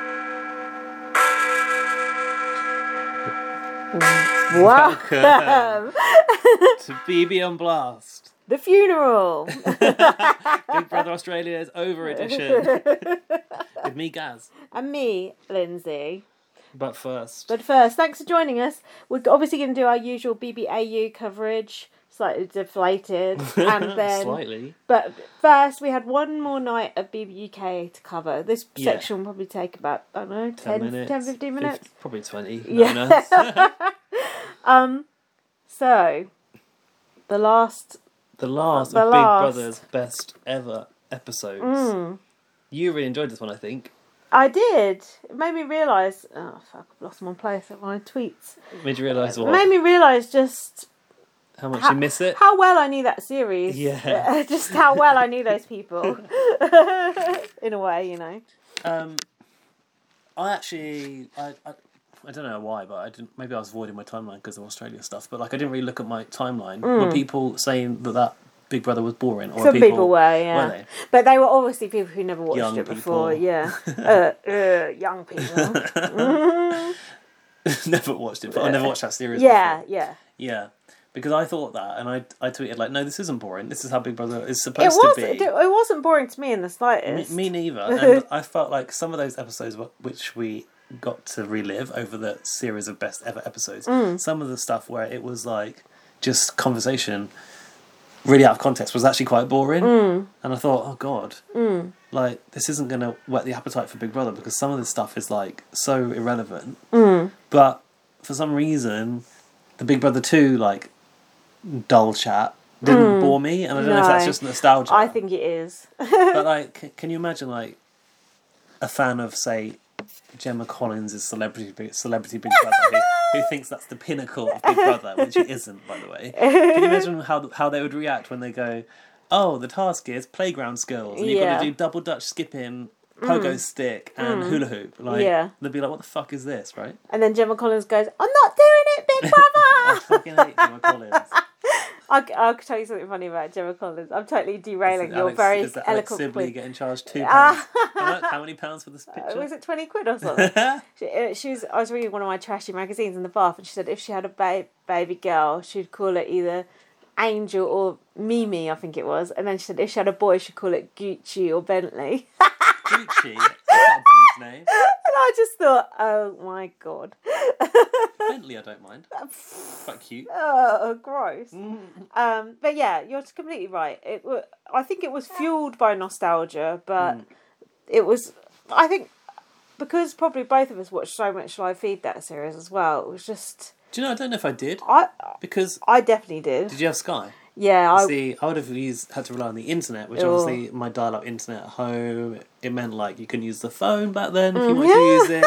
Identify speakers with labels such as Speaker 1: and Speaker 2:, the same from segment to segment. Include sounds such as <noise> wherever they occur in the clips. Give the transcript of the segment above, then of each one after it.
Speaker 1: <laughs>
Speaker 2: Welcome to BB on Blast.
Speaker 1: The funeral.
Speaker 2: <laughs>
Speaker 1: <laughs>
Speaker 2: Big Brother Australia's over
Speaker 1: <laughs>
Speaker 2: edition with me, Gaz.
Speaker 1: and me, Lindsay.
Speaker 2: But first,
Speaker 1: But first, thanks for joining us. We're obviously going to do our usual BBAU coverage, slightly
Speaker 2: <laughs>
Speaker 1: deflated. and then,
Speaker 2: slightly.
Speaker 1: but first, we had one more night of BBUK to cover. This
Speaker 2: Yeah.
Speaker 1: section will probably take about, I don't know,
Speaker 2: 10,
Speaker 1: 10,
Speaker 2: minutes.
Speaker 1: 10 15 minutes.
Speaker 2: Fif- probably 20.
Speaker 1: Yeah.
Speaker 2: No knows.
Speaker 1: Um, so, the last.
Speaker 2: <laughs> the last
Speaker 1: The
Speaker 2: of
Speaker 1: last.
Speaker 2: Big Brother's best ever episodes.
Speaker 1: Mm.
Speaker 2: You really enjoyed this one, I think.
Speaker 1: I did. It made me realise. Oh, fuck, I've lost my place at my tweets.
Speaker 2: Made you realise
Speaker 1: It
Speaker 2: what?
Speaker 1: made me realise just
Speaker 2: how much
Speaker 1: how-
Speaker 2: you miss it?
Speaker 1: how well I knew that series.
Speaker 2: Yeah.
Speaker 1: <laughs> just how well I knew those people. <laughs> In a way, you know.
Speaker 2: Um, I actually, I, I, I don't know why, but I didn't. Maybe I was voiding my timeline because of Australia stuff. But like, I didn't really look at my timeline. Were people saying that that Big Brother was boring, or were
Speaker 1: Mm. Some people, were, yeah.
Speaker 2: were they?
Speaker 1: But they were obviously people who never watched
Speaker 2: Young
Speaker 1: it before,
Speaker 2: people. <laughs>
Speaker 1: yeah. uh, uh, young people.
Speaker 2: <laughs> never watched it, but I never watched that series.
Speaker 1: yeah,
Speaker 2: before.
Speaker 1: yeah.
Speaker 2: yeah. Because I thought that, and I, I tweeted like, "No, this isn't boring. This is how Big Brother is
Speaker 1: It
Speaker 2: supposed
Speaker 1: was
Speaker 2: to be."
Speaker 1: it, it wasn't boring to me in the
Speaker 2: Me,
Speaker 1: slightest.
Speaker 2: me
Speaker 1: <laughs>
Speaker 2: neither. and I felt like some of those episodes wh- which we got to relive over the series of best ever episodes,
Speaker 1: Mm.
Speaker 2: some of the stuff where it was like just conversation really out of context was actually quite boring.
Speaker 1: Mm.
Speaker 2: And I thought, oh God, like this isn't going to whet the appetite for Big Brother because some of this stuff is like so irrelevant.
Speaker 1: Mm.
Speaker 2: But for some reason, the Big Brother 2 like dull chat didn't bore me. And I don't know if that's
Speaker 1: Mm. No.
Speaker 2: just nostalgia
Speaker 1: I think it is. <laughs>
Speaker 2: <laughs> but like, c- can you imagine like a fan of say Gemma Collins' celebrity Big- celebrity Big Brother who, who thinks that's the pinnacle of Big Brother, which it isn't, by the way. Can you imagine how how they would react when they go, "Oh, the task is playground skills, and you've got
Speaker 1: Yeah. Mm.
Speaker 2: to do double dutch skipping." Pogo stick and hula hoop. Like
Speaker 1: Yeah.
Speaker 2: they'd be like, "What the fuck is this?" Right? <laughs>
Speaker 1: And then Gemma Collins goes, I'm not doing it, Big
Speaker 2: I
Speaker 1: Brother!
Speaker 2: <laughs> fucking hate Gemma
Speaker 1: <laughs>
Speaker 2: Collins.
Speaker 1: I'll, I'll tell you something funny about Gemma Collins. I'm totally derailing
Speaker 2: Is
Speaker 1: your
Speaker 2: Alex-
Speaker 1: very
Speaker 2: is that Alex
Speaker 1: eloquent.
Speaker 2: Sibley
Speaker 1: point.
Speaker 2: getting
Speaker 1: <laughs>
Speaker 2: charged two pounds?
Speaker 1: Ah.
Speaker 2: how, much- how many pounds for this
Speaker 1: Uh, Was <laughs>
Speaker 2: picture?
Speaker 1: it 20 quid or something? She, uh, she was. I was reading one of my trashy magazines in the bath, and she said if she had a ba- baby girl, she'd call it either Angel or Mimi, I think it was. And then she said if she had a boy, she'd call it Gucci or Bentley. <laughs> and
Speaker 2: Gucci. That's not a boy's name.
Speaker 1: I just thought, oh my god,
Speaker 2: Bentley, I don't mind. Quite cute.
Speaker 1: oh gross. Um, but yeah, you're completely right. It. wa- I think it was fueled by nostalgia, but it was. I think because probably both of us watched so much live feed that series as well. It was just.
Speaker 2: Do you know? I don't know if I did
Speaker 1: I
Speaker 2: because
Speaker 1: I definitely did.
Speaker 2: did you have Sky?
Speaker 1: Yeah, I,
Speaker 2: See, I would have used had to rely on the internet, which
Speaker 1: Oh.
Speaker 2: obviously my dial-up internet at home it meant like you couldn't use the phone back then if you wanted to use it.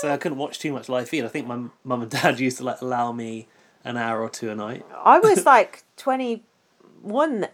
Speaker 2: So I couldn't watch too much live feed. I think my mum and dad <laughs> used to like allow me an hour or two a night.
Speaker 1: I was
Speaker 2: <laughs>
Speaker 1: like 21.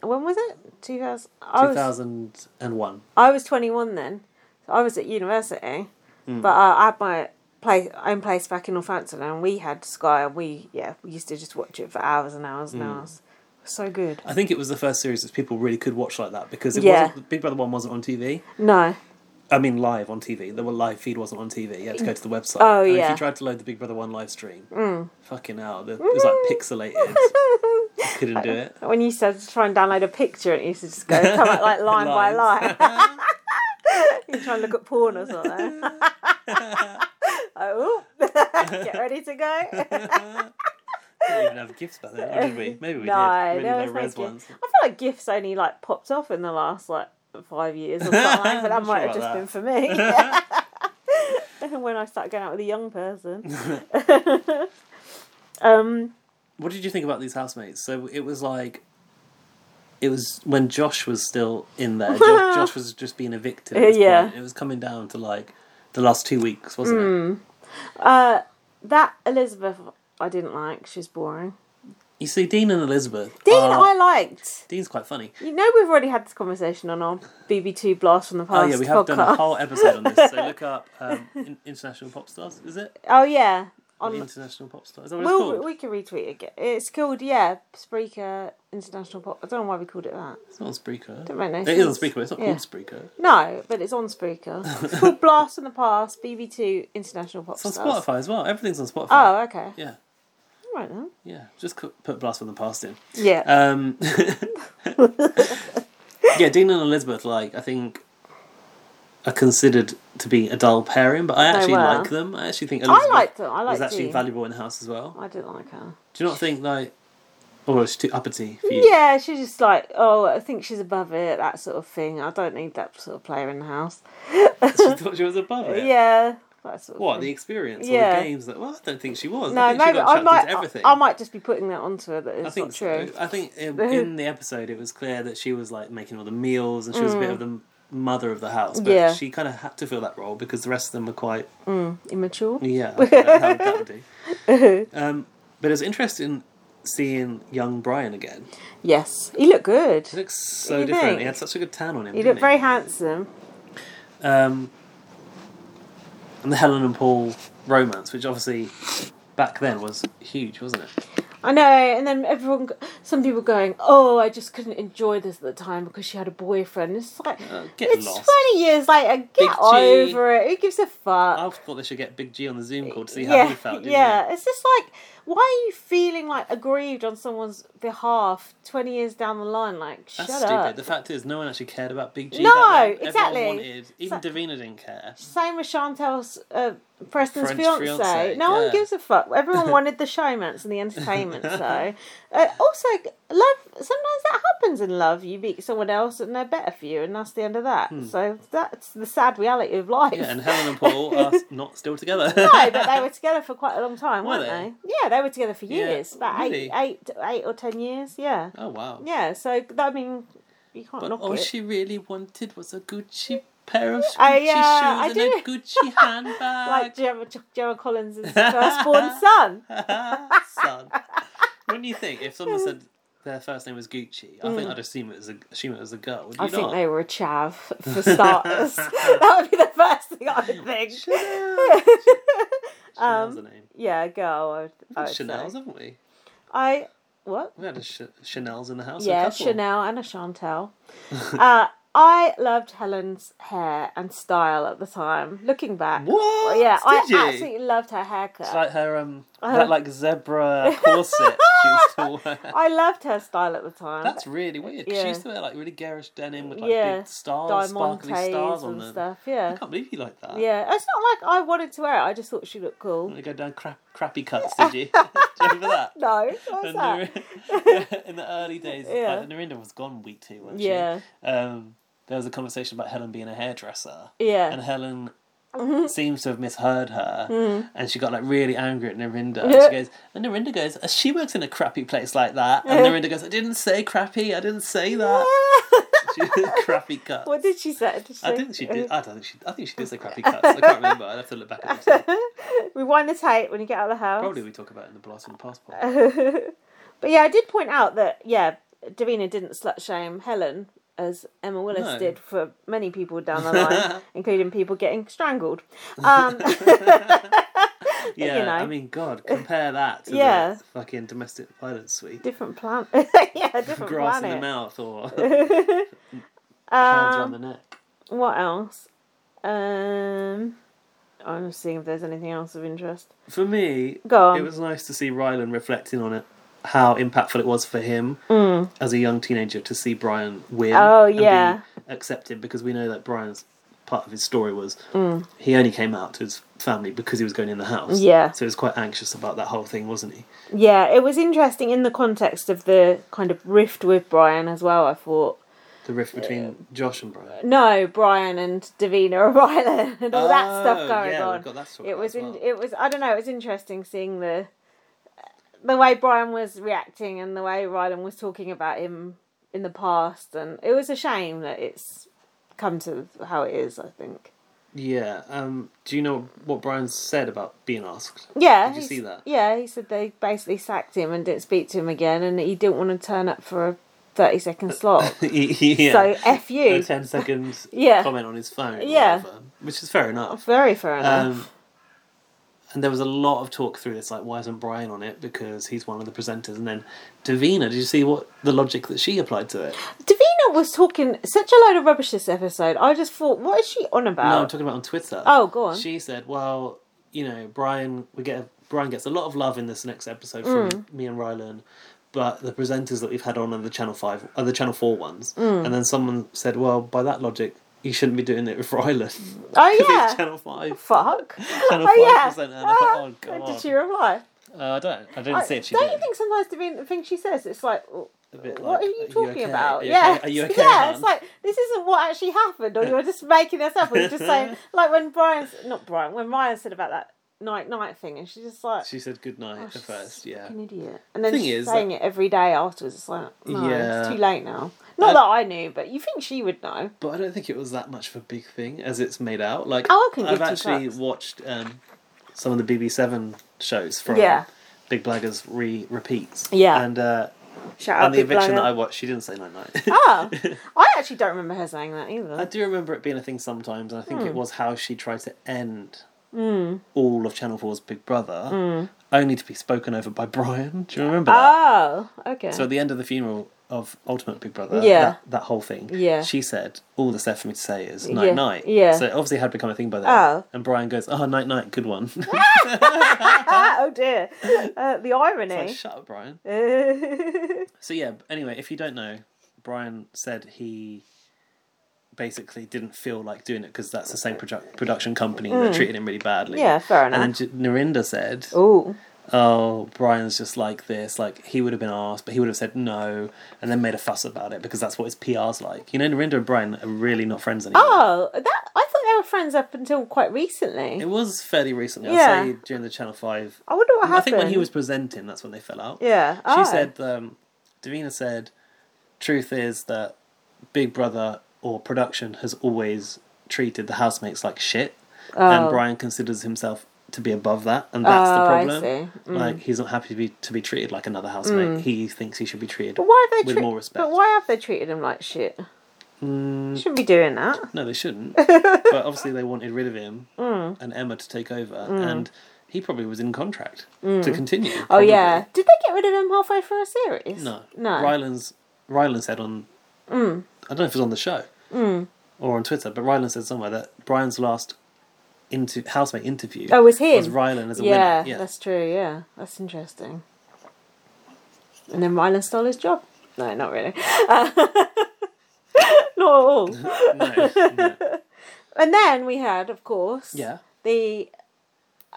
Speaker 1: When was it? 2000. I
Speaker 2: Two
Speaker 1: was,
Speaker 2: thousand and one.
Speaker 1: I was 21 then. So I was at university.
Speaker 2: Hmm.
Speaker 1: But uh, I had my play, own place back in Northampton and we had Sky and we, yeah, we used to just watch it for hours and hours and
Speaker 2: Hmm.
Speaker 1: hours. It was So good.
Speaker 2: I think it was the first series that people really could watch like that because it
Speaker 1: Yeah.
Speaker 2: wasn't Big Brother one wasn't on TV.
Speaker 1: No. <laughs>
Speaker 2: I mean, live on TV. The live feed wasn't on TV. You had to go to the website.
Speaker 1: Oh,
Speaker 2: and If
Speaker 1: yeah. Mm.
Speaker 2: you tried to load the Big Brother One live stream, fucking hell, the, it was like pixelated. you couldn't do it.
Speaker 1: When you said to try and download a picture, it used to just go come out
Speaker 2: <laughs>
Speaker 1: like line by
Speaker 2: Lines. <laughs>
Speaker 1: line. <laughs> you try and look at porn or something. <laughs> oh, <laughs> get ready to
Speaker 2: <laughs>
Speaker 1: go. <laughs>
Speaker 2: didn't even have gifts back then, or did we? Maybe we
Speaker 1: no,
Speaker 2: did. Really
Speaker 1: there
Speaker 2: low
Speaker 1: was no
Speaker 2: res
Speaker 1: gift.
Speaker 2: ones.
Speaker 1: I feel like gifts only like popped off in the last like five years or something,
Speaker 2: <laughs>
Speaker 1: but that
Speaker 2: I'm
Speaker 1: might
Speaker 2: sure
Speaker 1: have just
Speaker 2: about
Speaker 1: been for me. <laughs> when I start going out with a young person.
Speaker 2: <laughs>
Speaker 1: um,
Speaker 2: What did you think about these housemates? So it was like. It was when Josh was still in
Speaker 1: <laughs>
Speaker 2: there. Josh, Josh was just being evicted. At this
Speaker 1: Yeah.
Speaker 2: Point. It was coming down to like the last two weeks, wasn't
Speaker 1: Mm.
Speaker 2: it?
Speaker 1: uh, that Elizabeth I didn't like. She's boring.
Speaker 2: Oh. You see, Dean and Elizabeth.
Speaker 1: Dean,
Speaker 2: are-
Speaker 1: I liked.
Speaker 2: Dean's quite funny.
Speaker 1: You know, we've already had this conversation on our BB2 Blast from the
Speaker 2: Oh
Speaker 1: Past
Speaker 2: yeah, we have
Speaker 1: podcast.
Speaker 2: done a whole episode on this.
Speaker 1: <laughs>
Speaker 2: So look up um, in- international pop stars. Is it
Speaker 1: Oh, yeah. On
Speaker 2: international pop stars? Is that what it's
Speaker 1: We'll,
Speaker 2: called?
Speaker 1: we can retweet it. again. It's called, yeah, Spreaker International Pop. I don't know why we called it that.
Speaker 2: It's not on Spreaker.
Speaker 1: Don't make no
Speaker 2: it is on
Speaker 1: sense.
Speaker 2: Spreaker, but it's not
Speaker 1: Yeah.
Speaker 2: called Spreaker.
Speaker 1: No, but it's on
Speaker 2: <laughs>
Speaker 1: Spreaker. It's called Blast from the Past, BB2 International Pop
Speaker 2: It's on
Speaker 1: Stars.
Speaker 2: Spotify as well. Everything's on Spotify.
Speaker 1: Oh, okay.
Speaker 2: Yeah.
Speaker 1: right then.
Speaker 2: Yeah, just cu- put Blast from the Past in.
Speaker 1: Yeah.
Speaker 2: Um, <laughs> yeah, Dean and Elizabeth, like, I think are considered to be a dull pairing, but I actually
Speaker 1: were.
Speaker 2: like them. I actually think Elizabeth
Speaker 1: liked them. I
Speaker 2: was
Speaker 1: liked
Speaker 2: actually
Speaker 1: Dean.
Speaker 2: valuable in the house as well.
Speaker 1: I didn't like her.
Speaker 2: Do you not think, like, or is she too uppity for you?
Speaker 1: Yeah, she's just like, oh, I think she's above it, that sort of thing. I don't need that sort of player in the house.
Speaker 2: <laughs> she thought she was above it.
Speaker 1: Yeah, that sort of
Speaker 2: Oh, What,
Speaker 1: thing.
Speaker 2: the experience or
Speaker 1: Mm. Yeah.
Speaker 2: the games? That, well, I don't think she was. I
Speaker 1: No,
Speaker 2: think she
Speaker 1: maybe
Speaker 2: got
Speaker 1: I
Speaker 2: chucked
Speaker 1: might.
Speaker 2: into everything.
Speaker 1: I, I might just be putting that onto her that it's
Speaker 2: I think
Speaker 1: not
Speaker 2: so.
Speaker 1: true.
Speaker 2: I think in, in the episode it was clear that she was like making all the meals and she was a bit of the m- mother of the house, but
Speaker 1: Mm. Yeah.
Speaker 2: she kind of had to fill that role because the rest of them were quite
Speaker 1: Immature. <laughs>
Speaker 2: yeah. I don't know how that would do. Um, but it's interesting seeing young Brian again.
Speaker 1: Yes, he looked good.
Speaker 2: He looks so
Speaker 1: You
Speaker 2: different.
Speaker 1: think?
Speaker 2: He had such a good tan on him.
Speaker 1: He
Speaker 2: didn't
Speaker 1: looked very handsome.
Speaker 2: Um, and the Helen and Paul romance, which obviously back then was huge, wasn't it?
Speaker 1: I know, and then everyone, go- some people going, "Oh, I just couldn't enjoy this at the time because she had a boyfriend." It's like
Speaker 2: Uh, get
Speaker 1: it's
Speaker 2: lost.
Speaker 1: twenty years later. Get
Speaker 2: Big G.
Speaker 1: over it. Who gives a fuck?
Speaker 2: I thought they should get Big G on the Zoom call to see how
Speaker 1: yeah,
Speaker 2: he felt. Didn't
Speaker 1: yeah. It's just like, why are you feeling like aggrieved on someone's behalf twenty years down the line? Like,
Speaker 2: That's
Speaker 1: shut
Speaker 2: stupid.
Speaker 1: up.
Speaker 2: The fact is, no one actually cared about Big G.
Speaker 1: No,
Speaker 2: back then.
Speaker 1: exactly.
Speaker 2: Everyone wanted, even
Speaker 1: So-
Speaker 2: Davina didn't care.
Speaker 1: Same with Chantel's uh, Preston's
Speaker 2: French
Speaker 1: fiance.
Speaker 2: fiancé,
Speaker 1: No
Speaker 2: yeah.
Speaker 1: one gives a fuck. Everyone
Speaker 2: <laughs>
Speaker 1: wanted the showmance and the entertainment. so, uh, also, love. Sometimes that happens in love. You meet someone else and they're better for you, and that's the end of that. So that's the sad reality of life.
Speaker 2: Hmm. Yeah, and Helen and
Speaker 1: <laughs>
Speaker 2: Paul are not still together.
Speaker 1: no, but they were together for quite a long time,
Speaker 2: Were
Speaker 1: weren't
Speaker 2: they?
Speaker 1: they? Yeah, they were together for
Speaker 2: Yeah,
Speaker 1: years, about
Speaker 2: really?
Speaker 1: eight, eight, eight or ten years. Yeah,
Speaker 2: <laughs> oh wow.
Speaker 1: yeah. So that, I mean, you can't
Speaker 2: But
Speaker 1: knock
Speaker 2: all
Speaker 1: it.
Speaker 2: she really wanted was a Gucci pair of Gucci
Speaker 1: Oh, yeah, I
Speaker 2: shoes and a
Speaker 1: do. <laughs>
Speaker 2: Gucci handbag.
Speaker 1: like Gemma, Gemma
Speaker 2: <laughs>
Speaker 1: Collins' firstborn son. <laughs>
Speaker 2: Son, wouldn't you think if someone said their first name was Gucci? I think I'd assume it was a assume it was a girl. Would
Speaker 1: Mm.
Speaker 2: you
Speaker 1: I
Speaker 2: not?
Speaker 1: think they were a chav for
Speaker 2: <laughs>
Speaker 1: starters. that would be the first thing I would think.
Speaker 2: Chanel. Chanel's
Speaker 1: <laughs> Um,
Speaker 2: the name.
Speaker 1: Yeah, girl. I would, I
Speaker 2: We've
Speaker 1: would
Speaker 2: had Chanel's,
Speaker 1: say.
Speaker 2: haven't we?
Speaker 1: I what?
Speaker 2: We had a Ch- Chanel's in the house. a
Speaker 1: yeah,
Speaker 2: couple.
Speaker 1: Chanel and a Chantel.
Speaker 2: <laughs>
Speaker 1: uh, I loved Helen's hair and style at the time. Looking back,
Speaker 2: What?
Speaker 1: yeah, I
Speaker 2: Did you?
Speaker 1: absolutely loved her haircut.
Speaker 2: It's like her um that like zebra corset she used to
Speaker 1: <laughs>
Speaker 2: wear.
Speaker 1: I loved her style at the time.
Speaker 2: That's really weird. 'cause She
Speaker 1: Yeah.
Speaker 2: used to wear like really garish denim with like
Speaker 1: Yeah,
Speaker 2: big stars, sparkly stars
Speaker 1: diamantes
Speaker 2: on
Speaker 1: and
Speaker 2: them.
Speaker 1: stuff.
Speaker 2: I
Speaker 1: Yeah,
Speaker 2: can't believe you like that.
Speaker 1: yeah. It's not like I wanted to wear it. I just thought she looked cool.
Speaker 2: You go down crap, crappy cuts, did
Speaker 1: <laughs>
Speaker 2: you? <laughs> Do you remember that?
Speaker 1: No, what was
Speaker 2: When
Speaker 1: that? <laughs>
Speaker 2: Nare- <laughs> in the early days,
Speaker 1: Yeah.
Speaker 2: like, Narinda was gone week two, wasn't <laughs>
Speaker 1: Yeah.
Speaker 2: she? Um, there was a conversation about Helen being a hairdresser.
Speaker 1: Yeah.
Speaker 2: And Helen
Speaker 1: Mm-hmm.
Speaker 2: seems to have misheard her. And she got like really angry
Speaker 1: <laughs>
Speaker 2: at Narinda. And she goes, and Narinda goes, "Uh, she works in a crappy place like that. And Narinda goes, I didn't say crappy, I didn't
Speaker 1: <laughs>
Speaker 2: say that. She crappy cut.
Speaker 1: What did she say? Did she
Speaker 2: I
Speaker 1: say-
Speaker 2: think she did. I don't think she. I think she did say crappy cuts. I can't remember. I'd have to look back at
Speaker 1: <laughs>
Speaker 2: it.
Speaker 1: Rewind the tape when you get out of the house.
Speaker 2: Probably we talk about it in the Blast from the
Speaker 1: <laughs>
Speaker 2: Passport.
Speaker 1: But yeah, I did point out that yeah, Davina didn't slut shame Helen as Emma Willis
Speaker 2: No.
Speaker 1: did for many people down
Speaker 2: <laughs>
Speaker 1: the line, including people getting strangled. Um,
Speaker 2: yeah,
Speaker 1: know.
Speaker 2: I mean, God, compare that to
Speaker 1: Yeah.
Speaker 2: the fucking domestic violence suite.
Speaker 1: different plan. <laughs> yeah, different
Speaker 2: Grass in the
Speaker 1: planet. <laughs>
Speaker 2: mouth or <laughs> hands around the neck.
Speaker 1: what else? Um, I'm just seeing if there's anything else of interest.
Speaker 2: For me,
Speaker 1: Go on.
Speaker 2: it was nice to see Rylan reflecting on it, how impactful it was for him as a young teenager to see Brian win.
Speaker 1: Mm. Oh,
Speaker 2: and be
Speaker 1: yeah.
Speaker 2: accepted because we know that Brian's part of his story was
Speaker 1: Mm.
Speaker 2: he only came out to his family because he was going in the house.
Speaker 1: Yeah.
Speaker 2: So he was quite anxious about that whole thing, wasn't he?
Speaker 1: Yeah, it was interesting in the context of the kind of rift with Brian as well. I thought
Speaker 2: The rift between Josh and Brian.
Speaker 1: no, Brian and Davina are Rylan and all that
Speaker 2: Oh,
Speaker 1: stuff going
Speaker 2: yeah, we've
Speaker 1: on.
Speaker 2: got that sort
Speaker 1: it
Speaker 2: of
Speaker 1: was
Speaker 2: as
Speaker 1: in,
Speaker 2: well.
Speaker 1: it was I don't know. It was interesting seeing the the way Brian was reacting and the way Rylan was talking about him in the past, and it was a shame that it's come to how it is. I think.
Speaker 2: Yeah. Um, do you know what Brian said about being asked? <laughs>
Speaker 1: Yeah.
Speaker 2: Did you
Speaker 1: he's-
Speaker 2: see that?
Speaker 1: Yeah, he said they basically sacked him and didn't speak to him again, and he didn't want to turn up for a thirty
Speaker 2: <laughs>
Speaker 1: second slot.
Speaker 2: yeah.
Speaker 1: So f
Speaker 2: a <laughs>
Speaker 1: you. <laughs>
Speaker 2: 10 second
Speaker 1: Yeah.
Speaker 2: comment on his phone. or
Speaker 1: Yeah.
Speaker 2: whatever, which is fair enough.
Speaker 1: Very fair enough.
Speaker 2: Um, and there was a lot of talk through this, like, why isn't Brian on it? Because he's one of the presenters. And then Davina, did you see what the logic that she applied to it?
Speaker 1: Davina was talking such a load of rubbish this episode. I just thought, what is she on
Speaker 2: No, I'm
Speaker 1: about?
Speaker 2: talking about on Twitter.
Speaker 1: Oh, go Oh. on.
Speaker 2: She said, well, you know, Brian, we get a Brian gets a lot of love in this next episode from
Speaker 1: Mm.
Speaker 2: me and Rylan, but the presenters that we've had on are the Channel Five, are the Channel Four ones.
Speaker 1: Mm.
Speaker 2: And then someone said, "Well, by that logic, you shouldn't be doing it with Rylan."
Speaker 1: Oh
Speaker 2: <laughs> 'Cause it's
Speaker 1: yeah.
Speaker 2: Channel Five. <laughs>
Speaker 1: Fuck.
Speaker 2: Channel
Speaker 1: oh yeah.
Speaker 2: Five presenter. And I thought, oh
Speaker 1: Ah.
Speaker 2: god.
Speaker 1: Did she reply?
Speaker 2: Uh, I don't. I didn't
Speaker 1: I-
Speaker 2: see it. She
Speaker 1: don't
Speaker 2: did.
Speaker 1: you think sometimes the thing- the thing she says, it's like,
Speaker 2: A bit
Speaker 1: what
Speaker 2: like,
Speaker 1: are you talking
Speaker 2: okay?
Speaker 1: about?
Speaker 2: Are you
Speaker 1: yeah,
Speaker 2: okay?
Speaker 1: <laughs>
Speaker 2: Are you okay?
Speaker 1: yeah.
Speaker 2: hun?
Speaker 1: It's like this isn't what actually happened, or you're just making this up, or you're just
Speaker 2: <laughs>
Speaker 1: saying like when Brian's not Brian, when Ryan said about that night night thing, and she's just like,
Speaker 2: She said good night
Speaker 1: "Oh,
Speaker 2: at
Speaker 1: she's
Speaker 2: first. Yeah.
Speaker 1: an idiot, and then
Speaker 2: Thing
Speaker 1: she's
Speaker 2: is
Speaker 1: saying it every day afterwards. It's like, no,
Speaker 2: Yeah. Uh,
Speaker 1: it's too late now. Not
Speaker 2: I-
Speaker 1: that I knew, but you think she would know.
Speaker 2: But I don't think it was that much of a big thing as it's made out. Like
Speaker 1: Oh, I couldn't
Speaker 2: I've
Speaker 1: give two
Speaker 2: actually
Speaker 1: fucks.
Speaker 2: watched um, some of the BB Seven shows from
Speaker 1: Yeah.
Speaker 2: Big Blaggers re repeats.
Speaker 1: Yeah.
Speaker 2: And uh,
Speaker 1: Shout out
Speaker 2: and the
Speaker 1: Big
Speaker 2: eviction that I
Speaker 1: Blanger.
Speaker 2: watched, she didn't say night night. <laughs>
Speaker 1: Ah, I actually don't remember her saying that either.
Speaker 2: I do remember it being a thing sometimes, and I think
Speaker 1: Hmm.
Speaker 2: it was how she tried to end all of Channel 4's Big Brother,
Speaker 1: Hmm.
Speaker 2: only to be spoken over by Brian.
Speaker 1: Ah,
Speaker 2: Do you remember that?
Speaker 1: Oh, okay.
Speaker 2: So at the end of the funeral of Ultimate Big Brother,
Speaker 1: Yeah.
Speaker 2: that, that whole thing,
Speaker 1: Yeah.
Speaker 2: she said, all that's left for me to say is
Speaker 1: Yeah.
Speaker 2: night night.
Speaker 1: Yeah.
Speaker 2: So it obviously had become a thing by then.
Speaker 1: Oh.
Speaker 2: And Brian goes, oh, night night, good one. <laughs>
Speaker 1: Ah, oh dear, uh, the
Speaker 2: like,
Speaker 1: irony.
Speaker 2: Shut up, Brian.
Speaker 1: Uh,
Speaker 2: So yeah, anyway, if you don't know, Brian said he basically didn't feel like doing it because that's the same produ- production company that treated him really badly.
Speaker 1: Mm. yeah, fair enough.
Speaker 2: And then J- Narinda said,
Speaker 1: <laughs> Oh,
Speaker 2: oh, Brian's just like this. Like, he would have been asked, but he would have said no and then made a fuss about it because that's what his PR's like. You know, Narinda and Brian are really not friends anymore.
Speaker 1: oh, that I thought they were friends up until quite recently.
Speaker 2: It was fairly recently,
Speaker 1: Yeah.
Speaker 2: I'd say during the Channel 5.
Speaker 1: I wonder what
Speaker 2: I
Speaker 1: happened.
Speaker 2: think when he was presenting, that's when they fell out.
Speaker 1: yeah,
Speaker 2: She
Speaker 1: oh.
Speaker 2: said, um, Davina said, truth is that Big Brother or production has always treated the housemates like shit. And
Speaker 1: Oh.
Speaker 2: Brian considers himself to be above that, and that's
Speaker 1: Oh,
Speaker 2: the
Speaker 1: I
Speaker 2: problem.
Speaker 1: see. Mm.
Speaker 2: Like he's not happy to be to be treated like another housemate. He thinks he should be treated.
Speaker 1: But why have they
Speaker 2: with
Speaker 1: treat-
Speaker 2: more respect. Mm.
Speaker 1: But why have they treated him like shit? Shouldn't be doing that.
Speaker 2: No,
Speaker 1: <laughs>
Speaker 2: they shouldn't. but obviously, they wanted rid of him
Speaker 1: Mm.
Speaker 2: and Emma to take over, and he probably was in contract to continue.
Speaker 1: Oh
Speaker 2: probably.
Speaker 1: yeah, did they get rid of him halfway through a series?
Speaker 2: No.
Speaker 1: no. Mm.
Speaker 2: Ryland's Ryland said on I don't know if it was on the show or on Twitter, but Ryland said somewhere that Brian's last into housemate interview
Speaker 1: Oh, it was him.
Speaker 2: was Ryland as a
Speaker 1: yeah,
Speaker 2: winner. Yeah.
Speaker 1: that's true. Yeah, that's interesting. And then Rylan stole his job. No, not really. <laughs> not at
Speaker 2: <laughs>
Speaker 1: all.
Speaker 2: No,
Speaker 1: <laughs>
Speaker 2: no.
Speaker 1: And then we had, of course,
Speaker 2: Yeah.
Speaker 1: the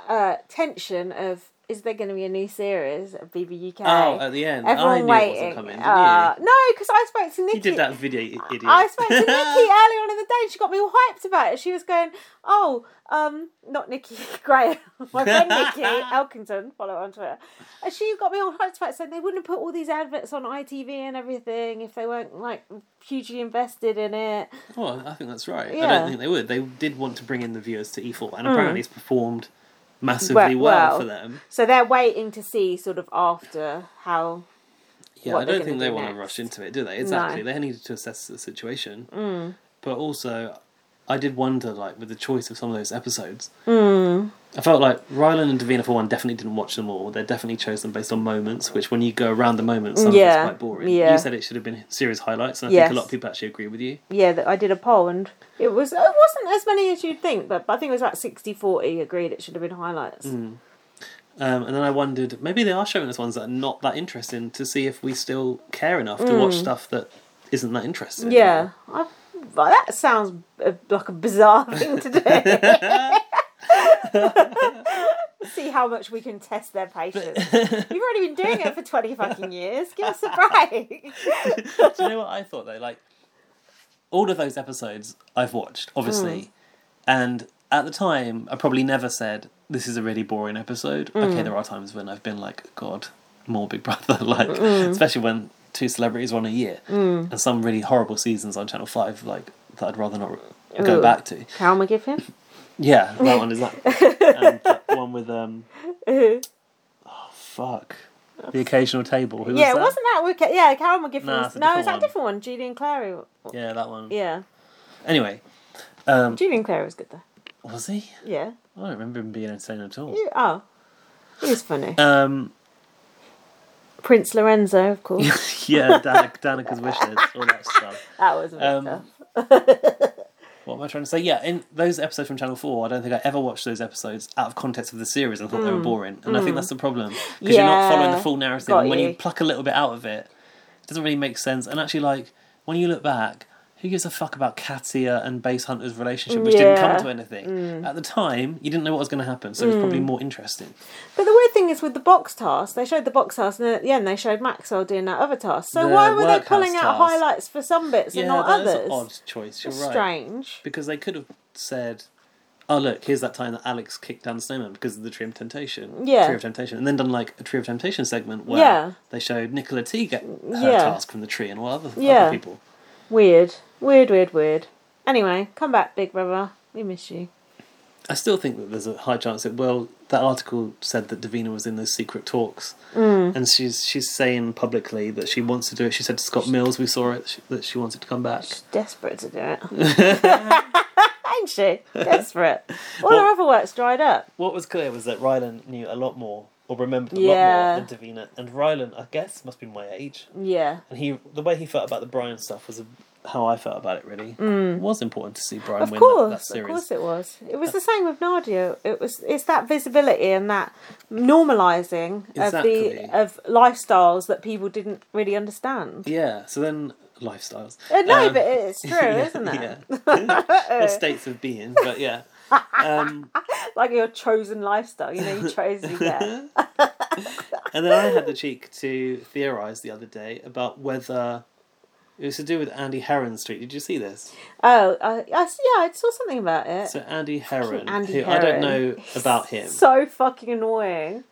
Speaker 1: uh, tension of is there going to be a new series of BB UK?
Speaker 2: Oh, at the end. I knew it wasn't coming, didn't
Speaker 1: Uh,
Speaker 2: you?
Speaker 1: no, because I spoke to Nikki.
Speaker 2: You did that video, i- idiot.
Speaker 1: I spoke to
Speaker 2: <laughs>
Speaker 1: Nikki earlier on in the day. and She got me all hyped about it. She was going, "Oh, um, not Nikki <laughs> Graham, my friend Nikki Elkington, follow her on Twitter." And she got me all hyped about it, saying they wouldn't put all these adverts on ITV and everything if they weren't like hugely invested in it.
Speaker 2: Well, I think that's right. I
Speaker 1: Yeah. Mm.
Speaker 2: don't think they would. They did want to bring in the viewers to E4, and apparently it's performed massively
Speaker 1: Well-
Speaker 2: well,
Speaker 1: well.
Speaker 2: for them.
Speaker 1: So they're waiting to see sort of after how
Speaker 2: Yeah,
Speaker 1: what
Speaker 2: I
Speaker 1: they're
Speaker 2: don't think
Speaker 1: gonna
Speaker 2: they
Speaker 1: do
Speaker 2: want to
Speaker 1: next. Mm.
Speaker 2: rush into it, do they? Exactly. They needed to assess the situation. But also, I did wonder, like, with the choice of some of those episodes,
Speaker 1: Mm.
Speaker 2: I felt like Rylan and Davina, for one, definitely didn't watch them all. They definitely chose them based on moments, which when you go around the moments, some
Speaker 1: Yeah,
Speaker 2: of it's quite boring.
Speaker 1: yeah.
Speaker 2: You said it should have been series highlights, and I
Speaker 1: Yes.
Speaker 2: think a lot of people actually agree with you.
Speaker 1: yeah, that I did a poll and it was it wasn't as many as you'd think, but, but I think it was about 60-40 agreed it should have been highlights.
Speaker 2: Um, and then I wondered, maybe they are showing us ones that are not that interesting to see if we still care enough to watch stuff that isn't that interesting.
Speaker 1: Mm. Yeah, I, well, that sounds uh, like a bizarre <laughs> thing to do. See how much we can test their patience. You've already been doing it for twenty fucking years. Give us a break.
Speaker 2: Do you know what I thought though? Like, all of those episodes I've watched, obviously,
Speaker 1: Hmm.
Speaker 2: and at the time I probably never said this is a really boring episode.
Speaker 1: Hmm.
Speaker 2: Okay, there are times when I've been like, God, more Big Brother, <laughs> like
Speaker 1: Hmm.
Speaker 2: especially when two celebrities are on a year and some really horrible seasons on Channel Five, like that I'd rather not go
Speaker 1: Ooh.
Speaker 2: back to.
Speaker 1: How am I give him?
Speaker 2: Yeah, that one is that,
Speaker 1: <laughs>
Speaker 2: and that one with um,
Speaker 1: Uh-huh.
Speaker 2: fuck, the occasional table. Who
Speaker 1: yeah,
Speaker 2: was that?
Speaker 1: it wasn't that wicked. Yeah, Carol McGiffin.
Speaker 2: Nah,
Speaker 1: was,
Speaker 2: it's a
Speaker 1: no, it's that
Speaker 2: different one.
Speaker 1: different one. Julian Clary.
Speaker 2: Yeah, that one.
Speaker 1: Yeah,
Speaker 2: Anyway, um,
Speaker 1: Julian Clary was good though.
Speaker 2: was he?
Speaker 1: Yeah.
Speaker 2: I don't remember him being insane at all.
Speaker 1: You- Oh, he was funny.
Speaker 2: Um, <laughs>
Speaker 1: Prince Lorenzo, of course. <laughs>
Speaker 2: yeah, Dan- Danica's wishes, all that stuff.
Speaker 1: that was a bit
Speaker 2: Um,
Speaker 1: tough.
Speaker 2: What am I trying to say? Yeah, in those episodes from Channel Four, I don't think I ever watched those episodes out of context of the series and thought they were boring. And I think that's the problem because you're
Speaker 1: Hmm. Yeah.
Speaker 2: not following the full narrative.
Speaker 1: Got
Speaker 2: and when you.
Speaker 1: you.
Speaker 2: pluck a little bit out of it, it doesn't really make sense. And actually, like when you look back, who gives a fuck about Katia and Base Hunter's relationship, which didn't
Speaker 1: Yeah. Hmm.
Speaker 2: come to anything at the time? You didn't know what was going to happen, so it was probably more interesting.
Speaker 1: But the weird thing is with the box task, they showed the box task, and at the end they showed Maxwell doing that other task. So
Speaker 2: The
Speaker 1: why were they
Speaker 2: workhouse
Speaker 1: pulling out
Speaker 2: task.
Speaker 1: highlights for some bits and
Speaker 2: yeah,
Speaker 1: not
Speaker 2: that's
Speaker 1: others?
Speaker 2: an odd choice. You're right.
Speaker 1: Strange.
Speaker 2: because they could have said, "Oh look, here's that time that Alex kicked down the snowman because of the Tree of Temptation."
Speaker 1: Yeah.
Speaker 2: Tree of Temptation, and then done like a Tree of Temptation segment where
Speaker 1: Yeah.
Speaker 2: they showed Nicola T get her
Speaker 1: Yeah.
Speaker 2: task from the tree and all other,
Speaker 1: Yeah.
Speaker 2: other people.
Speaker 1: Weird. Weird. Weird. Weird. Anyway, come back, Big Brother. We miss you.
Speaker 2: I still think that there's a high chance that well, that article said that Davina was in those secret talks,
Speaker 1: Mm.
Speaker 2: and she's she's saying publicly that she wants to do it. She said to Scott Mills, we saw it, she, that she wanted to come back.
Speaker 1: Desperate to do it. <laughs>
Speaker 2: <laughs>
Speaker 1: Ain't she? Desperate. All her
Speaker 2: Well-
Speaker 1: other work's dried up.
Speaker 2: What was clear was that Rylan knew a lot more or remembered a
Speaker 1: Yeah.
Speaker 2: lot more than Davina, and Rylan, I guess, must be my age.
Speaker 1: Yeah.
Speaker 2: and he the way he felt about the Brian stuff was how I felt about it. Really, it was important to see
Speaker 1: Mm.
Speaker 2: Brian
Speaker 1: Of
Speaker 2: win that, that
Speaker 1: course, of
Speaker 2: series.
Speaker 1: course it was. It was the same with Nadia. It was it's that visibility and that normalizing
Speaker 2: Exactly.
Speaker 1: of the of lifestyles that people didn't really understand.
Speaker 2: Yeah. So then lifestyles.
Speaker 1: Uh, no,
Speaker 2: Um,
Speaker 1: but
Speaker 2: <laughs>
Speaker 1: it's true,
Speaker 2: yeah,
Speaker 1: isn't it? <laughs>
Speaker 2: Yeah. <laughs> or states of being, but yeah. Um,
Speaker 1: Like your chosen lifestyle, you know,
Speaker 2: <laughs>
Speaker 1: you chose to get.
Speaker 2: and then I had the cheek to theorize the other day about whether it was to do with Andy Heron Street. Did you see this?
Speaker 1: Oh, I, I s- yeah, I saw something about it.
Speaker 2: So Andy Heron,
Speaker 1: Andy
Speaker 2: who I
Speaker 1: Heron.
Speaker 2: don't know about him.
Speaker 1: So fucking annoying.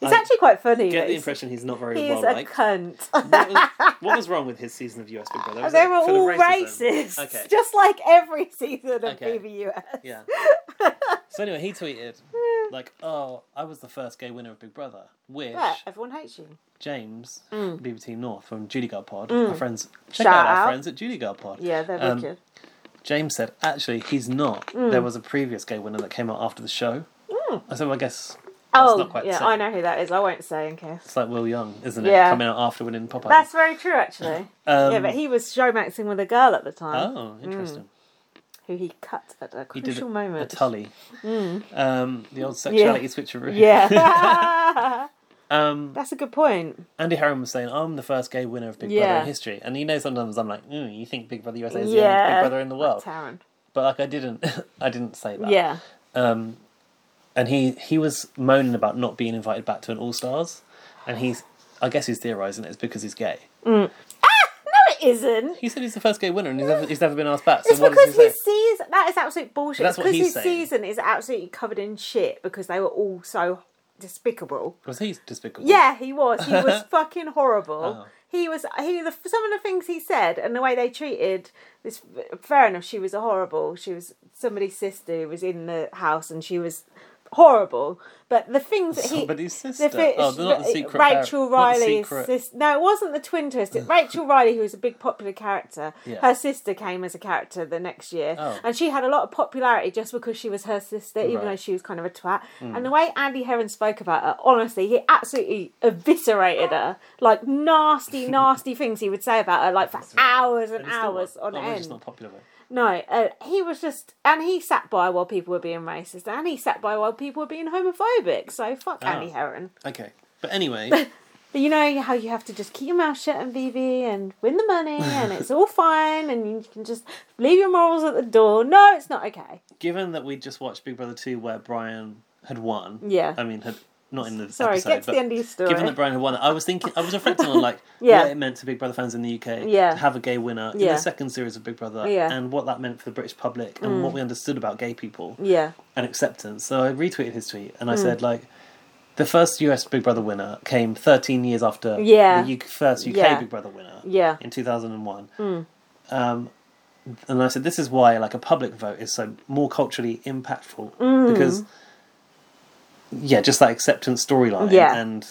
Speaker 1: He's
Speaker 2: I
Speaker 1: actually quite funny.
Speaker 2: Get
Speaker 1: but
Speaker 2: the
Speaker 1: he's-
Speaker 2: impression he's not very
Speaker 1: he
Speaker 2: well
Speaker 1: is a
Speaker 2: liked.
Speaker 1: <laughs>
Speaker 2: <laughs>
Speaker 1: cunt.
Speaker 2: what, was, what was wrong with his season of US
Speaker 1: <laughs>
Speaker 2: Big Brother? Was
Speaker 1: they
Speaker 2: it
Speaker 1: were
Speaker 2: full of
Speaker 1: all
Speaker 2: racism?
Speaker 1: racist,
Speaker 2: Okay.
Speaker 1: <laughs> just like every season of
Speaker 2: Okay.
Speaker 1: BBUS. <laughs>
Speaker 2: Yeah. so anyway, he tweeted like, "Oh, I was the first gay winner of Big Brother." Which
Speaker 1: Yeah, everyone hates you.
Speaker 2: James, BBT North from Judy Guard Pod, our friends,
Speaker 1: Mm. Shout
Speaker 2: check out our
Speaker 1: out.
Speaker 2: friends at Judy Guard Pod.
Speaker 1: Yeah, they're
Speaker 2: Um,
Speaker 1: wicked. Mm.
Speaker 2: James said, "Actually, he's not. There was a previous gay winner that came out after the show." I said, well, "I guess." that's
Speaker 1: Oh,
Speaker 2: not quite the
Speaker 1: yeah,
Speaker 2: same. Um,
Speaker 1: I know who that is. I won't say in case.
Speaker 2: It's like Will Young, isn't it?
Speaker 1: Yeah.
Speaker 2: Coming out after winning Popeye.
Speaker 1: That's very true, actually.
Speaker 2: Um,
Speaker 1: yeah, but he was showmaxing with a girl at the time
Speaker 2: Oh, interesting.
Speaker 1: who he cut at a
Speaker 2: He did
Speaker 1: crucial Mm.
Speaker 2: a, a
Speaker 1: moment.
Speaker 2: tully. Um, the old sexuality switcheroo. <laughs>
Speaker 1: yeah,
Speaker 2: Um,
Speaker 1: that's a good point.
Speaker 2: Andy Heron was saying, "I'm the first gay winner of Big Brother
Speaker 1: Yeah.
Speaker 2: in history," and you know sometimes I'm like, mm, "You think Big Brother USA is the only
Speaker 1: Yeah.
Speaker 2: Big Brother in the world?"
Speaker 1: Taryn.
Speaker 2: But like I didn't, <laughs> I didn't say that.
Speaker 1: Yeah,
Speaker 2: Um, and he he was moaning about not being invited back to an All Stars, and he's I guess he's theorising it's because he's gay.
Speaker 1: no, it isn't.
Speaker 2: He said he's the first gay winner and he's never, he's never been asked back. So
Speaker 1: It's
Speaker 2: what does
Speaker 1: because
Speaker 2: he say?
Speaker 1: his season that is absolute bullshit.
Speaker 2: That's
Speaker 1: it's
Speaker 2: what
Speaker 1: because his
Speaker 2: he's saying.
Speaker 1: season is absolutely covered in shit because they were all so despicable.
Speaker 2: Was he despicable?
Speaker 1: Yeah, he was. He
Speaker 2: <laughs>
Speaker 1: was fucking horrible.
Speaker 2: Oh.
Speaker 1: He was. He the some of the things he said and the way they treated this. Fair enough. She was a horrible. She was somebody's sister who was in the house, and she was horrible. But the things that he.
Speaker 2: Somebody's
Speaker 1: The
Speaker 2: sister.
Speaker 1: fi-
Speaker 2: oh, they're not the
Speaker 1: Ra-
Speaker 2: secret.
Speaker 1: Rachel
Speaker 2: parent- not the
Speaker 1: Riley's
Speaker 2: secret-
Speaker 1: sister. No, it wasn't the twin twist. It, Rachel Riley, who was a big popular character,
Speaker 2: Yeah.
Speaker 1: her sister came as a character the next year,
Speaker 2: Oh.
Speaker 1: and she had a lot of popularity just because she was her sister, even
Speaker 2: Right. Hmm.
Speaker 1: though she was kind of a twat. And the way Andy Heron spoke about her, honestly, he absolutely eviscerated her. Like
Speaker 2: <laughs>
Speaker 1: nasty, nasty things he would say about her, like for hours and
Speaker 2: And it's still
Speaker 1: hours
Speaker 2: not-
Speaker 1: on
Speaker 2: oh, maybe It's
Speaker 1: end.
Speaker 2: not popular. though.
Speaker 1: No, uh, he was just, and he sat by while people were being racist, and he sat by while people were being homophobic. So fuck
Speaker 2: Ah.
Speaker 1: Andy Heron.
Speaker 2: Okay, but
Speaker 1: <laughs>
Speaker 2: anyway,
Speaker 1: But you know how you have to just keep your mouth shut and BB and win the money and
Speaker 2: <laughs>
Speaker 1: it's all fine and you can just leave your morals at the door. No, it's not okay.
Speaker 2: given that we just watched Big Brother two where Brian had won.
Speaker 1: Yeah.
Speaker 2: I mean, had not in the
Speaker 1: Sorry,
Speaker 2: episode,
Speaker 1: get to
Speaker 2: but
Speaker 1: the end of your story.
Speaker 2: <laughs> Given that Brian had won, I was thinking, I was reflecting on like
Speaker 1: <laughs> Yeah.
Speaker 2: what it meant to Big Brother fans in the UK
Speaker 1: Yeah.
Speaker 2: to have a gay winner in
Speaker 1: Yeah.
Speaker 2: the second series of Big Brother,
Speaker 1: Yeah. Mm.
Speaker 2: and what that meant for the British public and what we understood about gay people
Speaker 1: yeah. Mm.
Speaker 2: and acceptance. So I retweeted his tweet and I said like, the first US Big Brother winner came 13 years after
Speaker 1: Yeah.
Speaker 2: the U- first UK
Speaker 1: Yeah.
Speaker 2: Big Brother winner
Speaker 1: Yeah. Mm.
Speaker 2: in 2001. Um, and I said, this is why like a public vote is so more culturally impactful
Speaker 1: Mm.
Speaker 2: because, yeah, just that acceptance storyline.
Speaker 1: Yeah.
Speaker 2: And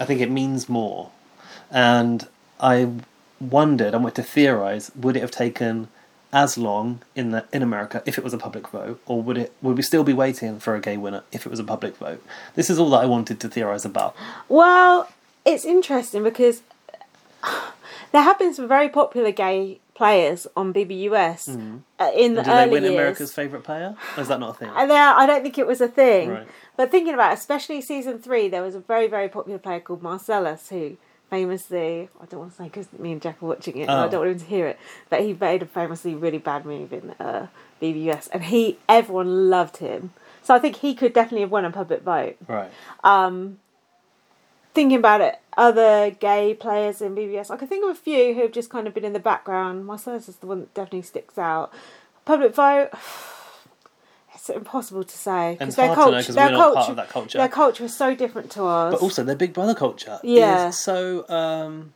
Speaker 2: I think it means more. And I wondered, I went to theorize, would it have taken as long in the in America if it was a public vote, or would it would we still be waiting for a gay winner if it was a public vote? This is all that I wanted to theorize about.
Speaker 1: <sighs> Well, it's interesting because there have been some very popular gay players on BBUS uh, in
Speaker 2: And
Speaker 1: the
Speaker 2: Mm. did they
Speaker 1: early
Speaker 2: win
Speaker 1: years.
Speaker 2: America's favorite player? Or is that not a thing?
Speaker 1: And there, I don't think it was a thing.
Speaker 2: Right.
Speaker 1: But thinking about, it, especially season three, there was a very, very popular player called Marcellus who famously, I don't want to say because me and Jack are watching it, and I
Speaker 2: Oh.
Speaker 1: don't want him to hear it, but he made a famously really bad move in uh, BBUS, and he, everyone loved him. So I think he could definitely have won a public vote.
Speaker 2: Right.
Speaker 1: Thinking about it, other gay players in BBS, I can think of a few who have just kind of been in the background. Marcellus is the one that definitely sticks out. Public vote. <sighs> It's impossible to say
Speaker 2: And
Speaker 1: because
Speaker 2: it's
Speaker 1: their
Speaker 2: hard to know
Speaker 1: culture,
Speaker 2: because
Speaker 1: their
Speaker 2: we're not part
Speaker 1: culture,
Speaker 2: of that culture.
Speaker 1: their culture is so different to ours.
Speaker 2: But also their Big Brother culture
Speaker 1: Yeah.
Speaker 2: is so um,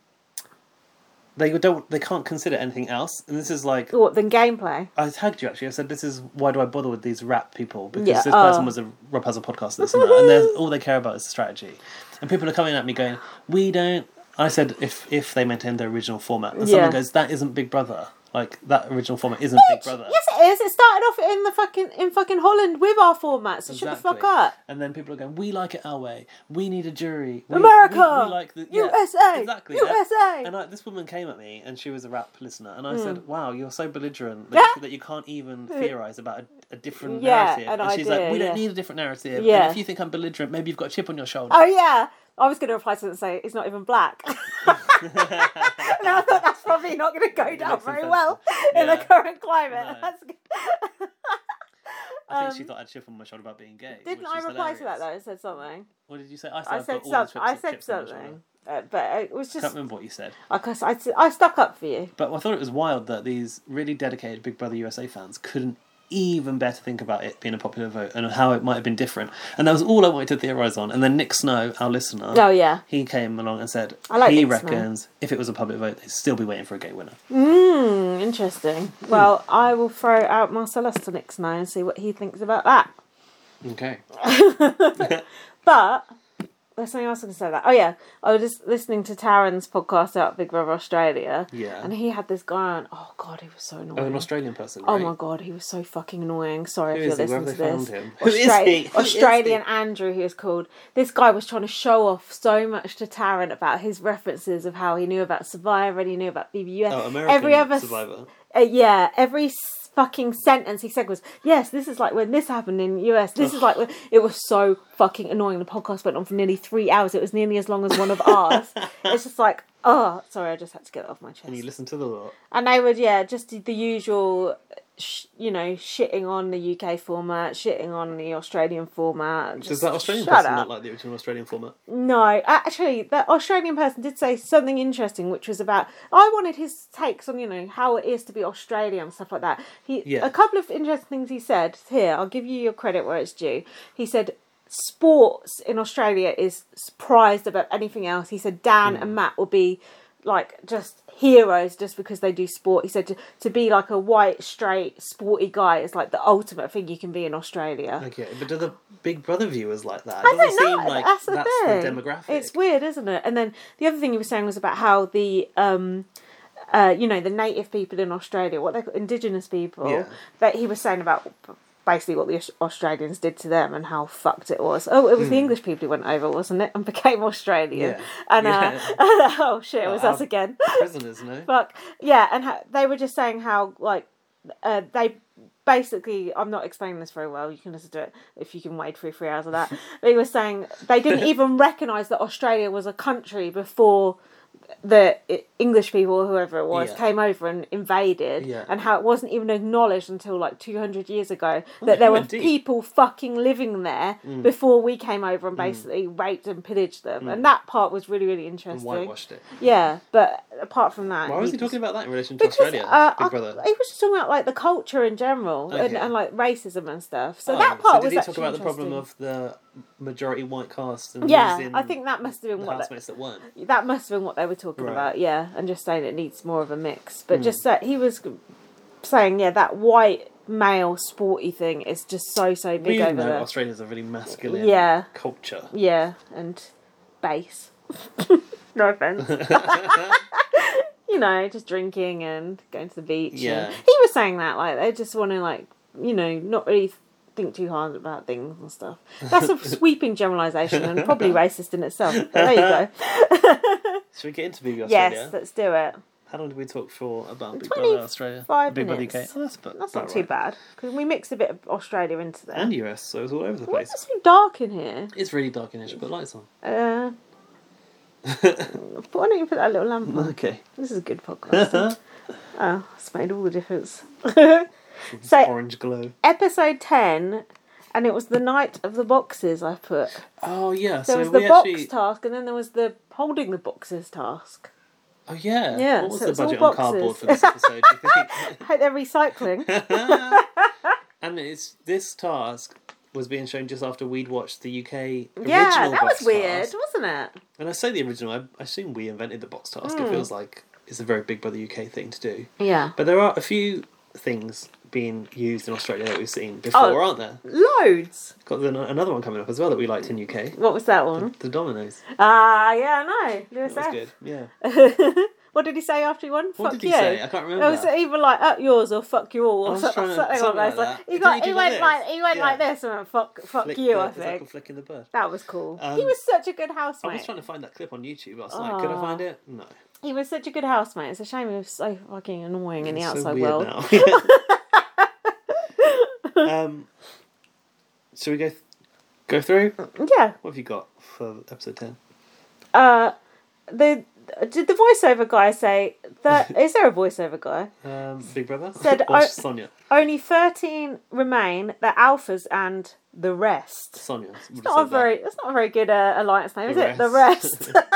Speaker 2: they don't they can't consider anything else, and this is like
Speaker 1: what than gameplay?
Speaker 2: I tagged you actually. I said this is why do I bother with these rap people because
Speaker 1: Yeah,
Speaker 2: this person
Speaker 1: oh.
Speaker 2: was a Rapunzel podcast listener, and they're, all they care about is the strategy, and people are coming at me going, "We don't." I said if if they maintain their original format, and
Speaker 1: Yeah.
Speaker 2: someone goes, "That isn't Big Brother." Like that original format isn't Big Brother.
Speaker 1: Yes, it is. It started off in the fucking in fucking Holland with our formats. So shut the fuck
Speaker 2: Exactly.
Speaker 1: up.
Speaker 2: And then people are going, "We like it our way. We need a jury. We,
Speaker 1: America!
Speaker 2: we- we like the yeah,
Speaker 1: USA!
Speaker 2: Exactly.
Speaker 1: USA!
Speaker 2: And I, this woman came at me, and she was a rap listener, and I said, "Wow, you're so belligerent that,
Speaker 1: Mm. Yeah. Uh,
Speaker 2: that you can't even theorize about a, a different
Speaker 1: Yeah,
Speaker 2: narrative."
Speaker 1: an
Speaker 2: And she's like,
Speaker 1: idea,
Speaker 2: "We
Speaker 1: yeah.
Speaker 2: don't need a different narrative.
Speaker 1: Yeah.
Speaker 2: And if you think I'm belligerent, maybe you've got a chip on your shoulder."
Speaker 1: Oh yeah, I was going to reply to them and say it's not even black. <laughs> and I thought that's probably not going to go down
Speaker 2: makes
Speaker 1: very
Speaker 2: sense.
Speaker 1: well in the
Speaker 2: Yeah.
Speaker 1: current climate.
Speaker 2: No.
Speaker 1: That's good.
Speaker 2: <laughs> I think she thought I had a chip on my shoulder about being gay.
Speaker 1: um, Didn't
Speaker 2: which
Speaker 1: I
Speaker 2: is
Speaker 1: reply to that
Speaker 2: hilarious.
Speaker 1: though? I said something.
Speaker 2: What did you say? I said,
Speaker 1: I
Speaker 2: I've got
Speaker 1: said,
Speaker 2: all
Speaker 1: some,
Speaker 2: the chips-
Speaker 1: I said
Speaker 2: chips on my shoulder.
Speaker 1: something, uh, but it was
Speaker 2: Can't
Speaker 1: just
Speaker 2: remember what you said.
Speaker 1: I, guess I, I stuck up for you.
Speaker 2: But I thought it was wild that these really dedicated Big Brother USA fans couldn't even bear to think about it being a popular vote and how it might have been different. And that was all I wanted to theorise on. And then Nick Snow, our listener,
Speaker 1: Oh yeah,
Speaker 2: he came along and said
Speaker 1: I like
Speaker 2: he
Speaker 1: Nick Snow.
Speaker 2: reckons if it was a public vote, they'd still be waiting for a gay winner. Mm,
Speaker 1: Hmm, interesting. <laughs> Well, I will throw out Marcellus to Nick Snow and see what he thinks about that.
Speaker 2: Okay.
Speaker 1: But there's something else I can say that. Oh yeah, I was just listening to Taryn's podcast about Big Brother Australia.
Speaker 2: Yeah.
Speaker 1: and he had this guy on. Oh god, he was so annoying.
Speaker 2: Oh, an Australian person.
Speaker 1: Oh
Speaker 2: right?
Speaker 1: my god, he was so fucking annoying. Sorry
Speaker 2: Who
Speaker 1: if you're
Speaker 2: is he? Where
Speaker 1: listening
Speaker 2: have
Speaker 1: to
Speaker 2: they
Speaker 1: this.
Speaker 2: found him? Who is
Speaker 1: Austra-
Speaker 2: he? Who is he?
Speaker 1: Australian Andrew, he was called. This guy was trying to show off so much to Taryn about his references of how he knew about Survivor and he knew about BBUS.
Speaker 2: Oh, American
Speaker 1: Every other
Speaker 2: survivor.
Speaker 1: uh, yeah, every s- fucking sentence he said was, "Yes, this is like when this happened in US. This is like when it was so fucking annoying." The podcast went on for nearly three hours. It was nearly as long as one of
Speaker 2: <laughs>
Speaker 1: ours. it's just like, oh, sorry, I just had to get that off my chest.
Speaker 2: And you listen to the lot.
Speaker 1: And they would, yeah, just do the usual, sh- you know, shitting on the UK format, shitting on the Australian format. Just
Speaker 2: Does that Australian
Speaker 1: shut
Speaker 2: person
Speaker 1: up.
Speaker 2: not like the original Australian format?
Speaker 1: No, actually, that Australian person did say something interesting, which was about I wanted his takes on you know how it is to be Australian and stuff like that. He
Speaker 2: Yeah.
Speaker 1: a couple of interesting things he said here. I'll give you your credit where it's due. He said sports in Australia is prized above anything else. He said Dan and Matt will be like just heroes just because they do sport. He said to, to be like a white, straight, sporty guy is like the ultimate thing you can be in Australia.
Speaker 2: Okay, but do the Big Brother viewers like that? It
Speaker 1: I
Speaker 2: doesn't
Speaker 1: don't
Speaker 2: seem
Speaker 1: know.
Speaker 2: like
Speaker 1: that's the thing.
Speaker 2: demographic.
Speaker 1: It's weird, isn't it? And then the other thing you were saying was about how the um, uh, you know, the native people in Australia, what they call indigenous people,
Speaker 2: Yeah.
Speaker 1: that he was saying about basically what the Aus- Australians did to them and how fucked it was. Oh, it was the English people who went over, wasn't it, and <laughs> became Australian.
Speaker 2: Hmm. Yeah.
Speaker 1: And
Speaker 2: Yeah.
Speaker 1: uh, <laughs> oh shit, it was
Speaker 2: Well,
Speaker 1: us
Speaker 2: our-
Speaker 1: again.
Speaker 2: Prisoners, no?
Speaker 1: <laughs> Fuck yeah, and ha- they were just saying how like uh, they basically I'm not explaining this very well. You can listen to it if you can wait for three hours of
Speaker 2: <laughs>
Speaker 1: that. they were saying they didn't even recognise that Australia was a country before the I- English people or whoever it was
Speaker 2: Yeah.
Speaker 1: came over and invaded,
Speaker 2: Yeah.
Speaker 1: and how it wasn't even acknowledged until like 200 years ago that
Speaker 2: <laughs>
Speaker 1: there were
Speaker 2: indeed. Mm.
Speaker 1: people fucking living there before we came over and basically raped and pillaged them. And that part was really really interesting.
Speaker 2: Whitewashed it.
Speaker 1: Yeah, but apart from that,
Speaker 2: Why was he
Speaker 1: just-
Speaker 2: talking about that in relation to
Speaker 1: because
Speaker 2: Australia,
Speaker 1: uh,
Speaker 2: Big
Speaker 1: I-
Speaker 2: Brother?
Speaker 1: he was just talking about like the culture in general and,
Speaker 2: Okay.
Speaker 1: and like racism and stuff. So
Speaker 2: Oh,
Speaker 1: that part
Speaker 2: so did
Speaker 1: was
Speaker 2: he
Speaker 1: actually
Speaker 2: talk about the problem
Speaker 1: interesting.
Speaker 2: of the majority white cast and
Speaker 1: yeah,
Speaker 2: losing
Speaker 1: I think that must have
Speaker 2: the
Speaker 1: been what
Speaker 2: housemates that weren't?
Speaker 1: that must have been what they were talking
Speaker 2: Right. Hmm.
Speaker 1: about, yeah, and just saying it needs more of a mix. But just that he was saying, yeah, that white male sporty thing is just so so big
Speaker 2: We
Speaker 1: over
Speaker 2: know that
Speaker 1: there.
Speaker 2: Australia's a really masculine
Speaker 1: Yeah.
Speaker 2: culture.
Speaker 1: Yeah, and base. <laughs> no
Speaker 2: <laughs>
Speaker 1: offense. you know, just drinking and going to the beach. and-
Speaker 2: Yeah.
Speaker 1: he was saying that like they just want to like you know not really think too hard about things and stuff. That's
Speaker 2: <laughs>
Speaker 1: a sweeping generalisation and
Speaker 2: <laughs>
Speaker 1: probably racist in itself. But there you go.
Speaker 2: Should we get into Big Australia?
Speaker 1: yes, let's do it.
Speaker 2: How long did we talk for about Big
Speaker 1: 25
Speaker 2: Brother Australia? Big Brother UK.
Speaker 1: minutes.
Speaker 2: Oh, that's, about-
Speaker 1: That's
Speaker 2: about
Speaker 1: not too
Speaker 2: right.
Speaker 1: bad because we mixed a bit of Australia into there.
Speaker 2: And US, so it's all over the
Speaker 1: Why
Speaker 2: place.
Speaker 1: is it so dark in here?
Speaker 2: It's really dark in here. Should put lights on. <laughs>
Speaker 1: Uh, why don't you put that little lamp
Speaker 2: <laughs>
Speaker 1: on?
Speaker 2: okay.
Speaker 1: This is a good podcast. oh, it's made all the
Speaker 2: <laughs>
Speaker 1: difference. so,
Speaker 2: Orange glow.
Speaker 1: episode 10, and it was the night of the boxes I put.
Speaker 2: Oh yeah.
Speaker 1: There
Speaker 2: so
Speaker 1: was
Speaker 2: we
Speaker 1: the box
Speaker 2: actually.
Speaker 1: task, and then there was the holding the boxes
Speaker 2: <laughs>
Speaker 1: task.
Speaker 2: oh yeah.
Speaker 1: Yeah,
Speaker 2: What was
Speaker 1: so
Speaker 2: the
Speaker 1: it's all
Speaker 2: budget on
Speaker 1: boxes.
Speaker 2: cardboard for this episode? do you
Speaker 1: <laughs>
Speaker 2: think?
Speaker 1: I hope they're recycling.
Speaker 2: <laughs> and it's this task was being shown just after we'd watched the UK original
Speaker 1: yeah, that
Speaker 2: box
Speaker 1: was weird,
Speaker 2: task.
Speaker 1: wasn't it?
Speaker 2: And I say the original. I, I assume we invented the box task.
Speaker 1: Hmm.
Speaker 2: It feels like it's a very Big Brother UK thing to do.
Speaker 1: Yeah.
Speaker 2: But there are a few things being used in Australia that we've seen before,
Speaker 1: Oh.
Speaker 2: aren't there?
Speaker 1: Loads.
Speaker 2: Got the, another one coming up as well that we liked in UK.
Speaker 1: What was that
Speaker 2: <laughs>
Speaker 1: one?
Speaker 2: The Dominoes.
Speaker 1: Ah, yeah, I know. Lewis
Speaker 2: That was
Speaker 1: F.
Speaker 2: good. Yeah.
Speaker 1: <laughs> What did he say after he won?
Speaker 2: What
Speaker 1: fuck
Speaker 2: did he
Speaker 1: you.
Speaker 2: say? I can't remember.
Speaker 1: It was either like up yours or fuck you all
Speaker 2: I
Speaker 1: or
Speaker 2: was
Speaker 1: so-
Speaker 2: trying to-
Speaker 1: something, like
Speaker 2: something
Speaker 1: that.
Speaker 2: like that.
Speaker 1: He,
Speaker 2: Did
Speaker 1: got,
Speaker 2: he
Speaker 1: he,
Speaker 2: do like
Speaker 1: went
Speaker 2: this?
Speaker 1: like he went
Speaker 2: Yeah.
Speaker 1: like this and went fuck fuck
Speaker 2: Flick
Speaker 1: you.
Speaker 2: the-
Speaker 1: I
Speaker 2: it's like a
Speaker 1: think
Speaker 2: flick in the bird.
Speaker 1: that was cool.
Speaker 2: Um,
Speaker 1: he was such a good
Speaker 2: I was
Speaker 1: housemate.
Speaker 2: trying to find that clip on YouTube last night. Could I
Speaker 1: Aw.
Speaker 2: find it? No.
Speaker 1: He was such a good housemate. It's a shame he was so fucking annoying in the
Speaker 2: It's so
Speaker 1: outside
Speaker 2: weird
Speaker 1: world.
Speaker 2: <laughs> now.
Speaker 1: <laughs>
Speaker 2: um, should we go th- go through?
Speaker 1: Yeah.
Speaker 2: What have you got for episode ten?
Speaker 1: Uh, the did the voiceover guy say
Speaker 2: <laughs>
Speaker 1: that? is there a voiceover guy?
Speaker 2: Um, Big Brother
Speaker 1: Said
Speaker 2: or
Speaker 1: I-
Speaker 2: Sonia?
Speaker 1: Only thirteen remain. The alphas and the rest.
Speaker 2: Sonia. It's
Speaker 1: not a very that's not a very good uh, alliance name,
Speaker 2: The
Speaker 1: is it? The
Speaker 2: rest.
Speaker 1: rest. <laughs>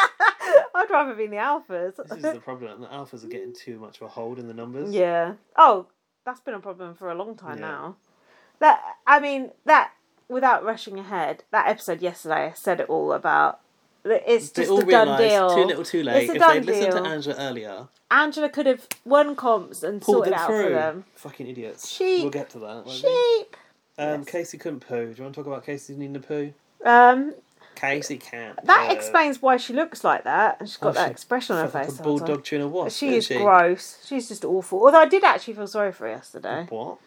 Speaker 1: I'd rather be in the alphas.
Speaker 2: This is the problem. The alphas are getting too much of a hold in the numbers.
Speaker 1: yeah. Oh, that's been a problem for a long time
Speaker 2: Yeah.
Speaker 1: now. That I mean that without rushing ahead, that episode yesterday said it all about. that It's
Speaker 2: They
Speaker 1: just
Speaker 2: all
Speaker 1: a done
Speaker 2: realise
Speaker 1: deal.
Speaker 2: too little, too late.
Speaker 1: It's a
Speaker 2: If
Speaker 1: done
Speaker 2: they'd listened
Speaker 1: deal.
Speaker 2: to Angela earlier,
Speaker 1: Angela could have won comps and
Speaker 2: pulled
Speaker 1: sorted
Speaker 2: them
Speaker 1: out
Speaker 2: through.
Speaker 1: for them.
Speaker 2: Fucking idiots.
Speaker 1: Sheep.
Speaker 2: We'll get to that. won't we?
Speaker 1: Sheep.
Speaker 2: Um,
Speaker 1: Yes.
Speaker 2: Casey couldn't poo. Do you want to talk about Casey needing to poo?
Speaker 1: Um,
Speaker 2: Casey can't.
Speaker 1: that
Speaker 2: poo.
Speaker 1: explains why she looks like that, and she's got
Speaker 2: Oh,
Speaker 1: that
Speaker 2: she
Speaker 1: expression on her
Speaker 2: Felt like
Speaker 1: face. the
Speaker 2: a
Speaker 1: whole time.
Speaker 2: bulldog tuna wasp.
Speaker 1: She
Speaker 2: didn't
Speaker 1: is gross. She's just awful. Although I did actually feel sorry for her yesterday.
Speaker 2: What?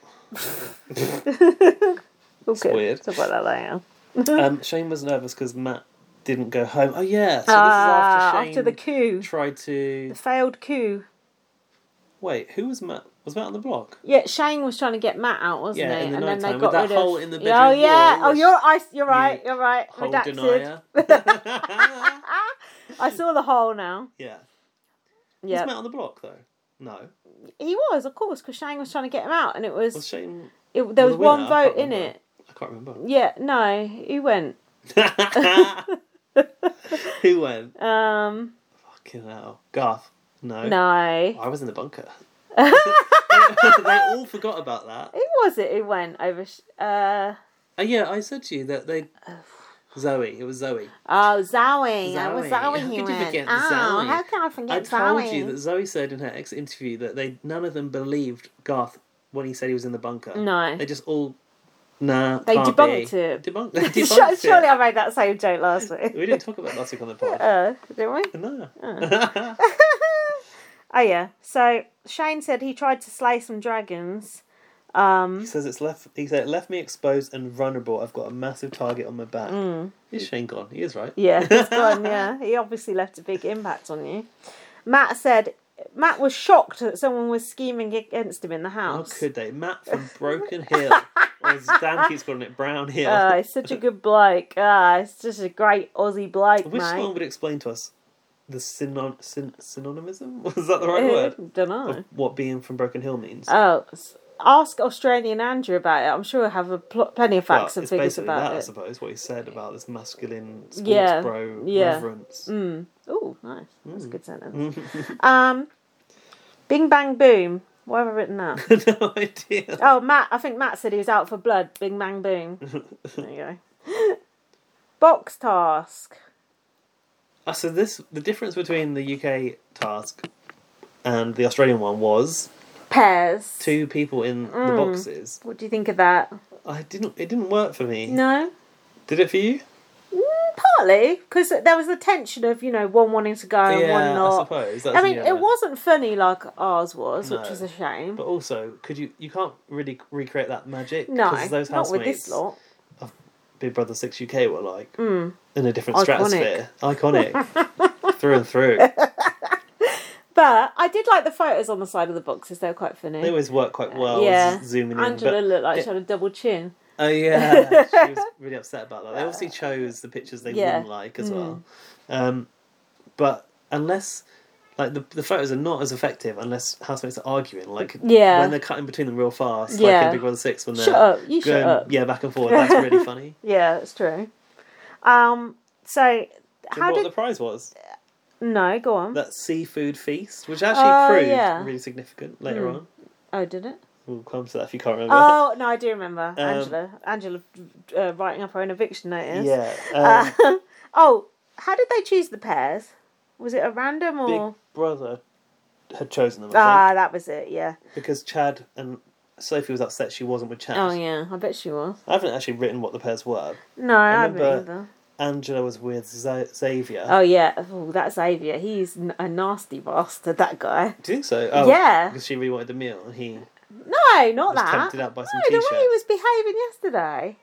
Speaker 1: We'll get
Speaker 2: weird.
Speaker 1: talk about that later.
Speaker 2: um, Shane was nervous because Matt didn't go home. Oh yeah, so
Speaker 1: Ah,
Speaker 2: this
Speaker 1: after
Speaker 2: is after
Speaker 1: the
Speaker 2: Shane
Speaker 1: coup,
Speaker 2: tried to
Speaker 1: the failed coup.
Speaker 2: wait. Who was Matt? Was Matt on the block?
Speaker 1: Yeah, Shane was trying to get Matt out, wasn't
Speaker 2: Yeah,
Speaker 1: he?
Speaker 2: in the
Speaker 1: and then they
Speaker 2: nighttime
Speaker 1: got
Speaker 2: with
Speaker 1: rid
Speaker 2: that
Speaker 1: of.
Speaker 2: hole in the
Speaker 1: Yeah, oh
Speaker 2: bedroom
Speaker 1: yeah.
Speaker 2: wall,
Speaker 1: Oh,
Speaker 2: which
Speaker 1: you're. I, you're right. You're right.
Speaker 2: Hole
Speaker 1: Redacted.
Speaker 2: denier.
Speaker 1: <laughs> I saw the hole now.
Speaker 2: yeah. Was
Speaker 1: Yeah,
Speaker 2: Matt on the block though? No.
Speaker 1: he was, of course, because Shane was trying to get him out, and it was.
Speaker 2: Was Shane?
Speaker 1: it, there
Speaker 2: was
Speaker 1: was
Speaker 2: the
Speaker 1: one
Speaker 2: winner? I
Speaker 1: vote
Speaker 2: can't
Speaker 1: in
Speaker 2: remember.
Speaker 1: it.
Speaker 2: I
Speaker 1: <laughs>
Speaker 2: can't remember.
Speaker 1: Yeah, no, he went.
Speaker 2: Who went?
Speaker 1: Um,
Speaker 2: Fucking hell. Garth. No.
Speaker 1: no,
Speaker 2: I was in
Speaker 1: <laughs>
Speaker 2: the bunker. <laughs> they all forgot about that.
Speaker 1: who was it? Who went over? Sh- Uh.
Speaker 2: Oh yeah, I said to you that
Speaker 1: <sighs>
Speaker 2: they. Zoe. It was Zoe.
Speaker 1: Oh, Zowie. I was Zowie
Speaker 2: Zowie. How
Speaker 1: he
Speaker 2: could you
Speaker 1: went.
Speaker 2: forget
Speaker 1: oh,
Speaker 2: Zowie?
Speaker 1: how can I forget
Speaker 2: I told
Speaker 1: Zowie?
Speaker 2: you that Zoe said in her ex interview that they none of them believed Garth when he said he was in the bunker.
Speaker 1: No.
Speaker 2: they just all nah.
Speaker 1: They
Speaker 2: can't
Speaker 1: debunked
Speaker 2: be.
Speaker 1: it. <laughs>
Speaker 2: Debunked. They
Speaker 1: Sh-
Speaker 2: debunked
Speaker 1: Surely
Speaker 2: it.
Speaker 1: I made that same joke last
Speaker 2: <laughs> We
Speaker 1: week.
Speaker 2: didn't talk about it last week on
Speaker 1: <laughs>
Speaker 2: the pod.
Speaker 1: Uh, didn't we?
Speaker 2: No.
Speaker 1: Oh, yeah. So Shane said he tried to slay some dragons. Um,
Speaker 2: <laughs> he says it's left. He said it left me exposed and vulnerable. I've got a massive target on my back. Is Shane gone? He is right.
Speaker 1: Mm. yeah, <laughs> he's gone, yeah. He obviously left a big impact on you. Matt said Matt was shocked that someone was scheming against him in the
Speaker 2: How
Speaker 1: house.
Speaker 2: could they? Matt
Speaker 1: <laughs>
Speaker 2: from Broken Hill. or as Dan keeps calling it Brown Hill.
Speaker 1: Ah, he's such a good bloke. Ah, it's just a great Aussie bloke,
Speaker 2: Which
Speaker 1: mate.
Speaker 2: one would explain to us the synon- syn- synonymism? <laughs> Was that
Speaker 1: <laughs> Uh,
Speaker 2: the right word?
Speaker 1: Don't know.
Speaker 2: What being from Broken Hill means?
Speaker 1: Oh, s- ask Australian Andrew about it. I'm sure he'll have a pl- plenty of
Speaker 2: Well,
Speaker 1: facts and
Speaker 2: it's
Speaker 1: figures
Speaker 2: basically
Speaker 1: about
Speaker 2: that, I
Speaker 1: it.
Speaker 2: suppose, what he said about this masculine sports
Speaker 1: Yeah, Mm.
Speaker 2: bro
Speaker 1: yeah.
Speaker 2: reverence. <laughs>
Speaker 1: Oh, nice. That's
Speaker 2: Hmm.
Speaker 1: a good sentence. um, Bing Bang Boom. Why have I written that?
Speaker 2: no idea.
Speaker 1: oh, Matt. I think Matt said he was out for blood. Bing Bang
Speaker 2: <laughs>
Speaker 1: Boom. There you go. Box task.
Speaker 2: Uh, So this, the difference between the UK task and the Australian one was
Speaker 1: Pairs.
Speaker 2: two people in
Speaker 1: Mm.
Speaker 2: the boxes.
Speaker 1: What do you think of that?
Speaker 2: I didn't. It didn't work for me.
Speaker 1: No. Mm,
Speaker 2: Did it for you?
Speaker 1: Partly because there was the tension of you know one wanting to go and
Speaker 2: yeah,
Speaker 1: one not.
Speaker 2: I suppose. That's
Speaker 1: I mean,
Speaker 2: the
Speaker 1: it
Speaker 2: other.
Speaker 1: wasn't funny like ours was,
Speaker 2: No.
Speaker 1: which was a shame.
Speaker 2: But also, could you? You can't really recreate that magic
Speaker 1: No,
Speaker 2: because those
Speaker 1: not with
Speaker 2: housemates-
Speaker 1: this lot. Mm.
Speaker 2: Big Brother Six UK were like in a different
Speaker 1: Iconic. <laughs>
Speaker 2: stratosphere, iconic, through and through.
Speaker 1: But But I did like the photos on the side of the boxes. They were quite funny.
Speaker 2: They always work quite well.
Speaker 1: yeah.
Speaker 2: z- zooming
Speaker 1: Angela
Speaker 2: in.
Speaker 1: looked like
Speaker 2: it-
Speaker 1: she had a double chin.
Speaker 2: but- oh
Speaker 1: <laughs>
Speaker 2: yeah, she was really upset about that. They obviously chose the pictures they
Speaker 1: Yeah. Mm.
Speaker 2: wouldn't like as well. Um, but unless. Like the, the photos are not as effective unless housemates are arguing. Like
Speaker 1: Yeah.
Speaker 2: when they're cutting between them real fast, like
Speaker 1: Yeah.
Speaker 2: in Big Brother Six when they're
Speaker 1: Shut up. You shut
Speaker 2: going
Speaker 1: up.
Speaker 2: yeah back and forth. That's really
Speaker 1: <laughs>
Speaker 2: funny.
Speaker 1: Yeah, that's true. Um, so
Speaker 2: Do you
Speaker 1: how
Speaker 2: know what
Speaker 1: did
Speaker 2: the prize was?
Speaker 1: no go on?
Speaker 2: That seafood feast, which actually
Speaker 1: Oh,
Speaker 2: proved
Speaker 1: yeah.
Speaker 2: really significant later on.
Speaker 1: Oh, did it?
Speaker 2: We'll come to that if you can't remember. <laughs>
Speaker 1: Oh no, I do remember
Speaker 2: Um,
Speaker 1: Angela. Angela uh, writing up her own eviction notice.
Speaker 2: yeah. um,
Speaker 1: Uh, <laughs> oh, how did they choose the pairs? Was it a random or
Speaker 2: Big Brother had chosen them, I
Speaker 1: ah? That was it. Yeah.
Speaker 2: think, because Chad and Sophie was upset she wasn't with Chad.
Speaker 1: Oh yeah, I bet she was.
Speaker 2: I haven't actually written what the pairs were.
Speaker 1: No, I, haven't
Speaker 2: remember- uh,
Speaker 1: either.
Speaker 2: Angela was with Z- Xavier.
Speaker 1: Oh yeah, oh, that Xavier. He's n- a nasty bastard. That guy.
Speaker 2: Do you think so? Oh,
Speaker 1: Yeah.
Speaker 2: Because she really wanted the meal, and he
Speaker 1: No, not
Speaker 2: was
Speaker 1: that.
Speaker 2: tempted out by some
Speaker 1: No, the way he
Speaker 2: t-shirt.
Speaker 1: was behaving yesterday.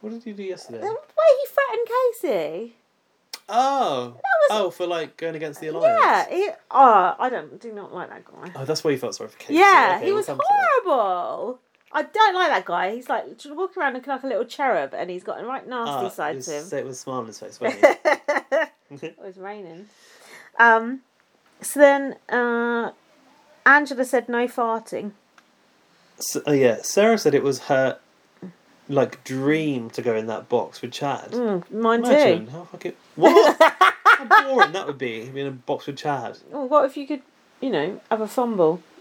Speaker 2: What did you do yesterday?
Speaker 1: The way he threatened Casey.
Speaker 2: Oh.
Speaker 1: was-
Speaker 2: Oh, for like going against the alliance.
Speaker 1: Yeah. He, oh, I don't do not like that guy.
Speaker 2: Oh, that's why you felt sorry for Casey.
Speaker 1: Yeah,
Speaker 2: Okay,
Speaker 1: he
Speaker 2: we'll
Speaker 1: was
Speaker 2: come to that.
Speaker 1: horrible. I don't like that guy. He's like tr- walking around looking like a little cherub, and he's got a right nasty
Speaker 2: Ah, it
Speaker 1: side
Speaker 2: was,
Speaker 1: to him. <laughs>
Speaker 2: so It was a smile on his face, wasn't it?
Speaker 1: it was raining. Um, so then uh, Angela said no farting.
Speaker 2: so, oh, yeah, Sarah said it was her like dream to go in that box with Chad.
Speaker 1: Mm, mine
Speaker 2: Imagine
Speaker 1: too.
Speaker 2: how fucking what
Speaker 1: <laughs>
Speaker 2: how boring that would be. Being in a box with Chad.
Speaker 1: Well, Oh, what if you could, you know, have a fumble? <laughs>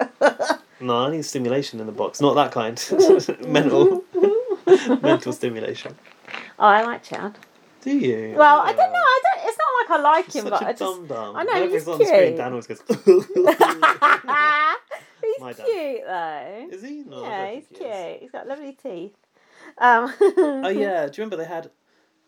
Speaker 2: Mm. no, I need stimulation in the box. Not that kind. <laughs> mental, <laughs> mental stimulation.
Speaker 1: Oh, I like Chad.
Speaker 2: Do you?
Speaker 1: Well, I
Speaker 2: Yeah.
Speaker 1: don't know. I don't. It's not like I like him,
Speaker 2: Such
Speaker 1: but
Speaker 2: a
Speaker 1: I just.
Speaker 2: dumb dumb.
Speaker 1: I know,
Speaker 2: Whenever
Speaker 1: he's
Speaker 2: he's on the screen,
Speaker 1: cute.
Speaker 2: Dan
Speaker 1: <laughs>
Speaker 2: always goes.
Speaker 1: he's
Speaker 2: My dad.
Speaker 1: cute though.
Speaker 2: Is he? No, Oh, I don't
Speaker 1: yeah,
Speaker 2: think
Speaker 1: he's
Speaker 2: he
Speaker 1: cute.
Speaker 2: is.
Speaker 1: He's got lovely teeth. Um,
Speaker 2: <laughs> Oh yeah, do you remember they had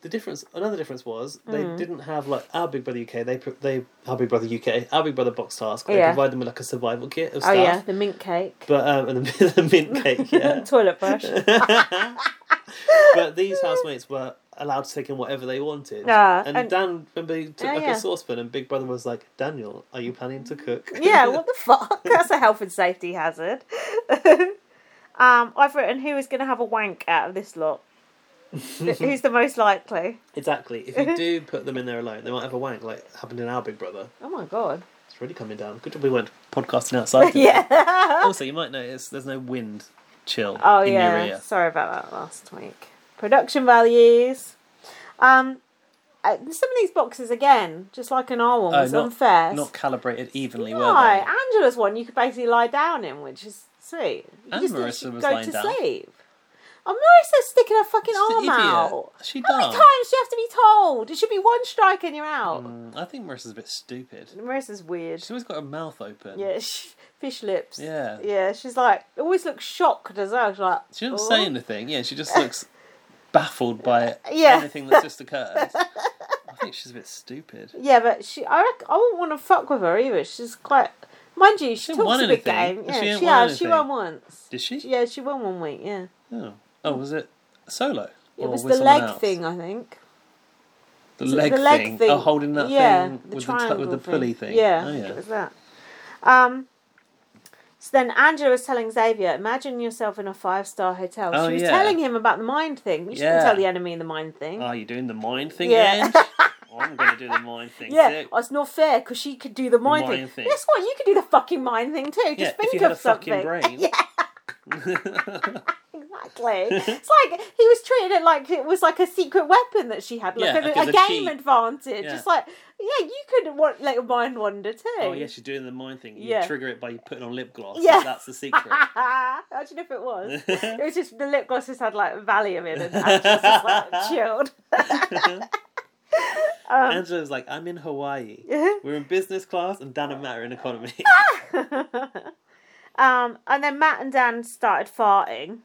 Speaker 2: the difference? Another difference was they
Speaker 1: Mm.
Speaker 2: didn't have like our Big Brother UK. They pro- they our Big Brother UK, our Big Brother box task. They
Speaker 1: Yeah.
Speaker 2: provide them with like a survival kit
Speaker 1: <laughs>
Speaker 2: of
Speaker 1: Oh
Speaker 2: stuff.
Speaker 1: yeah, the mint cake, <laughs>
Speaker 2: But um, and the, <laughs> the mint cake. Yeah.
Speaker 1: toilet
Speaker 2: <laughs>
Speaker 1: brush.
Speaker 2: but these housemates were allowed to take in whatever they wanted.
Speaker 1: Yeah,
Speaker 2: and,
Speaker 1: and-
Speaker 2: Dan remember he took
Speaker 1: Yeah,
Speaker 2: like
Speaker 1: yeah.
Speaker 2: a saucepan, and Big Brother was like, "Daniel, are you planning to cook?" <laughs>
Speaker 1: yeah, what the fuck? <laughs> That's a health and safety hazard. <laughs> um, I've written who is going to have a wank out of this lot.
Speaker 2: <laughs>
Speaker 1: Who's the most likely?
Speaker 2: exactly. If you do put them in there alone, they might have a wank, like happened in our Big Brother.
Speaker 1: Oh my
Speaker 2: <laughs>
Speaker 1: god.
Speaker 2: It's really coming down. Good job we went podcasting outside. today.
Speaker 1: <laughs> Yeah.
Speaker 2: Also, you might notice there's no wind chill
Speaker 1: Oh
Speaker 2: in your
Speaker 1: yeah.
Speaker 2: ear.
Speaker 1: Sorry about that last week. Production values. Um, uh, some of these boxes again, just like an R one,
Speaker 2: Oh,
Speaker 1: was
Speaker 2: not-
Speaker 1: unfair.
Speaker 2: Not calibrated evenly,
Speaker 1: No,
Speaker 2: were
Speaker 1: Angela's one you could basically lie down in, which is sweet. You
Speaker 2: And
Speaker 1: just
Speaker 2: Marissa
Speaker 1: literally
Speaker 2: was
Speaker 1: go
Speaker 2: lying
Speaker 1: to
Speaker 2: down.
Speaker 1: sleep. Oh, Marissa's sticking her fucking
Speaker 2: She's an
Speaker 1: arm
Speaker 2: idiot. Oh.
Speaker 1: out.
Speaker 2: She
Speaker 1: How many
Speaker 2: dumb.
Speaker 1: times do you have to be told? It should be one strike and you're out.
Speaker 2: they? Mm, I think Marissa's a bit stupid.
Speaker 1: Marissa's weird.
Speaker 2: She's always got her mouth open.
Speaker 1: Yeah, <laughs> she, fish lips.
Speaker 2: Yeah.
Speaker 1: Yeah, she's like, always looks shocked as well. She's like,
Speaker 2: She doesn't
Speaker 1: "Oh."
Speaker 2: say anything. Yeah, she just looks baffled by
Speaker 1: Yeah.
Speaker 2: anything that's
Speaker 1: <laughs>
Speaker 2: just occurred. I think she's a bit stupid.
Speaker 1: Yeah, but she, I, reckon, I wouldn't want to fuck with her either. She's quite, mind you, she
Speaker 2: She
Speaker 1: talks
Speaker 2: won
Speaker 1: a big
Speaker 2: anything.
Speaker 1: game. Yeah,
Speaker 2: She ain't
Speaker 1: she,
Speaker 2: won
Speaker 1: has. she
Speaker 2: anything.
Speaker 1: won once.
Speaker 2: Did she?
Speaker 1: Yeah, she won one week. Yeah,
Speaker 2: Oh. oh, was it solo?
Speaker 1: it
Speaker 2: Or
Speaker 1: was
Speaker 2: with
Speaker 1: the
Speaker 2: someone
Speaker 1: leg
Speaker 2: else?
Speaker 1: thing, I think.
Speaker 2: The leg,
Speaker 1: the leg
Speaker 2: thing.
Speaker 1: thing.
Speaker 2: Oh, holding that
Speaker 1: Yeah,
Speaker 2: thing
Speaker 1: the
Speaker 2: with the, tu-
Speaker 1: triangle
Speaker 2: with the
Speaker 1: thing.
Speaker 2: pulley thing.
Speaker 1: Yeah,
Speaker 2: Oh,
Speaker 1: it
Speaker 2: yeah.
Speaker 1: was that. Um, so then Angela was telling Xavier, imagine yourself in a five star hotel.
Speaker 2: Oh,
Speaker 1: she was
Speaker 2: yeah.
Speaker 1: telling him about the mind thing. You shouldn't
Speaker 2: Yeah.
Speaker 1: tell the enemy the mind thing.
Speaker 2: Are you doing the mind thing,
Speaker 1: Yeah.
Speaker 2: Ange? Oh, I'm going to do the mind thing.
Speaker 1: yeah,
Speaker 2: too.
Speaker 1: oh, it's not fair because she could do the mind,
Speaker 2: mind
Speaker 1: thing.
Speaker 2: thing.
Speaker 1: Guess what? You could do the fucking mind thing too. Just
Speaker 2: Yeah, if
Speaker 1: think
Speaker 2: you
Speaker 1: of
Speaker 2: had a
Speaker 1: something.
Speaker 2: fucking brain.
Speaker 1: <laughs> yeah,
Speaker 2: <laughs>
Speaker 1: exactly. it's like he was treating it like it was like a secret weapon that she had, like
Speaker 2: Yeah,
Speaker 1: a,
Speaker 2: like
Speaker 1: a
Speaker 2: as a
Speaker 1: game
Speaker 2: cheat.
Speaker 1: advantage.
Speaker 2: Yeah.
Speaker 1: Just like yeah, you could want let your mind wander too.
Speaker 2: <laughs> Oh yeah, she's doing the mind thing. You
Speaker 1: Yeah.
Speaker 2: trigger it by putting on lip gloss.
Speaker 1: Yeah.
Speaker 2: that's the secret.
Speaker 1: <laughs> Imagine if it was.
Speaker 2: <laughs>
Speaker 1: it was just the lip gloss just had like Valium in it, and it was just like chilled. <laughs> Um,
Speaker 2: Angela's Mm-hmm. like, I'm in Hawaii. We're in business class, and Dan and Matt are
Speaker 1: <laughs>
Speaker 2: in economy. <laughs>
Speaker 1: um, and then Matt and Dan started farting.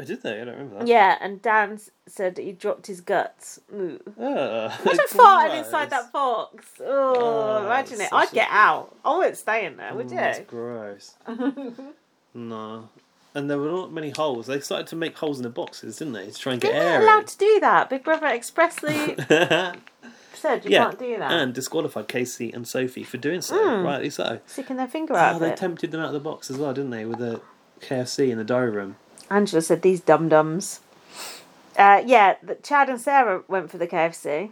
Speaker 2: I did they? I don't remember. That.
Speaker 1: Yeah, and Dan s- said he dropped his guts. Ooh.
Speaker 2: Ugh,
Speaker 1: Imagine
Speaker 2: gross.
Speaker 1: farting inside that box. Oh,
Speaker 2: Oh,
Speaker 1: imagine it.
Speaker 2: such
Speaker 1: I'd
Speaker 2: a-
Speaker 1: get out. I wouldn't stay in there, would
Speaker 2: Mm, That's
Speaker 1: you? <laughs>
Speaker 2: gross. no. And there were not many holes. They started to make holes in the boxes, didn't they, to try and
Speaker 1: They
Speaker 2: get
Speaker 1: weren't
Speaker 2: air. <laughs>
Speaker 1: allowed to do that. Big Brother expressly
Speaker 2: in.
Speaker 1: said, you
Speaker 2: yeah,
Speaker 1: can't do that.
Speaker 2: and disqualified Casey and Sophie for doing so. Rightly so.
Speaker 1: Sticking their finger
Speaker 2: Oh,
Speaker 1: out of
Speaker 2: they
Speaker 1: it.
Speaker 2: tempted them out of the box as well, didn't they? With the KFC in the diary room.
Speaker 1: Angela said, these dum dums. Uh, yeah, the, Chad and Sarah went for the KFC.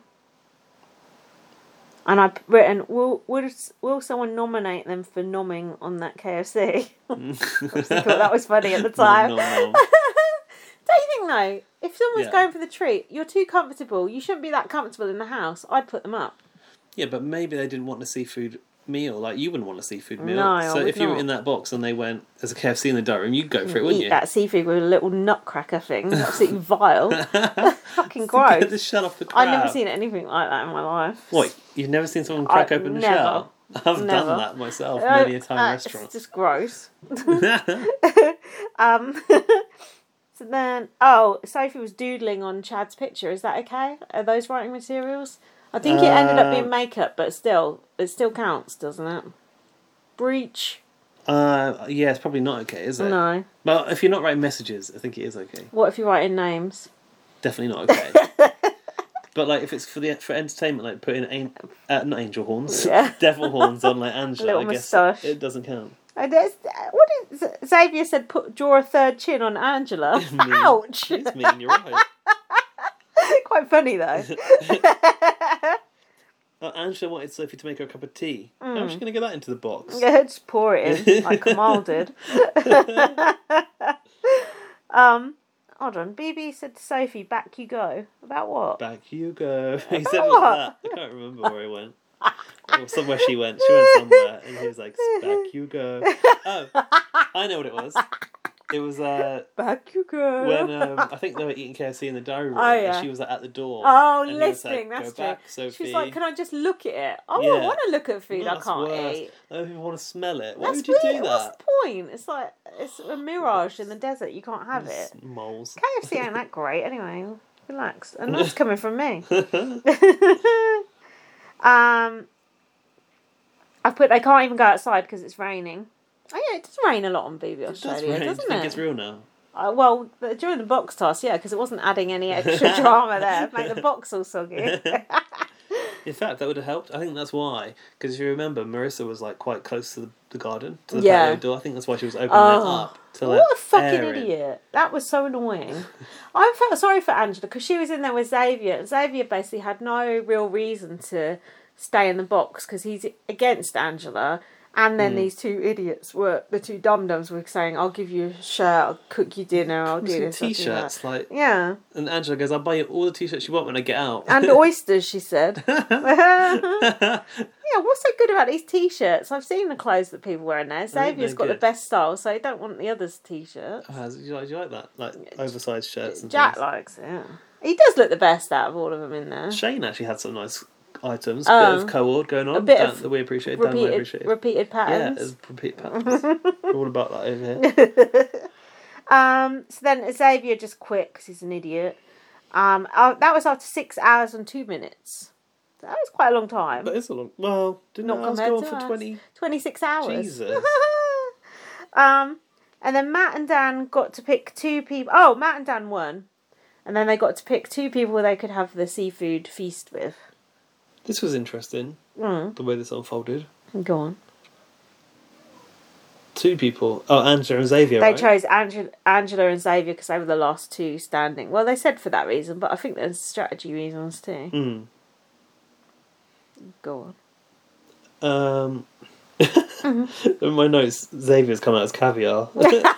Speaker 1: And I've written, will, will, will someone nominate them for nomming on that KFC? <laughs> I thought
Speaker 2: <laughs>
Speaker 1: that was funny at the time.
Speaker 2: Nom, nom, nom.
Speaker 1: Don't you think though? If someone's
Speaker 2: Yeah.
Speaker 1: going for the treat, you're too comfortable. You shouldn't be that comfortable in the house. I'd put them up.
Speaker 2: Yeah, but maybe they didn't want a seafood meal. Like you wouldn't want a seafood meal.
Speaker 1: No, I
Speaker 2: so
Speaker 1: would
Speaker 2: if you were
Speaker 1: not.
Speaker 2: in that box and they went there's a KFC in the diary room, you'd go for it, wouldn't
Speaker 1: Eat
Speaker 2: you? <laughs>
Speaker 1: that seafood with a little nutcracker thing. Absolutely vile. Fucking
Speaker 2: Get the
Speaker 1: gross.
Speaker 2: shell off the crab.
Speaker 1: I've never seen anything like that in my life.
Speaker 2: What? You've never seen someone crack
Speaker 1: I-
Speaker 2: open the
Speaker 1: never.
Speaker 2: shell? <laughs> I've
Speaker 1: Never.
Speaker 2: done that myself
Speaker 1: Uh,
Speaker 2: many a time
Speaker 1: uh,
Speaker 2: in
Speaker 1: It's
Speaker 2: restaurants. <laughs>
Speaker 1: just gross.
Speaker 2: yeah,
Speaker 1: Um, so then, oh, Sophie was doodling on Chad's picture. Is that okay? Are those writing materials? I think it ended up being
Speaker 2: Um,
Speaker 1: makeup, but still, it still counts, doesn't it? Breach.
Speaker 2: uh, yeah, it's probably not okay, is it?
Speaker 1: No.
Speaker 2: Well, if you're not writing messages, I think it is okay.
Speaker 1: What if you write in names?
Speaker 2: Definitely not
Speaker 1: <laughs>
Speaker 2: okay. but like, if it's for the for entertainment, like putting an, uh, not angel horns,
Speaker 1: Yeah.
Speaker 2: <laughs> devil horns on like Angela,
Speaker 1: Little
Speaker 2: I guess
Speaker 1: moustache.
Speaker 2: it doesn't count.
Speaker 1: Oh, there's- What is Xavier said? Put draw a third chin on Angela. <laughs>
Speaker 2: Mean.
Speaker 1: Ouch!
Speaker 2: It's mean. You're right.
Speaker 1: Quite funny though.
Speaker 2: Oh, Angela wanted Sophie to make her a cup of tea. How is she going to get that into the
Speaker 1: <laughs>
Speaker 2: box?
Speaker 1: Mm. Yeah, just pour it in <laughs> like Kamal did. um, hold on. BB said to Sophie, "Back you go." About what?
Speaker 2: Back you go. <laughs> He said
Speaker 1: About
Speaker 2: it was that. I can't remember where he went. Or somewhere she went. She went somewhere, and he was like, "Back you go." Oh, I know what it was. It was uh,
Speaker 1: Back you go. uh,
Speaker 2: when um, I think they were eating KFC in the diary room,
Speaker 1: Oh, yeah.
Speaker 2: and she was like, at the door.
Speaker 1: oh,
Speaker 2: and he was like,
Speaker 1: listening.
Speaker 2: "Go
Speaker 1: that's true.
Speaker 2: back, Sophie."
Speaker 1: She was like, "Can I just look at it? "Oh, I
Speaker 2: Yeah.
Speaker 1: don't want to look at food.
Speaker 2: No,
Speaker 1: I
Speaker 2: that's
Speaker 1: can't
Speaker 2: worse.
Speaker 1: eat."
Speaker 2: Other people want to smell it. Why
Speaker 1: That's
Speaker 2: would you
Speaker 1: weird.
Speaker 2: do
Speaker 1: What's
Speaker 2: that?
Speaker 1: the point? It's like it's a mirage in the desert. You can't have it.
Speaker 2: Moles.
Speaker 1: KFC ain't that great anyway. Relax.
Speaker 2: <laughs>
Speaker 1: And that's coming from me. <laughs>
Speaker 2: That's
Speaker 1: um, I put they can't even go outside because it's raining. Oh yeah, it does rain a lot on BB Australia,
Speaker 2: right. Do you
Speaker 1: doesn't
Speaker 2: think
Speaker 1: it?
Speaker 2: it's real now?
Speaker 1: Uh, well, the- during the box toss, yeah, because it wasn't adding any
Speaker 2: <laughs>
Speaker 1: extra drama there. Make the box all soggy.
Speaker 2: In fact, that would have helped. I think that's why, because if you remember, Marissa was like quite close to the, the garden, to the
Speaker 1: Yeah.
Speaker 2: patio door. I think that's why she was opening it
Speaker 1: Oh,
Speaker 2: up to let
Speaker 1: What a fucking
Speaker 2: air in.
Speaker 1: idiot! That was so
Speaker 2: <laughs>
Speaker 1: annoying. I felt sorry for Angela because she was in there with Xavier. and Xavier basically had no real reason to stay in the box because he's against Angela. And
Speaker 2: Mm.
Speaker 1: then these two idiots were the two dum dums were saying, "I'll give you a shirt, I'll cook you dinner, I'll do
Speaker 2: Some
Speaker 1: this." I'll do that."
Speaker 2: t-shirts, like, <laughs>
Speaker 1: Yeah,
Speaker 2: and Angela goes, "I'll buy you all the t-shirts you want when I get out." <laughs>
Speaker 1: and oysters, she said. <laughs> yeah, what's so good about these t-shirts? I've seen the clothes that people wear in there. Xavier's
Speaker 2: they're
Speaker 1: got the
Speaker 2: good.
Speaker 1: best style, so you don't want the others' t-shirts.
Speaker 2: Oh, do, you like, do you like that, like oversized shirts? And
Speaker 1: Jack
Speaker 2: things?
Speaker 1: likes it. He does look the best out of all of them in there.
Speaker 2: Shane actually had some nice items.
Speaker 1: Oh.
Speaker 2: bit of co-ord going on.
Speaker 1: bit
Speaker 2: down-
Speaker 1: of
Speaker 2: that we appreciate. Dan we
Speaker 1: Repeated,
Speaker 2: appreciate.
Speaker 1: repeated
Speaker 2: Yeah,
Speaker 1: patterns.
Speaker 2: it's repeat patterns.
Speaker 1: <laughs>
Speaker 2: We're all about that over here.
Speaker 1: um, so then Xavier just quit because he's an idiot. Um, uh, that was after six hours and two minutes. That was quite a long time.
Speaker 2: That is a long. Well, didn't
Speaker 1: Not
Speaker 2: I was
Speaker 1: compared
Speaker 2: going
Speaker 1: to
Speaker 2: for
Speaker 1: us.
Speaker 2: twenty?
Speaker 1: 26 hours.
Speaker 2: Jesus.
Speaker 1: <laughs> um, and then Matt and Dan got to pick two people. Oh, Matt and Dan won. And then they got to pick two people they could have the seafood feast with.
Speaker 2: This was interesting.
Speaker 1: Mm.
Speaker 2: The way this unfolded.
Speaker 1: Go on.
Speaker 2: Two people. Oh, Angela and Xavier.
Speaker 1: They
Speaker 2: right?
Speaker 1: chose Angela, Angela and Xavier because they were the last two standing. Well, they said for that reason, but I think there's strategy reasons too.
Speaker 2: Mm.
Speaker 1: Go on.
Speaker 2: Um.
Speaker 1: Mm-hmm.
Speaker 2: <laughs> in my notes, Xavier's come out
Speaker 1: <laughs>
Speaker 2: as caviar. <laughs> Matt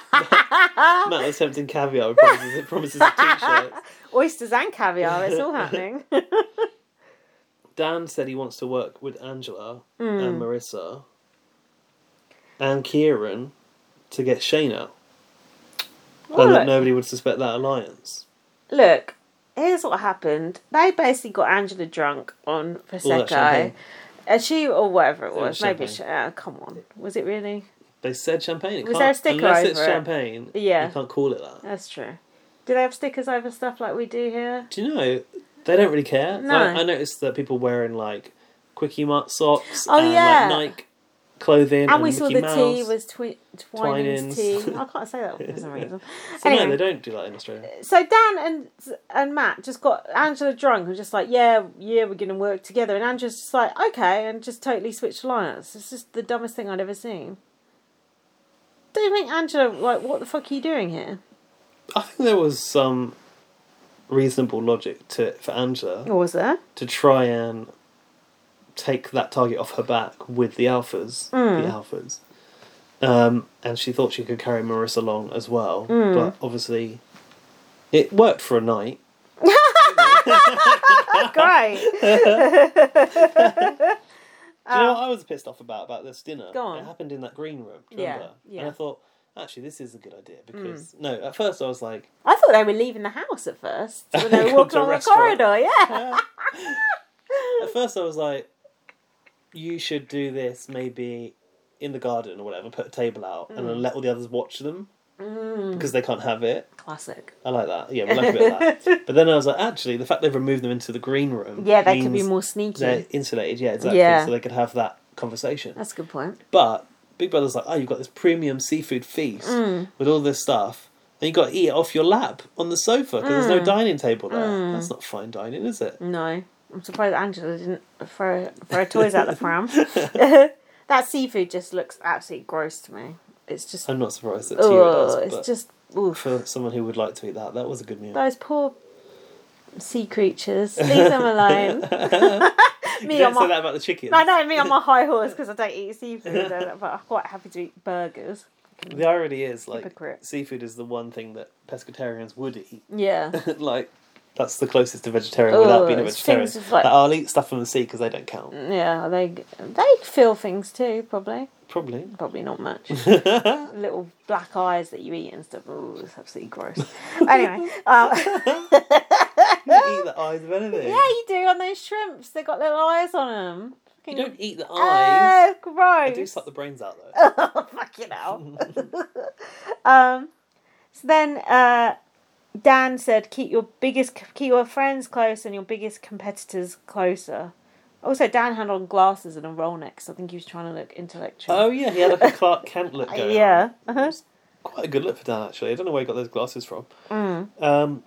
Speaker 2: was tempting caviar with promises, promises of
Speaker 1: <laughs>
Speaker 2: t-shirts.
Speaker 1: Oysters and caviar,
Speaker 2: <laughs>
Speaker 1: it's all happening.
Speaker 2: Dan said he wants to work with Angela
Speaker 1: Hmm.
Speaker 2: and Marissa and Kieran to get Shane out.
Speaker 1: Well,
Speaker 2: and
Speaker 1: <laughs>
Speaker 2: that
Speaker 1: look-
Speaker 2: nobody would suspect that alliance.
Speaker 1: Look, here's what happened. They basically got Angela drunk on Prosecco.
Speaker 2: champagne.
Speaker 1: And she, or whatever it
Speaker 2: was
Speaker 1: was, maybe, sh-
Speaker 2: champagne.
Speaker 1: uh, come on. Was it really?
Speaker 2: They said champagne. It
Speaker 1: Was
Speaker 2: can't-
Speaker 1: there a sticker
Speaker 2: Unless it's
Speaker 1: over it?
Speaker 2: champagne,
Speaker 1: Yeah.
Speaker 2: you can't call it that.
Speaker 1: That's true. Do they have stickers over stuff like we do here?
Speaker 2: Do you know, they don't really care.
Speaker 1: No.
Speaker 2: Like, I noticed that people wearing like Quickie Mart socks
Speaker 1: Oh,
Speaker 2: and
Speaker 1: yeah.
Speaker 2: like Nike clothing.
Speaker 1: And we saw
Speaker 2: Mickey
Speaker 1: the
Speaker 2: Mouse.
Speaker 1: tea was twi- Twining's
Speaker 2: Twinings.
Speaker 1: tea. I can't say that for some
Speaker 2: <laughs>
Speaker 1: reason.
Speaker 2: So
Speaker 1: anyway,
Speaker 2: no, they don't do that in Australia.
Speaker 1: so Dan and and Matt just got Angela drunk and just like, yeah, yeah, we're gonna work together. And Angela's just like, okay, and just totally switched alliance. It's just the dumbest thing I'd ever seen. Don't you think Angela like, what the fuck are you doing here?
Speaker 2: I think there was some reasonable logic to for Angela
Speaker 1: Or was there?
Speaker 2: to try and take that target off her back with the alphas, the
Speaker 1: Mm.
Speaker 2: alphas. Um, and she thought she could carry Marissa along as well,
Speaker 1: Mm.
Speaker 2: but obviously, it worked for a night.
Speaker 1: <laughs> Great.
Speaker 2: Do you know what I was pissed off about about this dinner?
Speaker 1: Um, Go on.
Speaker 2: It happened in that green room. do you
Speaker 1: Yeah,
Speaker 2: remember?
Speaker 1: yeah. Hmm.
Speaker 2: And I thought, actually, this is a good idea because no, at first I
Speaker 1: <laughs>
Speaker 2: was like,
Speaker 1: I thought they were leaving the house at first when
Speaker 2: <laughs>
Speaker 1: they were
Speaker 2: Gone
Speaker 1: walking
Speaker 2: to a
Speaker 1: along the
Speaker 2: restaurant.
Speaker 1: corridor. Yeah.
Speaker 2: at first I was like, you should do this maybe in the garden or whatever, put a table out and
Speaker 1: Hmm.
Speaker 2: then let all the others watch them because they can't have it.
Speaker 1: Classic.
Speaker 2: I like that. Yeah, we like a bit of
Speaker 1: <laughs>
Speaker 2: that. But then I was like, actually, the fact they've removed them into the green room.
Speaker 1: Yeah, they could be
Speaker 2: means
Speaker 1: more sneaky.
Speaker 2: They're insulated. Yeah, exactly.
Speaker 1: Yeah.
Speaker 2: So they could have that conversation.
Speaker 1: That's a good point.
Speaker 2: But Big Brother's like, oh, you've got this premium seafood feast
Speaker 1: Mm.
Speaker 2: with all this stuff, and you got to eat it off your lap on the sofa because there's
Speaker 1: Mm.
Speaker 2: no dining table there. That's not fine dining, is it?
Speaker 1: No, I'm surprised Angela didn't throw
Speaker 2: <laughs>
Speaker 1: throw toys out the pram. that seafood just looks absolutely gross to me. It's just
Speaker 2: I'm not surprised that to you it
Speaker 1: oh,
Speaker 2: does. But
Speaker 1: it's just oof.
Speaker 2: for someone who would like to eat that, that was a good meal.
Speaker 1: Those poor sea creatures. Leave them
Speaker 2: <laughs>
Speaker 1: alone.
Speaker 2: you
Speaker 1: me on
Speaker 2: don't say
Speaker 1: my
Speaker 2: that about the chicken.
Speaker 1: no, no, me on my high horse because I don't eat seafood, uh, but I'm quite happy to eat burgers.
Speaker 2: The irony is, like,
Speaker 1: Hypocrite.
Speaker 2: seafood is the one thing that pescatarians would eat. <laughs>
Speaker 1: Yeah,
Speaker 2: like, that's the closest to vegetarian
Speaker 1: Oh,
Speaker 2: without being a
Speaker 1: it's
Speaker 2: vegetarian.
Speaker 1: things like- Mm.
Speaker 2: Like, I'll eat stuff from the sea because they don't count.
Speaker 1: yeah, they they feel things too, probably.
Speaker 2: Probably. <laughs>
Speaker 1: Probably not much. Little black eyes that you eat and stuff. Ooh, it's absolutely gross. anyway,
Speaker 2: <laughs>
Speaker 1: um,
Speaker 2: You don't eat the eyes of anything.
Speaker 1: Yeah, you do on those shrimps. They got little eyes on them.
Speaker 2: You don't eat the eyes.
Speaker 1: Oh,
Speaker 2: I
Speaker 1: gross.
Speaker 2: do suck the brains out though.
Speaker 1: <laughs> Fucking
Speaker 2: <laughs>
Speaker 1: hell. um, so then uh, Dan said, "Keep your biggest, keep your friends close and your biggest competitors closer." Also, Dan had on glasses and a roll neck, so I think he was trying to look intellectual.
Speaker 2: oh yeah, he had like a Clark Kent look
Speaker 1: Uh,
Speaker 2: going.
Speaker 1: yeah.
Speaker 2: on.
Speaker 1: Uh-huh.
Speaker 2: It was quite a good look for Dan actually. I don't know where he got those glasses from.
Speaker 1: Mm.
Speaker 2: Um,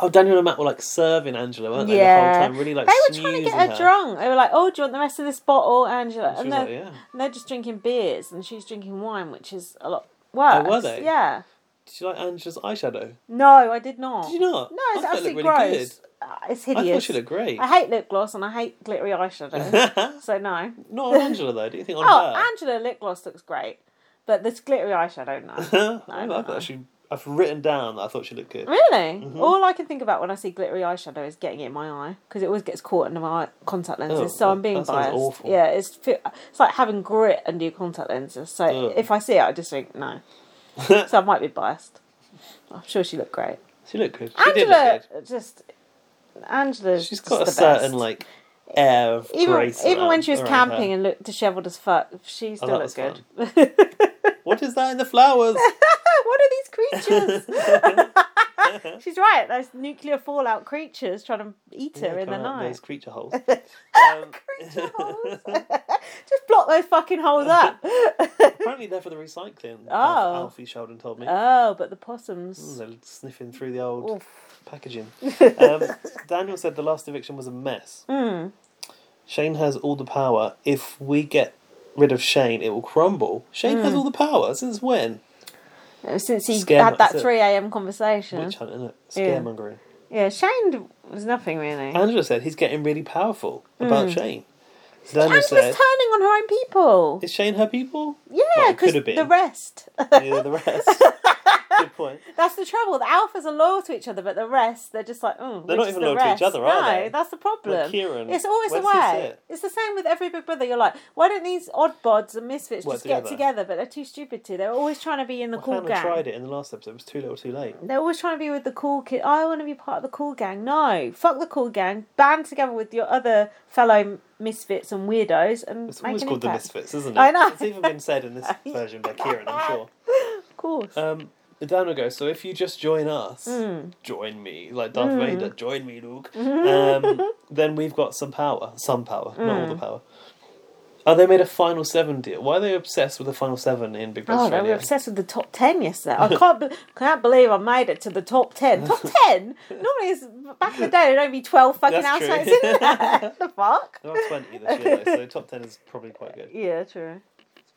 Speaker 2: oh, Daniel and Matt were like serving Angela, weren't they? The
Speaker 1: Yeah.
Speaker 2: whole time, really like
Speaker 1: they were trying to
Speaker 2: snoozing
Speaker 1: get her,
Speaker 2: her.
Speaker 1: drunk. They were like, "Oh, do you want the rest of this bottle, Angela?"
Speaker 2: She was
Speaker 1: And they're,
Speaker 2: like, yeah.
Speaker 1: and they're just drinking beers, and she's drinking wine, which is a lot worse.
Speaker 2: Oh, they?
Speaker 1: Yeah.
Speaker 2: Did you like Angela's eyeshadow?
Speaker 1: No, I did not.
Speaker 2: Did you not?
Speaker 1: No, it's
Speaker 2: I thought it
Speaker 1: absolutely
Speaker 2: looked really
Speaker 1: gross. Uh, it's
Speaker 2: good.
Speaker 1: hideous.
Speaker 2: I thought she looked great.
Speaker 1: I hate lip gloss and I hate glittery
Speaker 2: <laughs>
Speaker 1: eyeshadow. so no.
Speaker 2: Not on Angela though. Do you think on
Speaker 1: Uh-huh. Oh,
Speaker 2: her?
Speaker 1: Angela lip gloss looks great, but this glittery eyeshadow, no.
Speaker 2: <laughs>
Speaker 1: <laughs>
Speaker 2: I
Speaker 1: no,
Speaker 2: like
Speaker 1: no.
Speaker 2: that. She, I've written down that I thought she looked good.
Speaker 1: really?
Speaker 2: Mm-hmm.
Speaker 1: All I can think about when I see glittery eyeshadow is getting it in my eye because it always gets caught in my contact lenses.
Speaker 2: Oh,
Speaker 1: so I'm
Speaker 2: that-
Speaker 1: being
Speaker 2: that sounds
Speaker 1: biased.
Speaker 2: awful.
Speaker 1: Yeah, it's fe- it's like having grit under your contact lenses. So
Speaker 2: Ugh.
Speaker 1: if I see it, I just think
Speaker 2: <laughs>
Speaker 1: no. so I might be biased. I'm sure she looked great.
Speaker 2: She looked good. She did
Speaker 1: Angela
Speaker 2: look
Speaker 1: just Angela's
Speaker 2: good. She's got a
Speaker 1: just the
Speaker 2: certain
Speaker 1: best.
Speaker 2: like air of
Speaker 1: even
Speaker 2: grace.
Speaker 1: even when
Speaker 2: around-
Speaker 1: she was
Speaker 2: around
Speaker 1: camping
Speaker 2: her. Oh,
Speaker 1: and looked dishevelled as fuck, she still
Speaker 2: that
Speaker 1: looked
Speaker 2: was
Speaker 1: good. <laughs> what
Speaker 2: What is that in the flowers?
Speaker 1: are these <laughs> creatures?
Speaker 2: <laughs>
Speaker 1: She's right. Those nuclear fallout creatures trying to eat her
Speaker 2: Yeah,
Speaker 1: in the
Speaker 2: come out
Speaker 1: night.
Speaker 2: Those creature holes.
Speaker 1: <laughs>
Speaker 2: Um,
Speaker 1: Creature holes. <laughs> Just block those fucking holes up.
Speaker 2: <laughs> apparently they're for the recycling. Alf-
Speaker 1: Oh.
Speaker 2: Alfie Sheldon told me.
Speaker 1: oh, but the
Speaker 2: Mm,
Speaker 1: possums.
Speaker 2: They're sniffing through the old
Speaker 1: Oof. <laughs>
Speaker 2: packaging. Um, Daniel said the last eviction was a mess.
Speaker 1: Hmm.
Speaker 2: Shane has all the power. If we get rid of Shane, it will crumble. Shane
Speaker 1: Hmm.
Speaker 2: has all the power. Since when? Hmm.
Speaker 1: Ever Since he
Speaker 2: Scare
Speaker 1: had that
Speaker 2: that's it.
Speaker 1: 3 a.m. conversation.
Speaker 2: Witch hunt, isn't it?
Speaker 1: Yeah.
Speaker 2: Scaremongering.
Speaker 1: Yeah, Shane d- was nothing really.
Speaker 2: Angela said he's getting really powerful about Shane. Daniel
Speaker 1: Hmm. Angela's
Speaker 2: said,
Speaker 1: turning on her own people.
Speaker 2: "Is Shane
Speaker 1: <laughs>
Speaker 2: her people? Well,
Speaker 1: Yeah,
Speaker 2: it could
Speaker 1: because
Speaker 2: have been.
Speaker 1: the rest. <laughs>
Speaker 2: Neither the rest." Good point.
Speaker 1: That's the trouble. The alphas are loyal to each other, but the rest, they're just like, oh,
Speaker 2: They're not even loyal to each other,
Speaker 1: no,
Speaker 2: are they?
Speaker 1: that's the problem.
Speaker 2: Like Kieran,
Speaker 1: it's always the
Speaker 2: where does he
Speaker 1: way.
Speaker 2: sit?
Speaker 1: It's the same with every Big Brother. You're like, why don't these odd bods and misfits
Speaker 2: Work
Speaker 1: just get
Speaker 2: together.
Speaker 1: together? But they're too stupid to. They're always trying to be in the
Speaker 2: Well,
Speaker 1: cool
Speaker 2: Hannah
Speaker 1: gang.
Speaker 2: tried it in the last episode. It was too little, too late.
Speaker 1: They're always trying to be with the cool kid. I want to be part of the cool gang. No, fuck the cool gang. Band together with your other fellow misfits and weirdos, and
Speaker 2: It's
Speaker 1: make
Speaker 2: always
Speaker 1: an
Speaker 2: called the
Speaker 1: impact.
Speaker 2: Misfits, isn't it?
Speaker 1: I know.
Speaker 2: It's even been
Speaker 1: <laughs>
Speaker 2: said in this version by Kieran, I'm sure.
Speaker 1: Of course.
Speaker 2: Um, down we go. So if you just join us,
Speaker 1: Hmm.
Speaker 2: join me, like Darth Vader,
Speaker 1: <laughs>
Speaker 2: join
Speaker 1: Hmm.
Speaker 2: me, Luke. Um, then we've got some power, some power, not all the power. Oh, they made a Final Seven deal. Why are they obsessed with the Final Seven in Big Brother
Speaker 1: Oh, they were
Speaker 2: Australia?
Speaker 1: obsessed with the top ten yesterday.
Speaker 2: <laughs>
Speaker 1: I can't be- can't believe I made it to the top ten. Top ten? Normally, it's back in the day, there'd only be twelve fucking
Speaker 2: That's true.
Speaker 1: households in
Speaker 2: <laughs>
Speaker 1: there. <laughs> the fuck?
Speaker 2: There are twenty this year, though, so top ten is probably quite good.
Speaker 1: Yeah, true.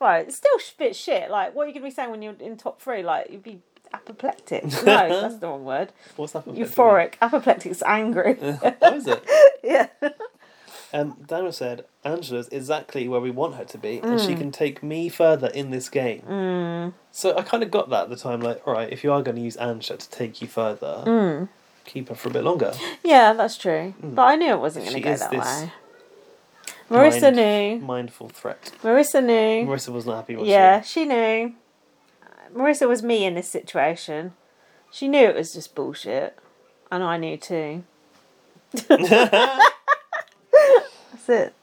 Speaker 1: Right, it's still sh- bit shit. Like, what are you gonna be saying when you're in top three? Like, you'd be
Speaker 2: <laughs>
Speaker 1: apoplectic. No, that's the wrong word.
Speaker 2: What's happened?
Speaker 1: Euphoric. Apoplectic's angry.
Speaker 2: <laughs> How Oh, is it?
Speaker 1: yeah.
Speaker 2: Um, Daniel said, Angela's exactly where we want her to be, and she
Speaker 1: Mm.
Speaker 2: can take me further in this game. So I kind of got that at the time, like, all right, if you are going to use Angela to take you further,
Speaker 1: Mm.
Speaker 2: keep her for a bit longer.
Speaker 1: <laughs> Yeah, that's true. But I knew it wasn't gonna
Speaker 2: Mm. She
Speaker 1: go
Speaker 2: is
Speaker 1: that
Speaker 2: this
Speaker 1: way. <laughs> Marissa
Speaker 2: Mind-
Speaker 1: knew.
Speaker 2: Mindful threat.
Speaker 1: Marissa knew.
Speaker 2: Marissa was not happy with
Speaker 1: Yeah, she knew. Marissa was me in this situation. She knew it was just bullshit. And I knew
Speaker 2: <laughs>
Speaker 1: too. That's it.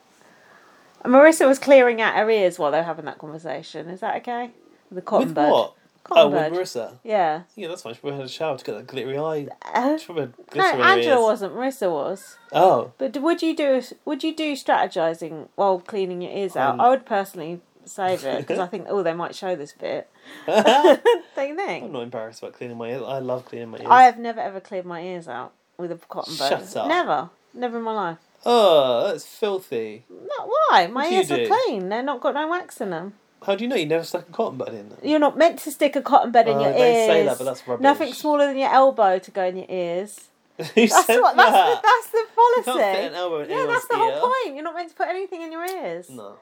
Speaker 1: And Marissa was clearing out her ears while they were having that conversation. Is that okay? With the cotton
Speaker 2: With
Speaker 1: bud.
Speaker 2: what?
Speaker 1: Cotton
Speaker 2: oh,
Speaker 1: bud.
Speaker 2: with Marissa.
Speaker 1: Yeah.
Speaker 2: Yeah, that's fine. She probably had a shower to get that glittery eye.
Speaker 1: Uh,
Speaker 2: She probably had
Speaker 1: no,
Speaker 2: glitter in her
Speaker 1: Angela
Speaker 2: ears.
Speaker 1: wasn't. Marissa was.
Speaker 2: Oh,
Speaker 1: But d- would you do would you do strategizing while cleaning your ears out?
Speaker 2: Um,
Speaker 1: I would personally save it
Speaker 2: <laughs>
Speaker 1: because I think oh they might show this bit. Don't you think?
Speaker 2: Oh.
Speaker 1: <laughs>
Speaker 2: I'm not embarrassed about cleaning my ears. I love cleaning my ears.
Speaker 1: I have never ever cleared my ears out with a cotton bud.
Speaker 2: Shut up.
Speaker 1: Never. Never in my life.
Speaker 2: Oh, that's filthy.
Speaker 1: Not why. My
Speaker 2: What do you
Speaker 1: ears are
Speaker 2: do?
Speaker 1: clean. They're not got no wax in them.
Speaker 2: How do you know you never stuck a cotton bud in them?
Speaker 1: You're not meant to stick a cotton bud in
Speaker 2: Oh,
Speaker 1: your ears.
Speaker 2: they say that, but that's rubbish.
Speaker 1: Nothing smaller than your elbow to go in your ears.
Speaker 2: <laughs> Who
Speaker 1: That's
Speaker 2: said
Speaker 1: what.
Speaker 2: that?
Speaker 1: That's the, that's the
Speaker 2: <laughs> You
Speaker 1: policy.
Speaker 2: can't fit an elbow in
Speaker 1: yeah,
Speaker 2: anyone's
Speaker 1: that's the
Speaker 2: ear.
Speaker 1: whole point. You're not meant to put anything in your ears.
Speaker 2: No.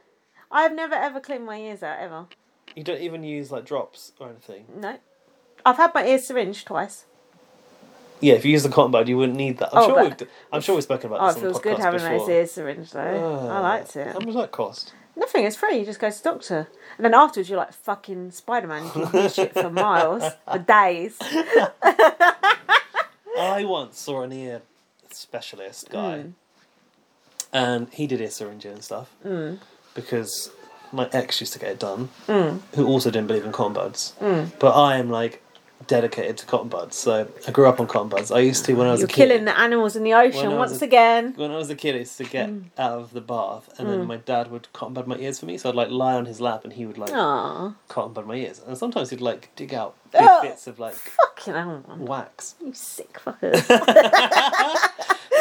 Speaker 1: I have never ever cleaned my ears out ever.
Speaker 2: You don't even use like drops or anything.
Speaker 1: No. I've had my ears syringed twice.
Speaker 2: Yeah, if you use the cotton bud, you wouldn't need that. I'm
Speaker 1: Oh,
Speaker 2: sure
Speaker 1: but-
Speaker 2: we've d- I'm sure we've spoken about
Speaker 1: Oh,
Speaker 2: this
Speaker 1: it
Speaker 2: on the
Speaker 1: feels
Speaker 2: podcast
Speaker 1: good having
Speaker 2: before.
Speaker 1: those ears syringed though. I
Speaker 2: Ah,
Speaker 1: liked it.
Speaker 2: How much does that cost?
Speaker 1: Nothing, it's free. You just go to the doctor. And then afterwards, you're like fucking Spider Man. You can hear shit for miles, for
Speaker 2: <laughs>
Speaker 1: days.
Speaker 2: I once saw an ear specialist guy,
Speaker 1: Hmm.
Speaker 2: and he did ear syringing and stuff
Speaker 1: Hmm.
Speaker 2: because my ex used to get it done,
Speaker 1: Hmm.
Speaker 2: who also didn't believe in cotton buds. But I am like dedicated to cotton buds, so I grew up on cotton buds. I used to when I was
Speaker 1: You're
Speaker 2: a kid.
Speaker 1: killing the animals in the ocean
Speaker 2: When I was
Speaker 1: once
Speaker 2: a-
Speaker 1: again.
Speaker 2: when I was a kid, I used to get
Speaker 1: Mm.
Speaker 2: out of the bath, and then my dad would cotton bud my ears for me. So I'd like lie on his lap, and he would like
Speaker 1: Oh. Aw.
Speaker 2: cotton bud my ears. And sometimes he'd like dig out big
Speaker 1: Ugh.
Speaker 2: bits of like
Speaker 1: Fucking hell, man.
Speaker 2: wax.
Speaker 1: You sick
Speaker 2: <laughs>
Speaker 1: fuckers. well,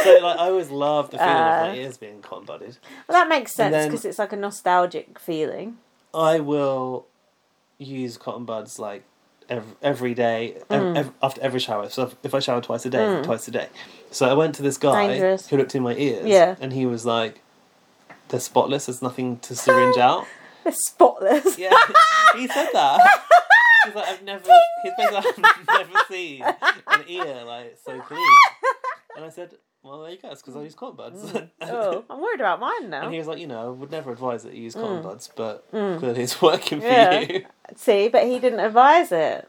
Speaker 2: So like I always loved the feeling of
Speaker 1: Uh.
Speaker 2: my ears being cotton budded.
Speaker 1: that makes sense
Speaker 2: then-
Speaker 1: because it's like a nostalgic feeling.
Speaker 2: I will use cotton buds like every, every day ev
Speaker 1: Mm.
Speaker 2: ev- after every shower. So if- if I shower twice a day, twice a day. So I went to this guy
Speaker 1: Dangerous.
Speaker 2: who looked in my ears,
Speaker 1: Yeah.
Speaker 2: and he was like, "They're spotless. There's nothing
Speaker 1: <laughs>
Speaker 2: to syringe out."
Speaker 1: They're spotless.
Speaker 2: Yeah, <laughs> he said that. He's like, I've never, he's basically, like,
Speaker 1: <laughs>
Speaker 2: I've never seen an ear like so clean. And I said, well, there you go, it's because I use cotton buds. <laughs>
Speaker 1: Oh, I'm worried about mine now.
Speaker 2: and he was like, you know, I would never advise that you use cotton buds, but clearly it's working for
Speaker 1: Yeah.
Speaker 2: <laughs> you.
Speaker 1: See, but he didn't advise it.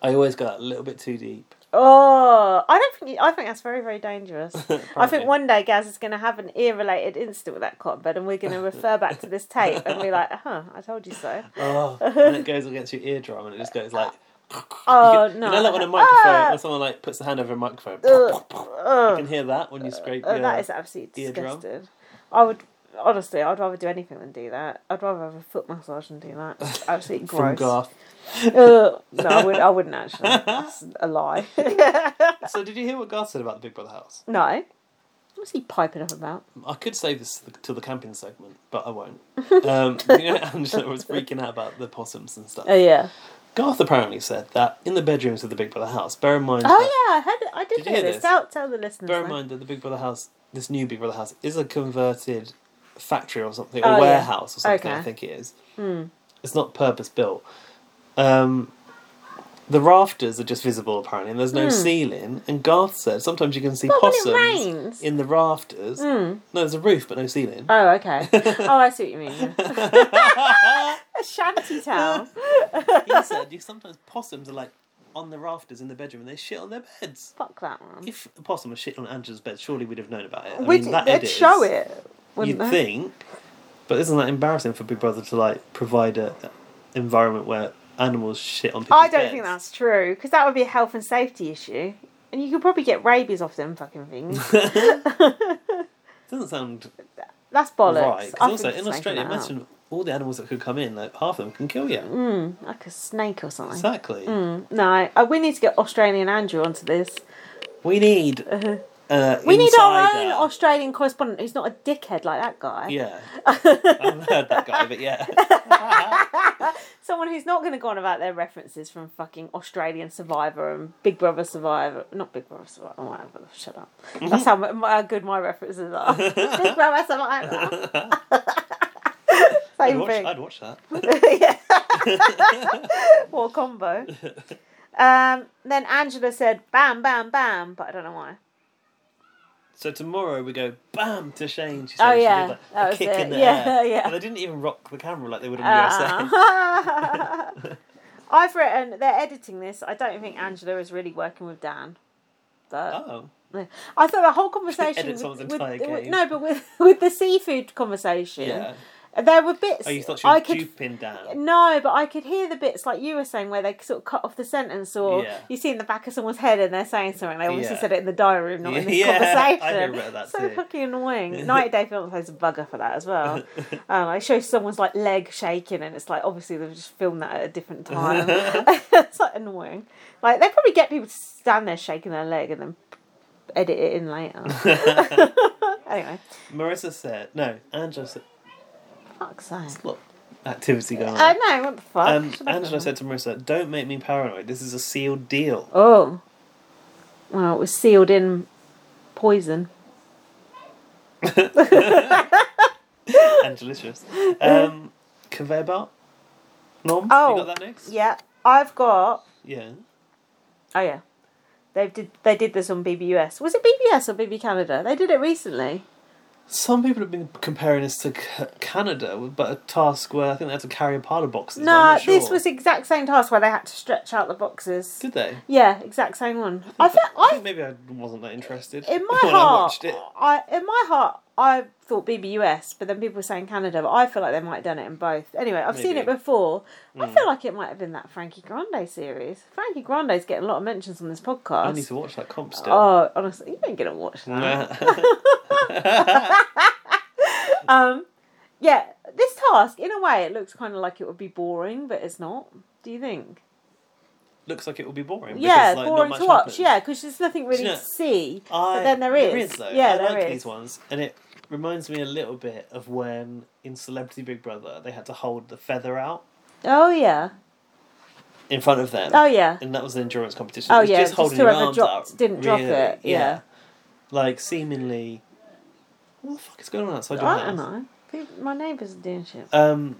Speaker 2: I always go a little bit too deep.
Speaker 1: Oh, I don't think. I think that's very, very
Speaker 2: <laughs>
Speaker 1: dangerous. I
Speaker 2: Apparently.
Speaker 1: think one day Gaz is going to have an ear-related incident with that cotton bud, and we're
Speaker 2: <laughs>
Speaker 1: going to refer back to this tape and be like, "Huh, I told you so."
Speaker 2: Oh, and it goes against your eardrum and it just goes like,
Speaker 1: Oh
Speaker 2: you
Speaker 1: no!
Speaker 2: know, like when a microphone,
Speaker 1: Ah!
Speaker 2: when someone like puts a hand over a microphone, you
Speaker 1: Ugh.
Speaker 2: can hear that when you scrape
Speaker 1: Oh,
Speaker 2: your...
Speaker 1: that is absolutely
Speaker 2: eardrum.
Speaker 1: disgusting. I would honestly, I'd rather do anything than do that. I'd rather have a foot massage than do that.
Speaker 2: <laughs>
Speaker 1: It's absolutely
Speaker 2: from
Speaker 1: gross.
Speaker 2: Garth.
Speaker 1: Ugh. no, I, would, I wouldn't actually. That's a lie. <laughs>
Speaker 2: So did you hear what Garth said about the Big Brother house?
Speaker 1: no. What's he piping up about?
Speaker 2: I could save this to the, to the camping segment, but
Speaker 1: <laughs>
Speaker 2: I won't. Um, <laughs> you know, Angela was freaking out about the possums and stuff.
Speaker 1: Oh yeah.
Speaker 2: Garth apparently said that in the bedrooms of the Big Brother house. Bear in mind,
Speaker 1: Oh
Speaker 2: that,
Speaker 1: yeah, I heard. I did,
Speaker 2: Did you
Speaker 1: hear
Speaker 2: hear
Speaker 1: this.
Speaker 2: this?
Speaker 1: Tell, tell the listeners.
Speaker 2: bear in
Speaker 1: then.
Speaker 2: mind that the Big Brother house, this new Big Brother house, is a converted factory or something,
Speaker 1: Oh,
Speaker 2: or
Speaker 1: yeah.
Speaker 2: warehouse or something.
Speaker 1: Okay. Hmm.
Speaker 2: I think it is. It's not purpose built. Um, the rafters are just visible apparently, and there's no ceiling. And Garth said sometimes you can see
Speaker 1: But Hmm. when it
Speaker 2: possums
Speaker 1: rains- Hmm.
Speaker 2: in the rafters. No, there's a roof, but no ceiling.
Speaker 1: Oh,
Speaker 2: <laughs>
Speaker 1: okay. Oh, I see what you mean. a shanty town.
Speaker 2: He said you sometimes possums are like on the rafters in the bedroom and they shit on their beds.
Speaker 1: Fuck that one.
Speaker 2: If a possum was shitting on Angela's bed, surely we'd have known about it. I
Speaker 1: We'd,
Speaker 2: mean, that
Speaker 1: they'd
Speaker 2: edit
Speaker 1: show
Speaker 2: is-
Speaker 1: it. Wouldn't
Speaker 2: You'd
Speaker 1: they?
Speaker 2: think, but isn't that embarrassing for Big Brother to like provide a a environment where animals shit on people's
Speaker 1: I don't think
Speaker 2: beds?
Speaker 1: that's true because that would be a health and safety issue, and
Speaker 2: <laughs>
Speaker 1: you could probably get rabies off them fucking things.
Speaker 2: Doesn't sound
Speaker 1: that's bollocks.
Speaker 2: right.
Speaker 1: I
Speaker 2: Because
Speaker 1: think
Speaker 2: also
Speaker 1: it's
Speaker 2: in
Speaker 1: making
Speaker 2: Australia,
Speaker 1: it up. Mm.
Speaker 2: imagine all the animals that could come in. Like half of them can kill you.
Speaker 1: like a snake or something.
Speaker 2: Exactly.
Speaker 1: No, uh, we need to get Australian Andrew onto this.
Speaker 2: We need. Uh,
Speaker 1: Uh-huh. We need our own
Speaker 2: insider.
Speaker 1: Australian correspondent who's not a dickhead like that guy.
Speaker 2: Yeah. I've heard that guy, but
Speaker 1: <laughs>
Speaker 2: yeah.
Speaker 1: Someone who's not going to go on about their references from fucking Australian Survivor and Big Brother Survivor. Not Big Brother Survivor. Oh, whatever. Shut up.
Speaker 2: Mm-hmm.
Speaker 1: That's how, mu- how good my references
Speaker 2: <laughs>
Speaker 1: are. Big Brother Survivor.
Speaker 2: I'd
Speaker 1: Same
Speaker 2: watch,
Speaker 1: thing.
Speaker 2: I'd watch that.
Speaker 1: <laughs> yeah. or combo. Um, then Angela said, bam, bam, bam, but I don't know why.
Speaker 2: So tomorrow we go bam to Shane. She
Speaker 1: Oh,
Speaker 2: said she
Speaker 1: yeah.
Speaker 2: did, like,
Speaker 1: That
Speaker 2: a
Speaker 1: was
Speaker 2: kick
Speaker 1: it. <laughs>
Speaker 2: in the
Speaker 1: Yeah,
Speaker 2: air.
Speaker 1: yeah.
Speaker 2: And they didn't even rock the camera like they would in the USA.
Speaker 1: Uh-huh. <laughs> I've written, they're editing this. I don't think Angela is really working with Dan. But
Speaker 2: <laughs> Oh,
Speaker 1: I thought the whole conversation.
Speaker 2: <laughs> edit someone's
Speaker 1: with,
Speaker 2: entire
Speaker 1: with-
Speaker 2: game.
Speaker 1: No, but with, <laughs> with the seafood conversation,
Speaker 2: yeah.
Speaker 1: there were bits.
Speaker 2: Oh, you thought she
Speaker 1: I
Speaker 2: was
Speaker 1: could
Speaker 2: duping down.
Speaker 1: no, but I could hear the bits like you were saying where they sort of cut off the sentence, or
Speaker 2: Yeah.
Speaker 1: you see in the back of someone's head and they're saying something. They obviously
Speaker 2: Yeah.
Speaker 1: said it in the diary room, not in this
Speaker 2: <laughs> Yeah, I
Speaker 1: conversation.
Speaker 2: hear about that
Speaker 1: so
Speaker 2: too.
Speaker 1: fucking
Speaker 2: <laughs>
Speaker 1: annoying. Night Day Fiance's a bugger for that as well. um, it shows someone's like leg shaking, and it's like obviously they've just filmed that at a
Speaker 2: <laughs>
Speaker 1: different time. <laughs> it's like annoying. Like they probably get people to stand there shaking their leg and then edit it in
Speaker 2: <laughs>
Speaker 1: later. <laughs> anyway,
Speaker 2: Marissa said, no, Angela said,
Speaker 1: fuck's sake.
Speaker 2: look, activity going
Speaker 1: I
Speaker 2: on.
Speaker 1: know what the fuck.
Speaker 2: Um,
Speaker 1: Should I put
Speaker 2: Angela
Speaker 1: them?
Speaker 2: said to Marissa, don't make me paranoid. This is a
Speaker 1: <laughs>
Speaker 2: sealed deal.
Speaker 1: Oh. Well, it was sealed in poison.
Speaker 2: Angelicious. Um, Kaveba? Nom?
Speaker 1: Oh,
Speaker 2: You got that next?
Speaker 1: Yeah, I've got.
Speaker 2: Yeah.
Speaker 1: Oh yeah, they did. They did this on BBUS. Was it BBS or BB Canada? They did it recently.
Speaker 2: Some people have been comparing this to C- Canada, but a task where I think they had to carry a pile of boxes. but I'm
Speaker 1: No,
Speaker 2: not sure.
Speaker 1: this was the exact same task where they had to stretch out the boxes.
Speaker 2: Did they?
Speaker 1: Yeah, exact same one. I think
Speaker 2: I
Speaker 1: I
Speaker 2: think maybe I wasn't that interested <laughs>
Speaker 1: in my
Speaker 2: when I
Speaker 1: heart,
Speaker 2: watched it.
Speaker 1: I in my heart, I thought BBUS, but then people were saying Canada, but I feel like they might have done it in both. Anyway, I've seen it
Speaker 2: Maybe. Hmm.
Speaker 1: before. I feel like it might have been that Frankie Grande series. Frankie Grande's getting a lot of mentions on this podcast.
Speaker 2: I need to watch that comp still. <laughs>
Speaker 1: Oh, honestly, you ain't gonna watch that. Um, yeah, this task, in a way, it looks kind of like it would be boring, but it's not. Do you think?
Speaker 2: Looks like it will be boring.
Speaker 1: yeah,
Speaker 2: because, like,
Speaker 1: boring
Speaker 2: not
Speaker 1: to
Speaker 2: much
Speaker 1: watch.
Speaker 2: happens.
Speaker 1: Yeah, because there's nothing really
Speaker 2: Do you know,
Speaker 1: to see.
Speaker 2: I,
Speaker 1: but then there is.
Speaker 2: though.
Speaker 1: Yeah,
Speaker 2: I
Speaker 1: there
Speaker 2: like
Speaker 1: is.
Speaker 2: these ones, and it reminds me a little bit of when in Celebrity Big Brother they had to hold the feather out
Speaker 1: Oh yeah.
Speaker 2: in front of them.
Speaker 1: Oh yeah.
Speaker 2: and that was an endurance competition.
Speaker 1: Oh
Speaker 2: It was
Speaker 1: yeah,
Speaker 2: just
Speaker 1: just
Speaker 2: holding your
Speaker 1: whoever
Speaker 2: arms
Speaker 1: dropped-
Speaker 2: up,
Speaker 1: didn't drop
Speaker 2: really,
Speaker 1: it, yeah.
Speaker 2: like seemingly. What the fuck is going on outside your
Speaker 1: I don't
Speaker 2: house?
Speaker 1: know. People, my neighbours are doing shit.
Speaker 2: um,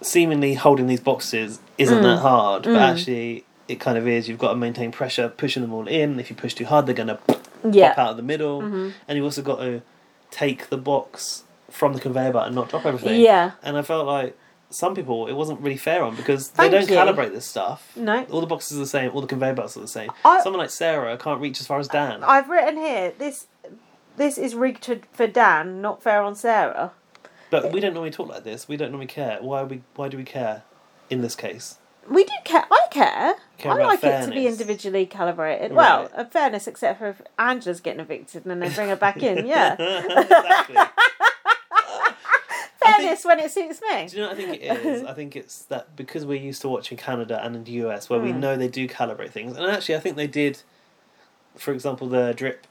Speaker 2: seemingly holding these boxes isn't that
Speaker 1: Mm.
Speaker 2: hard, but actually it kind of is. You've got to maintain pressure, pushing them all in. If you push too hard, they're going to pop
Speaker 1: yeah. Mm-hmm.
Speaker 2: out of the middle, and you've also got to take the box from the conveyor belt and not drop everything.
Speaker 1: Yeah.
Speaker 2: and I felt like. Some people it wasn't really fair on because
Speaker 1: Thank
Speaker 2: they don't
Speaker 1: you.
Speaker 2: calibrate this stuff.
Speaker 1: No.
Speaker 2: all the boxes are the same, all the conveyor belts are the same.
Speaker 1: I-
Speaker 2: Someone like Sarah can't reach as far as Dan.
Speaker 1: I've written here this. This is rigged to, for Dan, not fair on Sarah.
Speaker 2: but we don't normally talk like this. We don't normally care. Why are we? Why do we care in this case?
Speaker 1: We do care. I care.
Speaker 2: Care
Speaker 1: I
Speaker 2: about
Speaker 1: like it to be
Speaker 2: fairness.
Speaker 1: individually calibrated. Well,
Speaker 2: Right.
Speaker 1: a fairness, except for if Angela's getting evicted and then they bring her back
Speaker 2: <laughs>
Speaker 1: in. Yeah, <laughs>
Speaker 2: exactly.
Speaker 1: fairness when it suits me.
Speaker 2: Do you know what I think it is? I think it's that because we're used to watching Canada and in the US where
Speaker 1: Hmm.
Speaker 2: we know they do calibrate things. And actually I think they did for example the drip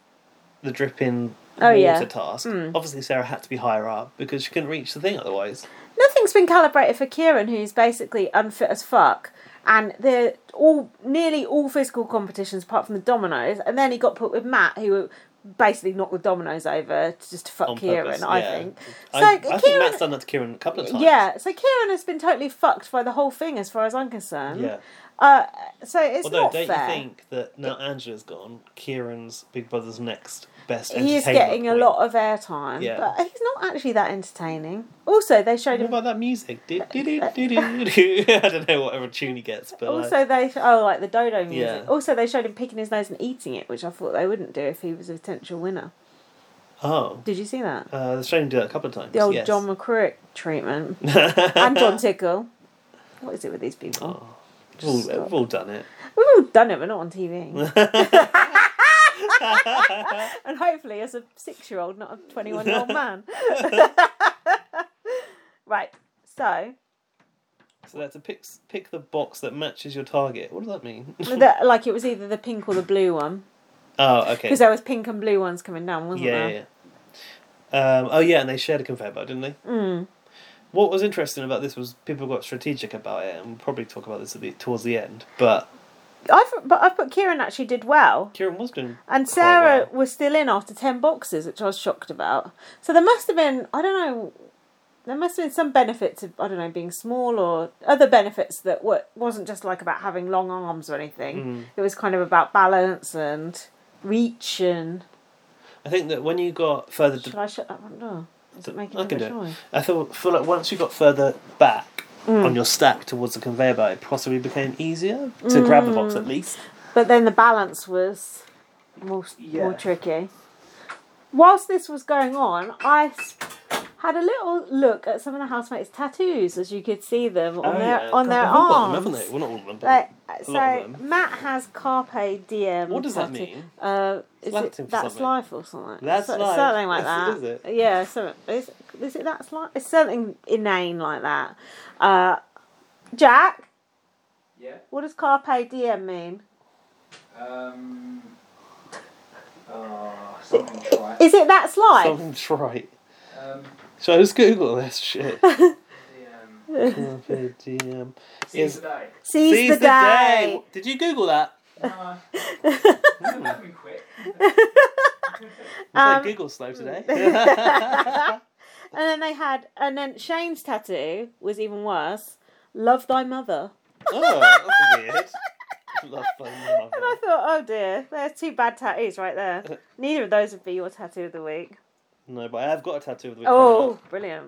Speaker 2: the drip in
Speaker 1: Oh,
Speaker 2: water
Speaker 1: yeah.
Speaker 2: task. Obviously Sarah had to be higher up because she couldn't reach the thing otherwise.
Speaker 1: Nothing's been calibrated for Kieran, who's basically unfit as fuck, and the all nearly all physical competitions apart from the dominoes, and then he got put with Matt, who basically knocked the dominoes over to, just to fuck
Speaker 2: On
Speaker 1: Kieran.
Speaker 2: purpose,
Speaker 1: I
Speaker 2: yeah.
Speaker 1: think. So
Speaker 2: I, I
Speaker 1: Kieran,
Speaker 2: think Matt's done that to Kieran a couple of times.
Speaker 1: yeah. So Kieran has been totally fucked by the whole thing, as far as I'm concerned.
Speaker 2: Yeah.
Speaker 1: Uh, so it's
Speaker 2: Although
Speaker 1: not
Speaker 2: don't
Speaker 1: fair.
Speaker 2: you think that now Angela's gone, Kieran's Big Brother's next best
Speaker 1: he is
Speaker 2: entertainment
Speaker 1: getting a
Speaker 2: point.
Speaker 1: lot of airtime,
Speaker 2: Yeah.
Speaker 1: but he's not actually that entertaining. Also, they showed
Speaker 2: What
Speaker 1: him
Speaker 2: about that music? Do, do, do, do, do, do. <laughs> I don't know whatever tune he gets, but like-
Speaker 1: Uh, Also, they oh like the dodo music.
Speaker 2: Yeah.
Speaker 1: Also, they showed him picking his nose and eating it, which I thought they wouldn't do if he was a potential winner.
Speaker 2: oh,
Speaker 1: Did you see that?
Speaker 2: uh, they've shown him do that a couple of times.
Speaker 1: The old
Speaker 2: yes.
Speaker 1: John McCrick
Speaker 2: <laughs>
Speaker 1: treatment and John Tickle. What is it with these people?
Speaker 2: Oh, we've all, we've all done it. <laughs>
Speaker 1: We've all done it, but not on TV. <laughs> and hopefully as a six-year-old, not a
Speaker 2: <laughs>
Speaker 1: twenty-one-year-old man. <laughs> right. So
Speaker 2: So that's a pick pick the box that matches your target. What does that mean? <laughs>
Speaker 1: the, like it was either the pink or the blue one
Speaker 2: oh, okay.
Speaker 1: because there was pink and blue ones coming down, wasn't
Speaker 2: yeah,
Speaker 1: there?
Speaker 2: yeah, yeah. Um, oh yeah, and they shared a conveyor belt, didn't they?
Speaker 1: Mm.
Speaker 2: What was interesting about this was people got strategic about it, and we'll probably talk about this a bit towards the end. But
Speaker 1: I've but I put Kieran actually did well.
Speaker 2: Kieran was doing
Speaker 1: And
Speaker 2: quite
Speaker 1: Sarah
Speaker 2: well.
Speaker 1: was still in after 10 boxes, which I was shocked about. So there must have been, I don't know, there must have been some benefit to, I don't know, being small or other benefits that were, wasn't just like about having long arms or
Speaker 2: Mm-hmm.
Speaker 1: anything. It was kind of about balance and reach and.
Speaker 2: I think that when you got further,
Speaker 1: Should
Speaker 2: d
Speaker 1: I shut that front door? Is it making
Speaker 2: I
Speaker 1: too
Speaker 2: can
Speaker 1: much
Speaker 2: do it.
Speaker 1: noise?
Speaker 2: I thought feel like once you got further back
Speaker 1: Mm.
Speaker 2: on your stack towards the conveyor belt, it possibly became easier to
Speaker 1: Mm.
Speaker 2: grab the box at least.
Speaker 1: But then the balance was more, more
Speaker 2: Yeah.
Speaker 1: tricky. Whilst this was going on, I s- had a little look at some of the housemates' tattoos, as you could see them
Speaker 2: Oh,
Speaker 1: on their on their
Speaker 2: They've all got
Speaker 1: arms.
Speaker 2: them, haven't they? Well, not all of them, but
Speaker 1: Like, uh,
Speaker 2: a
Speaker 1: so
Speaker 2: lot of them.
Speaker 1: Matt has carpe diem.
Speaker 2: What does that
Speaker 1: tattoo.
Speaker 2: mean?
Speaker 1: Uh, is
Speaker 2: Latin for
Speaker 1: it that's
Speaker 2: something.
Speaker 1: life or something?
Speaker 2: That's
Speaker 1: So-
Speaker 2: life.
Speaker 1: Something like that.
Speaker 2: Is- is it?
Speaker 1: Yeah. So is, is it that's life? It's something inane like that. Uh, Jack,
Speaker 3: Yeah.
Speaker 1: what does carpe diem mean?
Speaker 3: Um. <laughs> Oh, something trite.
Speaker 1: Is it that's life?
Speaker 2: something's right.
Speaker 3: Um.
Speaker 2: So I just Google
Speaker 1: <laughs>
Speaker 2: this shit.
Speaker 3: The, um
Speaker 2: Carpe diem. Is-
Speaker 3: is today.
Speaker 1: Seize, the, day.
Speaker 2: Did you Google that?
Speaker 3: No. I've been quick.
Speaker 2: Was that
Speaker 1: Um,
Speaker 2: Google
Speaker 1: <laughs>
Speaker 2: slow today?
Speaker 1: <laughs>
Speaker 2: <laughs>
Speaker 1: And then they had, and then Shane's tattoo was even worse. Love thy mother.
Speaker 2: oh, that's
Speaker 1: <laughs>
Speaker 2: weird. Love thy mother.
Speaker 1: And I thought, oh dear, there's two bad tattoos right
Speaker 2: <laughs>
Speaker 1: there. Neither of those would be your tattoo of the week.
Speaker 2: No, but I have got a tattoo of the week
Speaker 1: Oh, brilliant.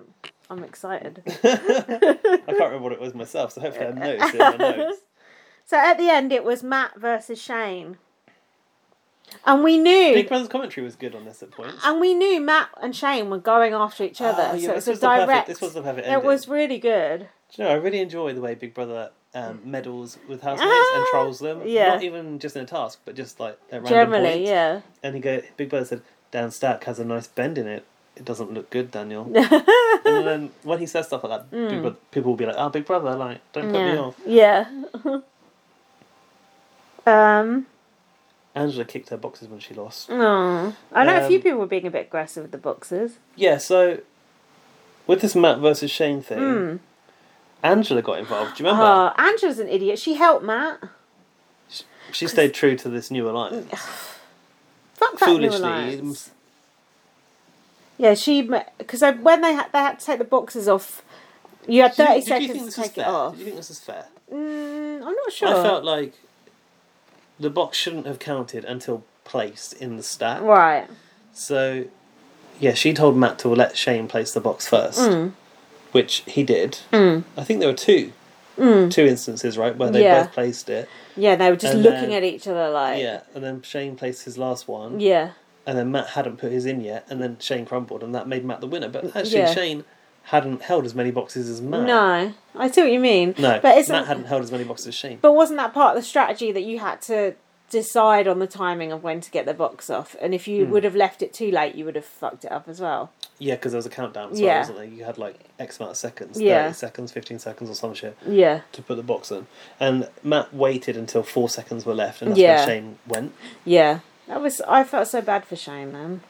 Speaker 1: I'm excited.
Speaker 2: coming up. <laughs> I can't remember what it was myself, so hopefully I noticed it in my notes.
Speaker 1: <laughs> so at the end, it was Matt versus Shane. And we knew.
Speaker 2: Big Brother's commentary was good on this at points.
Speaker 1: and we knew Matt and Shane were going after each other,
Speaker 2: Oh, yeah,
Speaker 1: so it was
Speaker 2: this
Speaker 1: a
Speaker 2: was the perfect-
Speaker 1: direct.
Speaker 2: this was the perfect
Speaker 1: It
Speaker 2: ending.
Speaker 1: was really good.
Speaker 2: Do you know, I really enjoy the way Big Brother um, meddles with housemates and
Speaker 1: Mm. Ah,
Speaker 2: trolls them.
Speaker 1: yeah.
Speaker 2: Not even just in a task, but just like at random
Speaker 1: Generally,
Speaker 2: points.
Speaker 1: yeah.
Speaker 2: And he go, Big Brother said, Dan Stack has a nice bend in it. It doesn't look
Speaker 1: <laughs>
Speaker 2: good, <laughs> Daniel. and then when he says stuff like that, Big Brother, people will be like, "Oh, Big Brother, like, don't put me
Speaker 1: Mm. Yeah.
Speaker 2: off."
Speaker 1: Yeah. <laughs> um.
Speaker 2: Angela kicked her boxes when she lost.
Speaker 1: Oh, I know a few
Speaker 2: Um,
Speaker 1: people were being a bit aggressive with the boxes.
Speaker 2: Yeah, so with this Matt versus Shane thing, Angela got involved. Do you remember?
Speaker 1: Hmm. Oh, Angela's an idiot. She helped Matt.
Speaker 2: she stayed true to this new alliance.
Speaker 1: Fuck that new
Speaker 2: Foolishly,
Speaker 1: alliance. Yeah, she because when they had they had to take the boxes off, you had
Speaker 2: Do you-
Speaker 1: thirty
Speaker 2: did you think
Speaker 1: seconds
Speaker 2: this
Speaker 1: to
Speaker 2: was
Speaker 1: take it
Speaker 2: fair?
Speaker 1: off.
Speaker 2: Did you think this is fair?
Speaker 1: Mm, I'm not sure.
Speaker 2: I felt like the box shouldn't have counted until placed in the stack.
Speaker 1: right.
Speaker 2: So, yeah, she told Matt to let Shane place the box first,
Speaker 1: Mm.
Speaker 2: which he did. I think there were two, two instances, right, where they
Speaker 1: Mm. Yeah.
Speaker 2: both placed it.
Speaker 1: Yeah, they were just
Speaker 2: And
Speaker 1: looking at
Speaker 2: then-
Speaker 1: each other like.
Speaker 2: Yeah, and then Shane placed his last one,
Speaker 1: Yeah.
Speaker 2: and then Matt hadn't put his in yet, and then Shane crumbled, and that made Matt the winner. But actually,
Speaker 1: Yeah.
Speaker 2: Shane hadn't held as many boxes as Matt.
Speaker 1: No, I see what you mean.
Speaker 2: No,
Speaker 1: but
Speaker 2: Matt
Speaker 1: isn't
Speaker 2: hadn't held as many boxes as Shane.
Speaker 1: but wasn't that part of the strategy that you had to decide on the timing of when to get the box off? And if you would have left it too late, you would have fucked it up as well.
Speaker 2: Yeah, because there was a countdown as
Speaker 1: Yeah.
Speaker 2: well, wasn't there? You had like X amount of seconds,
Speaker 1: Yeah.
Speaker 2: 30 seconds, 15 seconds, or some shit
Speaker 1: Yeah,
Speaker 2: to put the box in. And Matt waited until four seconds were left, and that's
Speaker 1: Yeah.
Speaker 2: when Shane went.
Speaker 1: yeah. That was I felt so bad for Shane then.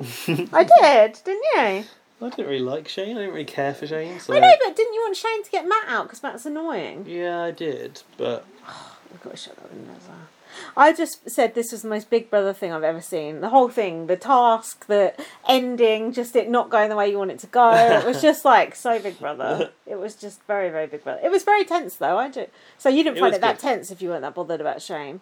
Speaker 1: I did, didn't you?
Speaker 2: I didn't really like Shane. I didn't really care for Shane. So
Speaker 1: I know, but didn't you want Shane to get Matt out because Matt's annoying?
Speaker 2: yeah, I did, but
Speaker 1: I've got to shut that window as well. I just said this was the most Big Brother thing I've ever seen. The whole thing, the task, the ending, just it not going the way you want it to go. It was
Speaker 2: <laughs>
Speaker 1: just like so Big Brother. It was just very, very Big Brother. It was very tense though. I do. So you didn't
Speaker 2: It
Speaker 1: find
Speaker 2: was
Speaker 1: it that
Speaker 2: good.
Speaker 1: tense if you weren't that bothered about Shane.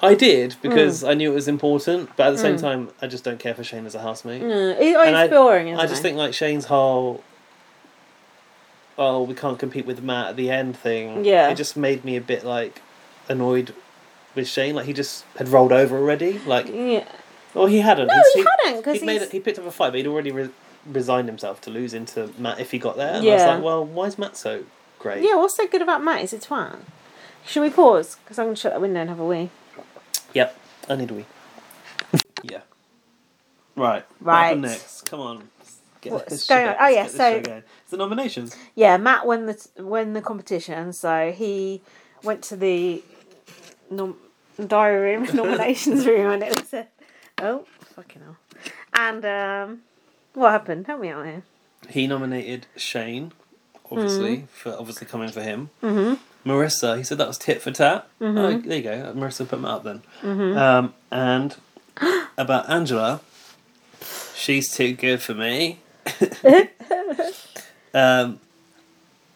Speaker 2: I did
Speaker 1: Hmm.
Speaker 2: because I knew it was important. But at the same time, I just don't care for Shane as a housemate.
Speaker 1: Mm, he- oh,
Speaker 2: And
Speaker 1: he's boring.
Speaker 2: I
Speaker 1: Isn't
Speaker 2: just
Speaker 1: he?
Speaker 2: think like Shane's whole oh we can't compete with Matt at the end thing.
Speaker 1: Yeah.
Speaker 2: it just made me a bit like annoyed with Shane. Like he just had rolled over already. Like
Speaker 1: Yeah.
Speaker 2: well he hadn't.
Speaker 1: No,
Speaker 2: He's-
Speaker 1: he hadn't because
Speaker 2: He made
Speaker 1: he's.
Speaker 2: it, he picked up a fight, but he'd already re- resigned himself to lose into Matt if he got there. And I was
Speaker 1: Yeah.
Speaker 2: like, well, why is Matt so great?
Speaker 1: Yeah, what's so good about Matt? He's a twat. Should we pause? Because I'm going to shut that window and have a wee.
Speaker 2: Yep, I need a wee. <laughs> yeah. Right. What
Speaker 1: Right.
Speaker 2: happened next? Come on. Get
Speaker 1: What's
Speaker 2: this
Speaker 1: going
Speaker 2: shit-
Speaker 1: on? Oh,
Speaker 2: let's
Speaker 1: yeah,
Speaker 2: get this shit
Speaker 1: so-
Speaker 2: going. it's the nominations.
Speaker 1: Yeah, Matt won the won the competition, so he went to the nom- diary room, <laughs>
Speaker 2: <laughs>
Speaker 1: nominations room, and it was a, oh fucking hell. And um, what happened? Help me out here.
Speaker 2: He nominated Shane, obviously
Speaker 1: Mm.
Speaker 2: for obviously coming for him. Mm-hmm. Marissa, he said that was tit for tat.
Speaker 1: Mm-hmm.
Speaker 2: Oh, there you go. Marissa put him up then. Um, and about Angela, she's too good
Speaker 1: <laughs>
Speaker 2: for me. um,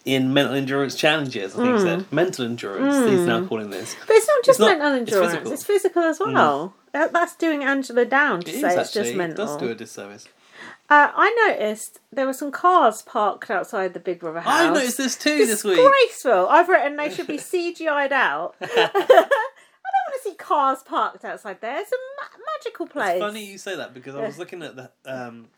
Speaker 2: in mental endurance challenges, I think he
Speaker 1: Mm.
Speaker 2: said mental endurance. He's now calling this.
Speaker 1: But it's not just
Speaker 2: It's not-
Speaker 1: mental
Speaker 2: it's
Speaker 1: endurance; it's
Speaker 2: physical. Mm.
Speaker 1: physical, as well. That, that's doing Angela down to
Speaker 2: It is
Speaker 1: say it's
Speaker 2: actually.
Speaker 1: just
Speaker 2: It
Speaker 1: mental.
Speaker 2: does do a disservice.
Speaker 1: Uh, I noticed there were some cars parked outside the Big Brother house.
Speaker 2: I noticed this too this week.
Speaker 1: Disgraceful. I've written they
Speaker 2: <laughs>
Speaker 1: should be CGI'd out. <laughs> I don't want to see cars parked outside there. It's a ma- magical place.
Speaker 2: It's funny you say that because I was looking at the um,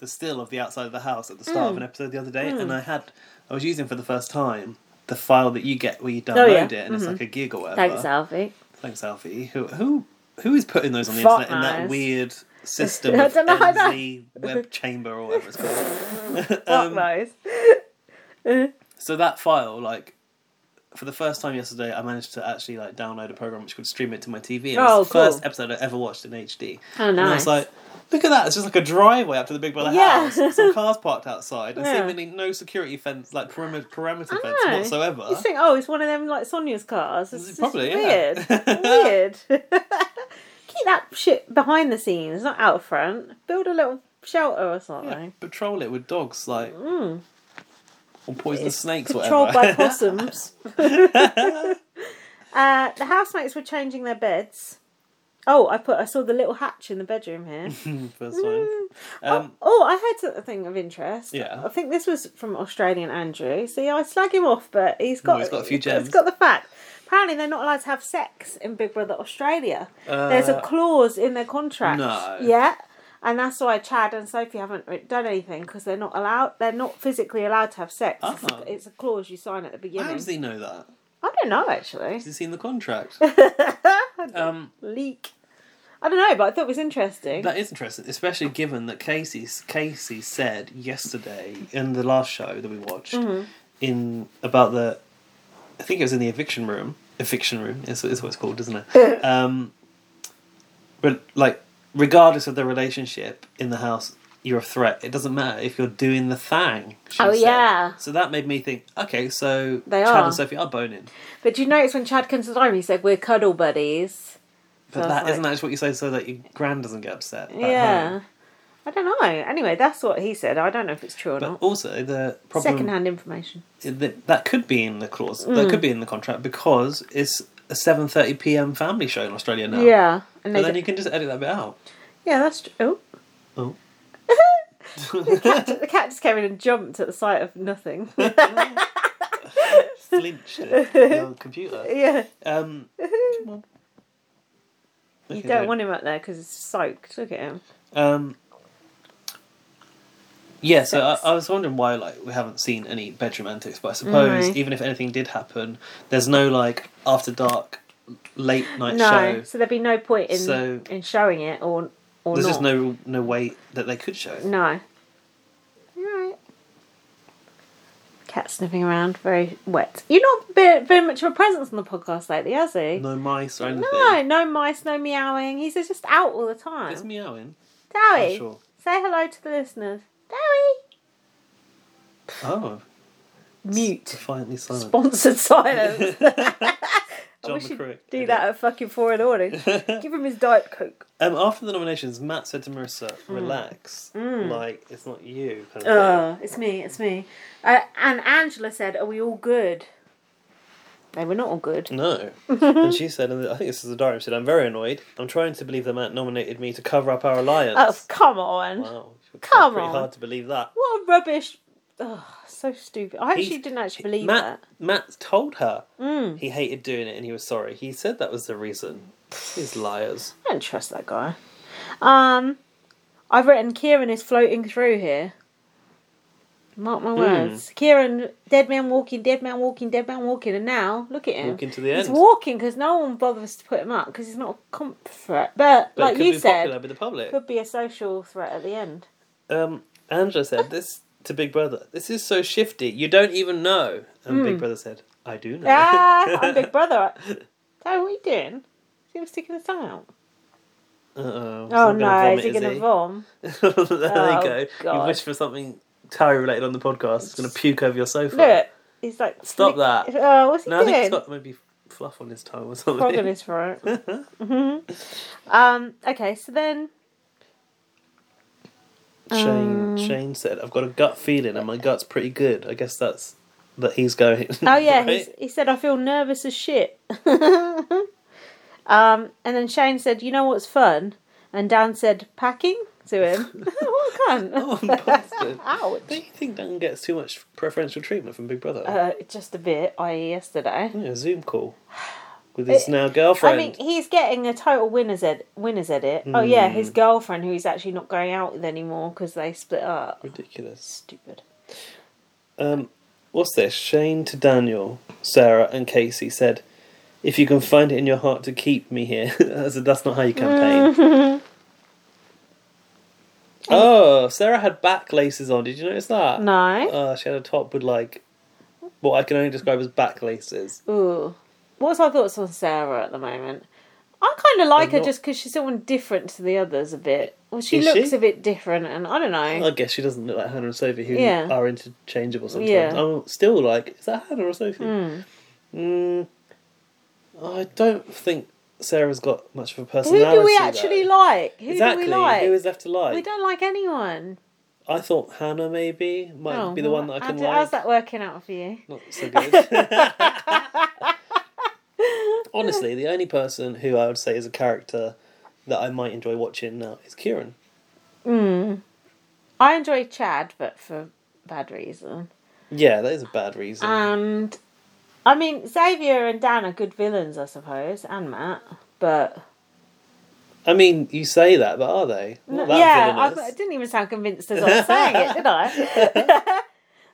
Speaker 2: the still of the outside of the house at the start of
Speaker 1: Mm.
Speaker 2: an episode the other day, and I had I was using for the first time the file that you get where you download
Speaker 1: Oh, yeah. Mm-hmm.
Speaker 2: it, and it's like a gig or whatever.
Speaker 1: Thanks, Alfie.
Speaker 2: Thanks, Alfie. Who who who is putting those on the
Speaker 1: Fuck
Speaker 2: internet in that
Speaker 1: knows.
Speaker 2: weird system
Speaker 1: <laughs> I
Speaker 2: of
Speaker 1: don't know, I know.
Speaker 2: NZ web chamber or whatever it's called?
Speaker 1: <laughs>
Speaker 2: Um,
Speaker 1: Fuck those.
Speaker 2: So that file, like. For the first time yesterday, I managed to actually like download a program which could stream it to my TV. And
Speaker 1: Oh,
Speaker 2: it's the first
Speaker 1: cool.
Speaker 2: episode I ever watched in HD.
Speaker 1: Oh,
Speaker 2: Um, And I
Speaker 1: nice.
Speaker 2: was like, look at that. It's just like a driveway up to the Big Brother
Speaker 1: Yeah.
Speaker 2: house. Some cars parked outside and
Speaker 1: Yeah.
Speaker 2: seemingly no security fence, like perimeter, perimeter
Speaker 1: I
Speaker 2: fence
Speaker 1: know. You
Speaker 2: whatsoever.
Speaker 1: think, oh, it's one of them like Sonia's cars. It's, just
Speaker 2: Probably, yeah.
Speaker 1: weird.
Speaker 2: <laughs>
Speaker 1: weird. <laughs> Keep that shit behind the scenes, not out front. Build a little shelter or
Speaker 2: Yeah,
Speaker 1: something.
Speaker 2: patrol it with dogs, like, or poisonous snakes,
Speaker 1: Mm. Controlled by
Speaker 2: <laughs> whatever.
Speaker 1: possums. uh, the housemates were changing their beds. Oh, I put I saw the little hatch in the bedroom here.
Speaker 2: First one. Um,
Speaker 1: Oh, I heard a thing of interest.
Speaker 2: Yeah.
Speaker 1: I think this was from Australian Andrew. See, I slag him off, but he's got
Speaker 2: he's got a few gems.
Speaker 1: He's got the fact. Apparently, they're not allowed to have sex in Big Brother Australia. There's
Speaker 2: Uh,
Speaker 1: a clause in their contract.
Speaker 2: no.
Speaker 1: Yeah. And that's why Chad and Sophie haven't re- done anything because they're not allowed. They're not physically allowed to have sex. It's-
Speaker 2: Oh.
Speaker 1: It's a clause you sign at the
Speaker 2: how
Speaker 1: beginning.
Speaker 2: does he know that?
Speaker 1: I don't know actually.
Speaker 2: Has he seen
Speaker 1: <laughs>
Speaker 2: the contract? um,
Speaker 1: Leak. I don't know, but I thought it was interesting.
Speaker 2: That is interesting, especially given that Casey Casey said yesterday in the last show that we watched
Speaker 1: Mm-hmm.
Speaker 2: in about the, I think it was in the eviction room. Eviction room is, is what it's called, isn't
Speaker 1: <laughs>
Speaker 2: it? um, but like, regardless of the relationship in the house, you're a threat. It doesn't matter if you're doing the thing. she
Speaker 1: Oh,
Speaker 2: said.
Speaker 1: yeah.
Speaker 2: So that made me think. Okay, so
Speaker 1: They
Speaker 2: Chad
Speaker 1: are.
Speaker 2: and Sophie are boning,
Speaker 1: But do you notice when Chad comes to the room, he said, "We're cuddle buddies."
Speaker 2: but
Speaker 1: So
Speaker 2: that
Speaker 1: it's
Speaker 2: not
Speaker 1: like-
Speaker 2: that just what you say so that your gran doesn't get upset. at
Speaker 1: Yeah.
Speaker 2: home?
Speaker 1: I don't know. Anyway, that's what he said. I don't know if it's true or
Speaker 2: But
Speaker 1: not.
Speaker 2: also the problem.
Speaker 1: Second-hand information.
Speaker 2: that that could be in the clause. That
Speaker 1: Mm.
Speaker 2: could be in the contract because it's a seven thirty p.m. family show in Australia now.
Speaker 1: Yeah, and they
Speaker 2: and then
Speaker 1: do-
Speaker 2: you can just edit that bit out.
Speaker 1: yeah, that's true.
Speaker 2: <laughs>
Speaker 1: Oh. <laughs>
Speaker 2: Oh,
Speaker 1: The cat just came in and jumped at the sight of nothing. <laughs>
Speaker 2: flinched at your computer.
Speaker 1: yeah,
Speaker 2: Um,
Speaker 1: you don't want him up there because it's soaked. Look at him.
Speaker 2: Um, yeah, so I, I was wondering why like we haven't seen any bedroom antics, but I suppose
Speaker 1: No.
Speaker 2: even if anything did happen, there's no like after dark, late night
Speaker 1: No,
Speaker 2: show.
Speaker 1: so there'd be no point in
Speaker 2: So-
Speaker 1: in showing it or or
Speaker 2: There's
Speaker 1: not.
Speaker 2: just no no way that they could show. it.
Speaker 1: No. Alright. Cat sniffing around, very wet. You've not been, been much of a presence on the podcast lately, has he?
Speaker 2: No mice or anything.
Speaker 1: No, no mice, no meowing. He's just out all the time.
Speaker 2: It's meowing.
Speaker 1: Dowie,
Speaker 2: Oh, sure.
Speaker 1: say hello to the listeners. Dowie.
Speaker 2: Oh,
Speaker 1: Mute.
Speaker 2: defiantly silent.
Speaker 1: <laughs> Sponsored
Speaker 2: <laughs>
Speaker 1: silence. I
Speaker 2: John
Speaker 1: wish you'd
Speaker 2: McCrick.
Speaker 1: do that at fucking four in the
Speaker 2: <laughs>
Speaker 1: morning. Give him his diet coke.
Speaker 2: <laughs> Um, after the nominations, Matt said to Marissa, "Relax, like it's not you." Kind of thing.
Speaker 1: Hmm. Oh, it's me, it's me. Uh, and Angela said, "Are we all good?" They were not all good.
Speaker 2: No, and she said, and I think this is the diary. She said, "I'm very annoyed. I'm trying to believe that Matt nominated me to cover up our
Speaker 1: Oh,
Speaker 2: alliance."
Speaker 1: come on!
Speaker 2: Wow, she
Speaker 1: Come
Speaker 2: pretty
Speaker 1: on.
Speaker 2: hard to believe that.
Speaker 1: What a rubbish! Ugh, so stupid. I actually
Speaker 2: He's-
Speaker 1: didn't actually believe Hmm.
Speaker 2: Matt, Matt told her he hated doing it and he was sorry. He said that was the reason. These liars.
Speaker 1: that. I don't trust that guy. Um, I've written Kieran is floating through here. Mark
Speaker 2: Hmm.
Speaker 1: my words. Kieran, dead man walking, dead man walking, dead man walking, and now look at him.
Speaker 2: Walking to the
Speaker 1: he's
Speaker 2: end.
Speaker 1: walking because no one bothers to put him up because he's not a comp threat. But,
Speaker 2: but it
Speaker 1: like
Speaker 2: could
Speaker 1: you
Speaker 2: be
Speaker 1: said,
Speaker 2: popular with the public.
Speaker 1: could be a social threat at the end.
Speaker 2: <laughs> Um, Angela said this to Big Brother. This is so shifty. You don't even know. And Big Brother said, "I do
Speaker 1: Hmm.
Speaker 2: know." <laughs>
Speaker 1: ah, I'm Big Brother. Dad, what are you doing? See him sticking his tongue out.
Speaker 2: Uh-oh.
Speaker 1: Oh
Speaker 2: He's
Speaker 1: no,
Speaker 2: gonna
Speaker 1: is he going to
Speaker 2: he?
Speaker 1: vom?
Speaker 2: <laughs> there
Speaker 1: Oh,
Speaker 2: you go. You
Speaker 1: God.
Speaker 2: wish for something Towie related on the podcast. It's going to puke over your sofa.
Speaker 1: Look, he's like
Speaker 2: Stop
Speaker 1: flick-
Speaker 2: that.
Speaker 1: Oh, what's he
Speaker 2: No, I
Speaker 1: doing?
Speaker 2: think he's got maybe fluff on his tongue or something.
Speaker 1: Frog in his throat. <laughs> hmm Um. Okay, so then
Speaker 2: <laughs> Shane Shane said, "I've got a gut feeling, and my gut's pretty good. I guess that's that he's going."
Speaker 1: Oh yeah,
Speaker 2: <laughs> right?
Speaker 1: he's, he said I feel nervous as shit. <laughs> um, and then Shane said, "You know what's fun?" And Dan said, "Packing." To
Speaker 2: <laughs>
Speaker 1: him, <laughs> what a cunt?
Speaker 2: Oh,
Speaker 1: <laughs>
Speaker 2: bastard. Don't
Speaker 1: Ouch!
Speaker 2: you think Dan gets too much preferential treatment from Big Brother?
Speaker 1: <laughs> Uh, just a bit, i.e., yesterday.
Speaker 2: yeah, Zoom call with his now girlfriend.
Speaker 1: I mean, he's getting a total winners ed- winners edit. Oh yeah,
Speaker 2: Mm.
Speaker 1: his girlfriend, who he's actually not going out with anymore because they split up.
Speaker 2: Ridiculous.
Speaker 1: Stupid.
Speaker 2: Um, what's this? Shane to Daniel, Sarah, and Casey said, "If you can find it in your heart to keep me here, <laughs> that's, that's not how
Speaker 1: <laughs>
Speaker 2: you campaign." oh, Sarah had back laces on. Did you notice that?
Speaker 1: No.
Speaker 2: Uh, she had a top with like what I can only describe as back laces.
Speaker 1: Ooh. What's our thoughts on Sarah at the moment? I kind of like
Speaker 2: I'm
Speaker 1: her
Speaker 2: not-
Speaker 1: just because she's someone different to the others a bit. Well, she
Speaker 2: Is
Speaker 1: looks
Speaker 2: she?
Speaker 1: a bit different, and I don't know.
Speaker 2: I guess she doesn't look like Hannah and Sophie, who
Speaker 1: Yeah.
Speaker 2: are interchangeable sometimes.
Speaker 1: Yeah.
Speaker 2: I'm still like, is that Hannah or Sophie?
Speaker 1: Hmm.
Speaker 2: Mm, I don't think Sarah's got much of a
Speaker 1: Who
Speaker 2: personality.
Speaker 1: do we actually
Speaker 2: though.
Speaker 1: like? Who
Speaker 2: exactly.
Speaker 1: do we like?
Speaker 2: Who is left to like?
Speaker 1: We don't like anyone.
Speaker 2: I thought Hannah maybe might
Speaker 1: Oh,
Speaker 2: be the one that I
Speaker 1: how
Speaker 2: can
Speaker 1: do-
Speaker 2: like.
Speaker 1: How's that working out for you?
Speaker 2: Not so good.
Speaker 1: <laughs>
Speaker 2: Honestly, the only person who I would say is a character that I might enjoy watching now is Kieran.
Speaker 1: I enjoy Chad, but for bad reason.
Speaker 2: Yeah, that is a bad reason.
Speaker 1: Um, And I mean, Xavier and Dan are good villains, I suppose, and Matt. But
Speaker 2: I mean, you say that, but are they? Not that
Speaker 1: yeah, I, I
Speaker 2: villainous.
Speaker 1: didn't even sound convinced as I was saying it, did
Speaker 2: <laughs>
Speaker 1: I?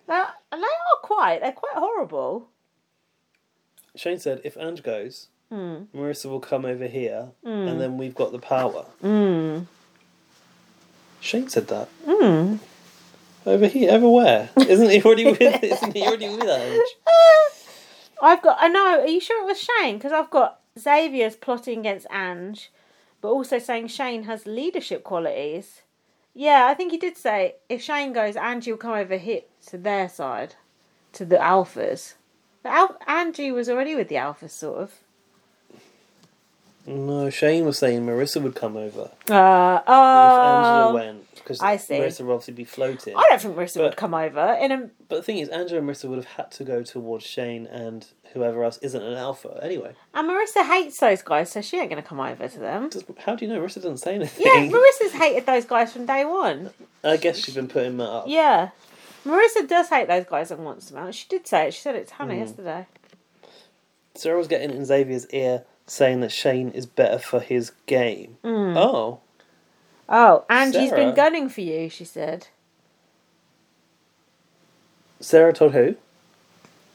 Speaker 1: now, and they are quite. They're quite horrible.
Speaker 2: Shane said, if Ange goes,
Speaker 1: Hmm.
Speaker 2: Marissa will come over here, and then we've got the power.
Speaker 1: Hmm.
Speaker 2: Shane said that. Over here,
Speaker 1: <laughs>
Speaker 2: over where? Isn't he already with? Isn't he already with Ange?
Speaker 1: I've got. I know. Are you sure it was Shane? Because I've got Xavier's plotting against Ange, but also saying Shane has leadership qualities. Yeah, I think he did say if Shane goes, Angie will come over here to their side, to the alphas. But Al- Angie was already with the alphas, sort of.
Speaker 2: No, Shane was saying Marissa would come over
Speaker 1: Uh,
Speaker 2: if Angela
Speaker 1: oh,
Speaker 2: went because
Speaker 1: I see.
Speaker 2: Marissa would obviously be floating.
Speaker 1: I don't think Marissa would
Speaker 2: But-
Speaker 1: come over. In a
Speaker 2: But the thing is, Angela and Marissa would have had to go towards Shane and whoever else isn't an alpha anyway.
Speaker 1: And Marissa hates those guys, so she ain't going to come over to them.
Speaker 2: Does, how do you know Marissa doesn't say anything?
Speaker 1: Yeah, Marissa's hated those guys from day one.
Speaker 2: <laughs> I guess she's been putting that up.
Speaker 1: Yeah. Marissa does hate those guys and wants them out. She did say it. She said it to Hannah yesterday.
Speaker 2: Sarah was getting in Xavier's ear saying that Shane is better for his game.
Speaker 1: Mm.
Speaker 2: Oh,
Speaker 1: Oh, Angie's
Speaker 2: Sarah?
Speaker 1: been gunning for you, she said.
Speaker 2: Sarah told who? <laughs>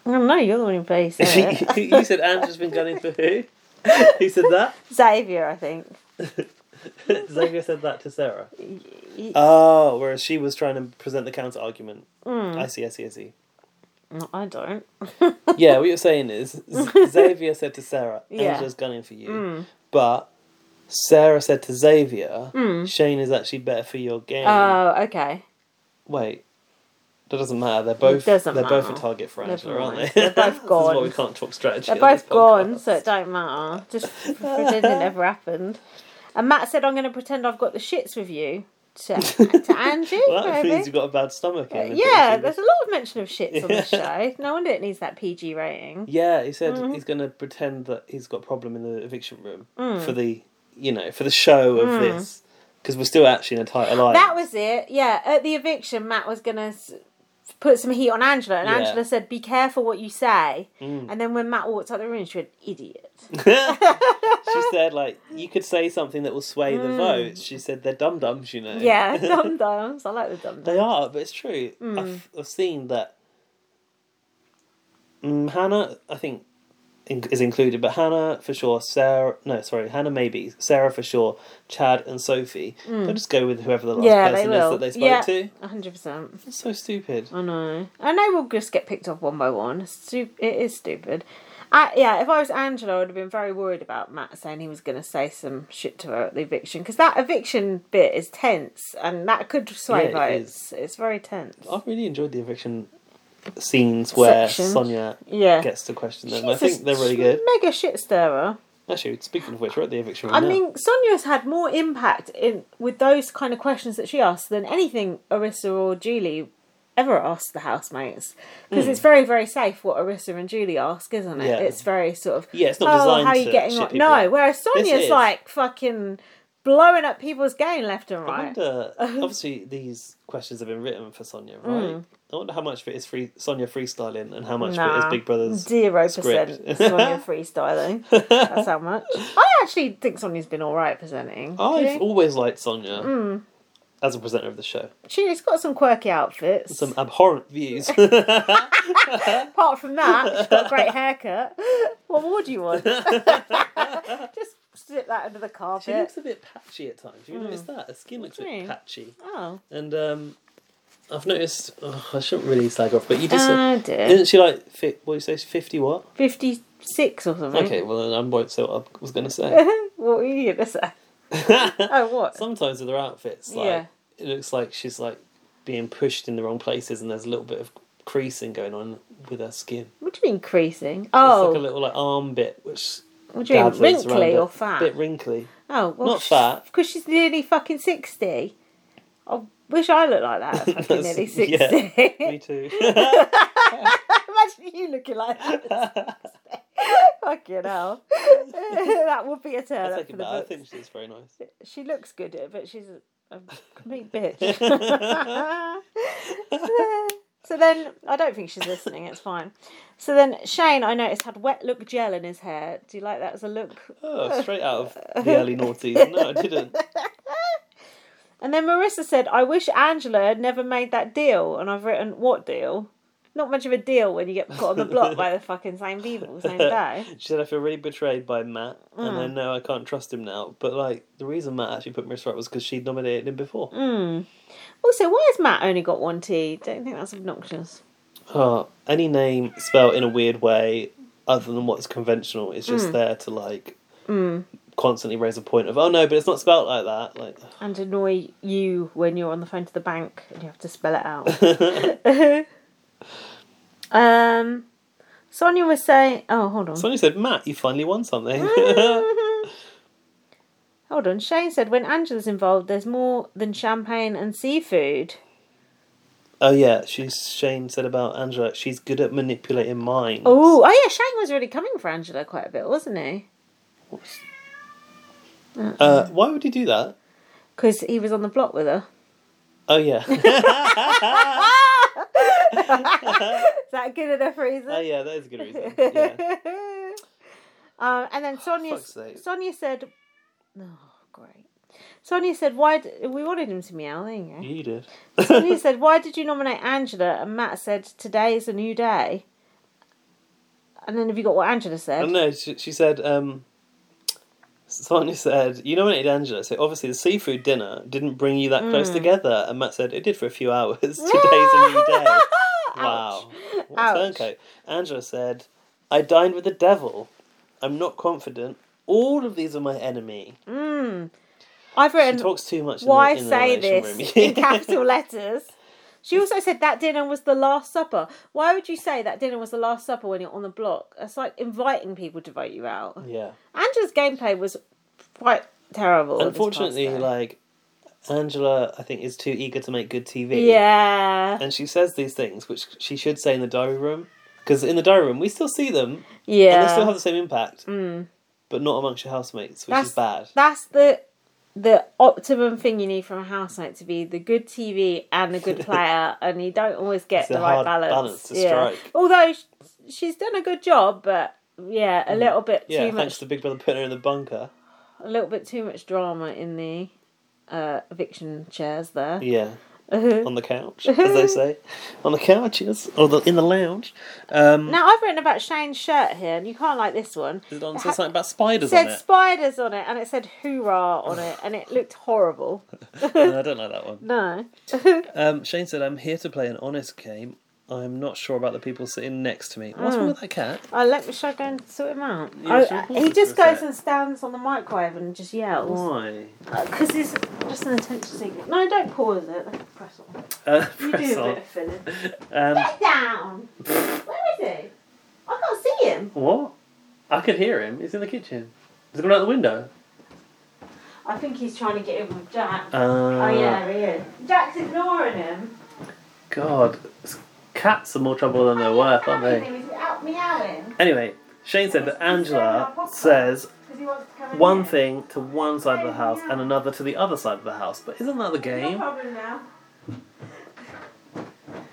Speaker 1: Oh, no, you're the one who plays it.
Speaker 2: you said Angela's been gunning for who? who said that? <laughs>
Speaker 1: Xavier, I think.
Speaker 2: Xavier said that to Sarah.
Speaker 1: y-
Speaker 2: Oh, whereas she was trying to present the counter argument.
Speaker 1: Mm.
Speaker 2: I see, I see, I see.
Speaker 1: No, I don't.
Speaker 2: Yeah, what you're saying is
Speaker 1: <laughs>
Speaker 2: Z- Xavier said to Sarah,
Speaker 1: Yeah. Mm.
Speaker 2: Angela's gunning for you. But Sarah said to Xavier,
Speaker 1: Mm.
Speaker 2: Shane is actually better for your game.
Speaker 1: Oh, okay.
Speaker 2: Wait. That doesn't matter. They're both
Speaker 1: doesn't
Speaker 2: they're both a
Speaker 1: matter.
Speaker 2: target for Angela,
Speaker 1: Never
Speaker 2: aren't
Speaker 1: mind.
Speaker 2: they?
Speaker 1: They're both
Speaker 2: <laughs> This is why
Speaker 1: gone.
Speaker 2: we can't talk strategy.
Speaker 1: They're
Speaker 2: on
Speaker 1: both
Speaker 2: this
Speaker 1: gone,
Speaker 2: podcast.
Speaker 1: so it don't matter. Just f- pretend it never happened. And Matt said, I'm going to pretend I've got the shits with you to, to Angie,
Speaker 2: Well, that
Speaker 1: maybe. Uh,
Speaker 2: means you've got a bad stomach. Ian,
Speaker 1: yeah,
Speaker 2: pretty
Speaker 1: there's
Speaker 2: soon.
Speaker 1: a lot of mention of shits on this
Speaker 2: <laughs> Yeah.
Speaker 1: show. No wonder it needs that PG rating.
Speaker 2: Yeah, he said
Speaker 1: Mm-hmm.
Speaker 2: he's going to pretend that he's got a problem in the eviction room
Speaker 1: Mm.
Speaker 2: for the, you know, for the show of this. Because we're still actually in a tight alliance.
Speaker 1: That was it. Yeah, at the eviction, Matt was gonna s- put some heat on Angela, and
Speaker 2: Yeah. Mm.
Speaker 1: Angela said, "Be careful what you say." And then when Matt walked out the room, she went, "Idiot."
Speaker 2: <laughs>
Speaker 1: <laughs>
Speaker 2: she said, like, you could say something that will sway the vote. She said they're dum dums, you know.
Speaker 1: Mm. Yeah, <laughs> dum dums. I like the dum dums.
Speaker 2: they are, but it's true.
Speaker 1: Hmm.
Speaker 2: I've, I've seen that. Mm, Hannah, I think, in, is included, but Hannah for sure. Sarah, no, sorry, Hannah maybe. Sarah for sure. Chad and Sophie. They'll just go with whoever the last
Speaker 1: Hmm. Yeah, they
Speaker 2: person is
Speaker 1: will.
Speaker 2: that they spoke
Speaker 1: Yeah. Hmm.
Speaker 2: to.
Speaker 1: hundred percent.
Speaker 2: It's so stupid.
Speaker 1: I know. I know we'll just get picked off one by one. It's stu- it is stupid. Uh, yeah, if I was Angela, I would have been very worried about Matt saying he was going to say some shit to her at the eviction because that eviction bit is tense and that could sway
Speaker 2: Yeah, it
Speaker 1: votes. It's very tense.
Speaker 2: I've really enjoyed the eviction scenes where
Speaker 1: Section.
Speaker 2: Sonia
Speaker 1: Yeah,
Speaker 2: gets to question them.
Speaker 1: She's
Speaker 2: I think
Speaker 1: a
Speaker 2: they're really good.
Speaker 1: Mega shit stirrer.
Speaker 2: Actually, speaking of which, we're at the eviction
Speaker 1: I
Speaker 2: room now.
Speaker 1: mean, Sonia's had more impact in with those kind of questions that she asked than anything Arissa or Julie ever asked the housemates because it's very very safe what Arissa and Julie ask, isn't it?
Speaker 2: Hmm. Yeah.
Speaker 1: It's very sort of "Oh,
Speaker 2: Yeah, it's not designed to shit people
Speaker 1: No,
Speaker 2: up.
Speaker 1: whereas Sonia's
Speaker 2: is.
Speaker 1: like fucking blowing up people's game left and
Speaker 2: I
Speaker 1: right. <laughs>
Speaker 2: wonder. obviously, these questions have been written for Sonia, right?
Speaker 1: Hmm.
Speaker 2: I wonder how much of it is free Sonia freestyling and how much of it
Speaker 1: Nah.
Speaker 2: is Big Brother's.
Speaker 1: Zero
Speaker 2: script.
Speaker 1: percent Sonia freestyling. That's how
Speaker 2: <laughs>
Speaker 1: much. I actually think Sonia's been all right presenting. Do
Speaker 2: I've
Speaker 1: you? Hmm.
Speaker 2: always liked Sonia as a presenter of the show.
Speaker 1: she's got some quirky outfits.
Speaker 2: Some abhorrent
Speaker 1: <laughs>
Speaker 2: views.
Speaker 1: Apart from that, she's got a
Speaker 2: <laughs>
Speaker 1: great haircut. What more do you want? Just slip that under the carpet.
Speaker 2: she looks a bit patchy at times. Have you noticed that? Her skin looks a
Speaker 1: Hmm. do you
Speaker 2: bit
Speaker 1: mean?
Speaker 2: patchy.
Speaker 1: Oh,
Speaker 2: And um, I've noticed. Oh, I shouldn't really slag off, but you just.
Speaker 1: oh
Speaker 2: Isn't
Speaker 1: dear.
Speaker 2: she like fi What do you say? Fifty what?
Speaker 1: 56 or something.
Speaker 2: Okay, well then I won't say what I was going to say.
Speaker 1: <laughs> what were you going to say? Oh, what?
Speaker 2: sometimes with her outfits, like
Speaker 1: Yeah.
Speaker 2: it looks like she's like being pushed in the wrong places, and there's a little bit of creasing going on with her skin.
Speaker 1: What do you mean creasing?
Speaker 2: It's
Speaker 1: Oh,
Speaker 2: like a little like arm bit, which
Speaker 1: what do you mean
Speaker 2: gathers around
Speaker 1: wrinkly
Speaker 2: it.
Speaker 1: or fat?
Speaker 2: Bit wrinkly.
Speaker 1: oh, well,
Speaker 2: not fat.
Speaker 1: Because she's nearly fucking 60. I wish I looked like that. at Fucking
Speaker 2: That's-
Speaker 1: nearly 60.
Speaker 2: yeah. Me too.
Speaker 1: <laughs>
Speaker 2: <laughs>
Speaker 1: Imagine you looking like <laughs> that. fucking hell. <laughs> that would be a turn
Speaker 2: I
Speaker 1: up
Speaker 2: think
Speaker 1: for the
Speaker 2: about. it. I
Speaker 1: books.
Speaker 2: think she's very nice.
Speaker 1: She looks good at it, but she's a, a complete bitch. <laughs> so then, I don't think she's listening. It's fine. So then, Shane, I noticed had wet look gel in his hair. Do you like that as a look?
Speaker 2: Oh, straight out
Speaker 1: <laughs>
Speaker 2: of the early noughties. No, I didn't.
Speaker 1: And then Marissa said, "I wish Angela had never made that deal." And I've written, "What deal?" Not much of a deal when you get put on the block by the fucking same people
Speaker 2: <laughs>
Speaker 1: same day.
Speaker 2: She said, I feel really betrayed by Matt, and
Speaker 1: Mm.
Speaker 2: I know I can't trust him now. But, like, the reason Matt actually put Marissa up was because she'd nominated him before.
Speaker 1: Also, why has Matt only got one T? Don't think that's obnoxious.
Speaker 2: Oh, any name spelled in a weird way other than what's conventional is just there to like constantly raise a point of oh no, but it's not spelt like that. Like
Speaker 1: And annoy you when you're on the phone to the bank and you have to spell it out. Um, Sonia was saying, "Oh, hold on,
Speaker 2: Sonia said, Matt, you finally
Speaker 1: <laughs>
Speaker 2: won something.
Speaker 1: hold on." Shane said, "When Angela's involved, there's more than champagne and seafood."
Speaker 2: oh yeah, she's Shane said about Angela. She's good at manipulating minds.
Speaker 1: Oh, oh yeah, Shane was really coming for Angela quite a bit, wasn't he?
Speaker 2: Uh, why would you do that?
Speaker 1: Because he was on the block with her.
Speaker 2: Oh yeah, <laughs>
Speaker 1: Is that good enough reason?
Speaker 2: oh yeah, that is a good reason. Yeah.
Speaker 1: <laughs>
Speaker 2: Oh,
Speaker 1: um, and then Sonia,
Speaker 2: fuck's sake.
Speaker 1: Sonia said, "Oh, great." Sonia said, "Why d- we wanted him to meow?" There you go.
Speaker 2: You did.
Speaker 1: Sonia said, "Why did you nominate Angela?" And Matt said, "Today is a new day." And then have you got what Angela
Speaker 2: Oh,
Speaker 1: said?
Speaker 2: no, she, she said. Um, Sonia said, "You nominated Angela, so obviously the seafood dinner didn't bring you that
Speaker 1: Mm.
Speaker 2: close together." And Matt said, "It did for a few hours. <laughs> Today's a new day."
Speaker 1: <laughs>
Speaker 2: wow, what a
Speaker 1: Ouch.
Speaker 2: turncoat! Angela said, "I dined with the devil. I'm not confident. All of these are my enemy.
Speaker 1: Hmm. I've
Speaker 2: She
Speaker 1: written
Speaker 2: talks too much. in the-
Speaker 1: why
Speaker 2: in the,
Speaker 1: say
Speaker 2: nomination <laughs>
Speaker 1: this <laughs>
Speaker 2: room."
Speaker 1: in capital letters. She also said that dinner was the last supper. Why would you say that dinner was the last supper when you're on the block? It's like inviting people to vote you out.
Speaker 2: yeah,
Speaker 1: Angela's gameplay was quite terrible. at this past
Speaker 2: unfortunately,
Speaker 1: day.
Speaker 2: like Angela, I think is too eager to make good TV.
Speaker 1: yeah,
Speaker 2: and she says these things which she should say in the diary room because in the diary room we still see them and they still
Speaker 1: yeah. Mm.
Speaker 2: have the same impact but not amongst your housemates which
Speaker 1: That's-
Speaker 2: is bad
Speaker 1: That's the the optimum thing you need from a house night to be the good TV and the
Speaker 2: <laughs>
Speaker 1: good player, and you don't always get
Speaker 2: It's
Speaker 1: the
Speaker 2: a
Speaker 1: right
Speaker 2: hard
Speaker 1: balance.
Speaker 2: balance to
Speaker 1: yeah.
Speaker 2: strike.
Speaker 1: Although sh- she's done a good job, but yeah, a little bit
Speaker 2: Mm. Yeah,
Speaker 1: too
Speaker 2: thanks
Speaker 1: much,
Speaker 2: to Big Brother putting her in the bunker.
Speaker 1: a little bit too much drama in the uh, eviction chairs there.
Speaker 2: Yeah.
Speaker 1: Uh-huh.
Speaker 2: on the couch, as they say. On the couches, or the, in the lounge. Um,
Speaker 1: Now I've written about Shane's shirt here, and you can't like this one.
Speaker 2: it on, says something about spiders on
Speaker 1: said
Speaker 2: it.
Speaker 1: spiders on it, and it said "hoorah" on it, and it looked horrible. <laughs>
Speaker 2: No, I don't like that one.
Speaker 1: No,
Speaker 2: Um, Shane said, I'm here to play an honest game. I'm not sure about the people sitting next to me. What's
Speaker 1: Hmm.
Speaker 2: wrong with that cat?
Speaker 1: I Uh, let me should I go and sort him out.
Speaker 2: Yeah,
Speaker 1: I- uh,
Speaker 2: should we pause
Speaker 1: he
Speaker 2: it
Speaker 1: just
Speaker 2: for a
Speaker 1: goes
Speaker 2: sec?
Speaker 1: and stands on the microwave and just yells
Speaker 2: Why?
Speaker 1: because he's just an attention seeker. No, don't pause it. Press on.
Speaker 2: Uh, <laughs>
Speaker 1: You
Speaker 2: press
Speaker 1: do a
Speaker 2: on.
Speaker 1: bit of filling.
Speaker 2: Um,
Speaker 1: Get down. Where is he? I can't see him.
Speaker 2: what? I could hear him. He's in the kitchen. He's gone out the window.
Speaker 1: I think he's trying to get in with Jack.
Speaker 2: Uh,
Speaker 1: oh yeah, he is. Jack's ignoring him.
Speaker 2: God. Cats are more trouble than they're worth, aren't they?
Speaker 1: He's out meowing
Speaker 2: Anyway, Shane said that Angela says
Speaker 1: because he wants to come in.
Speaker 2: one
Speaker 1: here.
Speaker 2: thing to one side of the house and another to the other side of the house. But isn't that the
Speaker 1: No
Speaker 2: game?
Speaker 1: problem now.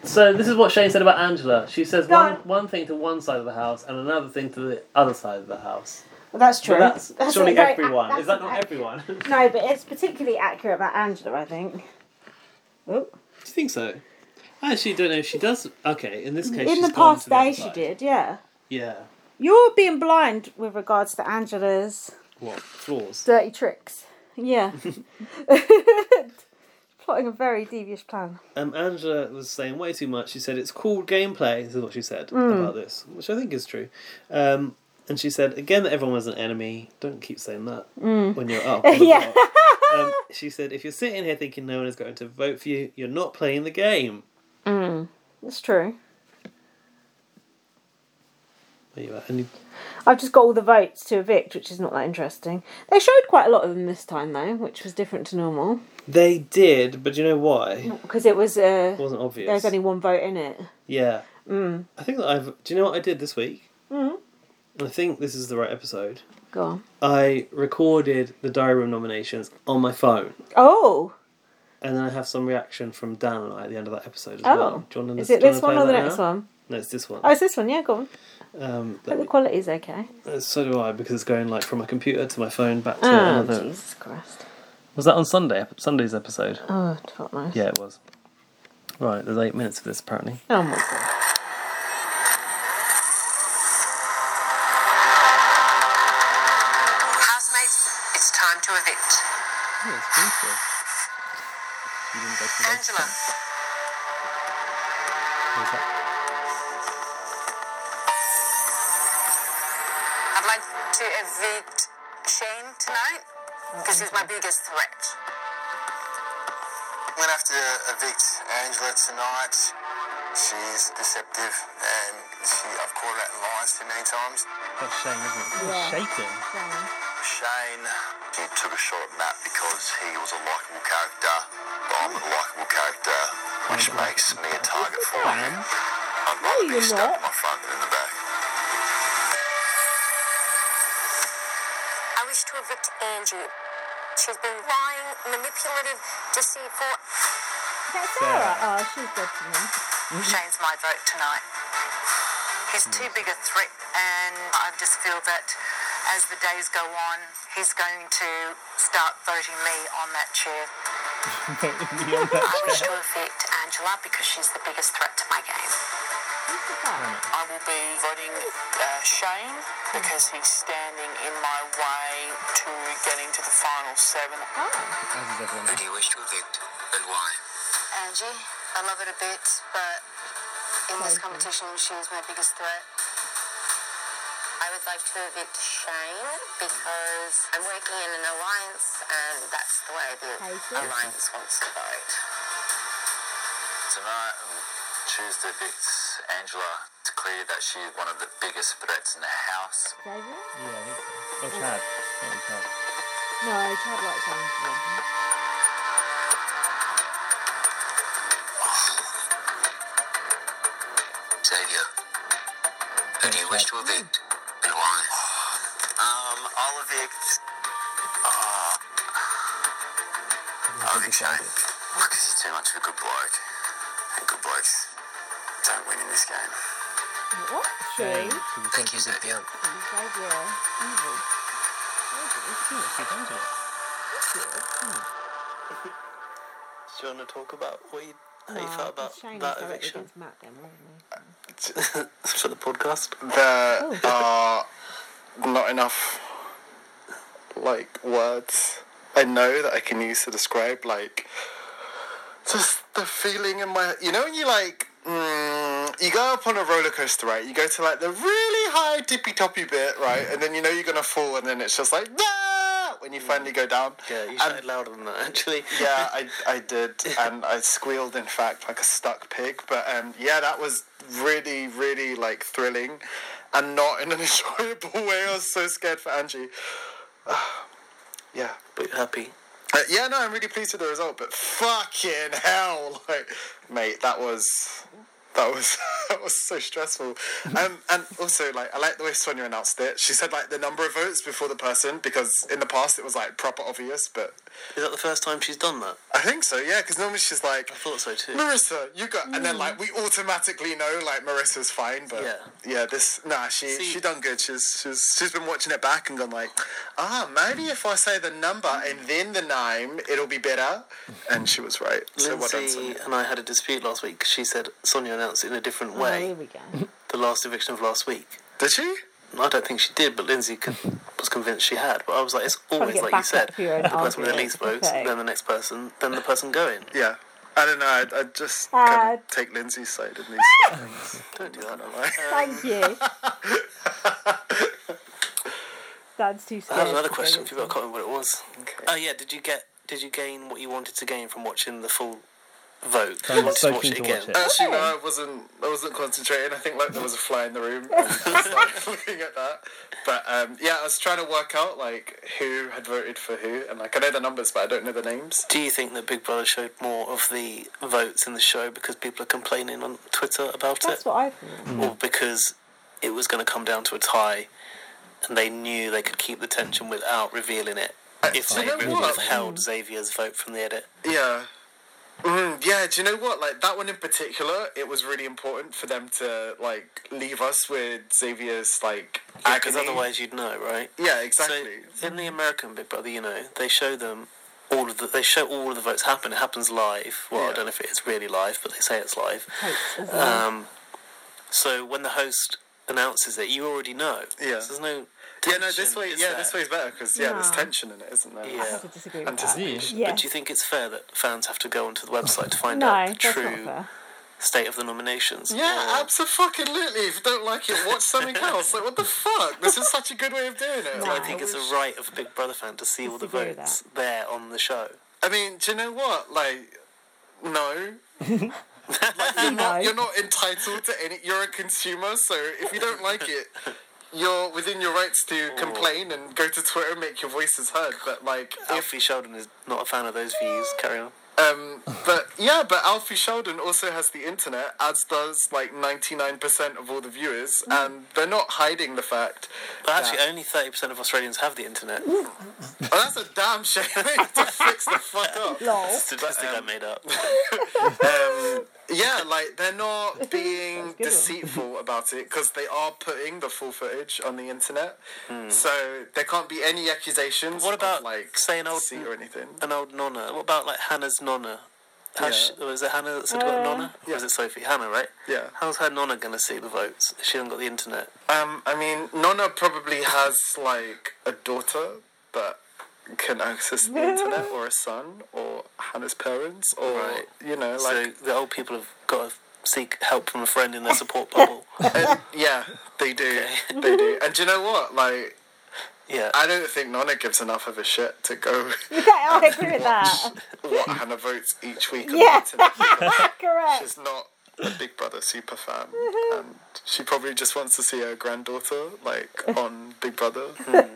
Speaker 2: So this is what Shane said about Angela. She says
Speaker 1: Go
Speaker 2: one,
Speaker 1: on.
Speaker 2: one thing to one side of the house and another thing to the other side of the house.
Speaker 1: Well, that's
Speaker 2: But
Speaker 1: true.
Speaker 2: that's, surely
Speaker 1: a very-
Speaker 2: everyone.
Speaker 1: that's
Speaker 2: is that
Speaker 1: an
Speaker 2: not
Speaker 1: ac- <laughs>
Speaker 2: everyone? Do
Speaker 1: No, but it's particularly accurate about Angela, I think. Oh.
Speaker 2: you think so? I actually don't know if she does. Okay, in this case,
Speaker 1: In the past day, she did, yeah.
Speaker 2: Yeah.
Speaker 1: You're being blind with regards to Angela's
Speaker 2: What flaws?
Speaker 1: dirty tricks.
Speaker 2: <laughs>
Speaker 1: Yeah. <laughs> Plotting a very devious plan.
Speaker 2: Um, Angela was saying way too much. She said it's called gameplay. This is what she said
Speaker 1: Hmm.
Speaker 2: about this, which I think is true. Um, and she said again that everyone was an enemy. Don't keep saying that when
Speaker 1: <laughs>
Speaker 2: you're up. on the
Speaker 1: Hmm. Yeah.
Speaker 2: block. Um, she said if you're sitting here thinking no one is going to vote for you, you're not playing the game.
Speaker 1: <laughs> That's true.
Speaker 2: Where you at? And you-
Speaker 1: I've just got all the votes to evict, which is not that interesting. They showed quite a lot of them this time, though, which was different to normal.
Speaker 2: They did, but do you know why? It
Speaker 1: Because it was, uh,
Speaker 2: wasn't obvious.
Speaker 1: Hmm. there's Hmm. only one vote in it.
Speaker 2: Yeah. I think that I've. Do you know what I did this week?
Speaker 1: Mhm.
Speaker 2: And I think this is the right episode.
Speaker 1: Go on.
Speaker 2: I recorded the diary room nominations on my phone,
Speaker 1: Oh!
Speaker 2: and then I have some reaction from Dan and I at the end of that episode as
Speaker 1: Oh.
Speaker 2: well. Do you wanna-
Speaker 1: Is it
Speaker 2: do you wanna
Speaker 1: this one
Speaker 2: play
Speaker 1: or the
Speaker 2: that
Speaker 1: next
Speaker 2: now?
Speaker 1: one?
Speaker 2: No, it's this one.
Speaker 1: Oh, it's this one, yeah, go on.
Speaker 2: Um,
Speaker 1: But
Speaker 2: let
Speaker 1: the
Speaker 2: me-
Speaker 1: quality's okay.
Speaker 2: uh, so do I because it's going like from my computer to my phone back to
Speaker 1: Oh,
Speaker 2: another.
Speaker 1: Jesus Christ.
Speaker 2: Was that on Sunday? Sunday's episode.
Speaker 1: Oh, it's not nice.
Speaker 2: Yeah, it was. Right, there's eight minutes of this apparently.
Speaker 1: Oh my god.
Speaker 4: Housemates, it's time to evict.
Speaker 2: Yeah, it's beautiful. You didn't go to the-
Speaker 4: Angela,
Speaker 2: was that-
Speaker 4: I'd like to evict Shane tonight because he's my biggest threat.
Speaker 5: I'm gonna have to evict Angela tonight. She's deceptive and she I've called her out in lies too many times.
Speaker 2: That's Shane, isn't it?
Speaker 1: Yeah.
Speaker 2: He's shaking.
Speaker 5: Shane, he took a shot at Matt because he was a likable character, but I'm a likable character, which makes me a target for him. I'm
Speaker 1: No,
Speaker 5: not
Speaker 1: you're
Speaker 5: being stabbed
Speaker 1: not.
Speaker 5: in my front and in the back.
Speaker 4: I wish to evict Angie. She's been lying, manipulative, deceitful.
Speaker 1: That's Sarah. Oh, she's dead to me.
Speaker 4: Shane's my vote tonight. He's too big a threat, and I just feel that as the days go on, he's going to start voting me on that chair. I wish to evict Angela because she's the biggest threat to my game. I will be voting uh, Shane because he's standing in my way to getting to the final seven.
Speaker 1: Oh.
Speaker 5: Who do you wish to evict and why?
Speaker 4: Angie, I love it a bit, but in this competition, she is my biggest threat. I would like to evict Shane because I'm working in an alliance, and that's the way the alliance wants to vote.
Speaker 5: Tonight we choose to evict Angela. It's clear that she's one of the biggest threats in the house.
Speaker 2: Oh, Chad. Oh, Chad.
Speaker 1: No, Chad likes Angela.
Speaker 5: Xavier, who do you wish to evict and why? Um, I'll evict. Uh,
Speaker 6: don't
Speaker 2: of
Speaker 6: think so.
Speaker 2: decided.
Speaker 6: Look, he's too much of a good bloke. And good blokes don't win in this game.
Speaker 1: What? True.
Speaker 2: Dang, she was
Speaker 6: Thank
Speaker 2: going
Speaker 6: you,
Speaker 2: for a good
Speaker 6: Xavier.
Speaker 2: bloke.
Speaker 1: Evil.
Speaker 2: Yeah, she does it.
Speaker 4: Do you want to talk about what you, how you
Speaker 1: Oh,
Speaker 4: felt about
Speaker 1: Shane
Speaker 4: that
Speaker 1: was directed
Speaker 4: eviction
Speaker 1: against Matt then, wasn't
Speaker 4: <laughs> for the podcast?
Speaker 7: There are not enough like words I know that I can use to describe like just the feeling in my you know when you like mm, you go up on a roller coaster right you go to like the really high tippy toppy bit right and then you know you're gonna fall and then it's just like "Ah!" when you finally go down
Speaker 4: Mm. Yeah, you
Speaker 7: And-
Speaker 4: sounded louder than that actually.
Speaker 7: yeah,
Speaker 4: <laughs>
Speaker 7: I, I did, and I squealed in fact like a stuck pig. But um, yeah, that was really really like thrilling, and not in an <laughs> enjoyable way. I was so scared for Angie. <sighs> yeah,
Speaker 4: But happy.
Speaker 7: Uh, yeah, no, I'm really pleased with the result. But fucking hell, <laughs> like mate, that was. That was <laughs> that was so stressful, um, and also like I like the way Sonia announced it. She said like the number of votes before the person because in the past it was like proper obvious, but
Speaker 4: Is that the first time she's done that?
Speaker 7: I think so, yeah, because normally she's like,
Speaker 4: I thought so too.
Speaker 7: Marissa, you got, and then like we automatically know like Marissa's fine, but
Speaker 4: Yeah.
Speaker 7: yeah, this nah, she
Speaker 4: See-
Speaker 7: she done good. She's she's she's been watching it back and gone like, ah, maybe if I say the number and then the name, it'll be better. And she was right. So well done,
Speaker 4: Lindsay
Speaker 7: Sonia.
Speaker 4: and I had a dispute last week. 'cause She said Sonia announced it in a different
Speaker 1: he? Oh,
Speaker 4: way.
Speaker 1: here we go.
Speaker 4: The last eviction of last week.
Speaker 7: Did she?
Speaker 4: I don't think she did, but Lindsay could,
Speaker 1: <laughs>
Speaker 4: was convinced she had. But I was like, it's always
Speaker 1: get
Speaker 4: like you
Speaker 1: back
Speaker 4: said:
Speaker 1: up for your own
Speaker 4: <laughs> the person with the
Speaker 1: argument.
Speaker 4: least votes,
Speaker 1: Okay.
Speaker 4: then the next person, then the person going.
Speaker 7: Yeah. I don't know. I, I just kind
Speaker 1: Bad.
Speaker 7: of take Lindsay's side in these sort of things.
Speaker 4: Don't do that. <laughs>
Speaker 1: Thank you. Dan's too
Speaker 4: I
Speaker 1: scared.
Speaker 4: had another
Speaker 1: to
Speaker 4: question
Speaker 1: go
Speaker 4: for you. but I can't remember what it was.
Speaker 7: Okay.
Speaker 4: Oh yeah, did you get? Did you gain what you wanted to gain from watching the full vote?
Speaker 2: I'm
Speaker 4: You wanted
Speaker 2: so keen to watch it.
Speaker 7: Actually, no, I wasn't. I wasn't concentrating. I think like there was a fly in the room. <laughs> I was like, looking at that, but um, yeah, I was trying to work out like who had voted for who, and like I know the numbers, but I don't know the names.
Speaker 4: Do you think that Big Brother showed more of the votes in the show because people are complaining on Twitter about
Speaker 1: That's
Speaker 4: it,
Speaker 1: what I thought.
Speaker 4: or because it was going to come down to a tie, and they knew they could keep the tension without revealing it if
Speaker 7: do
Speaker 4: they
Speaker 7: you know what?
Speaker 4: withheld Xavier's vote from the edit?
Speaker 7: Yeah. Mm, yeah, do you know what? Like that one in particular, it was really important for them to like leave us with Xavier's like
Speaker 4: Because
Speaker 7: agony.
Speaker 4: otherwise, you'd know, right?
Speaker 7: yeah, exactly.
Speaker 4: So in the American Big Brother, you know, they show them all of the they show all of the votes happen. It happens live. Well, I
Speaker 7: Yeah.
Speaker 4: don't know if it's really live, but they say it's live.
Speaker 1: Hates as well.
Speaker 7: Mm-hmm.
Speaker 4: Um, so when the host announces it, you already know.
Speaker 7: Yeah.
Speaker 4: So there's no.
Speaker 7: yeah, no, this
Speaker 4: tension,
Speaker 7: way.
Speaker 4: is
Speaker 7: Yeah,
Speaker 4: there?
Speaker 7: this way's better because yeah, there's
Speaker 1: No.
Speaker 7: tension in it, isn't there?
Speaker 4: Yeah.
Speaker 1: I have to disagree with that.
Speaker 7: Anticipation.
Speaker 1: Yes.
Speaker 4: But do you think it's fair that fans have to go onto the website to find
Speaker 1: no,
Speaker 4: out the
Speaker 1: that's not
Speaker 4: true
Speaker 1: fair.
Speaker 4: state of the nominations?
Speaker 7: Yeah,
Speaker 4: Or-
Speaker 7: absolutely. If you don't like it,
Speaker 4: <laughs>
Speaker 7: watch something else. Like, what the fuck? This is such a good way of doing it.
Speaker 4: I
Speaker 7: Like,
Speaker 4: think it's a right of a Big Brother fan to see all the
Speaker 1: Disagree with
Speaker 4: votes there on the show.
Speaker 7: I mean, do you know what? Like, no. Like, you're,
Speaker 1: No.
Speaker 4: <laughs>
Speaker 7: not, you're not entitled to any. You're a consumer, so if you don't like it, you're within your rights
Speaker 4: <laughs>
Speaker 7: to complain and go to Twitter and make your voices heard. But like, if
Speaker 4: Alfie Sheldon is not a fan of those views. Carry on.
Speaker 7: um, but yeah, but Alfie Sheldon also has the internet, as does like ninety nine percent of all the viewers, and they're not hiding the fact.
Speaker 4: But actually,
Speaker 7: that-
Speaker 4: only thirty percent of Australians have the internet.
Speaker 7: Oh, that's a damn shame <laughs> to fix the fuck up.
Speaker 1: Lol.
Speaker 4: Statistic I made <laughs> up.
Speaker 7: Yeah, like they're not being
Speaker 1: good one.
Speaker 7: deceitful about it because they are putting the full footage on the internet, so there can't be any accusations.
Speaker 4: Hmm. What about, oh, mm.
Speaker 7: of, like
Speaker 4: say, an old-
Speaker 7: deceit or anything?
Speaker 4: An old nonna. What about like Hannah's nonna? How's
Speaker 7: Yeah.
Speaker 4: she- or is it Hannah that said
Speaker 1: Uh,
Speaker 4: about nonna? Or is it Sophie? Hannah, right?
Speaker 7: Yeah.
Speaker 4: How's her nonna going to see the votes? if She hasn't got the internet.
Speaker 7: Um, I mean, Nonna probably has like a daughter that can access the internet, or a son, or Hannah's parents, or
Speaker 4: Right.
Speaker 7: you know, like
Speaker 4: so the old people have got to seek help from a friend in their
Speaker 1: <laughs>
Speaker 4: support bubble.
Speaker 7: and- yeah, they do, <laughs> they do. And do you know what? Like,
Speaker 4: yeah.
Speaker 7: I don't think Nonna gives enough of a shit to go. <laughs>
Speaker 1: Yeah, I agree
Speaker 4: <laughs>
Speaker 1: with that.
Speaker 7: what Hannah votes each week. On
Speaker 1: Yeah.
Speaker 7: the
Speaker 1: <laughs>
Speaker 7: internet.
Speaker 1: Correct.
Speaker 7: She's not a Big Brother super fan, and she probably just wants to see her granddaughter like on Big Brother,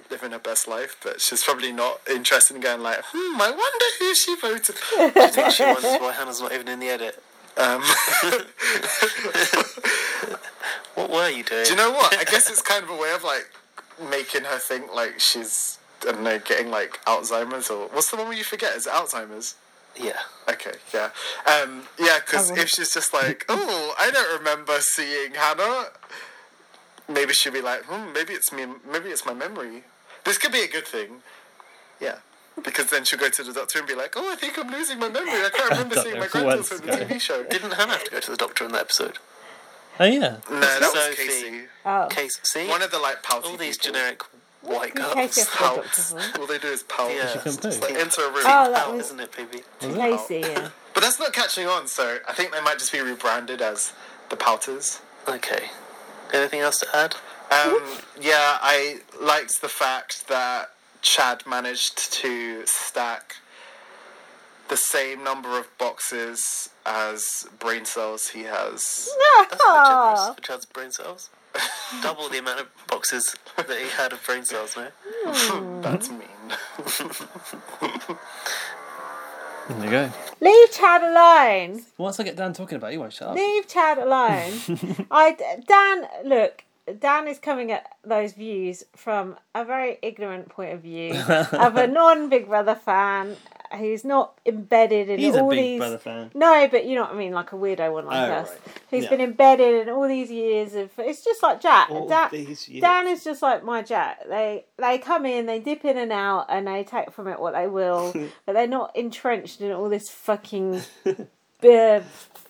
Speaker 7: living her best life. But she's probably not interested in going like, hmm, I wonder who she voted.
Speaker 4: I think she wonders why Hannah's not even in the edit.
Speaker 2: <laughs>
Speaker 7: Um,
Speaker 4: <laughs> What were you doing?
Speaker 7: do you know what? I guess it's kind of a way of like making her think like she's I don't know, getting like Alzheimer's or what's the one where you forget? Is it Alzheimer's?
Speaker 4: Yeah.
Speaker 7: Okay, yeah, um, yeah, because
Speaker 1: I
Speaker 7: if she's just like, oh, I don't remember seeing Hannah, maybe she'll be like, hmm, maybe it's me, maybe it's my memory. This could be a good thing, yeah, because then she'll go to the doctor and be like, oh, I think I'm losing my memory. I can't remember
Speaker 2: Doctor
Speaker 7: seeing my
Speaker 2: who
Speaker 7: granddaughter
Speaker 2: wants
Speaker 7: in the
Speaker 2: to go.
Speaker 7: TV show.
Speaker 4: Didn't Hannah have to go to the doctor in that episode?
Speaker 2: Oh yeah.
Speaker 7: No, that was
Speaker 4: Sophie.
Speaker 7: Casey.
Speaker 1: Oh.
Speaker 4: Case, see?
Speaker 7: One of the like pouty
Speaker 4: all these
Speaker 7: people.
Speaker 4: generic white
Speaker 1: In
Speaker 4: girls.
Speaker 1: case you
Speaker 7: Pout.
Speaker 1: have to Doctor
Speaker 7: All they do is pout.
Speaker 4: Yeah.
Speaker 2: She can
Speaker 4: It's just
Speaker 2: do.
Speaker 4: like,
Speaker 7: Like, enter a room.
Speaker 1: Oh, that
Speaker 4: out,
Speaker 1: was-
Speaker 4: isn't it, baby?
Speaker 1: Who. Casey, <laughs> yeah.
Speaker 7: But that's not catching on, so I think they might just be rebranded as the Pouters.
Speaker 4: Okay. Anything else to add?
Speaker 7: Um, yeah, I liked the fact that Chad managed to stack the same number of boxes as brain cells he has.
Speaker 4: That's not generous
Speaker 1: Aw.
Speaker 4: for Chad's brain cells. <laughs> Double the amount of boxes that he had of brain cells, no?
Speaker 7: <laughs> That's mean.
Speaker 4: <laughs>
Speaker 2: There you go.
Speaker 1: Leave Chad alone.
Speaker 2: Once I get down talking about it, you won't shut up.
Speaker 1: Leave Chad
Speaker 2: <laughs>
Speaker 1: alone. I Dan, look, Dan is coming at those views from a very ignorant point of view of
Speaker 2: <laughs>
Speaker 1: a non-Big Brother fan who's not embedded in
Speaker 2: He's a
Speaker 1: all
Speaker 2: Big
Speaker 1: these.
Speaker 2: Brother fan.
Speaker 1: No, but you know what I mean, like a weirdo one like
Speaker 2: Oh,
Speaker 1: us,
Speaker 2: right.
Speaker 1: who's
Speaker 2: Yeah.
Speaker 1: been embedded in all these years of. It's just like Jack.
Speaker 2: All
Speaker 1: Dan,
Speaker 2: these years.
Speaker 1: Dan is just like my Jack. They they come in, they dip in and out, and they take from it what they
Speaker 2: <laughs>
Speaker 1: will, but they're not entrenched in all this fucking. <laughs> Uh,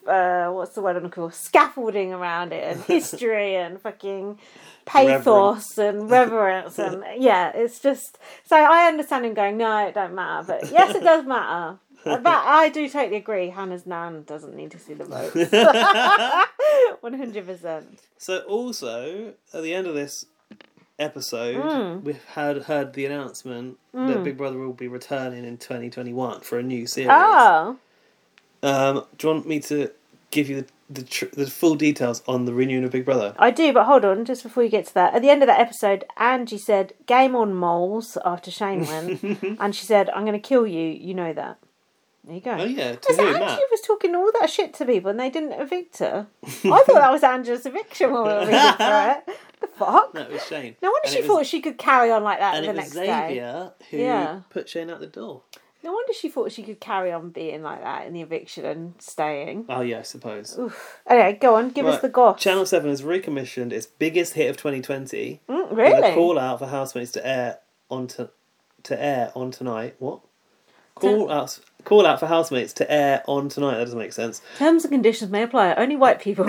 Speaker 1: uh, what's the word I'm call scaffolding around it
Speaker 2: <laughs>
Speaker 1: and history and fucking pathos
Speaker 2: <laughs>
Speaker 1: and reverence and yeah, it's just so I understand him going no, it don't matter, but yes, it does matter.
Speaker 2: <laughs>
Speaker 1: But I do totally agree. Hannah's nan doesn't need to see the
Speaker 2: <laughs>
Speaker 1: votes. <laughs> One hundred percent.
Speaker 2: So also at the end of this episode,
Speaker 1: Mm.
Speaker 2: we've had heard the announcement that Big Brother will be returning in 2021 for a new series.
Speaker 1: Oh,
Speaker 2: Um, do you want me to give you the the, tr- the full details on the renewing of Big Brother?
Speaker 1: I do. But hold on, just before you get to that, at the end of that episode, Angie said, "Game on, moles." After Shane went,
Speaker 2: <laughs>
Speaker 1: and she said, "I'm going to kill you. You know that." There you go.
Speaker 2: Oh yeah, to
Speaker 1: Because
Speaker 2: who,
Speaker 1: Angie
Speaker 2: Matt?
Speaker 1: was talking all that shit to people and they didn't evict
Speaker 2: <laughs>
Speaker 1: her. I thought that was Angie's eviction when we were reading for it. The fuck?
Speaker 2: No, it was Shane.
Speaker 1: No wonder
Speaker 2: And
Speaker 1: she
Speaker 2: it was-
Speaker 1: thought she could carry on like that
Speaker 2: And
Speaker 1: the
Speaker 2: it was
Speaker 1: next day.
Speaker 2: Xavier who
Speaker 1: Yeah.
Speaker 2: put Shane out the door.
Speaker 1: No wonder she thought she could carry on being like that in the eviction and staying.
Speaker 2: Oh yeah, I suppose.
Speaker 1: Anyway, go on, give us
Speaker 2: Right.
Speaker 1: the goss.
Speaker 2: Channel 7 has recommissioned its biggest hit of 2020
Speaker 1: Mm,
Speaker 2: with a
Speaker 1: really?
Speaker 2: call out for housemates to air on to, to air on tonight. What? Call out call out for housemates to air on tonight. That doesn't make sense.
Speaker 1: Terms and conditions may apply. Only white
Speaker 2: <laughs>
Speaker 1: people.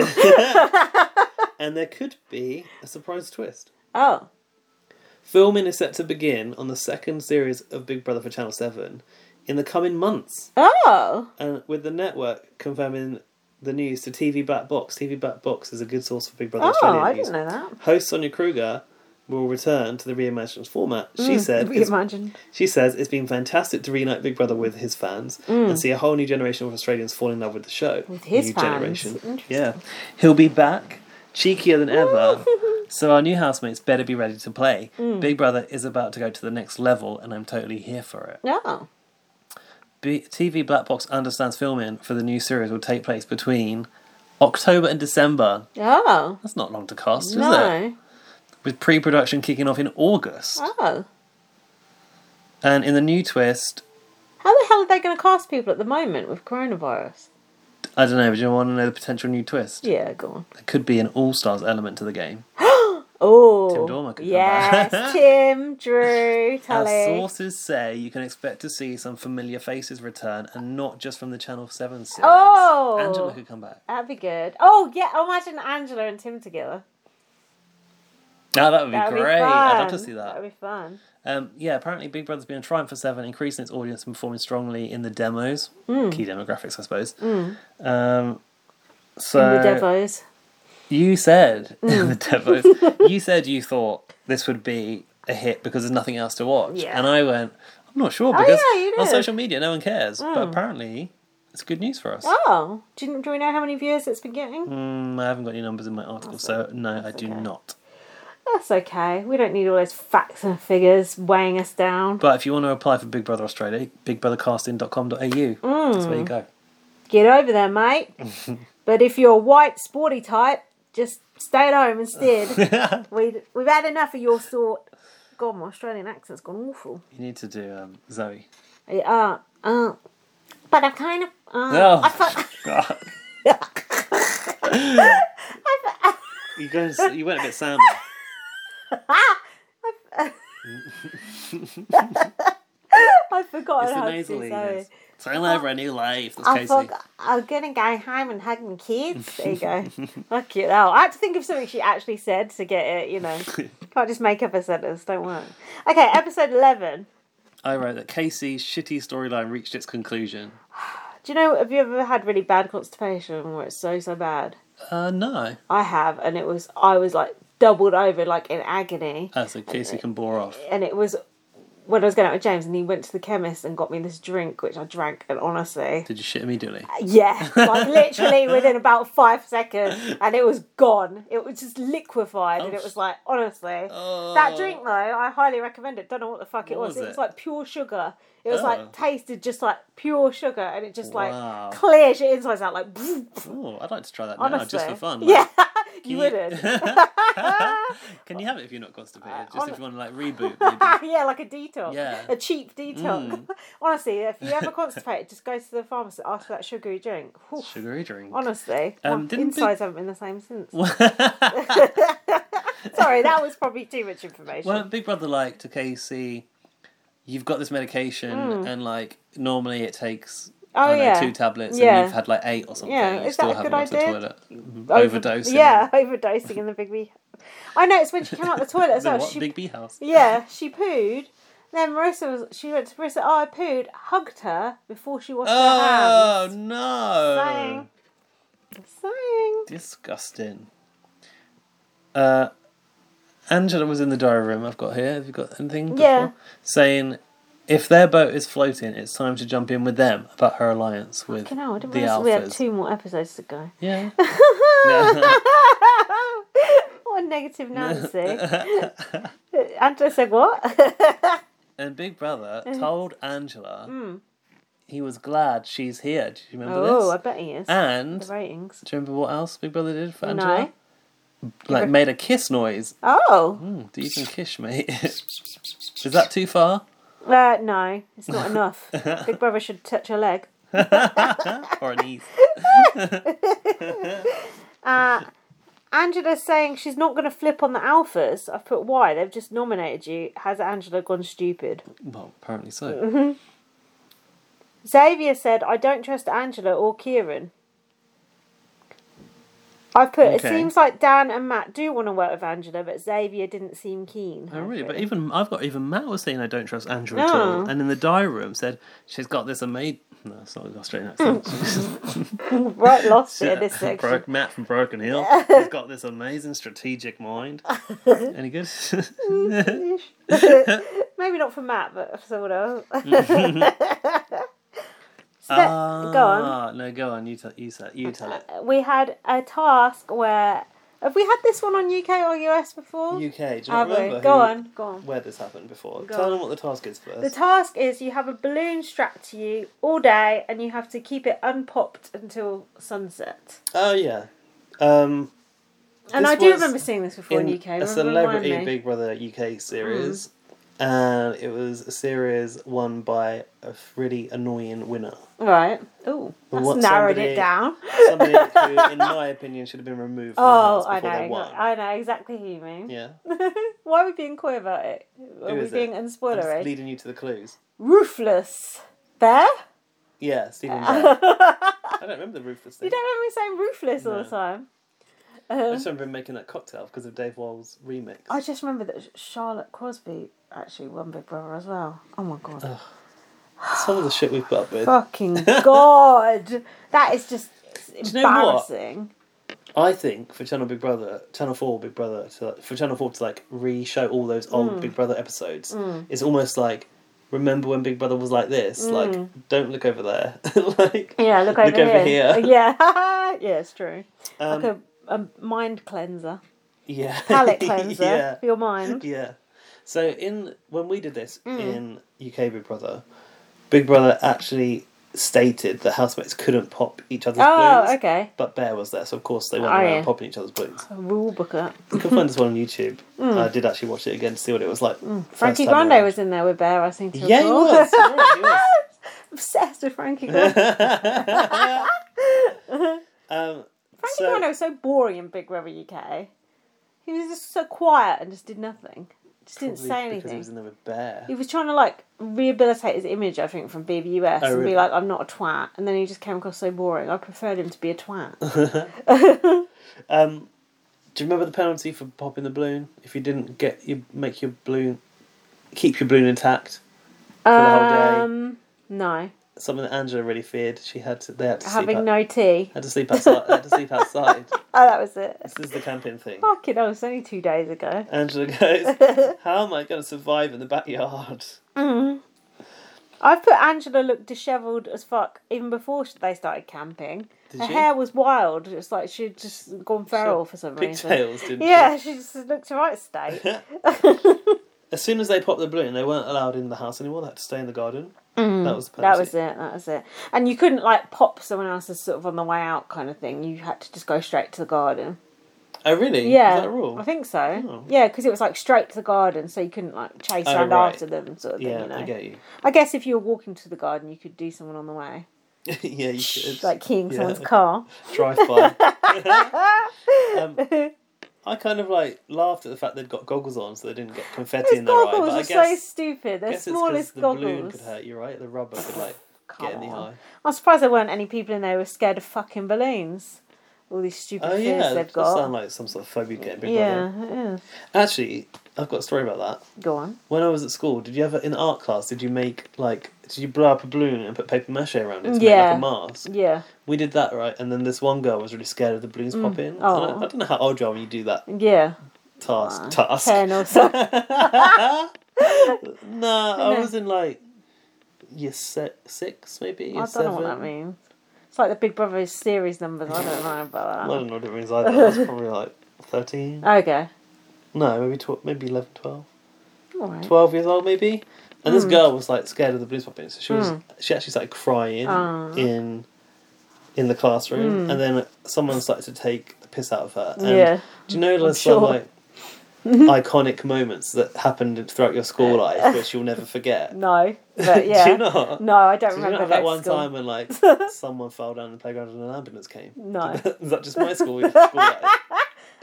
Speaker 2: And there could be a surprise twist.
Speaker 1: oh.
Speaker 2: Filming is set to begin on the second series of Big Brother for Channel 7 in the coming months,
Speaker 1: Oh.
Speaker 2: and with the network confirming the news to TV Black Box. TV Black Box is a good source for Big Brother
Speaker 1: Oh,
Speaker 2: Australia
Speaker 1: I
Speaker 2: news.
Speaker 1: didn't know that.
Speaker 2: Host Sonia Kruger will return to the reimagined format. She said,
Speaker 1: We
Speaker 2: it's-
Speaker 1: imagine.
Speaker 2: "She says it's been fantastic to reunite Big Brother with his fans and see a whole new generation of Australians fall in love with the show. With
Speaker 1: Mm. his
Speaker 2: new
Speaker 1: fans.
Speaker 2: generation,
Speaker 1: Interesting.
Speaker 2: yeah, he'll be back." Cheekier than
Speaker 1: <laughs>
Speaker 2: ever, so our new housemates better be ready to play.
Speaker 1: Mm.
Speaker 2: Big Brother is about to go to the next level, and I'm totally here for it.
Speaker 1: Oh.
Speaker 2: B- TV Black Box understands filming for the new series will take place between October and December.
Speaker 1: Oh.
Speaker 2: That's not long to cast, is it?
Speaker 1: No. Oh.
Speaker 2: With pre production kicking off in August.
Speaker 1: Oh.
Speaker 2: And in the new twist,
Speaker 1: How the hell are they going to cast people at the moment with coronavirus?
Speaker 2: I don't know, but you want to know the potential new twist?
Speaker 1: Yeah, go on.
Speaker 2: There could be an all stars element to the game.
Speaker 1: Oh,
Speaker 2: Tim Dormer could come
Speaker 1: yes,
Speaker 2: back. <laughs>
Speaker 1: Tim, Drew,
Speaker 2: As
Speaker 1: Tully.
Speaker 2: sources say, you can expect to see some familiar faces return and not just from the Channel 7 series.
Speaker 1: Oh.
Speaker 2: Angela could come back.
Speaker 1: That'd be good. Oh yeah, imagine Angela and Tim together.
Speaker 2: Now Ah, that would be
Speaker 1: That'd
Speaker 2: great.
Speaker 1: be fun.
Speaker 2: I'd love to see that.
Speaker 1: That'd be fun.
Speaker 2: Um, yeah, apparently Big Brother's been a triumph for Seven, increasing its audience and performing strongly in the demos.
Speaker 1: Hmm.
Speaker 2: Key demographics, I suppose. Um,
Speaker 1: In Hmm. the
Speaker 2: so
Speaker 1: Devos.
Speaker 2: you said <laughs>
Speaker 1: Mm.
Speaker 2: in the
Speaker 1: <laughs>
Speaker 2: devos, you said you thought this would be a hit because there's nothing else to watch,
Speaker 1: Yeah. Oh,
Speaker 2: and I went, I'm not sure because
Speaker 1: yeah, you
Speaker 2: on
Speaker 1: did. Mm.
Speaker 2: social media no one cares, but apparently it's good news for us.
Speaker 1: Oh, do, you, do we know how many views it's been getting?
Speaker 2: Mm, I haven't got any numbers in my article, so no, I do
Speaker 1: okay.
Speaker 2: not.
Speaker 1: That's okay. We don't need all those facts and figures weighing us down.
Speaker 2: But if you want to apply for Big Brother Australia, bigbrothercasting.com.au. That's
Speaker 1: Mm.
Speaker 2: where you go.
Speaker 1: Get over there, mate.
Speaker 2: <laughs>
Speaker 1: but if you're a white, sporty type, just stay at home
Speaker 2: <laughs>
Speaker 1: instead. we we've had enough of your sort. God, my Australian accent's gone awful.
Speaker 2: You need to do um, Zoe.
Speaker 1: Uh, uh, but I kind of. Uh,
Speaker 2: No.
Speaker 1: I
Speaker 2: <laughs>
Speaker 1: felt. <laughs>
Speaker 2: you guys, you went a
Speaker 1: <laughs>
Speaker 2: bit sound.
Speaker 1: I've forgotten
Speaker 2: It's the
Speaker 1: how to do Zoe.
Speaker 2: nasaliness. Tell over a new life. That's
Speaker 1: I
Speaker 2: Casey.
Speaker 1: forgot. I'm gonna go home and hug my kids. There you
Speaker 2: <laughs>
Speaker 1: go. Fuck you. hell. I had to think of something she actually said to get it. You
Speaker 2: <laughs>
Speaker 1: know, can't just make up a sentence. Don't work. Okay, episode eleven.
Speaker 2: I wrote that Casey's shitty storyline reached its conclusion.
Speaker 1: Do you know? Have you ever had really bad constipation where it's so so bad?
Speaker 2: Uh, no.
Speaker 1: I have, and it was I was like doubled over, like in agony,
Speaker 2: Uh, so Casey can bore off.
Speaker 1: and it was when I was going out with James, and he went to the chemist and got me this drink, which I drank, and honestly,
Speaker 2: Did you shit immediately?
Speaker 1: yeah,
Speaker 2: <laughs>
Speaker 1: like literally within about five seconds, and it was gone. It was just liquefied,
Speaker 2: Oh,
Speaker 1: and it was like honestly, that drink though, I highly recommend it. Don't know what the fuck it
Speaker 2: What
Speaker 1: was.
Speaker 2: was
Speaker 1: It was
Speaker 2: it?
Speaker 1: like pure sugar. It was
Speaker 2: Oh.
Speaker 1: like tasted just like pure sugar, and it just
Speaker 2: Wow.
Speaker 1: like clears your insides out, like <laughs>
Speaker 2: Oh, I'd like to try that now,
Speaker 1: honestly,
Speaker 2: just for fun.
Speaker 1: Yeah, <laughs>
Speaker 2: you-
Speaker 1: you wouldn't.
Speaker 2: <laughs>
Speaker 1: <laughs> Uh,
Speaker 2: Can you have it if you're not constipated? Just
Speaker 1: hon-
Speaker 2: if you want to like reboot.
Speaker 1: <laughs>
Speaker 2: Maybe.
Speaker 1: yeah, like a detox.
Speaker 2: Yeah. Hmm.
Speaker 1: A cheap detox. <laughs> Honestly, if you ever constipate, just go to the pharmacy after that sugary drink. Whew.
Speaker 2: Sugary drink.
Speaker 1: Honestly,
Speaker 2: Um,
Speaker 1: my
Speaker 2: didn't
Speaker 1: insides haven't been the same since. <laughs>
Speaker 2: <laughs>
Speaker 1: Sorry, that was probably too much information.
Speaker 2: Well, Big Brother like to Casey, you've got this medication, and like normally it takes
Speaker 1: Hmm. Oh,
Speaker 2: I don't
Speaker 1: yeah.
Speaker 2: know, two tablets,
Speaker 1: Yeah.
Speaker 2: and you've had like eight or something.
Speaker 1: Yeah,
Speaker 2: you
Speaker 1: is
Speaker 2: still
Speaker 1: that a
Speaker 2: haven't
Speaker 1: good
Speaker 2: gone to the
Speaker 1: idea? Mm-hmm.
Speaker 2: toilet. Overdosing.
Speaker 1: Yeah, <laughs> overdosing in the Big Bee. I noticed when she came out the toilet as
Speaker 2: <laughs> The
Speaker 1: well.
Speaker 2: what?
Speaker 1: She,
Speaker 2: Big B house. <laughs>
Speaker 1: yeah, she pooed. Then Marissa was. She went to Marissa. Oh, I pooed. Hugged her before she washed
Speaker 2: Oh
Speaker 1: her hands.
Speaker 2: no!
Speaker 1: Saying, saying.
Speaker 2: Disgusting. Uh, Angela was in the diary room. I've got here. Have you got anything?
Speaker 1: Yeah.
Speaker 2: before? Saying, if their boat is floating, it's time to jump in with them about her alliance with
Speaker 1: You know, I didn't
Speaker 2: the
Speaker 1: realize
Speaker 2: alphas.
Speaker 1: we had two more episodes to
Speaker 2: <laughs>
Speaker 1: go. <laughs>
Speaker 2: Yeah.
Speaker 1: What a negative Nancy.
Speaker 2: <laughs>
Speaker 1: Angela said what?
Speaker 2: And Big Brother
Speaker 1: Uh-huh.
Speaker 2: told Angela he was glad she's here. Do you remember
Speaker 1: Mm. oh, I
Speaker 2: this?
Speaker 1: bet he is.
Speaker 2: And
Speaker 1: the
Speaker 2: do you
Speaker 1: ratings.
Speaker 2: remember what else Big Brother did for Angela?
Speaker 1: No.
Speaker 2: Like made a kiss noise.
Speaker 1: Oh.
Speaker 2: Do you can kiss, mate? <laughs> is that too far?
Speaker 1: Uh, no, it's not
Speaker 2: <laughs>
Speaker 1: enough. Big Brother should touch her leg.
Speaker 2: Or an ease?
Speaker 1: Angela's saying she's not going to flip on the alphas. I've put why. They've just nominated you. Has Angela gone stupid?
Speaker 2: Well,
Speaker 1: <laughs>
Speaker 2: apparently so.
Speaker 1: Xavier said, I don't trust Angela or Kieran. I put, it
Speaker 2: Okay.
Speaker 1: seems like Dan and Matt do want to work with Angela, but Xavier didn't seem keen.
Speaker 2: Oh,
Speaker 1: I've
Speaker 2: really? But
Speaker 1: written.
Speaker 2: even I've got even Matt was saying I don't trust Andrew at all,
Speaker 1: No.
Speaker 2: and in the diary room said she's got this amazing. No, it's not an Australian
Speaker 1: Hmm.
Speaker 2: accent.
Speaker 1: right
Speaker 2: <laughs>
Speaker 1: lost it in this section.
Speaker 2: Broke Matt from Broken Hill. He's got this amazing
Speaker 1: <laughs>
Speaker 2: strategic mind. Any good? <laughs>
Speaker 1: Maybe not for Matt, but for someone else. <laughs> So that- go on.
Speaker 2: Ah, No, go on. You tell. You tell. You tell it.
Speaker 1: We had a task where have we had this one on UK or US before?
Speaker 2: UK. Do you
Speaker 1: Have
Speaker 2: not
Speaker 1: we?
Speaker 2: remember?
Speaker 1: Go
Speaker 2: who-
Speaker 1: on, go on.
Speaker 2: Where this happened before?
Speaker 1: Go
Speaker 2: tell
Speaker 1: on.
Speaker 2: them what the task is
Speaker 1: The
Speaker 2: first.
Speaker 1: task is you have a balloon strapped to you all day, and you have to keep it unpopped until sunset.
Speaker 2: oh yeah. Um,
Speaker 1: And
Speaker 2: This
Speaker 1: I do
Speaker 2: was
Speaker 1: remember seeing this before in,
Speaker 2: in
Speaker 1: UK. Remind
Speaker 2: a celebrity
Speaker 1: me. Hmm.
Speaker 2: Big Brother UK series, and it was a series won by a really
Speaker 1: <laughs>
Speaker 2: annoying winner.
Speaker 1: Right. Oh, that's
Speaker 2: What
Speaker 1: narrowed
Speaker 2: somebody-
Speaker 1: it down.
Speaker 2: Somebody who, in my opinion, should have been removed. From
Speaker 1: Oh,
Speaker 2: the
Speaker 1: I
Speaker 2: house
Speaker 1: know.
Speaker 2: before They won.
Speaker 1: I know exactly who you mean.
Speaker 2: Yeah,
Speaker 1: <laughs> Why are we being coy about it? Are
Speaker 2: Who
Speaker 1: we
Speaker 2: is it?
Speaker 1: being
Speaker 2: I'm just
Speaker 1: unspoilery?
Speaker 2: leading you to the clues.
Speaker 1: Roofless. Bear? <laughs>
Speaker 2: Yeah, Stephen. Bear. I don't remember the ruthless thing.
Speaker 1: You don't remember me saying roofless all
Speaker 2: No.
Speaker 1: the time.
Speaker 2: I just remember him making that cocktail because of Dave Wall's remix.
Speaker 1: I just remember that Charlotte Crosby actually won Big Brother as well. Oh my god.
Speaker 2: Some of the shit we've put up with.
Speaker 1: Fucking god. That is just it's
Speaker 2: Do you know what?
Speaker 1: embarrassing.
Speaker 2: I think for Channel Big Brother, Channel Four Big Brother, to, for Channel Four to like re-show all those old
Speaker 1: Mm.
Speaker 2: Big Brother episodes, it's almost like remember when Big Brother was like this. Like, don't look over there. <laughs> like,
Speaker 1: Mm. Yeah, look over
Speaker 2: Look over
Speaker 1: here.
Speaker 2: here.
Speaker 1: Yeah. <laughs> yeah, it's true.
Speaker 2: um,
Speaker 1: like a, a mind cleanser,
Speaker 2: yeah,
Speaker 1: palate
Speaker 2: <laughs>
Speaker 1: cleanser
Speaker 2: yeah,
Speaker 1: for your mind.
Speaker 2: yeah. So in when we did this
Speaker 1: Hmm.
Speaker 2: in UK Big Brother, Big Brother actually stated that housemates couldn't pop each other's
Speaker 1: Oh,
Speaker 2: balloons.
Speaker 1: okay.
Speaker 2: But Bear was there, so of course they went
Speaker 1: Oh,
Speaker 2: around
Speaker 1: yeah. Oh.
Speaker 2: popping each other's balloons.
Speaker 1: A rule booklet.
Speaker 2: You can find this one
Speaker 1: <laughs>
Speaker 2: on YouTube. I did actually watch it again to see what it was like. first
Speaker 1: Hmm. Frankie
Speaker 2: time <laughs>
Speaker 1: Grande
Speaker 2: around.
Speaker 1: was in there with Bear, I seem to
Speaker 2: Yeah, he
Speaker 1: recall.
Speaker 2: was. You're right, he was.
Speaker 1: <laughs> Obsessed with Frankie
Speaker 2: <laughs>
Speaker 1: Guano. <laughs>
Speaker 2: Um,
Speaker 1: Frankie
Speaker 2: so-
Speaker 1: Guano was so boring in Big Brother UK. He was just so quiet and just did nothing. Just didn't
Speaker 2: Probably
Speaker 1: say
Speaker 2: Because he
Speaker 1: anything.
Speaker 2: was in there with Bear.
Speaker 1: He was trying to like rehabilitate his image, I think, from BBUS and
Speaker 2: Oh, really?
Speaker 1: be like, "I'm not a twat," and then he just came across so boring. I preferred him to be a
Speaker 2: <laughs>
Speaker 1: twat.
Speaker 2: Um, do you remember the penalty for popping the balloon? If you didn't get you make your balloon, keep your balloon intact for the whole day.
Speaker 1: um, no,
Speaker 2: Something that Angela really feared. She had to. They had to sleep.
Speaker 1: having
Speaker 2: out-
Speaker 1: no tea.
Speaker 2: had to sleep outside. had to
Speaker 1: <laughs>
Speaker 2: sleep outside.
Speaker 1: Oh, that was it.
Speaker 2: This is the camping thing.
Speaker 1: Fucking hell, it's only two days ago.
Speaker 2: Angela
Speaker 1: <laughs>
Speaker 2: goes, "How am I going to survive in the backyard?"
Speaker 1: I put Angela looked dishevelled as fuck even before sh- they started camping.
Speaker 2: Did
Speaker 1: her
Speaker 2: she?
Speaker 1: hair was wild. It's like she'd just gone feral for some reason.
Speaker 2: Pigtails, didn't
Speaker 1: Yeah,
Speaker 2: she?
Speaker 1: she just looked her right
Speaker 2: <laughs>
Speaker 1: state.
Speaker 2: As soon as they popped the balloon, they weren't allowed in the house anymore. They had to stay in the garden. That was the
Speaker 1: Mm, that
Speaker 2: penalty.
Speaker 1: was it. That was it. And you couldn't like pop someone else's sort of on the way out kind of thing. You had to just go straight to the garden.
Speaker 2: Oh really?
Speaker 1: Yeah,
Speaker 2: Is that a rule?
Speaker 1: I think so.
Speaker 2: Oh.
Speaker 1: Yeah, because it was like straight to the garden, so you couldn't like chase
Speaker 2: Oh,
Speaker 1: around
Speaker 2: right.
Speaker 1: after them, sort of thing.
Speaker 2: yeah,
Speaker 1: you know.
Speaker 2: I get you. <laughs>
Speaker 1: I guess if you were walking to the garden, you could do someone on the way,
Speaker 2: yeah, you should.
Speaker 1: like keying someone's
Speaker 2: Yeah. <laughs>
Speaker 1: car. <laughs>
Speaker 2: drive by. um, I kind of like laughed at the fact they'd got goggles on, so they didn't get confetti
Speaker 1: Those
Speaker 2: in their eye.
Speaker 1: goggles
Speaker 2: But I
Speaker 1: are so
Speaker 2: guess,
Speaker 1: stupid. They're
Speaker 2: guess it's 'cause
Speaker 1: smallest
Speaker 2: the balloon
Speaker 1: goggles.
Speaker 2: could hurt you, right? The rubber
Speaker 1: <sighs>
Speaker 2: could like get in
Speaker 1: Come
Speaker 2: the
Speaker 1: on.
Speaker 2: eye.
Speaker 1: I'm surprised there weren't any people in there who were scared of fucking balloons. All these stupid
Speaker 2: Oh
Speaker 1: fears
Speaker 2: yeah,
Speaker 1: they've
Speaker 2: that
Speaker 1: got.
Speaker 2: sound like some sort of phobia getting big
Speaker 1: yeah,
Speaker 2: brother.
Speaker 1: yeah.
Speaker 2: Actually, I've got a story about that.
Speaker 1: Go on.
Speaker 2: When I was at school, did you ever in art class? Did you make like did you blow up a balloon and put paper mache around it to
Speaker 1: Yeah.
Speaker 2: make like a mask?
Speaker 1: Yeah,
Speaker 2: We did that right, and then this one girl was really scared of the balloons popping. And I,
Speaker 1: Mm. Aw.
Speaker 2: I don't know how old you are when you do that
Speaker 1: yeah.
Speaker 2: task. <laughs> task.
Speaker 1: Ten or
Speaker 2: <laughs>
Speaker 1: something.
Speaker 2: No, I
Speaker 1: No.
Speaker 2: was in like year se- six, maybe.
Speaker 1: I
Speaker 2: Year
Speaker 1: don't know what that
Speaker 2: seven.
Speaker 1: means. It's like the Big Brother series numbers. I don't know
Speaker 2: I
Speaker 1: about that.
Speaker 2: don't know what it means either. I was probably like 13.
Speaker 1: Okay.
Speaker 2: No, maybe tw- maybe 11, 12.
Speaker 1: All right.
Speaker 2: 12 years old, maybe.
Speaker 1: Hmm.
Speaker 2: And this girl was like scared of the blues popping, so she was she actually started crying
Speaker 1: Ah. Hmm.
Speaker 2: in in the classroom, and then someone started to take the piss out of her. And
Speaker 1: Yeah.
Speaker 2: Do you know there's
Speaker 1: sure.
Speaker 2: some
Speaker 1: <laughs>
Speaker 2: like iconic moments that happened throughout your school life which you'll never forget?
Speaker 1: No, <laughs> but yeah.
Speaker 2: <laughs> Do you not?
Speaker 1: No, I don't
Speaker 2: Did you
Speaker 1: remember
Speaker 2: not have that
Speaker 1: going to
Speaker 2: one
Speaker 1: school.
Speaker 2: time when
Speaker 1: <laughs>
Speaker 2: like someone fell down the playground and an ambulance came?
Speaker 1: No.
Speaker 2: <laughs> Is that just
Speaker 1: <laughs>
Speaker 2: my school? school life?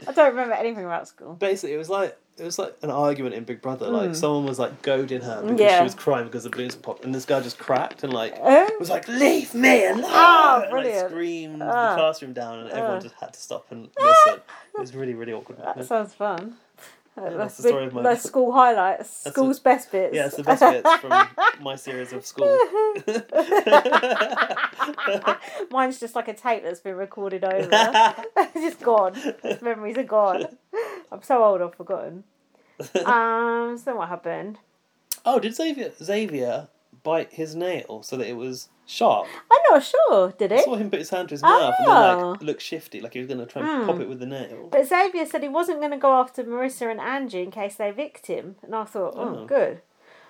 Speaker 1: I don't remember anything about school.
Speaker 2: Basically, it was like it was like an argument in Big Brother. Like someone was like goading her because
Speaker 1: Hmm. Yeah.
Speaker 2: she was crying because the balloons were popped, and this guy just cracked and like
Speaker 1: Oh.
Speaker 2: was like, "Leave me alone!"
Speaker 1: Oh,
Speaker 2: and, like,
Speaker 1: brilliant.
Speaker 2: screamed
Speaker 1: Ah.
Speaker 2: the classroom down, and everyone
Speaker 1: Ah.
Speaker 2: just had to stop and listen. it was really really awkward.
Speaker 1: That sounds fun. that's,
Speaker 2: that's the
Speaker 1: big-
Speaker 2: story of my-
Speaker 1: that's school highlights.
Speaker 2: That's
Speaker 1: School's
Speaker 2: a-
Speaker 1: best bits.
Speaker 2: Yeah,
Speaker 1: <laughs>
Speaker 2: it's the best bits from my series of school.
Speaker 1: Mine's just like a tape that's been recorded
Speaker 2: <laughs>
Speaker 1: over. <laughs> it's just gone. Those memories are gone. I'm so old, I've forgotten. Um, so what happened?
Speaker 2: Oh, did Xavier Xavier bite his nail so that it was sharp?
Speaker 1: I'm not sure. Did
Speaker 2: I
Speaker 1: it?
Speaker 2: saw him put his hand to his mouth and then
Speaker 1: Oh.
Speaker 2: like look shifty, like he was gonna try and
Speaker 1: Hmm.
Speaker 2: pop it with the nail.
Speaker 1: But Xavier said he wasn't going to go after Marissa and Angie in case they vicked him, and I thought, oh,
Speaker 2: Oh.
Speaker 1: good.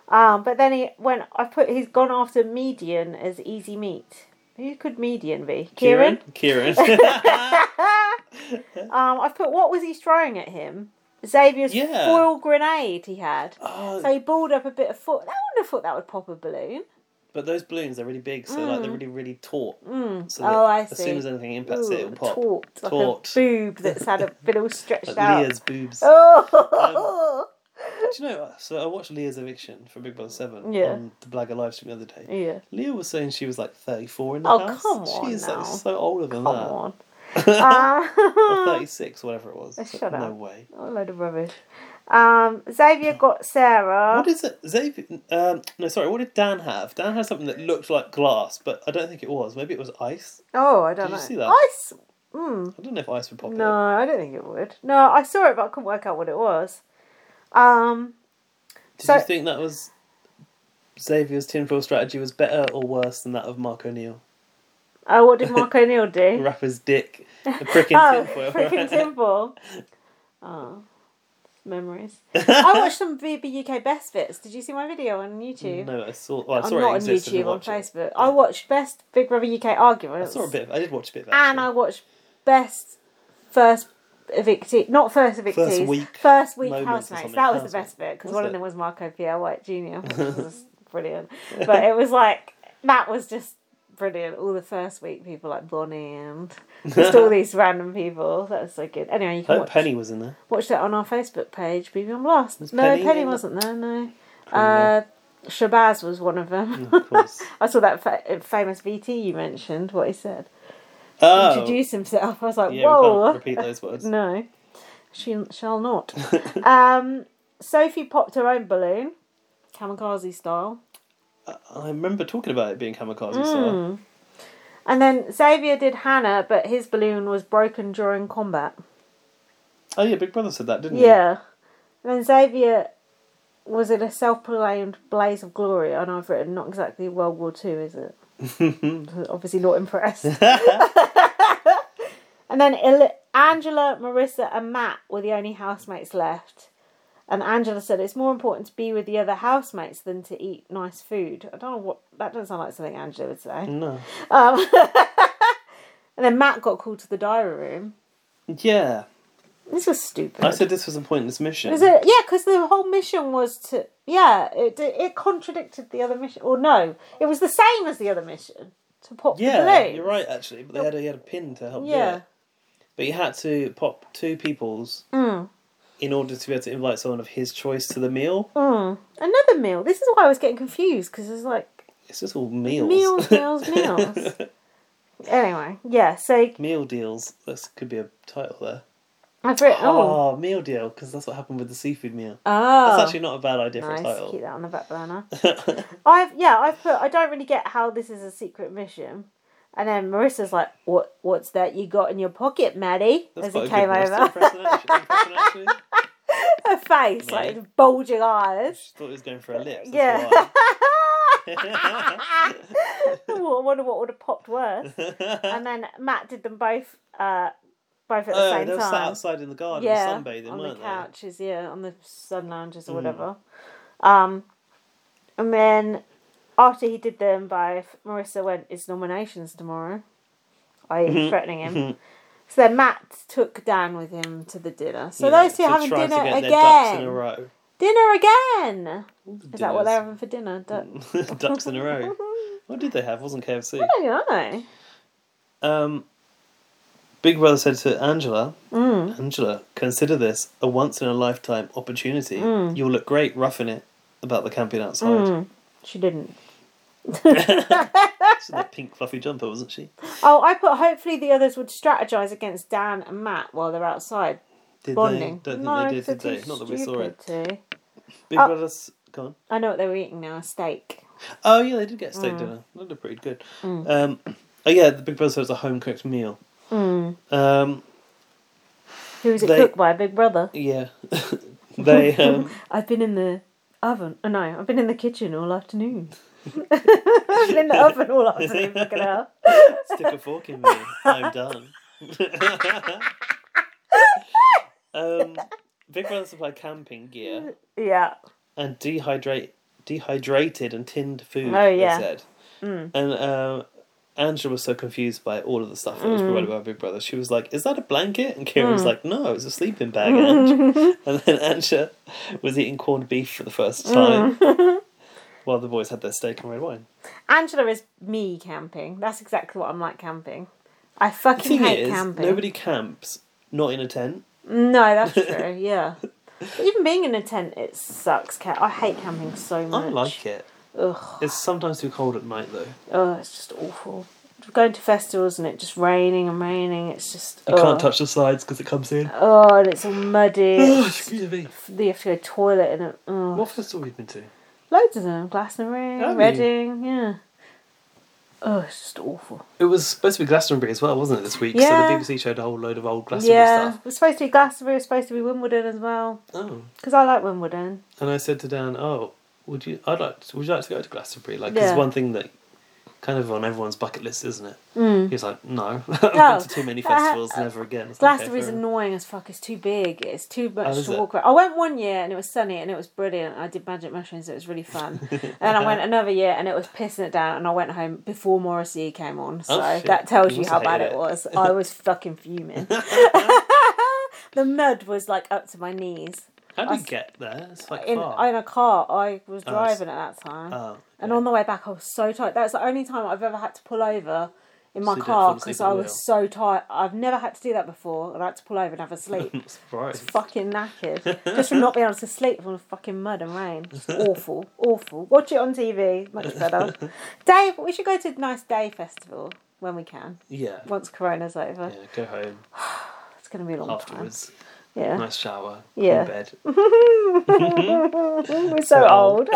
Speaker 1: Um, but then he went. I put he's gone after Median as easy meat. Who could Median be? Kieran. <laughs>
Speaker 2: Kieran. Kieran.
Speaker 1: Um, I've put what was he throwing at him? Xavier's
Speaker 2: Yeah.
Speaker 1: foil grenade he had.
Speaker 2: Oh,
Speaker 1: So he balled up a bit of foot. I wouldn't have thought that would pop a balloon.
Speaker 2: but those balloons they're really big, so like they're really really taut. So
Speaker 1: Mm. Oh, I
Speaker 2: As soon
Speaker 1: see.
Speaker 2: as anything impacts
Speaker 1: Ooh,
Speaker 2: it, it'll pop.
Speaker 1: taut, like
Speaker 2: Taut.
Speaker 1: a boob that's had
Speaker 2: <laughs>
Speaker 1: a bit all stretched
Speaker 2: Like
Speaker 1: out.
Speaker 2: Leah's Um, boobs.
Speaker 1: <laughs> Oh,
Speaker 2: Do you know? So I watched Leah's eviction from Big Brother Seven
Speaker 1: Yeah.
Speaker 2: on the Blagger live stream the other day.
Speaker 1: yeah.
Speaker 2: Leah was saying she was like thirty-four in the
Speaker 1: Oh,
Speaker 2: house.
Speaker 1: come on
Speaker 2: She is
Speaker 1: now.
Speaker 2: like so older than
Speaker 1: Come
Speaker 2: that. <laughs>
Speaker 1: on, Uh, <laughs>
Speaker 2: Or thirty-six, whatever it was.
Speaker 1: shut
Speaker 2: no
Speaker 1: up.
Speaker 2: way.
Speaker 1: oh, load of rubbish. Um, Xavier got Sarah.
Speaker 2: What is it? Xavier? Um, no, sorry. What did Dan have? Dan had something that looked like glass, but I don't think it was. Maybe it was ice.
Speaker 1: oh, I don't
Speaker 2: Did you
Speaker 1: know.
Speaker 2: see that?
Speaker 1: Ice?
Speaker 2: I don't know if ice would pop
Speaker 1: No, I don't think it would. No, I saw it, but I couldn't work out what it was. Um,
Speaker 2: it. Did
Speaker 1: so-
Speaker 2: you think that was Xavier's tinfoil strategy was better or worse than that of Mark O'Neill?
Speaker 1: oh, what did
Speaker 2: <laughs>
Speaker 1: Mark O'Neill do?
Speaker 2: Rapper's dick,
Speaker 1: <laughs>
Speaker 2: a prick in
Speaker 1: Oh,
Speaker 2: tinfoil.
Speaker 1: freaking
Speaker 2: <laughs>
Speaker 1: Timble. Oh, memories.
Speaker 2: <laughs>
Speaker 1: I watched some VB UK Best Bits. Did you see my video on YouTube?
Speaker 2: No, I saw. Well, I
Speaker 1: I'm
Speaker 2: saw
Speaker 1: not
Speaker 2: it
Speaker 1: on
Speaker 2: exist,
Speaker 1: YouTube,
Speaker 2: I didn't
Speaker 1: on
Speaker 2: watch it.
Speaker 1: Facebook. I watched Best Big Brother UK Arguments.
Speaker 2: I saw a bit. Of, I did watch a bit. Of it,
Speaker 1: And
Speaker 2: actually.
Speaker 1: I watched Best First Evictee. Not First Evictees.
Speaker 2: First Week
Speaker 1: First Week
Speaker 2: Moments or
Speaker 1: Housemates.
Speaker 2: something.
Speaker 1: That was the
Speaker 2: Housemate.
Speaker 1: best bit because
Speaker 2: Was
Speaker 1: one
Speaker 2: it? <laughs>
Speaker 1: of them was Marco Pierre White Jr., which was brilliant. But it was like. Matt was just brilliant. All the first week people like Bonnie and just
Speaker 2: <laughs>
Speaker 1: all these random people. That was so good. Anyway, you
Speaker 2: I
Speaker 1: can
Speaker 2: hope
Speaker 1: watch,
Speaker 2: Oh, Penny was in there.
Speaker 1: <laughs> watch that on our Facebook page, BB on Blast.
Speaker 2: Was
Speaker 1: no,
Speaker 2: Penny
Speaker 1: Penny,
Speaker 2: in that?
Speaker 1: wasn't there, no. Uh,
Speaker 2: Probably
Speaker 1: Shabazz was one of them.
Speaker 2: Of course.
Speaker 1: <laughs> I saw that fa- famous VT you mentioned, what he said.
Speaker 2: Oh,
Speaker 1: Introduce himself. I was like,
Speaker 2: yeah, we
Speaker 1: whoa.
Speaker 2: can't repeat those
Speaker 1: <laughs>
Speaker 2: words.
Speaker 1: No, she shall
Speaker 2: <laughs>
Speaker 1: not. um, Sophie popped her own balloon, kamikaze style.
Speaker 2: I remember talking about it being kamikaze
Speaker 1: Hmm.
Speaker 2: style.
Speaker 1: And then Xavier did Hannah, but his balloon was broken during combat.
Speaker 2: Oh yeah, Big Brother said that, didn't
Speaker 1: Yeah. And then Xavier was in a self proclaimed blaze of glory, and I've written, not exactly World War Two, is it? Obviously, not impressed. and then Il- Angela, Marissa, and Matt were the only housemates left. And Angela said it's more important to be with the other housemates than to eat nice food. I don't know what that doesn't sound like something Angela would say. Um,
Speaker 2: you? No.
Speaker 1: <laughs> And then Matt got called to the diary room.
Speaker 2: Yeah,
Speaker 1: This was stupid.
Speaker 2: I said this was a pointless mission.
Speaker 1: Is it? Yeah, because the whole mission was to. Yeah, it it contradicted the other mission. Or no, it was the same as the other mission to pop the
Speaker 2: Yeah,
Speaker 1: balloon.
Speaker 2: you're right actually, but they had a, you had a pin to help do
Speaker 1: Oh. Yeah.
Speaker 2: it. But you had to pop two people's
Speaker 1: Mm.
Speaker 2: in order to be able to invite someone of his choice to the meal.
Speaker 1: Mm. Another meal. This is why I was getting confused because it's like
Speaker 2: It's just all meals. <laughs>
Speaker 1: meals, meals, meals. anyway, yeah. So
Speaker 2: Meal deals. That could be a title there.
Speaker 1: I've written. Oh,
Speaker 2: <gasps> Oh, meal deal, because that's what happened with the seafood meal.
Speaker 1: oh.
Speaker 2: That's actually not a bad idea for a
Speaker 1: nice. Keep
Speaker 2: <laughs> title.
Speaker 1: that on the back burner. I've yeah. I've put. I don't really get how this is a secret mission. And then Marissa's like, "What? What's that you got in your pocket, Maddie?"
Speaker 2: That's
Speaker 1: as
Speaker 2: quite
Speaker 1: he
Speaker 2: a
Speaker 1: came
Speaker 2: good
Speaker 1: over.
Speaker 2: Western impression, actually. Impression, actually.
Speaker 1: <laughs> her face,
Speaker 2: Yeah.
Speaker 1: like bulging eyes.
Speaker 2: She thought he was going for her lips.
Speaker 1: Yeah. <laughs>
Speaker 2: That's why. <laughs>
Speaker 1: Ooh, I wonder what would have popped
Speaker 2: <laughs>
Speaker 1: worse. and then Matt did them both, uh, both at the
Speaker 2: Oh,
Speaker 1: same
Speaker 2: they were sat
Speaker 1: time.
Speaker 2: outside in the garden
Speaker 1: Yeah,
Speaker 2: sunbathing,
Speaker 1: on the
Speaker 2: weren't Hmm.
Speaker 1: couches, yeah, on the sun lounges or whatever. Um, and then after he did them both, Marissa went, "It's nominations tomorrow." I
Speaker 2: Mm-hmm.
Speaker 1: threatening him. So then Matt took Dan with him to the dinner.
Speaker 2: they?
Speaker 1: So
Speaker 2: Yeah,
Speaker 1: those two having
Speaker 2: trying
Speaker 1: dinner
Speaker 2: to get
Speaker 1: again.
Speaker 2: Their ducks in a row.
Speaker 1: Dinner again. Is that what they're
Speaker 2: Dinners.
Speaker 1: having for dinner? Don't,
Speaker 2: <laughs> ducks in a row. What did they have? Wasn't KFC.
Speaker 1: I don't know.
Speaker 2: Um, Big Brother said to Angela,
Speaker 1: Mm.
Speaker 2: Angela, consider this a once in a lifetime opportunity.
Speaker 1: Mm.
Speaker 2: You'll look great roughing it about the camping outside.
Speaker 1: She didn't.
Speaker 2: She's in that pink fluffy jumper, wasn't she?
Speaker 1: Oh, I put hopefully the others would strategize against Dan and Matt while they're outside
Speaker 2: Did
Speaker 1: bonding.
Speaker 2: they? Don't think they did, did
Speaker 1: they're
Speaker 2: they?
Speaker 1: too
Speaker 2: Not that we saw it.
Speaker 1: stupid to.
Speaker 2: Big
Speaker 1: Oh.
Speaker 2: Brother's gone.
Speaker 1: I know what they were eating now, a steak.
Speaker 2: Oh yeah, they did get
Speaker 1: Mm.
Speaker 2: steak dinner. That looked pretty good. Um, oh yeah, the Big Brother said it was a home cooked meal. Um,
Speaker 1: Who was it
Speaker 2: They-
Speaker 1: cooked by? Big Brother.
Speaker 2: yeah, <laughs> they um,
Speaker 1: <laughs> I've been in the oven. Oh, no, I've been in the kitchen all
Speaker 2: <laughs>
Speaker 1: afternoon. I've been in the oven all afternoon. Fucking hell.
Speaker 2: stick a fork in me.
Speaker 1: <laughs>
Speaker 2: I'm done. um, Big Brother supplied camping gear
Speaker 1: Yeah.
Speaker 2: and dehydrate dehydrated and tinned food.
Speaker 1: Oh, yeah. Mm.
Speaker 2: they said. And um, Angela was so confused by all of the stuff that was provided by Big Brother. She was like, "Is that a blanket?" And Kira
Speaker 1: Mm.
Speaker 2: was like, "No, it's a sleeping
Speaker 1: <laughs>
Speaker 2: bag." Ange. and then Angela was eating corned beef for the first time.
Speaker 1: Mm. <laughs>
Speaker 2: While the boys had their steak and red wine.
Speaker 1: Angela is me camping. That's exactly what I'm like camping. I
Speaker 2: The
Speaker 1: fucking
Speaker 2: thing
Speaker 1: hate
Speaker 2: is,
Speaker 1: camping.
Speaker 2: nobody camps not in a tent.
Speaker 1: No, that's true. Yeah. But Even being in a tent, it sucks. Cat, I hate camping so much.
Speaker 2: I like it.
Speaker 1: Ugh.
Speaker 2: It's sometimes too cold at night though.
Speaker 1: Oh, it's just awful. Going to festivals and it just raining and raining. It's just.
Speaker 2: You
Speaker 1: ugh.
Speaker 2: can't touch the sides because it comes in.
Speaker 1: Oh, and it's all muddy.
Speaker 2: <sighs> Oh,
Speaker 1: it's-
Speaker 2: excuse me.
Speaker 1: you have to go to the toilet and it. Oh.
Speaker 2: What festival have you been to?
Speaker 1: Loads of them. Glastonbury,
Speaker 2: Have you?
Speaker 1: Reading, yeah. Oh, it's just awful.
Speaker 2: It was supposed to be Glastonbury as well, wasn't it, this week?
Speaker 1: Yeah.
Speaker 2: So the BBC showed a whole load of old Glastonbury
Speaker 1: Yeah,
Speaker 2: stuff.
Speaker 1: it's supposed to be Glastonbury. It's supposed to be Wimbledon as well.
Speaker 2: Oh.
Speaker 1: Because I like Wimbledon.
Speaker 2: And I said to Dan, "Oh, would you? I'd like. To, would you like to go to Glastonbury? Like,
Speaker 1: Yeah.
Speaker 2: it's one thing that kind of on everyone's bucket list, isn't it?" Mm. He was like, "No, <laughs> I've been to too many
Speaker 1: Uh,
Speaker 2: festivals, never again." It's like, okay,
Speaker 1: Glastonbury's
Speaker 2: fair enough. Oh,
Speaker 1: annoying as fuck. It's too big. It's too much
Speaker 2: is
Speaker 1: to
Speaker 2: it?
Speaker 1: walk around. I went one year and it was sunny and it was brilliant. I did magic mushrooms. It was really
Speaker 2: <laughs>
Speaker 1: fun. and then I went another year and it was pissing it down. And I went home before Morrissey came on. So
Speaker 2: Oh, shit.
Speaker 1: that tells
Speaker 2: You
Speaker 1: you
Speaker 2: must
Speaker 1: how
Speaker 2: have
Speaker 1: bad it
Speaker 2: hated it. <laughs>
Speaker 1: was. <laughs> I was fucking fuming. the mud was like up to my knees.
Speaker 2: How do you
Speaker 1: s-
Speaker 2: get there? It's like
Speaker 1: in
Speaker 2: far.
Speaker 1: in a car. I was
Speaker 2: I s-
Speaker 1: driving at that time,
Speaker 2: Oh,
Speaker 1: and
Speaker 2: okay.
Speaker 1: on the way back, I was so tired. That's the only time I've ever had to pull over in my
Speaker 2: So you
Speaker 1: car
Speaker 2: don't fall asleep
Speaker 1: because
Speaker 2: at
Speaker 1: I
Speaker 2: the
Speaker 1: was so tired. I've never had to do that before. and I had to pull over and have a sleep.
Speaker 2: I'm surprised.
Speaker 1: fucking
Speaker 2: <laughs>
Speaker 1: knackered just from not being able to sleep from the fucking mud and rain. It's
Speaker 2: <laughs>
Speaker 1: awful, awful. Watch it on TV, much better. Dave, we should go to Nice Day Festival when we can.
Speaker 2: Yeah.
Speaker 1: Once Corona's over,
Speaker 2: Yeah, go home
Speaker 1: it's gonna be a long
Speaker 2: afterwards.
Speaker 1: time. Yeah,
Speaker 2: Nice shower.
Speaker 1: Yeah.
Speaker 2: In bed.
Speaker 1: we're so
Speaker 2: So
Speaker 1: old. <laughs>
Speaker 2: old. <laughs>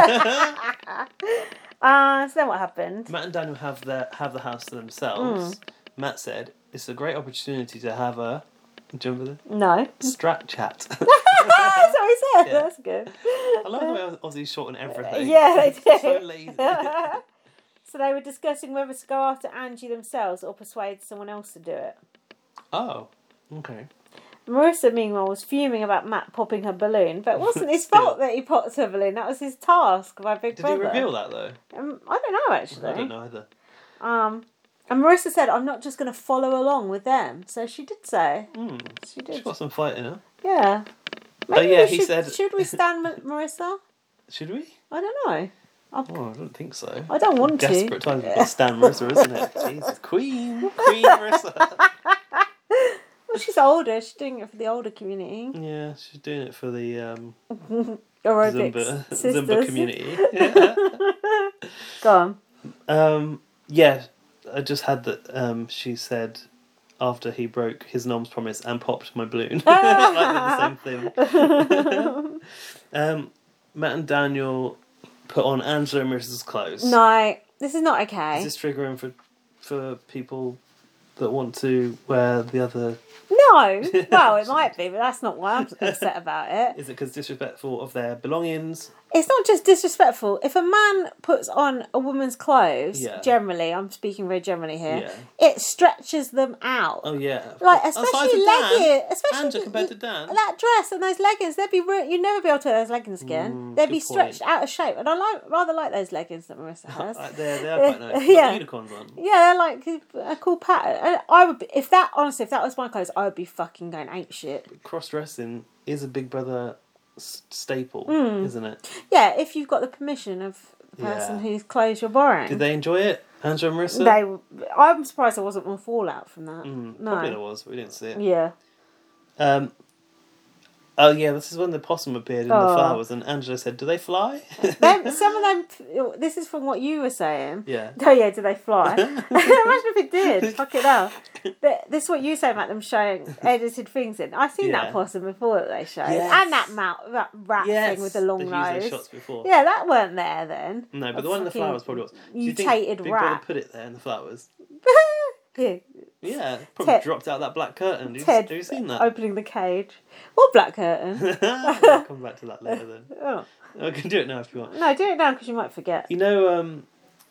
Speaker 1: uh, so then what happened?
Speaker 2: Matt and Daniel have their have the house to themselves.
Speaker 1: Hmm.
Speaker 2: Matt said, "It's a great opportunity to have a." Do you remember
Speaker 1: <laughs> No.
Speaker 2: the strat chat? <laughs>
Speaker 1: That's what he said.
Speaker 2: Yeah.
Speaker 1: That's good.
Speaker 2: I love the way Aussies shorten everything.
Speaker 1: Yeah,
Speaker 2: <laughs>
Speaker 1: they do.
Speaker 2: so
Speaker 1: <laughs>
Speaker 2: lazy.
Speaker 1: so they were discussing whether to go after Angie themselves or persuade someone else to do it.
Speaker 2: oh, okay.
Speaker 1: Marissa, meanwhile, was fuming about Matt popping her balloon, but it wasn't
Speaker 2: <laughs>
Speaker 1: his fault that he popped her balloon. That was his task by Big
Speaker 2: Did
Speaker 1: Brother.
Speaker 2: he reveal that though?
Speaker 1: Um, I don't know actually.
Speaker 2: I don't know either.
Speaker 1: Um, and Marissa said, "I'm not just going to follow along with them." So she did say,
Speaker 2: Hmm.
Speaker 1: "She
Speaker 2: She
Speaker 1: did."
Speaker 2: got some fight in her.
Speaker 1: Yeah.
Speaker 2: yeah,
Speaker 1: we
Speaker 2: he
Speaker 1: should,
Speaker 2: said-
Speaker 1: Should we stand
Speaker 2: <laughs>
Speaker 1: Ma- Marissa?
Speaker 2: Should we?
Speaker 1: I don't know.
Speaker 2: Oh, I don't think so.
Speaker 1: I don't want
Speaker 2: Desperate
Speaker 1: to.
Speaker 2: times
Speaker 1: <laughs>
Speaker 2: we've got Stan Marissa, isn't it? Jesus, Queen, Queen
Speaker 1: <laughs>
Speaker 2: Marissa.
Speaker 1: Well, she's older. She's doing it for the older community.
Speaker 2: Yeah, she's doing it for the um,
Speaker 1: Aerobics
Speaker 2: Zumba, <laughs>
Speaker 1: sisters.
Speaker 2: Zumba
Speaker 1: <laughs>
Speaker 2: community. Yeah.
Speaker 1: Go on.
Speaker 2: Um, yeah, I just had that. Um, she said after he broke his nom's promise and popped my balloon. <laughs> like they're the same
Speaker 1: <laughs>
Speaker 2: thing. um, Matt and Daniel put on Angela and Marissa's clothes.
Speaker 1: No, this is not okay.
Speaker 2: Is this triggering for for people that want to wear the other?
Speaker 1: No.
Speaker 2: <laughs>
Speaker 1: Well, it might be, but that's not why I'm upset about it.
Speaker 2: Is it because disrespectful of their belongings?
Speaker 1: It's not just disrespectful. If a man puts on a woman's clothes,
Speaker 2: Yeah.
Speaker 1: generally, I'm speaking very generally here,
Speaker 2: Yeah.
Speaker 1: it stretches them out.
Speaker 2: Oh yeah,
Speaker 1: Like
Speaker 2: Aside
Speaker 1: especially
Speaker 2: from Dan,
Speaker 1: leggings, especially
Speaker 2: Angela
Speaker 1: the-
Speaker 2: compared to Dan.
Speaker 1: that dress and those leggings. They'd be ruined. You'd never be able to wear those leggings again.
Speaker 2: Mm,
Speaker 1: they'd
Speaker 2: good
Speaker 1: be stretched out of shape. And I like rather like those leggings that
Speaker 2: <laughs>
Speaker 1: Marissa has.
Speaker 2: Like, they're, they are quite nice.
Speaker 1: <laughs>
Speaker 2: Like
Speaker 1: Yeah.
Speaker 2: unicorns on.
Speaker 1: Yeah, they're like a cool pattern. And I would, be, if that honestly, if that was my clothes, I would be fucking going ape shit.
Speaker 2: cross dressing is a Big Brother s- staple,
Speaker 1: Hmm.
Speaker 2: isn't it?
Speaker 1: Yeah, if you've got the permission of the person
Speaker 2: Yeah.
Speaker 1: whose clothes you're borrowing.
Speaker 2: Did they enjoy it, Andrew and Marissa?
Speaker 1: They, I'm surprised there wasn't more fallout from that.
Speaker 2: Mm, Probably there
Speaker 1: no.
Speaker 2: was, but we didn't see it.
Speaker 1: Yeah.
Speaker 2: Um, oh yeah, this is when the possum appeared in
Speaker 1: Oh.
Speaker 2: the flowers, and Angela said, "Do they fly?"
Speaker 1: <laughs> Them, some of them. <laughs> This is from what you were saying.
Speaker 2: yeah.
Speaker 1: <laughs> Oh yeah, do they
Speaker 2: <laughs>
Speaker 1: fly? Imagine if it did. Fuck it up. But this is what you say about them showing edited things in. I've seen that
Speaker 2: Yeah.
Speaker 1: possum before that they showed,
Speaker 2: Yes.
Speaker 1: and that mount, that rat
Speaker 2: <laughs> Yes,
Speaker 1: thing with the long
Speaker 2: they've used those
Speaker 1: nose.
Speaker 2: shots before.
Speaker 1: Yeah, that weren't there then.
Speaker 2: No, but
Speaker 1: That
Speaker 2: the one in the
Speaker 1: fucking <laughs>
Speaker 2: flowers probably was. Do you
Speaker 1: mutated
Speaker 2: think Big
Speaker 1: rat.
Speaker 2: Brother put it there in the flowers?
Speaker 1: Here,
Speaker 2: Yeah, probably
Speaker 1: Ted-
Speaker 2: dropped out that black curtain. Who's,
Speaker 1: Ted Oh.
Speaker 2: have you seen <laughs> that?
Speaker 1: opening the cage. What black
Speaker 2: <laughs>
Speaker 1: curtain?
Speaker 2: We'll come back to that later
Speaker 1: <laughs>
Speaker 2: then.
Speaker 1: oh.
Speaker 2: I can do it now if you want.
Speaker 1: No, do it now because you might forget.
Speaker 2: You know, um,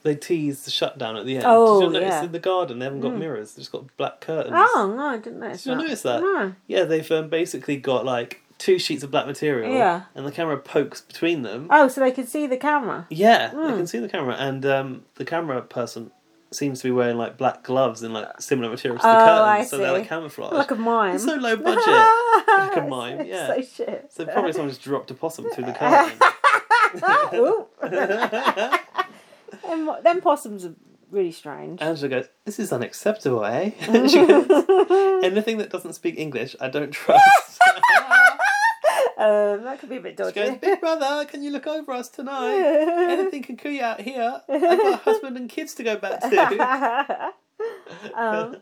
Speaker 2: they tease the shutdown at the end.
Speaker 1: Oh,
Speaker 2: Did you notice
Speaker 1: yeah. Hmm.
Speaker 2: in the garden they haven't got mirrors; they've just got black curtains.
Speaker 1: Oh no, I didn't notice.
Speaker 2: Did you
Speaker 1: that.
Speaker 2: notice that?
Speaker 1: No.
Speaker 2: Yeah, they've um, basically got like two sheets of black material.
Speaker 1: Yeah.
Speaker 2: And the camera pokes between them.
Speaker 1: Oh, Hmm. so they could see the camera.
Speaker 2: Yeah, they can see the camera, and um, the camera person seems to be wearing like black gloves and like similar material to the
Speaker 1: Oh,
Speaker 2: curtains,
Speaker 1: I
Speaker 2: so they're like
Speaker 1: see.
Speaker 2: camouflage.
Speaker 1: Like a mime. <laughs>
Speaker 2: It's so low budget. like a mime.
Speaker 1: It's
Speaker 2: Yeah.
Speaker 1: So shit.
Speaker 2: So
Speaker 1: <laughs>
Speaker 2: probably someone just dropped a possum through the curtain. <laughs>
Speaker 1: Ooh. and what, Ah, them possums are really strange.
Speaker 2: Angela goes, "This is unacceptable, eh?" <laughs> she
Speaker 1: <laughs>
Speaker 2: goes, "Anything that doesn't speak English, I don't trust."
Speaker 1: <laughs> Um, that could be a bit
Speaker 2: She goes,
Speaker 1: dodgy.
Speaker 2: Big brother, can you look over
Speaker 1: <laughs>
Speaker 2: us tonight? Anything can kill you out here. I've got a husband and kids to Oh, go back
Speaker 1: <laughs>
Speaker 2: to.
Speaker 1: um,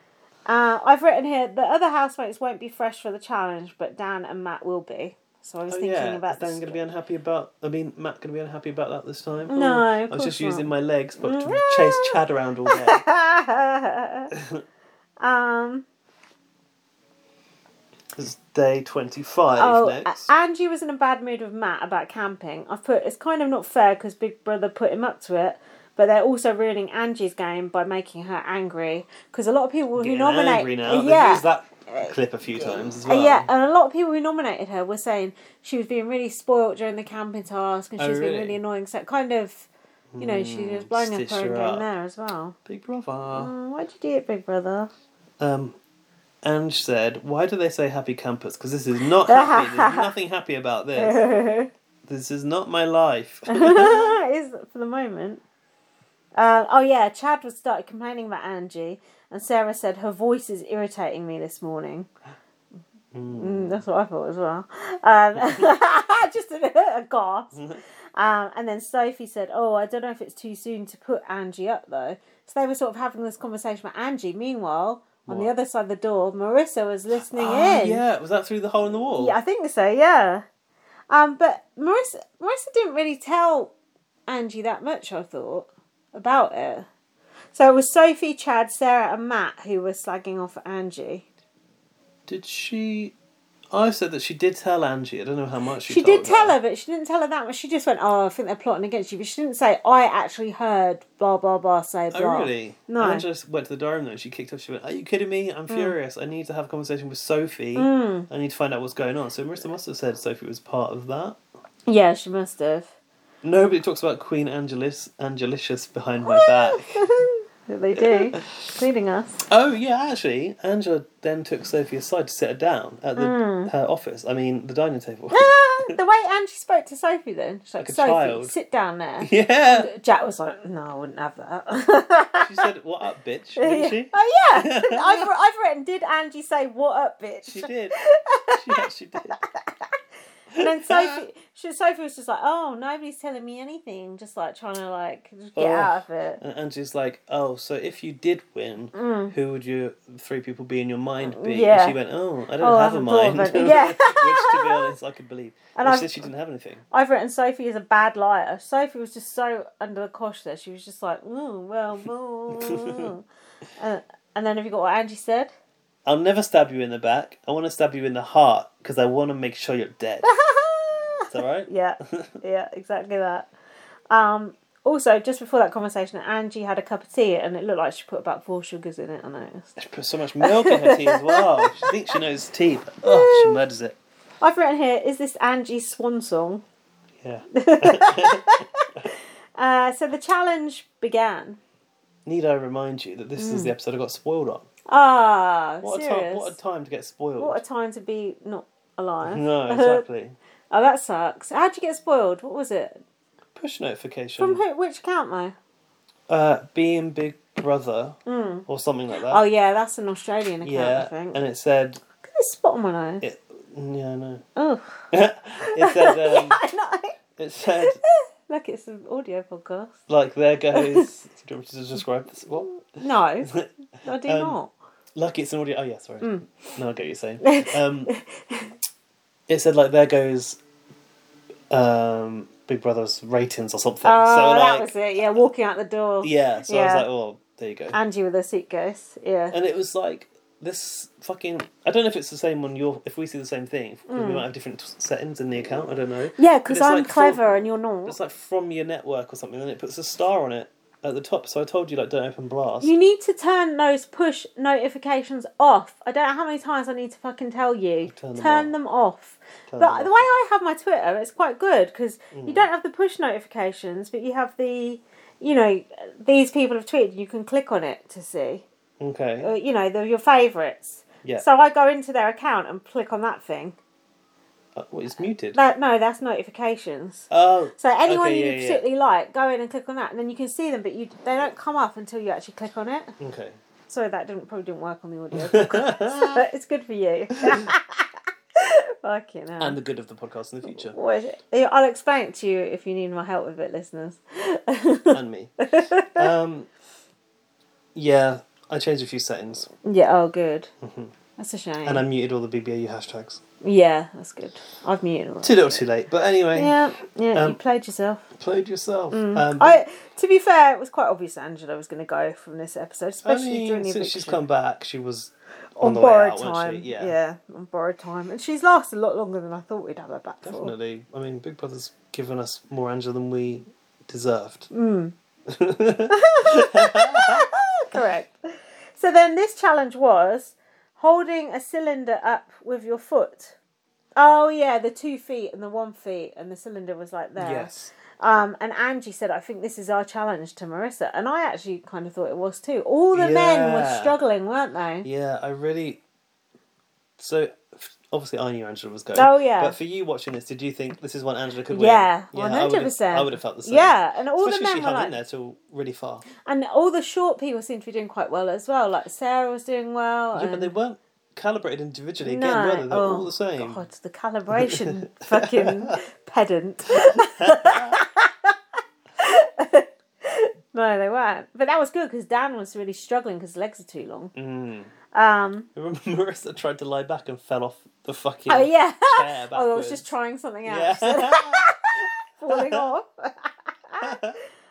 Speaker 1: <laughs> uh, I've written here the other housemates won't be fresh for the challenge, but Dan and Matt will be. So I was
Speaker 2: Oh,
Speaker 1: thinking
Speaker 2: yeah.
Speaker 1: about
Speaker 2: Is Dan
Speaker 1: this-
Speaker 2: going to be unhappy about? I mean, Matt going to be unhappy about that this time?
Speaker 1: No,
Speaker 2: Oh,
Speaker 1: of
Speaker 2: I was just
Speaker 1: course not.
Speaker 2: using my legs, but to chase Chad around all day.
Speaker 1: <laughs> um,
Speaker 2: <laughs> it's day twenty-five
Speaker 1: oh,
Speaker 2: next.
Speaker 1: A- Angie was in a bad mood with Matt about camping. I've put it's kind of not fair because Big Brother put him up to it, but they're also ruining Angie's game by making her angry because a lot of people who
Speaker 2: Getting
Speaker 1: nominate,
Speaker 2: angry now. They've
Speaker 1: yeah,
Speaker 2: used that clip a few times as
Speaker 1: Uh,
Speaker 2: well.
Speaker 1: yeah, and a lot of people who nominated her were saying she was being really spoiled during the camping task and
Speaker 2: Oh,
Speaker 1: she was being
Speaker 2: really?
Speaker 1: really annoying. So it kind of, you know, she was blowing up
Speaker 2: stitched
Speaker 1: her own
Speaker 2: her
Speaker 1: game
Speaker 2: up.
Speaker 1: there as well.
Speaker 2: Big brother.
Speaker 1: <laughs> Mm, why'd you do it, Big Brother?
Speaker 2: Um, Ange said, "Why do they say happy campus? Because this is not
Speaker 1: <laughs>
Speaker 2: happy. There's nothing happy about this. This is not
Speaker 1: <laughs>
Speaker 2: my life."
Speaker 1: is for the moment. Uh, oh yeah, Chad was started complaining about Angie, and Sarah said her voice is irritating me this morning.
Speaker 2: Hmm.
Speaker 1: Mm, that's what I thought as well. Um, <laughs> just a, a gasp.
Speaker 2: <laughs>
Speaker 1: Um, and then Sophie said, "Oh, I don't know if it's too soon to put Angie up though." So they were sort of having this conversation about Angie. Meanwhile, on the
Speaker 2: What?
Speaker 1: other side of the door, Marissa was listening
Speaker 2: <gasps> Oh,
Speaker 1: in.
Speaker 2: yeah, was that through the hole in the wall?
Speaker 1: Yeah, I think so. Yeah. Um, but Marissa, Marissa didn't really tell Angie that much. I thought about it. So it was Sophie, Chad, Sarah, and Matt who were slagging off Angie.
Speaker 2: Did she? I said that she did tell Angie. I don't know how much she.
Speaker 1: She did
Speaker 2: told
Speaker 1: tell her, but she didn't tell her that much. She just went, "Oh, I think they're plotting against you," but she didn't say, "I actually heard blah blah blah say
Speaker 2: Oh
Speaker 1: blah."
Speaker 2: really?
Speaker 1: No. Hmm.
Speaker 2: And then she just went to the diary room though. She kicked off. She went, "Are you kidding me? I'm furious. I need to have a conversation with Sophie. I need to find out what's going on." So Marissa must have said Sophie was part of that.
Speaker 1: Yeah, she must have. <laughs>
Speaker 2: Nobody talks about Queen Angelis Angelicious behind my back.
Speaker 1: they do, including us. <laughs>
Speaker 2: Oh yeah, actually, Angela then took Sophie aside to sit her down at the,
Speaker 1: Hmm.
Speaker 2: her office. I mean, the
Speaker 1: <laughs>
Speaker 2: dining table. <laughs>
Speaker 1: Ah, the way Angie spoke to Sophie, then she's like,
Speaker 2: Like a
Speaker 1: "Sophie,
Speaker 2: child."
Speaker 1: sit down there."
Speaker 2: yeah,
Speaker 1: Jack was like, "No, I wouldn't have that." <laughs>
Speaker 2: she said, "What up, bitch?" Didn't she?
Speaker 1: Oh yeah,
Speaker 2: <laughs>
Speaker 1: <laughs> I've, I've written. Did Angie say what up, bitch?
Speaker 2: She did.
Speaker 1: <laughs>
Speaker 2: She actually did.
Speaker 1: And
Speaker 2: <laughs>
Speaker 1: then Sophie, she, Sophie was just like, oh, nobody's telling me anything. Just like trying to like just get
Speaker 2: Oh.
Speaker 1: out of it.
Speaker 2: And Angie's like, "Oh, so if you did win, who would your three people be in your mind be?"
Speaker 1: Hmm. Yeah.
Speaker 2: And she went, "Oh, I don't
Speaker 1: Oh, I
Speaker 2: have a
Speaker 1: haven't thought of
Speaker 2: mind." <laughs>
Speaker 1: it. Yeah.
Speaker 2: Which, to be honest, I could believe.
Speaker 1: <laughs> And
Speaker 2: And she
Speaker 1: I've-
Speaker 2: said she didn't have anything.
Speaker 1: I've written Sophie is a bad liar. Sophie was just so under the cosh there. She was just like, ooh,
Speaker 2: <laughs>
Speaker 1: well, well. and, and then have you got what Angie
Speaker 2: <laughs>
Speaker 1: said?
Speaker 2: I'll never stab you in the back. I want to stab you in the heart because I want to make sure you're dead. Is that right?
Speaker 1: <laughs> yeah, yeah, exactly that. Um, also, just before that conversation, Angie had a cup of tea and it looked like she put about four sugars in it. I noticed.
Speaker 2: She put so much milk in her tea
Speaker 1: <laughs>
Speaker 2: as well. She thinks she knows tea, but oh, she murders it.
Speaker 1: I've written here, is this Angie's swan song?
Speaker 2: Yeah.
Speaker 1: Uh, so the challenge began.
Speaker 2: Need I remind you that this is the episode I got spoiled on?
Speaker 1: Ah,
Speaker 2: What a time!
Speaker 1: Mm. serious.
Speaker 2: What a time to get spoiled.
Speaker 1: what a time to be not alive. <laughs>
Speaker 2: <laughs> no, exactly.
Speaker 1: oh, that sucks. How'd you get spoiled? What was it?
Speaker 2: Push notification.
Speaker 1: From who, which account, though?
Speaker 2: uh, being Big Brother or something like that.
Speaker 1: Oh, yeah, that's an Australian account, I
Speaker 2: Uh, yeah,
Speaker 1: think.
Speaker 2: and it said,
Speaker 1: Look at this spot on my nose.
Speaker 2: it, yeah,
Speaker 1: <laughs>
Speaker 2: no,
Speaker 1: Oh,
Speaker 2: <laughs> it said, um,
Speaker 1: <laughs> I know. <laughs>
Speaker 2: it said,
Speaker 1: Look, it's an audio podcast.
Speaker 2: like there goes. Do you want me to describe this? What? <laughs>
Speaker 1: No, I do
Speaker 2: Um,
Speaker 1: not.
Speaker 2: Like it's an audio. Oh yeah, sorry.
Speaker 1: Mm.
Speaker 2: No, I get what
Speaker 1: <laughs>
Speaker 2: you're saying. Um, it said like there goes, um, Big Brother's ratings or something.
Speaker 1: Oh,
Speaker 2: so
Speaker 1: that
Speaker 2: like,
Speaker 1: was it. Yeah, walking out the door.
Speaker 2: yeah. So I was
Speaker 1: Yeah.
Speaker 2: like, oh, there you go.
Speaker 1: Angie with her suitcase. Yeah.
Speaker 2: and it was like this fucking i don't know if it's the same on your if we see the same thing we might have different settings in the account i don't know
Speaker 1: Mm. yeah,
Speaker 2: But
Speaker 1: because
Speaker 2: it's
Speaker 1: I'm
Speaker 2: like
Speaker 1: clever
Speaker 2: from-
Speaker 1: and you're not.
Speaker 2: it's like from your network or something and it puts a star on it at the top so i told you like don't open blast
Speaker 1: You need to turn those push notifications off. I don't know how many times I need to fucking tell you.
Speaker 2: Turn
Speaker 1: Turn,
Speaker 2: them
Speaker 1: them,
Speaker 2: off.
Speaker 1: off.
Speaker 2: Turn
Speaker 1: but the
Speaker 2: them off. Mm.
Speaker 1: way I have my Twitter, it's quite good because you don't have the push notifications, but you have the, you know, these people have tweeted. You can click on it to see,
Speaker 2: okay
Speaker 1: uh, you know, the, your favourites.
Speaker 2: yeah
Speaker 1: So I go into their account and click on that thing.
Speaker 2: Uh, well, it's muted
Speaker 1: That no, that's notifications.
Speaker 2: oh
Speaker 1: So anyone
Speaker 2: Okay,
Speaker 1: you
Speaker 2: yeah, yeah.
Speaker 1: particularly like, go in and click on that, and then you can see them. But you, they don't come up until you actually click on it.
Speaker 2: okay
Speaker 1: Sorry, that didn't probably didn't work on the
Speaker 2: <laughs>
Speaker 1: audio. <laughs> podcast. it's good for you. <laughs> Fucking hell.
Speaker 2: and the good of the podcast in the future
Speaker 1: What is it? Yeah, I'll explain it to you if you need my help with it, listeners.
Speaker 2: and me um yeah i changed a few settings
Speaker 1: Yeah, oh, good. That's a shame.
Speaker 2: Mm-hmm. and i muted all the bbau hashtags
Speaker 1: yeah, that's good. I've muted all that.
Speaker 2: too little too late but anyway
Speaker 1: Yeah, yeah,
Speaker 2: Um,
Speaker 1: you played yourself.
Speaker 2: played yourself um,
Speaker 1: I, to be fair, it was quite obvious Angela was going to go from this episode,
Speaker 2: I
Speaker 1: especially
Speaker 2: mean,
Speaker 1: during the
Speaker 2: since
Speaker 1: eviction.
Speaker 2: she's come back, she was on,
Speaker 1: on
Speaker 2: the way
Speaker 1: borrowed
Speaker 2: out,
Speaker 1: time.
Speaker 2: wasn't she? Yeah,
Speaker 1: on borrowed time, and she's lasted a lot longer than I thought we'd have her back for.
Speaker 2: definitely. I mean, Big Brother's given us more Angela than we deserved.
Speaker 1: Mm. Correct. So then this challenge was holding a cylinder up with your foot. Oh yeah, the two feet and the one feet, and the cylinder was like there.
Speaker 2: Yes,
Speaker 1: Um, and Angie said, "I think this is our challenge to Marissa," and I actually kind of thought it was too. All the men were
Speaker 2: Yeah.
Speaker 1: struggling, weren't they?
Speaker 2: yeah. I really, so f- obviously I knew Angela was going.
Speaker 1: Oh, yeah.
Speaker 2: But for you watching this, did you think this is one Angela could win?
Speaker 1: Yeah,
Speaker 2: I
Speaker 1: one
Speaker 2: would've-
Speaker 1: hundred percent.
Speaker 2: I would have felt the same.
Speaker 1: Yeah, and all
Speaker 2: Especially
Speaker 1: the
Speaker 2: she
Speaker 1: men were
Speaker 2: hung in
Speaker 1: like,
Speaker 2: there till really far.
Speaker 1: and all the short people seemed to be doing quite well as well. Like Sarah was doing well.
Speaker 2: Yeah, but
Speaker 1: and-
Speaker 2: they weren't calibrated individually again, were they? They're
Speaker 1: Um, Oh,
Speaker 2: all the same.
Speaker 1: God, the calibration <laughs> fucking pedant. no, they weren't. But that was good because Dan was really struggling because his legs are too long.
Speaker 2: Mm.
Speaker 1: Um,
Speaker 2: <laughs> Remember Marissa tried to lie back and fell off the fucking
Speaker 1: oh,
Speaker 2: <laughs>
Speaker 1: yeah.
Speaker 2: chair backwards.
Speaker 1: oh, I was just trying something out.
Speaker 2: Yeah.
Speaker 1: falling off. <laughs>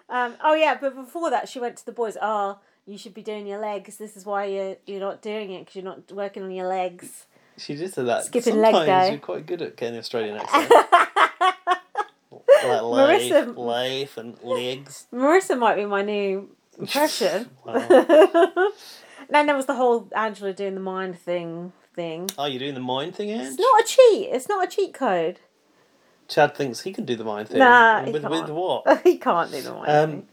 Speaker 1: um, oh yeah, but before that, she went to the boys. Oh, you should be doing your legs. This is why you're you're not doing it because you're not working on your legs.
Speaker 2: <laughs> she did say that.
Speaker 1: Skipping leg
Speaker 2: Sometimes
Speaker 1: day.
Speaker 2: you're quite good at getting the
Speaker 1: <laughs>
Speaker 2: Australian accent. like life,
Speaker 1: Marissa-
Speaker 2: life and legs.
Speaker 1: Marissa might be my
Speaker 2: <laughs>
Speaker 1: new impression. <laughs>
Speaker 2: Wow.
Speaker 1: then there was the whole Angela doing the mind thing thing.
Speaker 2: Are you Oh, doing the mind thing, Ange?
Speaker 1: It's not a cheat. It's not a cheat code. <laughs>
Speaker 2: Chad thinks he can do the mind thing.
Speaker 1: Nah,
Speaker 2: And
Speaker 1: he
Speaker 2: with, with
Speaker 1: can't. <laughs>
Speaker 2: what?
Speaker 1: he can't do the mind
Speaker 2: Um,
Speaker 1: thing.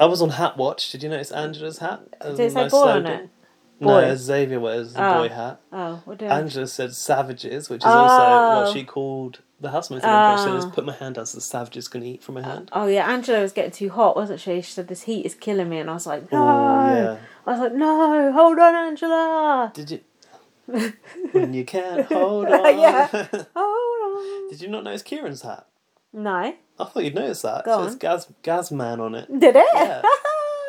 Speaker 2: I was on Hat Watch. Did you notice Angela's hat? As
Speaker 1: Did it
Speaker 2: a
Speaker 1: say
Speaker 2: nice
Speaker 1: boy on
Speaker 2: slogan?
Speaker 1: it?
Speaker 2: No,
Speaker 1: Boy.
Speaker 2: as Xavier wears the
Speaker 1: Oh.
Speaker 2: boy hat.
Speaker 1: Oh, we're doing.
Speaker 2: Angela said savages, which is also
Speaker 1: Oh.
Speaker 2: what she called the housemaid. at one point. She
Speaker 1: Oh.
Speaker 2: says, "Put my hand out, so the savages can eat from my hand."
Speaker 1: Oh yeah, Angela was getting too hot, wasn't she? She said this heat is killing me, and I was like, Oh, no. <laughs>
Speaker 2: Oh, yeah.
Speaker 1: I was like, no, hold on, Angela.
Speaker 2: Did you? when you can't hold
Speaker 1: <laughs>
Speaker 2: on. <laughs>
Speaker 1: Yeah. Hold
Speaker 2: Did you not notice Kieran's hat?
Speaker 1: on. No.
Speaker 2: I thought you'd notice that.
Speaker 1: Go
Speaker 2: it says
Speaker 1: on.
Speaker 2: Gaz Gazman on it.
Speaker 1: Did it?
Speaker 2: Yeah.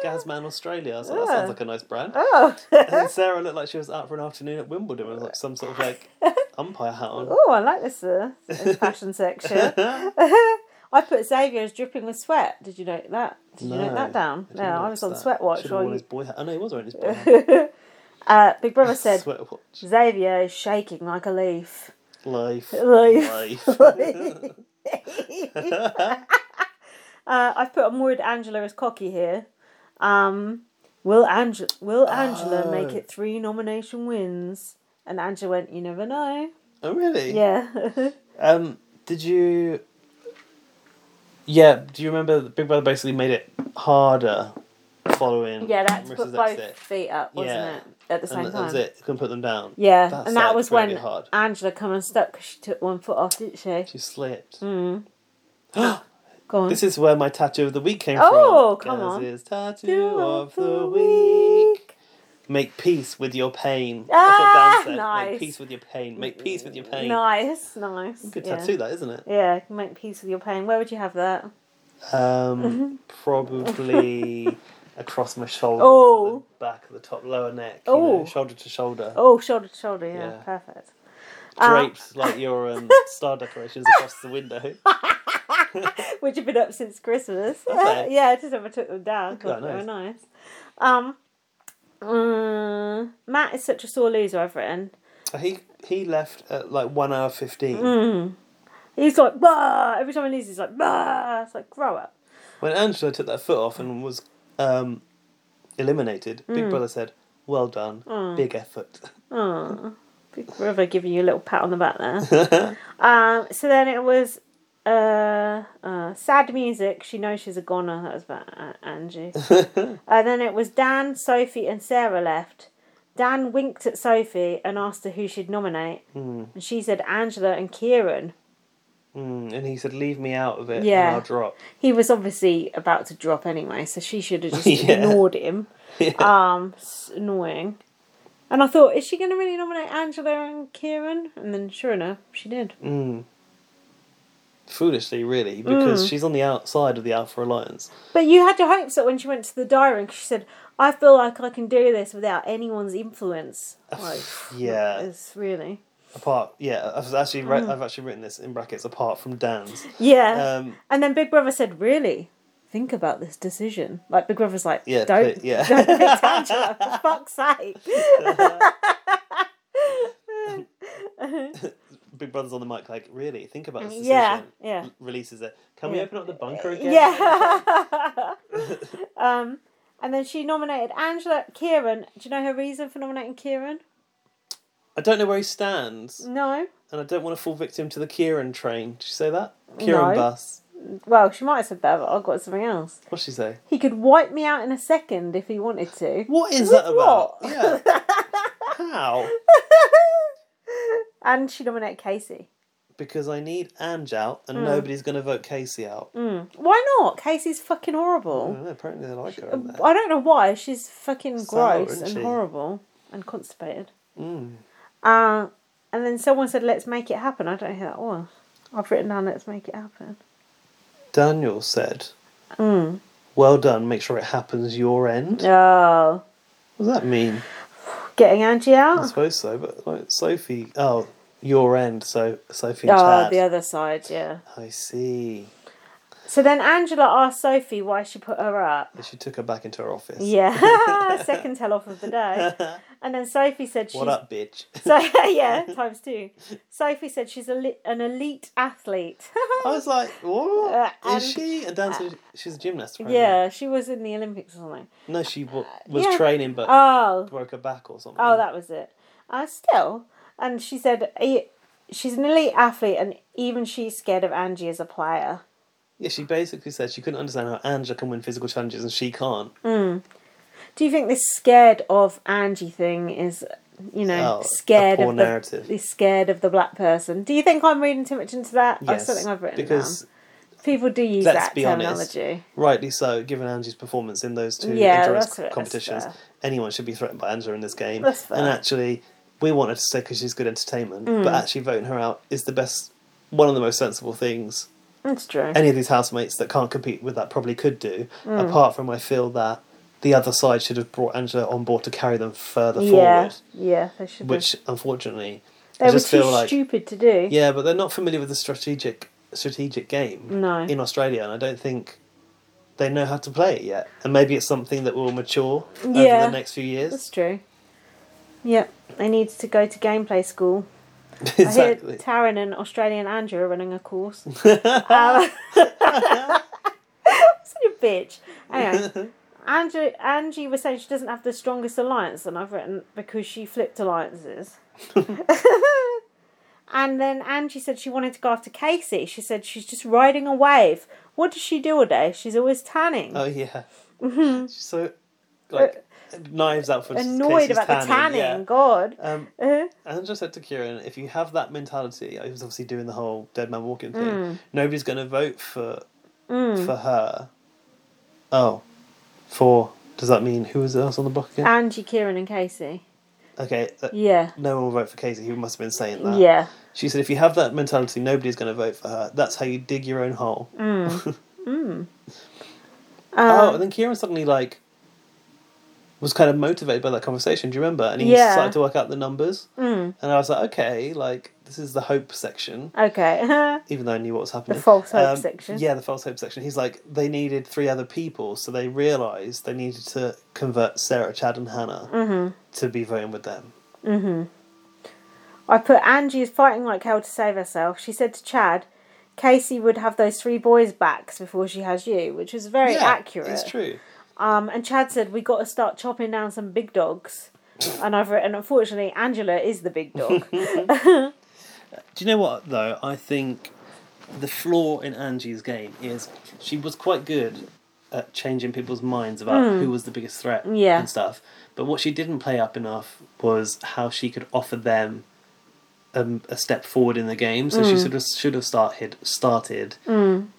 Speaker 2: Gazman Australia. I was like, that sounds like a nice brand.
Speaker 1: <laughs> Oh.
Speaker 2: And Sarah looked like she was out for an afternoon at Wimbledon with like some sort of like
Speaker 1: <laughs>
Speaker 2: umpire hat on.
Speaker 1: oh, I like this, uh,
Speaker 2: <laughs>
Speaker 1: this fashion section. I put Xavier's dripping with sweat. Did you note that? Did you note that down?
Speaker 2: I didn't
Speaker 1: No, I
Speaker 2: notice
Speaker 1: was on
Speaker 2: that.
Speaker 1: sweat watch
Speaker 2: Should've worn
Speaker 1: while
Speaker 2: his
Speaker 1: you.
Speaker 2: boy hat. Oh no, he was
Speaker 1: <laughs>
Speaker 2: wearing his boy hat.
Speaker 1: Uh, Big
Speaker 2: <laughs>
Speaker 1: Brother said <laughs>
Speaker 2: Sweat watch.
Speaker 1: Xavier is shaking like a
Speaker 2: <laughs>
Speaker 1: leaf. <laughs>
Speaker 2: Life.
Speaker 1: Life.
Speaker 2: Life.
Speaker 1: uh, I've put I'm worried Angela is cocky here. Um, will Angela will Angela make
Speaker 2: Oh.
Speaker 1: it three nomination wins? And Angela went, you never know.
Speaker 2: oh really?
Speaker 1: Yeah. <laughs>
Speaker 2: Um, did you? Yeah. Do you remember that Big Brother basically made it harder following?
Speaker 1: Yeah, that's put
Speaker 2: Marissa's
Speaker 1: both
Speaker 2: exit?
Speaker 1: feet up, wasn't
Speaker 2: Yeah.
Speaker 1: it? At the same
Speaker 2: And that
Speaker 1: time.
Speaker 2: was it. Couldn't put them down.
Speaker 1: Yeah,
Speaker 2: That's,
Speaker 1: and that
Speaker 2: like,
Speaker 1: was
Speaker 2: really
Speaker 1: when
Speaker 2: hard.
Speaker 1: Angela come unstuck because she took one foot off, didn't she?
Speaker 2: She slipped.
Speaker 1: Hmm. Go on.
Speaker 2: This is where my tattoo of the week came
Speaker 1: Oh,
Speaker 2: from.
Speaker 1: come on.
Speaker 2: Gaz's tattoo
Speaker 1: Two
Speaker 2: of the week. Make peace with your pain.
Speaker 1: Ah,
Speaker 2: That's what Dan said.
Speaker 1: nice.
Speaker 2: Make peace with your pain. Make peace with your pain.
Speaker 1: Nice, nice.
Speaker 2: Good
Speaker 1: yeah.
Speaker 2: tattoo, that isn't it?
Speaker 1: Yeah, you can make peace with your pain. Where would you have that? <laughs>
Speaker 2: Um, probably across my shoulder,
Speaker 1: Oh.
Speaker 2: the back of the top lower neck, you
Speaker 1: Oh.
Speaker 2: know, shoulder to shoulder,
Speaker 1: Oh, shoulder to shoulder. Yeah,
Speaker 2: Yeah.
Speaker 1: perfect. <laughs> Uh,
Speaker 2: draped like your um, star decorations across
Speaker 1: <laughs>
Speaker 2: the window.
Speaker 1: Which have been up since Christmas.
Speaker 2: Have they?
Speaker 1: <laughs> yeah, I just never took them down.
Speaker 2: at
Speaker 1: Thought
Speaker 2: that,
Speaker 1: they were nice. Um, mm, Matt is such a sore loser. I've written.
Speaker 2: He he left at like one hour fifteen.
Speaker 1: Mm. He's like, bah! Every time he leaves, he's like, bah! It's like, grow up.
Speaker 2: When Angela took that foot off and was um, eliminated, Big
Speaker 1: Mm.
Speaker 2: Brother said, "Well done, big effort."
Speaker 1: Oh, Big Brother giving you a little pat on the back there. um, so then it was uh, uh, sad music. She knows she's a goner. That was about uh, Angie. uh, then it was Dan, Sophie, and Sarah left. Dan winked at Sophie and asked her who she'd nominate, and she said Angela and Kieran.
Speaker 2: Mm, and he said, "Leave me out of it,
Speaker 1: Yeah.
Speaker 2: and I'll drop."
Speaker 1: He was obviously about to drop anyway, so she should have just
Speaker 2: <laughs> Yeah.
Speaker 1: ignored him. Um, it's annoying. And I thought, is she going to really nominate Angela and Kieran? And then, sure enough, she did.
Speaker 2: Mm. Foolishly, really,
Speaker 1: Mm.
Speaker 2: because she's on the outside of the Alpha Alliance.
Speaker 1: But you had your hopes that when she went to the diary, and she said, "I feel like I can do this without anyone's influence." Like,
Speaker 2: Yeah.
Speaker 1: it's really
Speaker 2: Apart, yeah, I've actually
Speaker 1: Mm.
Speaker 2: wri- I've actually written this in brackets. Apart from Dan's,
Speaker 1: yeah.
Speaker 2: um,
Speaker 1: and then Big Brother said, "Really." Think about this decision. Like Big Brother's like,
Speaker 2: yeah,
Speaker 1: don't,
Speaker 2: pl- yeah.
Speaker 1: <laughs> don't pick Angela for fuck's sake.
Speaker 2: <laughs> Big Brother's on the mic, like really think about this decision.
Speaker 1: Yeah, Uh, yeah.
Speaker 2: L- Releases it. Can we open up the bunker again?
Speaker 1: Yeah.
Speaker 2: <laughs>
Speaker 1: <laughs> um, and then she nominated Angela Kieran. Do you know her reason for nominating Kieran?
Speaker 2: I don't know where he stands,
Speaker 1: No.
Speaker 2: and I don't want to fall victim to the Kieran train. Did she say that? Kieran
Speaker 1: No.
Speaker 2: bus.
Speaker 1: Well, she might have said that, but I've got something else.
Speaker 2: What'd she say?
Speaker 1: He could wipe me out in a second if he wanted to.
Speaker 2: What is
Speaker 1: With <laughs>
Speaker 2: that about?
Speaker 1: what?
Speaker 2: Yeah. How?
Speaker 1: and she nominated Casey.
Speaker 2: because I need Ange out,
Speaker 1: Mm.
Speaker 2: and nobody's going to vote Casey out.
Speaker 1: Why not? Casey's fucking
Speaker 2: I
Speaker 1: horrible.
Speaker 2: don't know, apparently they like her. In there.
Speaker 1: I don't know why. She's fucking
Speaker 2: Sour,
Speaker 1: gross
Speaker 2: isn't
Speaker 1: and
Speaker 2: she? Mm.
Speaker 1: horrible and constipated. Uh, and then someone said, "Let's make it happen." I don't hear that one. I've written down, "Let's make it happen."
Speaker 2: Daniel said,
Speaker 1: Mm.
Speaker 2: "Well done. Make sure it happens your end."
Speaker 1: Oh,
Speaker 2: What does that mean?
Speaker 1: getting Angie
Speaker 2: I
Speaker 1: out.
Speaker 2: suppose so, but like Sophie, oh, your end. So Sophie and
Speaker 1: Oh,
Speaker 2: Chad.
Speaker 1: the other side, yeah.
Speaker 2: I see.
Speaker 1: So then Angela asked Sophie why she put her up.
Speaker 2: And she took her back into her office.
Speaker 1: Yeah, <laughs> second tell off of the
Speaker 2: <laughs>
Speaker 1: day. And then Sophie said she's
Speaker 2: What up, bitch?
Speaker 1: <laughs>
Speaker 2: <laughs>
Speaker 1: so yeah times two. Sophie said she's a li- an elite athlete. <laughs>
Speaker 2: I was like, what
Speaker 1: Uh,
Speaker 2: is
Speaker 1: and-
Speaker 2: she a dancer? She's a gymnast. apparently.
Speaker 1: yeah, she was in the Olympics or something.
Speaker 2: No, she w- was
Speaker 1: yeah.
Speaker 2: training, but
Speaker 1: Oh,
Speaker 2: broke her back or something.
Speaker 1: oh, that was it. Uh, still, and she said "E- she's an elite athlete, and even she's scared of Angie as a player.
Speaker 2: Yeah, she basically said she couldn't understand how Angela can win physical challenges and she can't.
Speaker 1: Mm, Do you think this scared of Angie thing is, you know,
Speaker 2: Oh, a
Speaker 1: scared
Speaker 2: poor
Speaker 1: of the
Speaker 2: narrative.
Speaker 1: is scared of the black person? Do you think I'm reading too much into that? That's
Speaker 2: Yes,
Speaker 1: something I've written
Speaker 2: because
Speaker 1: down. People do use
Speaker 2: let's
Speaker 1: that
Speaker 2: be honest,
Speaker 1: terminology.
Speaker 2: rightly so, given Angie's performance in those two
Speaker 1: Yeah, that's
Speaker 2: endurance
Speaker 1: fair, that's
Speaker 2: competitions,
Speaker 1: fair.
Speaker 2: anyone should be threatened by Angela in this game.
Speaker 1: That's fair. Mm.
Speaker 2: And actually, we want her to stay because she's good entertainment, but actually voting her out is the best, one of the most sensible things
Speaker 1: That's true.
Speaker 2: any of these housemates that can't compete with that probably could do.
Speaker 1: Mm.
Speaker 2: Apart from, I feel that the other side should have brought Angela on board to carry them further
Speaker 1: yeah,
Speaker 2: forward,
Speaker 1: yeah, they should.
Speaker 2: which unfortunately,
Speaker 1: they
Speaker 2: I
Speaker 1: were
Speaker 2: just
Speaker 1: too
Speaker 2: feel like
Speaker 1: stupid to do.
Speaker 2: yeah, but they're not familiar with the strategic strategic game
Speaker 1: No.
Speaker 2: in Australia, and I don't think they know how to play it yet. And maybe it's something that will mature
Speaker 1: Yeah.
Speaker 2: over the next few
Speaker 1: That's
Speaker 2: years.
Speaker 1: true. Yep, they need to go to gameplay school. I
Speaker 2: <laughs> exactly.
Speaker 1: hear Taryn and Australian Andrew are running a
Speaker 2: <laughs>
Speaker 1: course. um, <laughs> such a bitch. Anyway, Andrew, Angie was saying she doesn't have the strongest alliance, and I've written because she flipped
Speaker 2: <laughs>
Speaker 1: alliances. and then Angie said she wanted to go after Casey. She said she's just riding a wave. What does she do all day? She's always tanning.
Speaker 2: Oh yeah. She's so like knives out for
Speaker 1: Mm-hmm. Annoyed
Speaker 2: Casey's
Speaker 1: about the tanning.
Speaker 2: yeah.
Speaker 1: God.
Speaker 2: Um,
Speaker 1: Uh-huh.
Speaker 2: Andrew said to Kieran, if you have that mentality, I was obviously doing the whole dead man walking thing.
Speaker 1: Mm.
Speaker 2: Nobody's going to vote for for her. Oh, for does that mean who was else on the block again?
Speaker 1: Angie, Kieran, and Casey.
Speaker 2: okay, uh, that,
Speaker 1: Yeah.
Speaker 2: no one will vote for Casey. Who must have been saying that?
Speaker 1: Yeah.
Speaker 2: She said, if you have that mentality, nobody's going to vote for her. That's how you dig your own hole.
Speaker 1: Mm.
Speaker 2: oh, and then Kieran suddenly like was kind of motivated by that conversation. Do you remember? And he
Speaker 1: Yeah.
Speaker 2: started to work out the numbers. Mm. And I was like, okay, like this is the hope section,
Speaker 1: Um, Okay. <laughs>
Speaker 2: even though I knew what was happening. Um,
Speaker 1: false hope section.
Speaker 2: Yeah, the false hope section. He's like, they needed three other people, so they realised they needed to convert Sarah, Chad, and Hannah
Speaker 1: Mm-hmm.
Speaker 2: to be voting with them.
Speaker 1: I put Angie is fighting like hell to save herself. She said to Chad, Casey would have those three boys' backs before she has you, which was very
Speaker 2: yeah,
Speaker 1: accurate.
Speaker 2: It's true.
Speaker 1: Um, and Chad said, we got to start chopping down some big dogs. and I've written, unfortunately, Angela is the big
Speaker 2: <laughs>
Speaker 1: dog.
Speaker 2: Do you know what though? I think the flaw in Angie's game is she was quite good at changing people's minds about who was the biggest threat
Speaker 1: Hmm. Yeah.
Speaker 2: and stuff. But what she didn't play up enough was how she could offer them um, a step forward in the game. So
Speaker 1: Hmm.
Speaker 2: she should have should have started started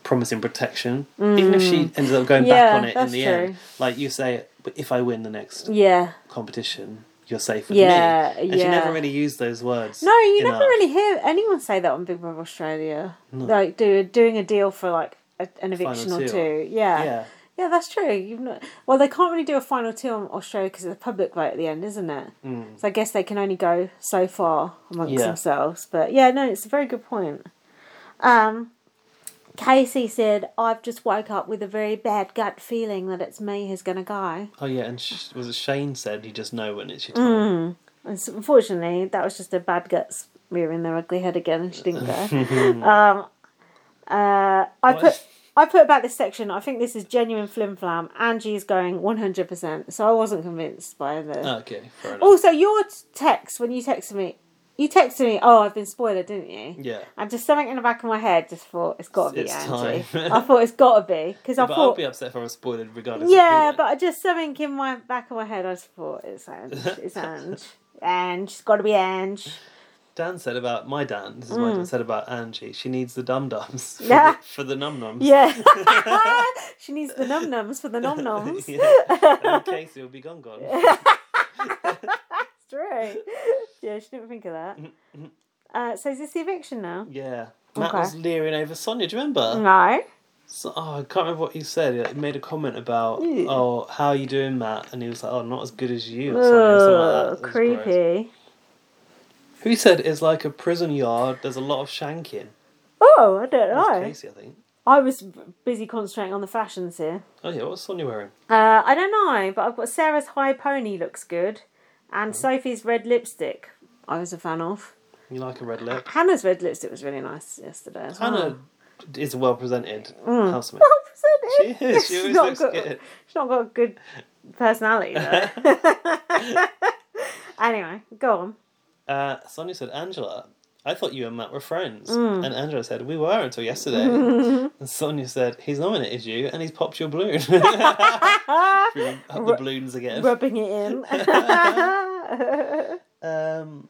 Speaker 2: promising protection, even if she ended up going
Speaker 1: Hmm. Yeah,
Speaker 2: back on it in
Speaker 1: that's
Speaker 2: the
Speaker 1: true.
Speaker 2: end. Like you say, "But if I win the next
Speaker 1: yeah.
Speaker 2: competition, you're safe with
Speaker 1: Yeah,
Speaker 2: me. And she
Speaker 1: yeah.
Speaker 2: never really used those words.
Speaker 1: No, you
Speaker 2: enough.
Speaker 1: never really hear anyone say that on Big Brother Australia. Like do, doing a deal for like a, an eviction or
Speaker 2: two.
Speaker 1: two. Yeah.
Speaker 2: Yeah.
Speaker 1: Yeah, that's true. You've not. Well, they can't really do a final two on Australia because it's a public vote at the end, isn't it? Mm. So I guess they can only go so far amongst
Speaker 2: Yeah.
Speaker 1: themselves. But yeah, no, it's a very good point. Um, Casey said, "I've just woke up with a very bad gut feeling that it's me who's going to go."
Speaker 2: Oh yeah, and sh- was it Shane said you just know when it's your time.
Speaker 1: And so, unfortunately, that was just a bad guts rearing their ugly head again, and she didn't go. <laughs> um, uh, I
Speaker 2: What?
Speaker 1: put. I put about this section. I think this is genuine flim flam. Angie's going one hundred percent, so I wasn't convinced by this.
Speaker 2: Okay, fair enough.
Speaker 1: Also, your t- text when you texted me, you texted me, "Oh, I've been spoiled, didn't you?"
Speaker 2: Yeah.
Speaker 1: And just something in the back of my head just thought it's got to be
Speaker 2: It's
Speaker 1: Angie.
Speaker 2: time.
Speaker 1: I thought it's got to be
Speaker 2: <laughs>
Speaker 1: because I
Speaker 2: but I'll
Speaker 1: thought,
Speaker 2: be upset if I was spoiled regardless. of who
Speaker 1: yeah,
Speaker 2: went.
Speaker 1: but I just something in my
Speaker 2: <laughs>
Speaker 1: back of my head, I just thought it's Ange, it's Ange, Ange, it's got to be Ange.
Speaker 2: Dan said about my Dan. This is what Dan said about Angie. She needs the
Speaker 1: <laughs>
Speaker 2: dum dums for,
Speaker 1: Mm. Yeah.
Speaker 2: the- for the num nums. <laughs>
Speaker 1: Yeah. <laughs> she needs the num nums for the nom noms. <laughs>
Speaker 2: <laughs> yeah. And Casey will be gone gone.
Speaker 1: That's true. Yeah, she didn't think of that.
Speaker 2: Mm-hmm,
Speaker 1: Uh, so is this the eviction now?
Speaker 2: Yeah. Matt
Speaker 1: Okay. Mm.
Speaker 2: was leering over Sonia. Do you remember?
Speaker 1: No.
Speaker 2: So, oh, I can't remember what you said. He made a comment about,
Speaker 1: Ew.
Speaker 2: oh, how are you doing, Matt? And he was like, oh, not as good as you. Or something, or something like
Speaker 1: Ugh,
Speaker 2: that. It was gross.
Speaker 1: creepy.
Speaker 2: Who said it's like a prison yard? There's a lot of shanking.
Speaker 1: Oh, I don't
Speaker 2: That was
Speaker 1: know.
Speaker 2: Casey, I think.
Speaker 1: I was b- busy concentrating on the fashions here.
Speaker 2: Oh yeah, what's Sonia wearing?
Speaker 1: Uh, I don't know, but I've got Sarah's high pony looks good,
Speaker 2: Mm-hmm.
Speaker 1: and Sophie's red lipstick. I was a fan of.
Speaker 2: You like a
Speaker 1: <gasps>
Speaker 2: red lip?
Speaker 1: Hannah's red lipstick was really nice yesterday as well. <laughs>
Speaker 2: Hannah is well presented housemate.
Speaker 1: Well presented.
Speaker 2: She
Speaker 1: <laughs>
Speaker 2: is. She
Speaker 1: She's
Speaker 2: always
Speaker 1: not
Speaker 2: looks
Speaker 1: got-
Speaker 2: good.
Speaker 1: She's not got a good personality though.
Speaker 2: <laughs>
Speaker 1: <laughs> anyway, go on.
Speaker 2: Uh, Sonia said, Angela, I thought you and Matt were friends.
Speaker 1: Mm.
Speaker 2: And Angela said, We were
Speaker 1: <laughs>
Speaker 2: until yesterday. and Sonia said, He's nominated you and he's popped
Speaker 1: <laughs>
Speaker 2: your balloon. <laughs> Bring Up the balloons again.
Speaker 1: Rubbing it
Speaker 2: <laughs>
Speaker 1: in. <laughs>
Speaker 2: Um,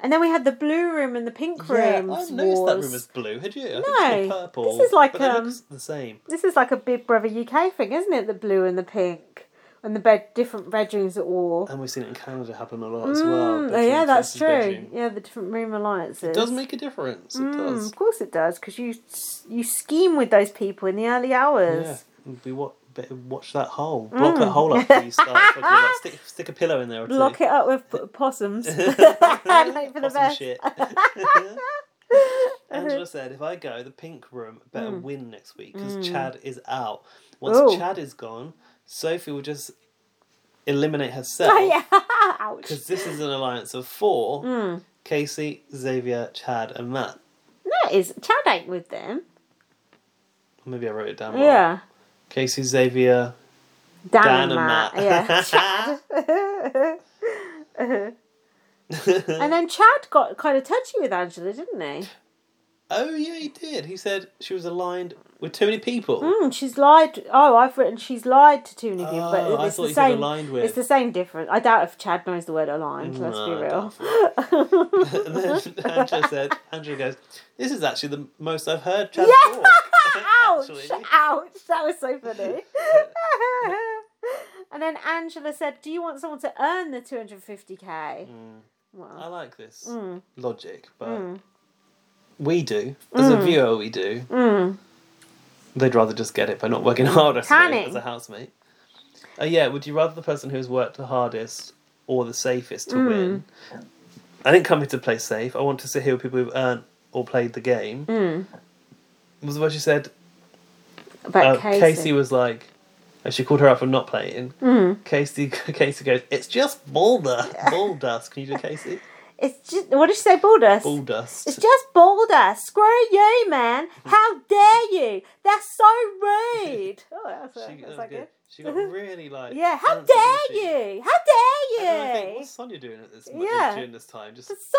Speaker 1: and then we had the blue room and the pink room.
Speaker 2: yeah, I noticed that room is blue. Had you? I think it's
Speaker 1: No,
Speaker 2: more purple.
Speaker 1: this is like,
Speaker 2: but they look
Speaker 1: um,
Speaker 2: s- the same.
Speaker 1: This is like a Big Brother UK thing, isn't it? The blue and the pink and the bed different bedrooms at war.
Speaker 2: And we've seen it in Canada happen a lot as
Speaker 1: Mm,
Speaker 2: well.
Speaker 1: oh
Speaker 2: Oh, bedroom
Speaker 1: yeah, that's
Speaker 2: versus
Speaker 1: true.
Speaker 2: bedroom.
Speaker 1: Yeah, the different room alliances.
Speaker 2: It does make a difference. It
Speaker 1: Mm,
Speaker 2: does.
Speaker 1: of course it does, because you you scheme with those people in the early hours.
Speaker 2: Yeah, we wa- better watch that hole. Block that hole up before you
Speaker 1: <laughs>
Speaker 2: start. fucking with that. Stick, stick a pillow in there or
Speaker 1: Mm. Block
Speaker 2: two.
Speaker 1: it up
Speaker 2: <laughs>
Speaker 1: with p- possums <laughs> and hope for the
Speaker 2: Awesome
Speaker 1: best. <laughs>
Speaker 2: shit. Angela said, if I go, the pink room better win next week because Chad is out. Once
Speaker 1: Mm. Ooh.
Speaker 2: Chad is gone, Sophie will just
Speaker 1: <laughs>
Speaker 2: eliminate herself
Speaker 1: Oh, yeah. Mm. Ouch.
Speaker 2: because this is an alliance of four Casey, Xavier, Chad, and Matt.
Speaker 1: That is Chad ain't with them.
Speaker 2: Maybe I wrote it down wrong.
Speaker 1: Yeah.
Speaker 2: Casey, Xavier,
Speaker 1: Dan,
Speaker 2: Dan,
Speaker 1: and Matt.
Speaker 2: <laughs>
Speaker 1: Yeah.
Speaker 2: Matt. Yeah.
Speaker 1: and then Chad got kind of touchy with Angela, didn't he?
Speaker 2: <laughs> Oh yeah, he did. He said she was aligned with too many people. <laughs>
Speaker 1: Mm, she's lied. Oh, I've written she's lied to too many people, but
Speaker 2: Oh, I
Speaker 1: it's
Speaker 2: thought
Speaker 1: the
Speaker 2: you said
Speaker 1: same.
Speaker 2: aligned with.
Speaker 1: It's the same difference. I doubt if Chad knows the word aligned. let's
Speaker 2: No,
Speaker 1: be <laughs>
Speaker 2: I
Speaker 1: real.
Speaker 2: and
Speaker 1: Mm-hmm.
Speaker 2: then Angela said, Angela goes, "This is actually the most I've
Speaker 1: <laughs>
Speaker 2: heard Chad
Speaker 1: Yeah.
Speaker 2: talk." <laughs>
Speaker 1: Ouch!
Speaker 2: Oh, Actually.
Speaker 1: Ouch! That was so
Speaker 2: <laughs>
Speaker 1: funny. <laughs> and then Angela said, "Do you want someone to earn the 250k?"
Speaker 2: I
Speaker 1: Well,
Speaker 2: like this
Speaker 1: Mm.
Speaker 2: logic, but
Speaker 1: Mm.
Speaker 2: we do as a viewer, we do.
Speaker 1: mm.
Speaker 2: They'd rather just get it by not working <laughs> hard. I suppose,
Speaker 1: Tanning.
Speaker 2: as a housemate. Oh yeah, would you rather the person who has worked the hardest or the safest
Speaker 1: Mm.
Speaker 2: to win? I didn't come here to play safe. I want to see who people who've earned or played the game.
Speaker 1: Mm.
Speaker 2: Was what she said.
Speaker 1: About
Speaker 2: uh,
Speaker 1: Casey.
Speaker 2: Casey. was like, and she called her out for not playing.
Speaker 1: Mm.
Speaker 2: Casey, <laughs> Casey goes, it's just
Speaker 1: <laughs>
Speaker 2: ball dust. Ball dust. Can you do Casey?
Speaker 1: It's just what did she say? Baldus.
Speaker 2: Ball dust.
Speaker 1: <laughs> It's just Baldur. Screw you, man.
Speaker 2: Mm-hmm.
Speaker 1: How dare you? That's so
Speaker 2: <laughs>
Speaker 1: rude. Oh, that's,
Speaker 2: She-
Speaker 1: that's,
Speaker 2: that was
Speaker 1: that good. <laughs>
Speaker 2: She got really like.
Speaker 1: Yeah, how
Speaker 2: antsy, didn't
Speaker 1: dare
Speaker 2: she?
Speaker 1: you? How
Speaker 2: And then I
Speaker 1: dare
Speaker 2: think,
Speaker 1: you?
Speaker 2: what's Sonia doing at this
Speaker 1: Yeah.
Speaker 2: during this time? Just
Speaker 1: That's so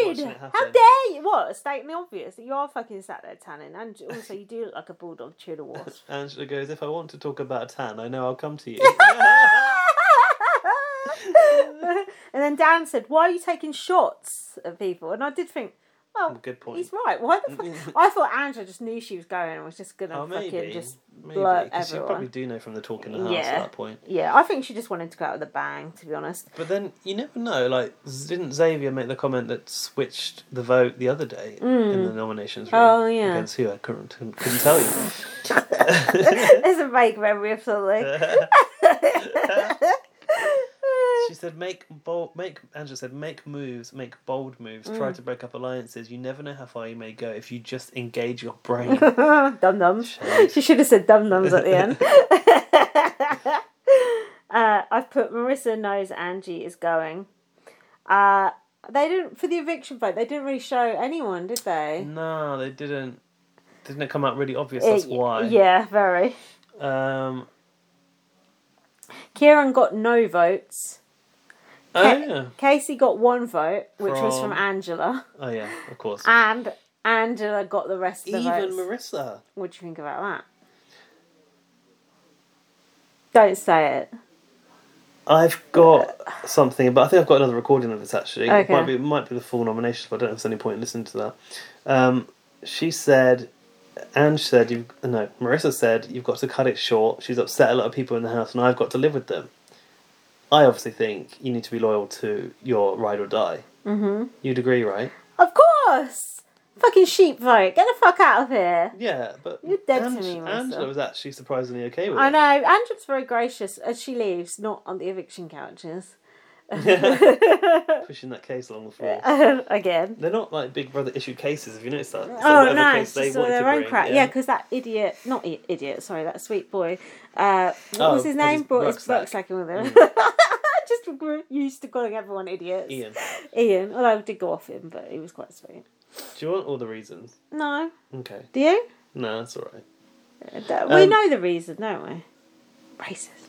Speaker 1: rude.
Speaker 2: watching it
Speaker 1: How
Speaker 2: happen.
Speaker 1: dare you? What? Stating the obvious that you are fucking sat there tanning, and also you do look like a bulldog chewing a wasp.
Speaker 2: <laughs>
Speaker 1: <laughs>
Speaker 2: Angela goes, if I want to talk about a tan, I know I'll come to you. <laughs>
Speaker 1: and then Dan said, "Why are you taking shots at people?" And I did think, well,
Speaker 2: Good point.
Speaker 1: He's right. Why
Speaker 2: <laughs>
Speaker 1: the fuck? I thought Angela just knew she was going and was just gonna
Speaker 2: oh,
Speaker 1: fucking
Speaker 2: maybe.
Speaker 1: just
Speaker 2: Maybe.
Speaker 1: blurt
Speaker 2: 'cause you
Speaker 1: everyone.
Speaker 2: probably do know from the talk in the house
Speaker 1: Yeah.
Speaker 2: at that point.
Speaker 1: Yeah, I think she just wanted to go out with a bang, to be
Speaker 2: <laughs>
Speaker 1: honest. <laughs>
Speaker 2: But then you never know. Like, z- didn't Xavier make the comment that switched the vote the other day in the nominations room?
Speaker 1: Mm. Oh, yeah.
Speaker 2: Against who? I couldn't, couldn't couldn't tell you.
Speaker 1: <laughs>
Speaker 2: <laughs>
Speaker 1: There's a vague memory of something.
Speaker 2: she said, "Make bold, make." Angela said, "Make moves, make bold moves. Try to break up alliances. You never know how far you may go if you just engage your brain."
Speaker 1: <laughs> dum dums. She should have said dum dums at the
Speaker 2: <laughs>
Speaker 1: end. <laughs> uh, I've put Marissa knows Angie is going. Uh, they didn't for the eviction vote. They didn't really show anyone, did they?
Speaker 2: no, they didn't. Didn't it come out really obvious? That's
Speaker 1: Uh,
Speaker 2: why.
Speaker 1: Yeah, very.
Speaker 2: Um.
Speaker 1: Kieran got no votes.
Speaker 2: Oh yeah.
Speaker 1: Casey got one vote, which was from
Speaker 2: From-
Speaker 1: Angela,
Speaker 2: Oh yeah. Of course.
Speaker 1: and Angela got the rest of the
Speaker 2: Even
Speaker 1: votes.
Speaker 2: Marissa.
Speaker 1: What do you think about that? Don't say it.
Speaker 2: I've got something, but I think I've got another recording of this actually. It
Speaker 1: Okay.
Speaker 2: might be it might be the full nomination, but I don't know if there's any point in listening to that. Um, she said, Ange said, "You no." Marissa said, "You've got to cut it short." She's upset a lot of people in the house, and I've got to live with them. I obviously think you need to be loyal to your ride or die. Mm-hmm. You'd agree, right?
Speaker 1: Of course! Fucking sheep vote. Get the fuck out of here.
Speaker 2: Yeah, but
Speaker 1: You're dead to me, Marissa.
Speaker 2: Angela was actually surprisingly okay with
Speaker 1: I
Speaker 2: it.
Speaker 1: know. Andrew's very gracious as she leaves, not on the eviction
Speaker 2: <laughs>
Speaker 1: couches. <laughs>
Speaker 2: Pushing that case along the floor.
Speaker 1: Again.
Speaker 2: They're not like Big Brother issued cases. Have you noticed that? So
Speaker 1: Uh, Oh,
Speaker 2: whatever
Speaker 1: no,
Speaker 2: case
Speaker 1: it's just all
Speaker 2: wanted
Speaker 1: their
Speaker 2: to
Speaker 1: own
Speaker 2: bring,
Speaker 1: crap. Yeah, because that idiot, not i- idiot, sorry, that sweet boy, uh, what
Speaker 2: Oh,
Speaker 1: was his
Speaker 2: had
Speaker 1: name?
Speaker 2: his
Speaker 1: Brought his
Speaker 2: rucksack.
Speaker 1: rucksack in with him. I <laughs> just grew used to calling everyone idiots.
Speaker 2: Mm. Ian, do
Speaker 1: Ian, although I did go off him, but he was quite sweet.
Speaker 2: you want all the reasons?
Speaker 1: No,
Speaker 2: Okay.
Speaker 1: do you?
Speaker 2: No, that's all right.
Speaker 1: <laughs> Uh, We
Speaker 2: Um,
Speaker 1: know the reason, don't we? Racist.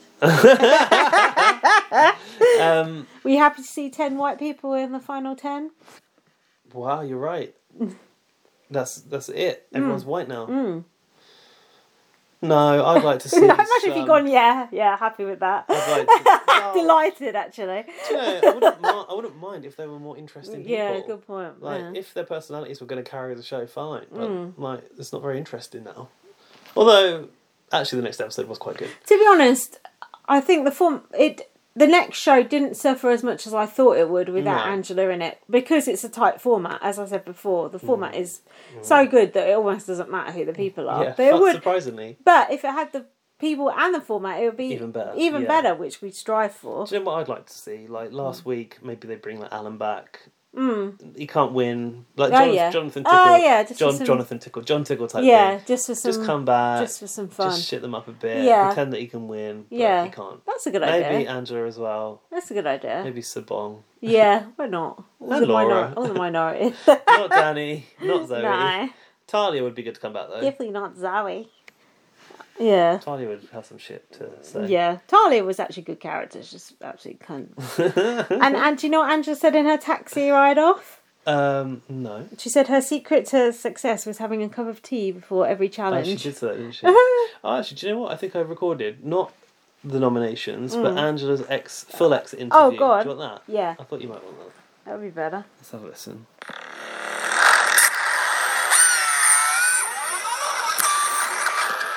Speaker 2: Um,
Speaker 1: Were you happy to see 10 white people in the final 10? <laughs>
Speaker 2: wow, you're right. That's that's it.
Speaker 1: Mm.
Speaker 2: Everyone's white now. No, I'd like to see.
Speaker 1: <laughs> Imagine if you'd
Speaker 2: some-
Speaker 1: gone, yeah, yeah, happy with that. <laughs>
Speaker 2: I'd like to-
Speaker 1: Delighted, actually.
Speaker 2: yeah, I wouldn't, mi- I wouldn't mind if they were more interesting people.
Speaker 1: Yeah, good point.
Speaker 2: Like,
Speaker 1: yeah. Mm.
Speaker 2: if their personalities were going to carry the show, fine. But, like, it's not very interesting now. Although, actually, the next episode was quite good.
Speaker 1: to be honest, I think the form it the next show didn't suffer as much as I thought it would without
Speaker 2: No.
Speaker 1: Angela in it because it's a tight format. As I said before,
Speaker 2: Hmm.
Speaker 1: the format is so good that it almost doesn't matter who the people are.
Speaker 2: Yeah,
Speaker 1: but it
Speaker 2: but
Speaker 1: would,
Speaker 2: surprisingly.
Speaker 1: but if it had the people and the format, it would be
Speaker 2: Even better,
Speaker 1: even
Speaker 2: yeah.
Speaker 1: better, which we strive for.
Speaker 2: Do you know what I'd like to see? Like
Speaker 1: Hmm.
Speaker 2: last week, maybe they bring like Alan back. Mm. He can't win. Like
Speaker 1: Oh,
Speaker 2: Jonathan,
Speaker 1: yeah.
Speaker 2: Jonathan Tickle.
Speaker 1: Oh, yeah, just
Speaker 2: John,
Speaker 1: for some-
Speaker 2: Jonathan Tickle. John Tickle type
Speaker 1: yeah,
Speaker 2: thing.
Speaker 1: just for some,
Speaker 2: Just come back.
Speaker 1: just for some fun.
Speaker 2: Just shit them up a bit.
Speaker 1: Yeah.
Speaker 2: Pretend that he can win. But
Speaker 1: yeah,
Speaker 2: He can't.
Speaker 1: that's a good
Speaker 2: Maybe
Speaker 1: idea.
Speaker 2: Angela as well.
Speaker 1: That's a good idea.
Speaker 2: Maybe Sabong.
Speaker 1: <laughs> Yeah, why not? All
Speaker 2: And
Speaker 1: the,
Speaker 2: Laura.
Speaker 1: minor- all the minority. <laughs>
Speaker 2: not Danny. Not Zoe.
Speaker 1: no,
Speaker 2: Talia would be good to come back though.
Speaker 1: definitely not Zoe. Yeah.
Speaker 2: Talia would have some shit to say.
Speaker 1: Yeah, Talia was actually a good character. She's just absolutely cunt.
Speaker 2: <laughs>
Speaker 1: and and do you know what Angela said in her taxi ride off?
Speaker 2: Um. No.
Speaker 1: She said her secret to success was having a cup of tea before every
Speaker 2: Oh, she
Speaker 1: challenge.
Speaker 2: did say that, didn't she?
Speaker 1: Uh-huh.
Speaker 2: Oh, actually, do you know what? I think I recorded not the nominations, but Angela's ex full ex interview.
Speaker 1: Hmm. Oh, God.
Speaker 2: Do you want
Speaker 1: <laughs>
Speaker 2: that?
Speaker 1: Yeah,
Speaker 2: I thought you might want that.
Speaker 1: that would be better.
Speaker 2: Let's have a listen.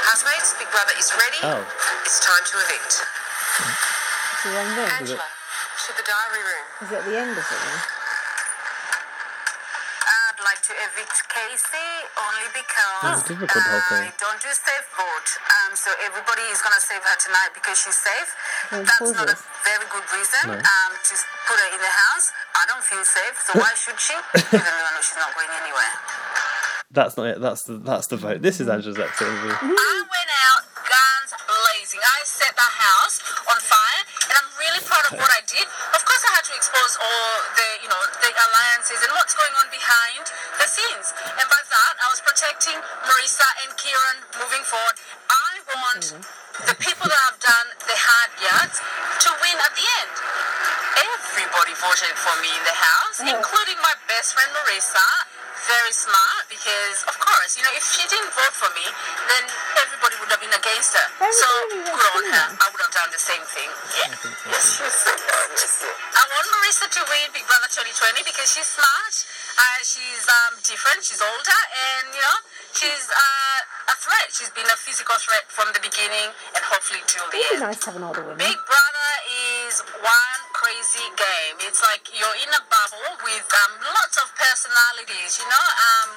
Speaker 8: Housemates, Big Brother is ready.
Speaker 2: Oh.
Speaker 8: It's time to evict.
Speaker 1: It's the wrong thing.
Speaker 8: Angela, to the diary room.
Speaker 1: Is it the end of it?
Speaker 8: I'd like to evict Casey only because
Speaker 2: Oh, did record the whole thing.
Speaker 8: I don't do safe vote. Um, so everybody is going to save her tonight because she's safe.
Speaker 1: Well,
Speaker 8: That's
Speaker 1: who's
Speaker 8: not a
Speaker 1: this?
Speaker 8: very good reason um, to put her in the house. I don't feel safe, so why should she? Even though I know she's not going anywhere.
Speaker 2: That's not it. That's the that's the vote. This is Angela's ex
Speaker 1: Mm-hmm.
Speaker 2: interview.
Speaker 8: I went out guns blazing. I set the house on fire, and I'm really proud of what I did. Of course, I had to expose all the, you know, the alliances and what's going on behind the scenes. And by that, I was protecting Marisa and Kieran moving forward. I want the people that have done the hard yards to win at the end. Everybody voted for me in the house, including my best friend Marissa. Very smart because, of course, you know, if she didn't vote for me, then everybody would have been against her. So,
Speaker 1: Everybody was
Speaker 8: good on
Speaker 1: doing
Speaker 8: her.
Speaker 1: that.
Speaker 8: I would have done the same thing. Yeah. Yes, yes, yes. <laughs> I want Marissa to win Big Brother 2020 because she's smart, uh, she's um, different, she's older, and, you know, she's uh, a threat. She's been a physical threat from the beginning and hopefully till the
Speaker 1: It'd be
Speaker 8: end.
Speaker 1: nice to have an older woman.
Speaker 8: Big Brother is one crazy game. It's like you're in a bubble with um, lots of personalities, you know, um,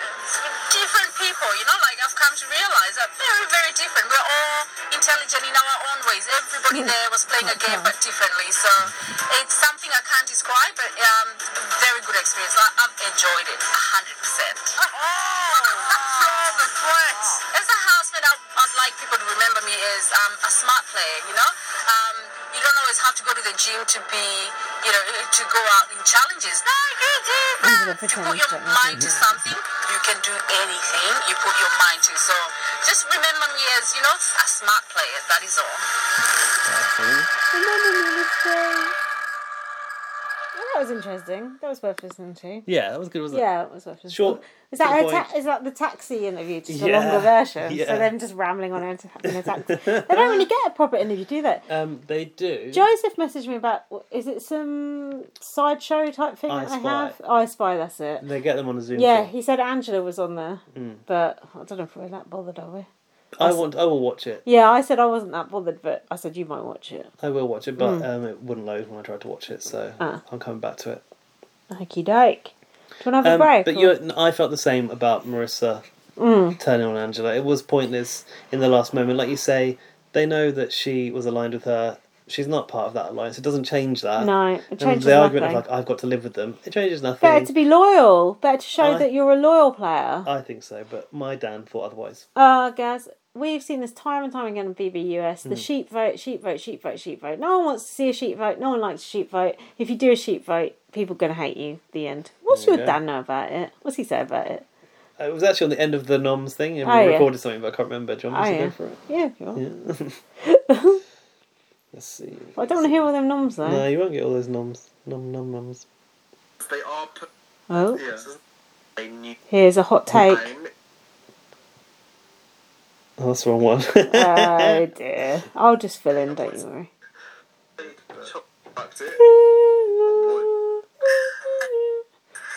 Speaker 8: different people, you know, like I've come to realize that very, very different. We're all intelligent in our own ways. Everybody there was playing a game but differently. So it's something I can't describe, but um, very good experience. I, I've enjoyed it 100%. Oh, the threats. As a housemate, I, I'd like people to remember me as um, a smart player, you know? Um, you don't always have to go to the gym to be, you know, to go out in challenges. No, you do
Speaker 1: I'm
Speaker 8: that.
Speaker 1: gonna
Speaker 8: If you
Speaker 1: pretend
Speaker 8: put
Speaker 1: it's
Speaker 8: your
Speaker 1: not
Speaker 8: mind to something, you can do anything you put your mind to. So just remember me as, you know, a smart player. That is all.
Speaker 1: Remember me this day. I was interesting. That was worth listening to.
Speaker 2: Yeah, that was good, wasn't it?
Speaker 1: Yeah, it was worth listening
Speaker 2: Short-
Speaker 1: to. Is that her
Speaker 2: good
Speaker 1: ta-
Speaker 2: point.
Speaker 1: is that the taxi interview, just a
Speaker 2: Yeah,
Speaker 1: longer version?
Speaker 2: yeah.
Speaker 1: So them just rambling on in a- in a
Speaker 2: <laughs>
Speaker 1: taxi. they don't really get a proper interview, do they?
Speaker 2: Um, they do.
Speaker 1: Joseph messaged me about is it some sideshow type thing
Speaker 2: I
Speaker 1: that they
Speaker 2: Spy.
Speaker 1: have? I Spy, that's it.
Speaker 2: They get them on a Zoom.
Speaker 1: Yeah,
Speaker 2: call.
Speaker 1: he said Angela was on there,
Speaker 2: Hmm.
Speaker 1: but I don't know if we're that bothered, are we?
Speaker 2: I want. I will watch it.
Speaker 1: Yeah, I said I wasn't that bothered, but I said you might watch it.
Speaker 2: I will watch it, but um, it wouldn't load when I tried to watch it, so
Speaker 1: Mm. Ah.
Speaker 2: I'm coming back to it.
Speaker 1: Okie doke. Do you want to have a
Speaker 2: Um,
Speaker 1: break?
Speaker 2: but
Speaker 1: or-
Speaker 2: you, and I felt the same about Marissa
Speaker 1: Mm.
Speaker 2: turning on Angela. It was pointless in the last moment. Like you say, they know that she was aligned with her. She's not part of that alliance. It doesn't change that.
Speaker 1: No, it
Speaker 2: and
Speaker 1: changes
Speaker 2: um, the argument of
Speaker 1: nothing.
Speaker 2: like I've got to live with them, it changes nothing.
Speaker 1: Better to be loyal. Better to show
Speaker 2: I-
Speaker 1: that you're a loyal player.
Speaker 2: I think so, but my Dan thought otherwise.
Speaker 1: Oh, guys, we've seen this time and time again in BBUS.
Speaker 2: Hmm.
Speaker 1: The sheep vote, sheep vote, sheep vote, sheep vote. No one wants to see a sheep vote. No one likes a sheep vote. If you do a sheep vote, people going to hate you. The end. What's
Speaker 2: There you
Speaker 1: your
Speaker 2: go.
Speaker 1: dad know about it? What's he say about it?
Speaker 2: Uh, It was actually on the end of the noms thing, and
Speaker 1: Oh,
Speaker 2: we
Speaker 1: yeah.
Speaker 2: recorded something, but I can't remember. Do you want me
Speaker 1: Oh,
Speaker 2: to
Speaker 1: yeah.
Speaker 2: go for it?
Speaker 1: Yeah, if you want.
Speaker 2: Let's see.
Speaker 1: I don't want to hear all them noms though.
Speaker 2: No, you won't get all those noms. Nom nom noms.
Speaker 7: They are put.
Speaker 1: Oh,
Speaker 7: Yeah.
Speaker 4: They knew
Speaker 1: here's a hot take.
Speaker 2: <laughs>
Speaker 7: I'm-
Speaker 2: Oh, that's the wrong one.
Speaker 1: oh dear. I'll just fill in. Don't you worry.
Speaker 7: Fucked it.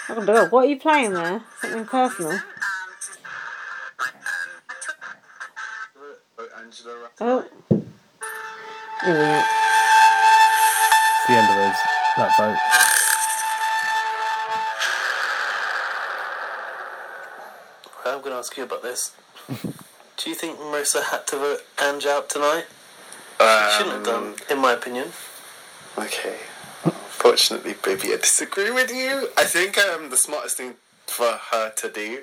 Speaker 1: Oh, God, what are you playing there? Something personal.
Speaker 7: Oh, Angela.
Speaker 1: Oh. Here we go.
Speaker 2: the end of those that vote.
Speaker 4: I'm going to ask you about this. Do you think Marissa had to vote Ange out tonight? She shouldn't have done, in my opinion.
Speaker 7: Um, Okay. Unfortunately, baby, I disagree with you. I think um, the smartest thing for her to do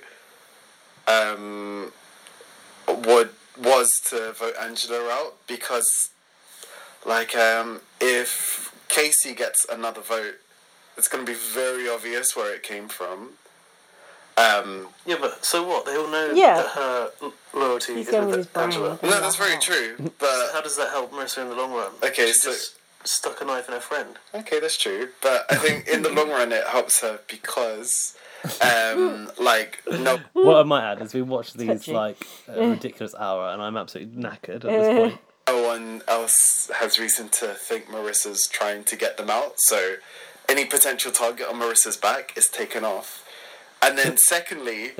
Speaker 7: um, would was to vote Angela out because, like, um, if Casey gets another vote, it's going to be very obvious where it came from. Um,
Speaker 4: Yeah, but so what? They all know
Speaker 1: Yeah.
Speaker 4: that her l- loyalty
Speaker 1: He's
Speaker 4: is
Speaker 1: going
Speaker 4: with
Speaker 1: with his brain.
Speaker 4: Angela.
Speaker 7: no, that's very true, but
Speaker 4: How does that help Marissa in the long run?
Speaker 7: Okay,
Speaker 4: she
Speaker 7: so-
Speaker 4: just stuck a knife in her friend.
Speaker 7: Okay, that's true. But I think in the long run, it helps her because, um, like, no,
Speaker 1: <laughs>
Speaker 2: What I might add is we watched these
Speaker 1: Touchy.
Speaker 2: like
Speaker 1: <laughs>
Speaker 2: a ridiculous hour, and I'm absolutely knackered at this point.
Speaker 7: no one else has reason to think Marissa's trying to get them out. So any potential target on Marissa's back is taken off. And
Speaker 1: <laughs>
Speaker 7: then secondly,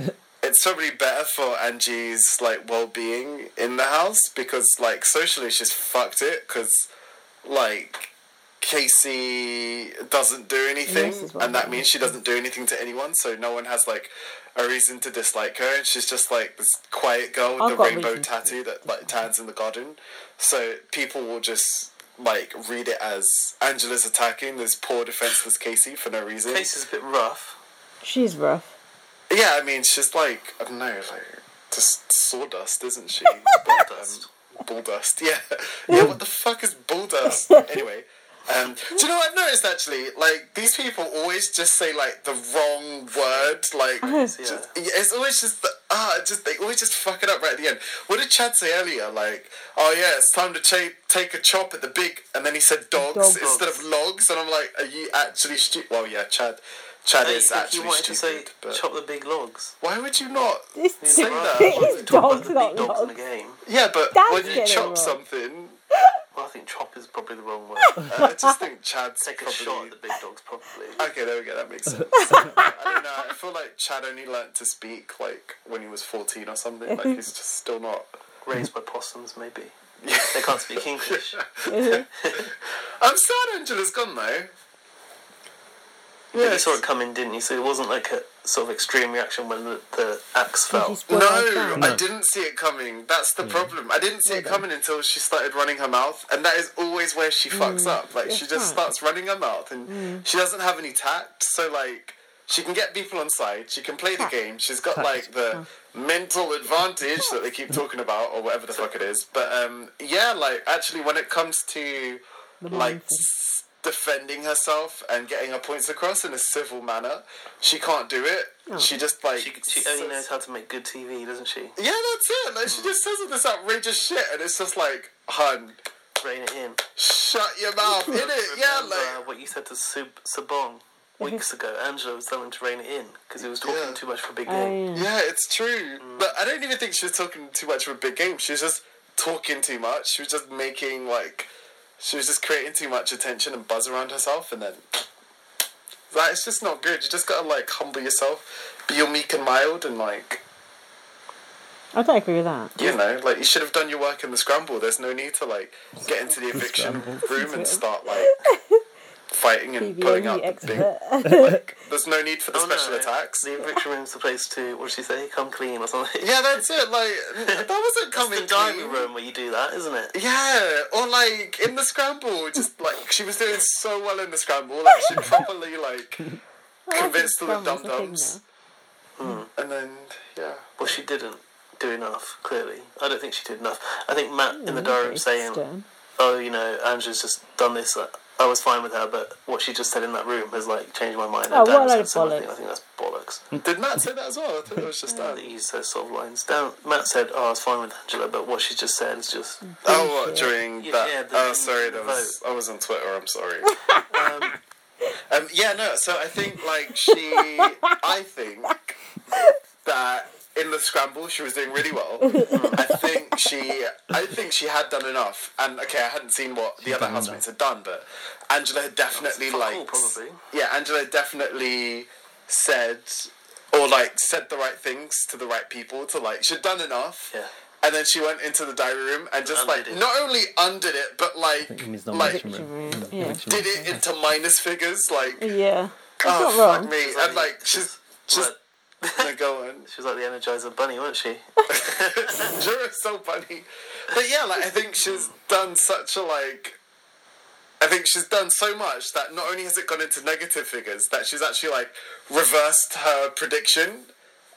Speaker 7: it's probably better for Angie's like well-being in the house because like socially she's fucked it because like Casey doesn't do anything
Speaker 1: Marissa's
Speaker 7: and that
Speaker 1: well-being.
Speaker 7: means she doesn't do anything to anyone so no one has like a reason to dislike her and she's just like this quiet girl with
Speaker 1: I've
Speaker 7: the
Speaker 1: got
Speaker 7: rainbow
Speaker 1: reasons to
Speaker 7: tattoo that like tans in the garden so people will just like read it as Angela's attacking this poor defenseless Casey for no reason.
Speaker 4: Case is a bit rough.
Speaker 1: She's rough.
Speaker 7: Yeah, I mean, she's like, I don't know, like, just sawdust, isn't she?
Speaker 4: Dust.
Speaker 7: bulldust, yeah. Yeah, what the fuck is bulldust? anyway, um, do you know what I've noticed actually? Like, these people always just say, like, the wrong word. Like, just- yeah, it's always just the, ah, just, they always just fuck it up right at the end. What did Chad say earlier? Like, oh yeah, it's time to cha- take a chop at the big, and then he said dogs,
Speaker 1: Dogs.
Speaker 7: instead of logs, and I'm like, are you actually stupid? Well, yeah, Chad. Chad
Speaker 4: Hey,
Speaker 7: is
Speaker 4: if
Speaker 7: actually
Speaker 4: you wanted
Speaker 7: stupid.
Speaker 4: to say
Speaker 7: but-
Speaker 4: chop the big logs.
Speaker 7: why would you not?
Speaker 1: It's
Speaker 7: say
Speaker 1: too <laughs>
Speaker 7: that.
Speaker 1: big.
Speaker 4: Talk about
Speaker 1: Dogs,
Speaker 4: the
Speaker 1: not
Speaker 4: big dogs in the
Speaker 1: dogs.
Speaker 4: game.
Speaker 7: Yeah, but
Speaker 1: That's
Speaker 7: when you
Speaker 1: getting
Speaker 7: chop
Speaker 1: wrong.
Speaker 7: something, uh,
Speaker 4: Well, I think chop is probably the wrong
Speaker 9: <laughs>
Speaker 4: word.
Speaker 7: I just think Chad's
Speaker 4: Take a
Speaker 7: probably.
Speaker 4: shot at the big dogs, probably.
Speaker 7: Okay, there we go. That makes sense. I don't know. I feel like Chad only learnt to speak like when he was fourteen or something. Like he's just still not.
Speaker 4: Raised by possums, maybe. They can't <laughs> speak English.
Speaker 7: I'm sad Angela's gone though.
Speaker 4: But you saw it coming, didn't you? So it wasn't like a sort of extreme reaction when the, the axe fell.
Speaker 1: She's
Speaker 7: No,
Speaker 1: well done.
Speaker 7: I didn't see it coming. That's
Speaker 4: Mm.
Speaker 7: the problem. I didn't see it coming until she started running her mouth, and that is always where she fucks up. Like she just starts running her mouth, and she doesn't have any tact. So like, she can get people on side. She can play the game. She's got like the mental advantage that they keep talking about, or whatever the fuck it is. But um, yeah, like actually, when it comes to like s- defending herself and getting her points across in a civil manner, she can't do it. She just like
Speaker 4: She, she only
Speaker 7: sits-
Speaker 4: knows how to make good TV, doesn't she?
Speaker 7: yeah, that's it. Like she just says all this outrageous shit, and it's just like, hun,
Speaker 4: Rein it in. Uh,
Speaker 7: shut your mouth, in it. Yeah,
Speaker 4: Remember
Speaker 7: like
Speaker 4: what you said to Sub- Sabong.
Speaker 1: <laughs>
Speaker 4: weeks ago, Angela was telling him to rein it in because he was talking
Speaker 7: Yeah.
Speaker 4: too much for Big Game.
Speaker 1: Oh, yeah.
Speaker 7: Yeah, it's true. But I don't even think she was talking too much of a big game. She was just talking too much. She was just making like she was just creating too much attention and buzz around herself and then like it's just not good. You just gotta like humble yourself, be all meek and mild and like
Speaker 1: I don't agree with that.
Speaker 7: you know, like you should have done your work in the scramble. There's no need to like get into the eviction room and start like fighting and pulling out
Speaker 1: PBE <laughs>
Speaker 7: the big
Speaker 1: expert.
Speaker 7: there's no need for the
Speaker 4: Oh, no,
Speaker 7: special attacks.
Speaker 4: The eviction room's the place to, what did she say, come clean or something? <laughs>
Speaker 7: Yeah, that's it. Like that wasn't
Speaker 4: It's
Speaker 7: coming
Speaker 4: the diary
Speaker 7: clean.
Speaker 4: room where you do that, isn't it?
Speaker 7: Yeah, or like in the scramble, just like she was doing so well in the scramble, like she properly like convinced all the dum
Speaker 1: Scrambles, I think,
Speaker 7: dums, and then yeah,
Speaker 4: Hmm. Well, she didn't do enough, clearly. I don't think she did enough. I think Matt in
Speaker 1: Hmm.
Speaker 4: the diary room
Speaker 1: It's
Speaker 4: saying,
Speaker 1: stern.
Speaker 4: oh, you know, Angela's just done this. uh, I was fine with her, but what she just said in that room has like changed my mind. And
Speaker 1: Oh, what a
Speaker 4: Dan
Speaker 1: load
Speaker 4: said
Speaker 1: of
Speaker 4: similar thing.
Speaker 1: bollocks.
Speaker 4: I think that's bollocks.
Speaker 2: Hmm.
Speaker 7: did Matt say that as well? I thought it was just
Speaker 4: I
Speaker 7: that.
Speaker 4: think he used those sort of lines. Dan, Matt said, "Oh, I was fine with Angela, but what she just said is just."
Speaker 1: Hmm.
Speaker 7: Oh, what, during
Speaker 4: Yeah,
Speaker 7: that?
Speaker 4: yeah, the-
Speaker 7: oh, sorry, that
Speaker 4: the
Speaker 7: was I was on Twitter. I'm sorry. um, yeah, no. So I think like she, I think that in the scramble she was doing really well. I think she, I think she had done enough. And okay, I hadn't seen what the other
Speaker 2: done
Speaker 7: housemates had done, but Angela had definitely
Speaker 4: Fuck
Speaker 7: like,
Speaker 4: all, probably.
Speaker 7: yeah, Angela had definitely said or like said the right things to the right people to like she'd done enough.
Speaker 4: Yeah.
Speaker 7: And then she went into the diary room and just
Speaker 4: Undid
Speaker 7: like
Speaker 4: it.
Speaker 7: not only undid it, but like
Speaker 2: It means the
Speaker 7: like
Speaker 2: eviction room.
Speaker 1: Eviction room,
Speaker 2: Mm,
Speaker 1: yeah.
Speaker 2: eviction room.
Speaker 7: did it into minus figures. Like
Speaker 1: Yeah. It's
Speaker 7: oh
Speaker 1: not
Speaker 7: fuck
Speaker 1: wrong.
Speaker 7: me,
Speaker 4: like-
Speaker 7: and like she's just <laughs> no, go on.
Speaker 4: She was like the Energizer Bunny, wasn't she?
Speaker 7: You're so funny, but yeah, like I think she's done such a like. I think she's done so much that not only has it gone into negative figures, that she's actually like reversed her prediction,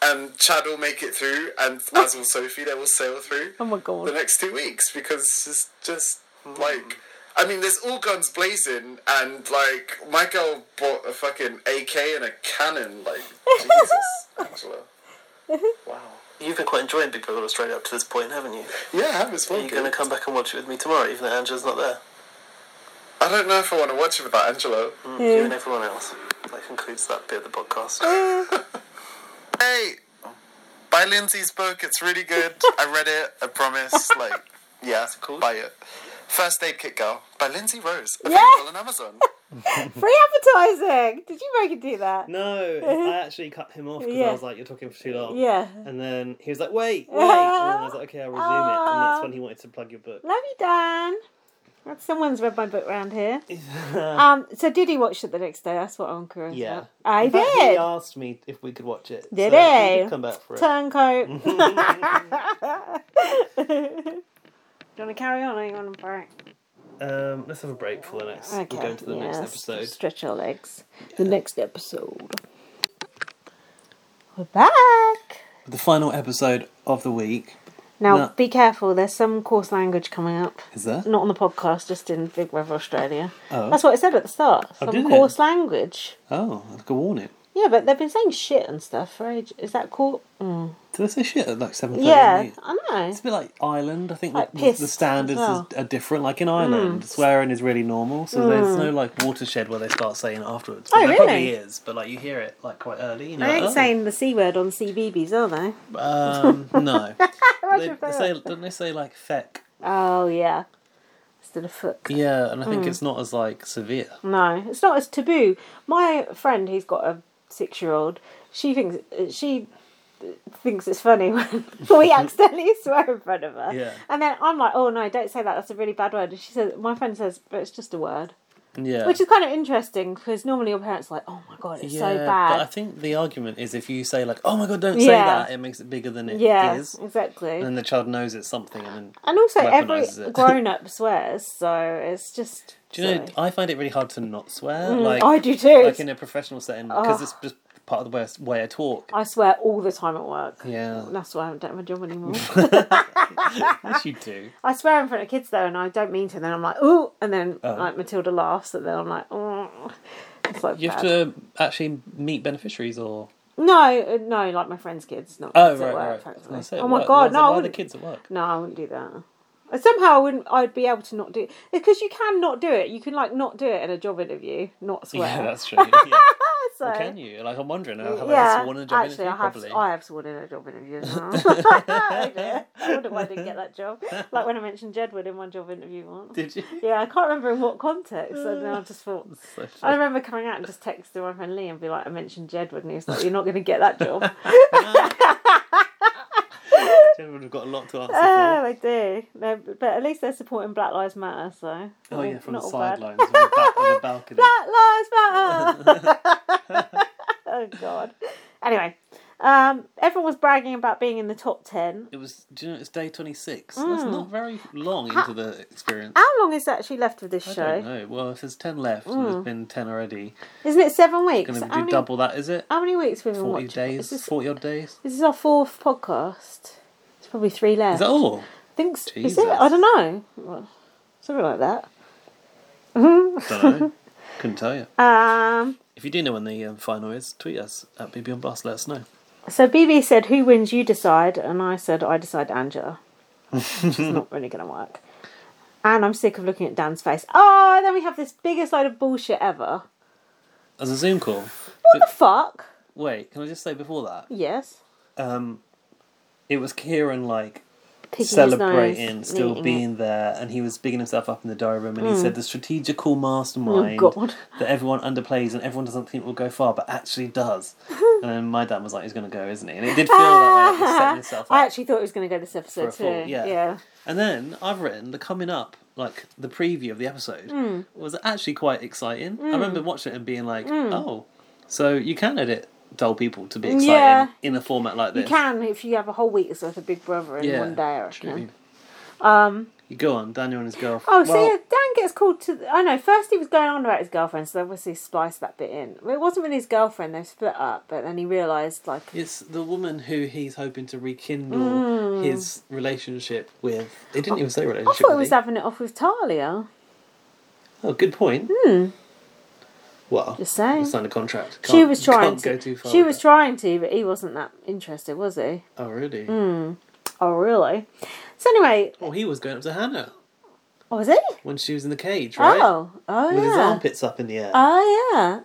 Speaker 7: and Chad will make it through, and as will Sophie, they will sail through.
Speaker 1: Oh my
Speaker 7: the
Speaker 1: god.
Speaker 7: next two weeks because it's just like I mean, there's all guns blazing, and like my girl bought a fucking AK and a cannon. <laughs> Like Jesus, Angela. Wow.
Speaker 4: You've been quite enjoying Big Brother Australia up to this point, haven't you?
Speaker 7: Yeah, I haven't
Speaker 4: Are you
Speaker 7: spoken.
Speaker 4: going to come back and watch it with me tomorrow, even though Angela's not there?
Speaker 7: I don't know if I want to watch it without Angela.
Speaker 4: You and everyone else. That concludes that bit of the podcast.
Speaker 7: Hey, buy Lindsay's book. It's really <laughs> good. I read it. I promise. Like, yeah, cool. buy it. First Aid Kit Girl by Lindsay Rose. Available on Amazon. <laughs>
Speaker 1: Free advertising! Did you make it do that?
Speaker 2: No,
Speaker 1: <laughs>
Speaker 2: I actually cut him off because
Speaker 1: Yeah.
Speaker 2: I was like, "You're talking for too long."
Speaker 1: Yeah.
Speaker 2: And then he was
Speaker 1: <laughs>
Speaker 2: like, "Wait, wait!" And then I was like, "Okay, I'll resume it." And that's when he wanted to plug
Speaker 1: <laughs>
Speaker 2: your book. <laughs>
Speaker 1: Love you, Dan. That's someone's read my book round here. um, so did he watch it the next day? That's what I'm curious
Speaker 2: Yeah.
Speaker 1: about. I
Speaker 2: In fact, He
Speaker 1: did.
Speaker 2: asked me if we could watch it.
Speaker 1: Did
Speaker 2: so He
Speaker 1: he?
Speaker 2: did come back for it. <laughs>
Speaker 1: Turncoat. <laughs> Do you want to carry on or you want to break?
Speaker 2: Um, let's have a break for the next. We'll go into the next
Speaker 1: yes.
Speaker 2: episode.
Speaker 1: Stretch our legs. The next episode. We're back.
Speaker 2: The final episode of the week
Speaker 1: Now,
Speaker 2: No.
Speaker 1: be careful. There's some coarse language coming up.
Speaker 2: is that?
Speaker 1: Not on the podcast, just in Big Brother Australia.
Speaker 2: Oh.
Speaker 1: That's what it said at the start. Some
Speaker 2: did it?
Speaker 1: coarse language.
Speaker 2: Oh, like a warning.
Speaker 1: Yeah, but they've been saying shit and stuff for ages. Is that cool? Mm.
Speaker 2: Did I say shit at like seven thirty?
Speaker 1: Yeah, I know.
Speaker 2: It's a bit like Ireland. I think
Speaker 1: Like
Speaker 2: the,
Speaker 1: piss
Speaker 2: the standards
Speaker 1: as well. Hmm.
Speaker 2: is, are different. Like in Ireland, swearing is really normal, so there's no like watershed where they start saying it afterwards.
Speaker 1: Oh,
Speaker 2: But there
Speaker 1: really?
Speaker 2: probably is, but like you hear it like quite early. You know,
Speaker 1: They
Speaker 2: like,
Speaker 1: ain't
Speaker 2: "Oh."
Speaker 1: saying the C word on CBBS, are they?
Speaker 2: <laughs> Um,
Speaker 1: <laughs>
Speaker 2: no. they,
Speaker 1: if
Speaker 2: they
Speaker 1: they
Speaker 2: say, don't they say like feck?
Speaker 1: Oh, yeah. Instead of foot.
Speaker 2: Yeah, and I
Speaker 1: Hmm.
Speaker 2: think it's not as like severe.
Speaker 1: No, it's not as taboo. My friend who's got a six-year-old, she thinks uh, she thinks it's funny <laughs> when
Speaker 2: <laughs>
Speaker 1: we accidentally swear in front of her.
Speaker 2: Yeah.
Speaker 1: And then I'm like, oh no, don't say that. That's a really bad word. And she says, my friend says, but it's just a word,
Speaker 2: Yeah.
Speaker 1: Hmm. which is kind of interesting because normally your parents are like, oh my god, it's so
Speaker 2: But I
Speaker 1: bad.
Speaker 2: think the argument is if you say like, "Oh my god, don't say
Speaker 1: Yeah.
Speaker 2: that," it makes it bigger than it is,
Speaker 1: yeah, exactly.
Speaker 2: and then
Speaker 1: And,
Speaker 2: the child knows it's something. And then,
Speaker 1: also, every
Speaker 2: weaponises it. <laughs>
Speaker 1: grown-up swears, so it's just.
Speaker 2: do you know?
Speaker 1: silly.
Speaker 2: I find it really hard to not swear.
Speaker 1: Mm,
Speaker 2: like
Speaker 1: I do too.
Speaker 2: like in a professional setting because it's just part of the way I, way I talk.
Speaker 1: I swear all the time at work.
Speaker 2: Yeah,
Speaker 1: That's why I don't have a job anymore.
Speaker 2: yes, you do.
Speaker 1: I swear in front of kids though, and I don't mean to. And then I'm like, ooh, and then
Speaker 2: Oh.
Speaker 1: like Matilda laughs, and then I'm like, oh, it's like
Speaker 2: You have
Speaker 1: bad.
Speaker 2: to actually meet beneficiaries or
Speaker 1: No, uh, no, like my friends' kids, not
Speaker 2: oh
Speaker 1: kids
Speaker 2: right
Speaker 1: at work.
Speaker 2: right. I was
Speaker 1: thankfully.
Speaker 2: gonna say,
Speaker 1: oh my
Speaker 2: why-
Speaker 1: god,
Speaker 2: why-
Speaker 1: no,
Speaker 2: why
Speaker 1: I
Speaker 2: are the
Speaker 1: wouldn't.
Speaker 2: kids at work.
Speaker 1: No, I wouldn't do that. Uh, Somehow I wouldn't. I'd be able to not
Speaker 2: <laughs>
Speaker 1: do because you can not do it. You can like not do it in a job interview, not <laughs> swear.
Speaker 2: Yeah, that's true. Yeah.
Speaker 1: guess <laughs> so.
Speaker 2: Or can you? Like, I'm wondering. Have I
Speaker 1: yeah,
Speaker 2: sworn a job
Speaker 1: actually,
Speaker 2: interview
Speaker 1: I have,
Speaker 2: properly?
Speaker 1: I have sworn in a job interview as well. <laughs> I did. I wonder why I didn't get that job.
Speaker 2: <laughs>
Speaker 1: Like when I mentioned Jedward in one job interview once.
Speaker 2: <laughs> Did you?
Speaker 1: <laughs> Yeah, I can't remember in what context. And then I just thought,
Speaker 2: <laughs> So
Speaker 1: I remember coming out and just texting my friend Lee and be like, I mentioned Jedward, and he was like, You're not going to get
Speaker 2: <laughs>
Speaker 1: that job.
Speaker 2: Jen would have got a lot to answer
Speaker 1: oh,
Speaker 2: for.
Speaker 1: they do. No, but at least they're supporting Black Lives Matter, so.
Speaker 2: Oh, yeah, from the
Speaker 1: not all bad.
Speaker 2: sidelines on the, ba-
Speaker 1: <laughs>
Speaker 2: on the balcony.
Speaker 1: Black Lives Matter.
Speaker 2: <laughs>
Speaker 1: <laughs> oh God. Anyway, um, everyone was bragging about being in the top ten.
Speaker 2: It was, do you know, it's day 26.
Speaker 1: Mm.
Speaker 2: That's not very long into the experience.
Speaker 1: How long is Ah. actually Mm. left of this
Speaker 2: I
Speaker 1: show?
Speaker 2: don't know. Well, if there's 10 left, and there's been 10 already,
Speaker 1: Isn't it seven weeks?
Speaker 2: going to
Speaker 1: how,
Speaker 2: do
Speaker 1: many,
Speaker 2: double that, is it?
Speaker 1: how many weeks we've been
Speaker 2: 40
Speaker 1: watching?
Speaker 2: days?
Speaker 1: Is this,
Speaker 2: 40 odd days?
Speaker 1: this is our fourth podcast. It's probably three left.
Speaker 2: Is
Speaker 1: <laughs>
Speaker 2: that all?
Speaker 1: I think s- is
Speaker 2: Jesus.
Speaker 1: it? I don't know. Well, something like that.
Speaker 2: don't know. Couldn't tell you.
Speaker 1: Um,
Speaker 2: If you do know when the um, final is, tweet us at BB on Blast. Let us know.
Speaker 1: so BB said, "Who wins? You decide," and I said, "I decide, Angela." Which is
Speaker 2: <laughs>
Speaker 1: not really going to work. And I'm sick of looking at Dan's face. Oh, then we have this biggest load of bullshit ever.
Speaker 2: As a Zoom call.
Speaker 1: What the fuck?
Speaker 2: Wait, can I just say before that?
Speaker 1: Yes.
Speaker 2: Um, it was Kieran like
Speaker 1: Picking his
Speaker 2: celebrating,
Speaker 1: nose,
Speaker 2: still
Speaker 1: eating
Speaker 2: being there, and he was bigging himself up in the diary room, and he said the strategical mastermind
Speaker 1: Oh, Mm. God.
Speaker 2: that everyone underplays and everyone doesn't think will go far, but
Speaker 1: <laughs>
Speaker 2: actually does. and then my dad was like, "He's going to go, isn't he?" And it did feel that way, like he's setting himself
Speaker 1: <laughs> I
Speaker 2: up.
Speaker 1: actually thought it was going to go this
Speaker 2: for
Speaker 1: episode
Speaker 2: a fall,
Speaker 1: too.
Speaker 2: yeah. And then I've written the coming up, like the preview of the episode,
Speaker 1: Mm.
Speaker 2: was actually quite exciting. I remember watching it and being like, "Oh, so you can edit dull people to be exciting
Speaker 1: Mm. Yeah.
Speaker 2: in a format like
Speaker 1: You
Speaker 2: this."
Speaker 1: can if you have a whole week's worth of Big Brother in
Speaker 2: Yeah,
Speaker 1: one day, I
Speaker 2: true.
Speaker 1: reckon. Um,
Speaker 2: You go on, Daniel and his girlfriend.
Speaker 1: Oh, so yeah, Dan gets called to. The, I know. First, he was going on about his girlfriend, so they obviously spliced that bit in. Well, It wasn't with his girlfriend; they split up, but then he realised, like,
Speaker 2: It's the woman who he's hoping to rekindle his relationship with. They didn't even say
Speaker 1: Hmm. Oh, I
Speaker 2: relationship.
Speaker 1: thought he
Speaker 2: did
Speaker 1: was
Speaker 2: they?
Speaker 1: having it off with Talia.
Speaker 2: Oh, good point. Well,
Speaker 1: Just saying.
Speaker 2: You signed a contract. Can't,
Speaker 1: Hmm. She was trying
Speaker 2: Can't
Speaker 1: to.
Speaker 2: go too far.
Speaker 1: she
Speaker 2: with
Speaker 1: was
Speaker 2: that.
Speaker 1: trying to, but he wasn't that interested, was he?
Speaker 2: Oh, really?
Speaker 1: Oh, really? So anyway,
Speaker 2: Well, he was going up to Hannah
Speaker 1: oh, was he?
Speaker 2: when she was in the cage, right?
Speaker 1: Oh, oh
Speaker 2: With
Speaker 1: yeah.
Speaker 2: his armpits up in the air.
Speaker 1: Oh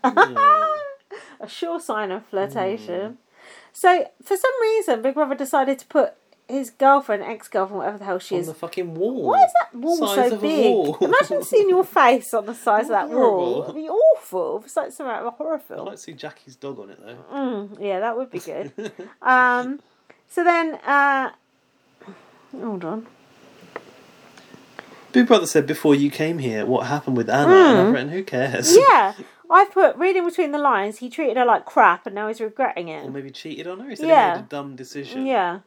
Speaker 1: yeah. <laughs> a sure sign of
Speaker 2: Hmm.
Speaker 1: flirtation. So for some reason Big Brother decided to put his girlfriend, ex girlfriend, whatever the hell she
Speaker 2: on
Speaker 1: is.
Speaker 2: the fucking wall.
Speaker 1: Why is that wall
Speaker 2: Size
Speaker 1: so
Speaker 2: of a
Speaker 1: big?
Speaker 2: wall. <laughs>
Speaker 1: Imagine seeing your face on the size of that wall.
Speaker 2: Horrible.
Speaker 1: It'd be awful. It's like something out of a horror
Speaker 2: I'd
Speaker 1: film. Mm,
Speaker 2: like to see Jackie's dog on it though.
Speaker 1: Yeah, that would be
Speaker 2: <laughs>
Speaker 1: good. um, so then, uh, hold
Speaker 2: <laughs>
Speaker 1: on.
Speaker 2: Big Brother said before you came here, what happened with Anna? And I've written, who cares?
Speaker 1: Hmm. Yeah, I put reading between the lines. He treated her like crap, and now he's regretting it.
Speaker 2: <laughs> Or maybe cheated on her. He said
Speaker 1: Yeah.
Speaker 2: he made a dumb decision.
Speaker 1: Yeah.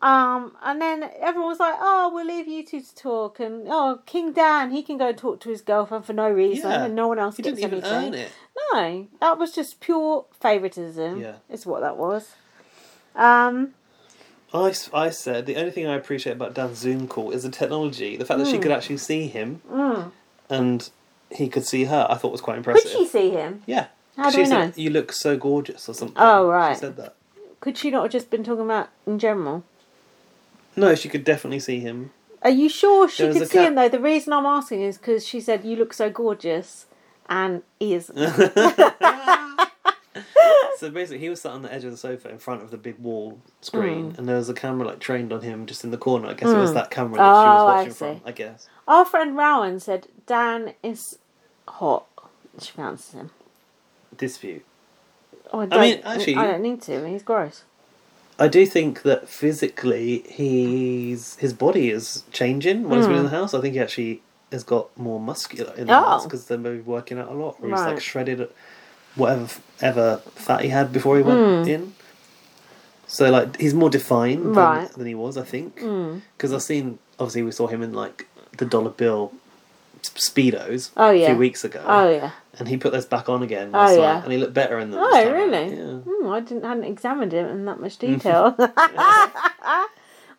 Speaker 1: Um, and then everyone was like, "Oh, we'll leave you two to talk," and oh, King Dan, he can go and talk to his girlfriend for no reason,
Speaker 2: Yeah.
Speaker 1: and no one else
Speaker 2: He
Speaker 1: gets
Speaker 2: didn't even
Speaker 1: anything.
Speaker 2: earn it.
Speaker 1: No, that was just pure favoritism.
Speaker 2: Yeah.
Speaker 1: is what that was. Um,
Speaker 2: I, s- I said the only thing I appreciate about Dan's Zoom call is the technology. The fact that
Speaker 1: Hmm.
Speaker 2: she could actually see him and he could see her, I thought was quite
Speaker 1: could
Speaker 2: impressive.
Speaker 1: she see him?
Speaker 2: Yeah.
Speaker 1: How do
Speaker 2: she
Speaker 1: we
Speaker 2: said,
Speaker 1: know?
Speaker 2: You look so gorgeous or something.
Speaker 1: Oh, right.
Speaker 2: She said that.
Speaker 1: Could she not have just been talking about in general?
Speaker 2: No, she could definitely see him.
Speaker 1: Are you sure she
Speaker 2: There was
Speaker 1: could
Speaker 2: a
Speaker 1: see him
Speaker 2: cat-
Speaker 1: though? The reason I'm asking is because she said, "You look so gorgeous," and he
Speaker 2: <laughs>
Speaker 1: is.
Speaker 2: So basically, he was sat on the edge of the sofa in front of the big wall screen,
Speaker 1: Mm.
Speaker 2: and there was a camera like trained on him just in the corner. I guess it was that camera that she
Speaker 1: Oh,
Speaker 2: was
Speaker 1: I
Speaker 2: watching
Speaker 1: see.
Speaker 2: from. I guess.
Speaker 1: Our friend Rowan said Dan is hot. She pronounces him.
Speaker 2: This view.
Speaker 1: Oh, I, don't,
Speaker 2: mean, actually-
Speaker 1: I don't need to. He's gross.
Speaker 2: I do think that physically he's his body is changing when he's been in the house. I think he actually has got more muscular in the
Speaker 1: Hmm. Oh.
Speaker 2: house because they're maybe working out a lot, or he's like
Speaker 1: Right.
Speaker 2: shredded whatever f- ever fat he had before he went
Speaker 1: Hmm.
Speaker 2: in. So like he's more defined than,
Speaker 1: Right. Hmm.
Speaker 2: than he was, I think. Because I've seen obviously we saw him in like the dollar bill s- speedos
Speaker 1: Oh,
Speaker 2: a
Speaker 1: yeah.
Speaker 2: few weeks ago,
Speaker 1: Oh yeah.
Speaker 2: and he put those back on again
Speaker 1: Oh,
Speaker 2: last night,
Speaker 1: yeah.
Speaker 2: and he looked better in them. this
Speaker 1: Oh
Speaker 2: time around.
Speaker 1: really?
Speaker 2: Yeah.
Speaker 1: Hmm, I didn't hadn't examined him in that much
Speaker 2: <laughs>
Speaker 1: detail. <laughs> well,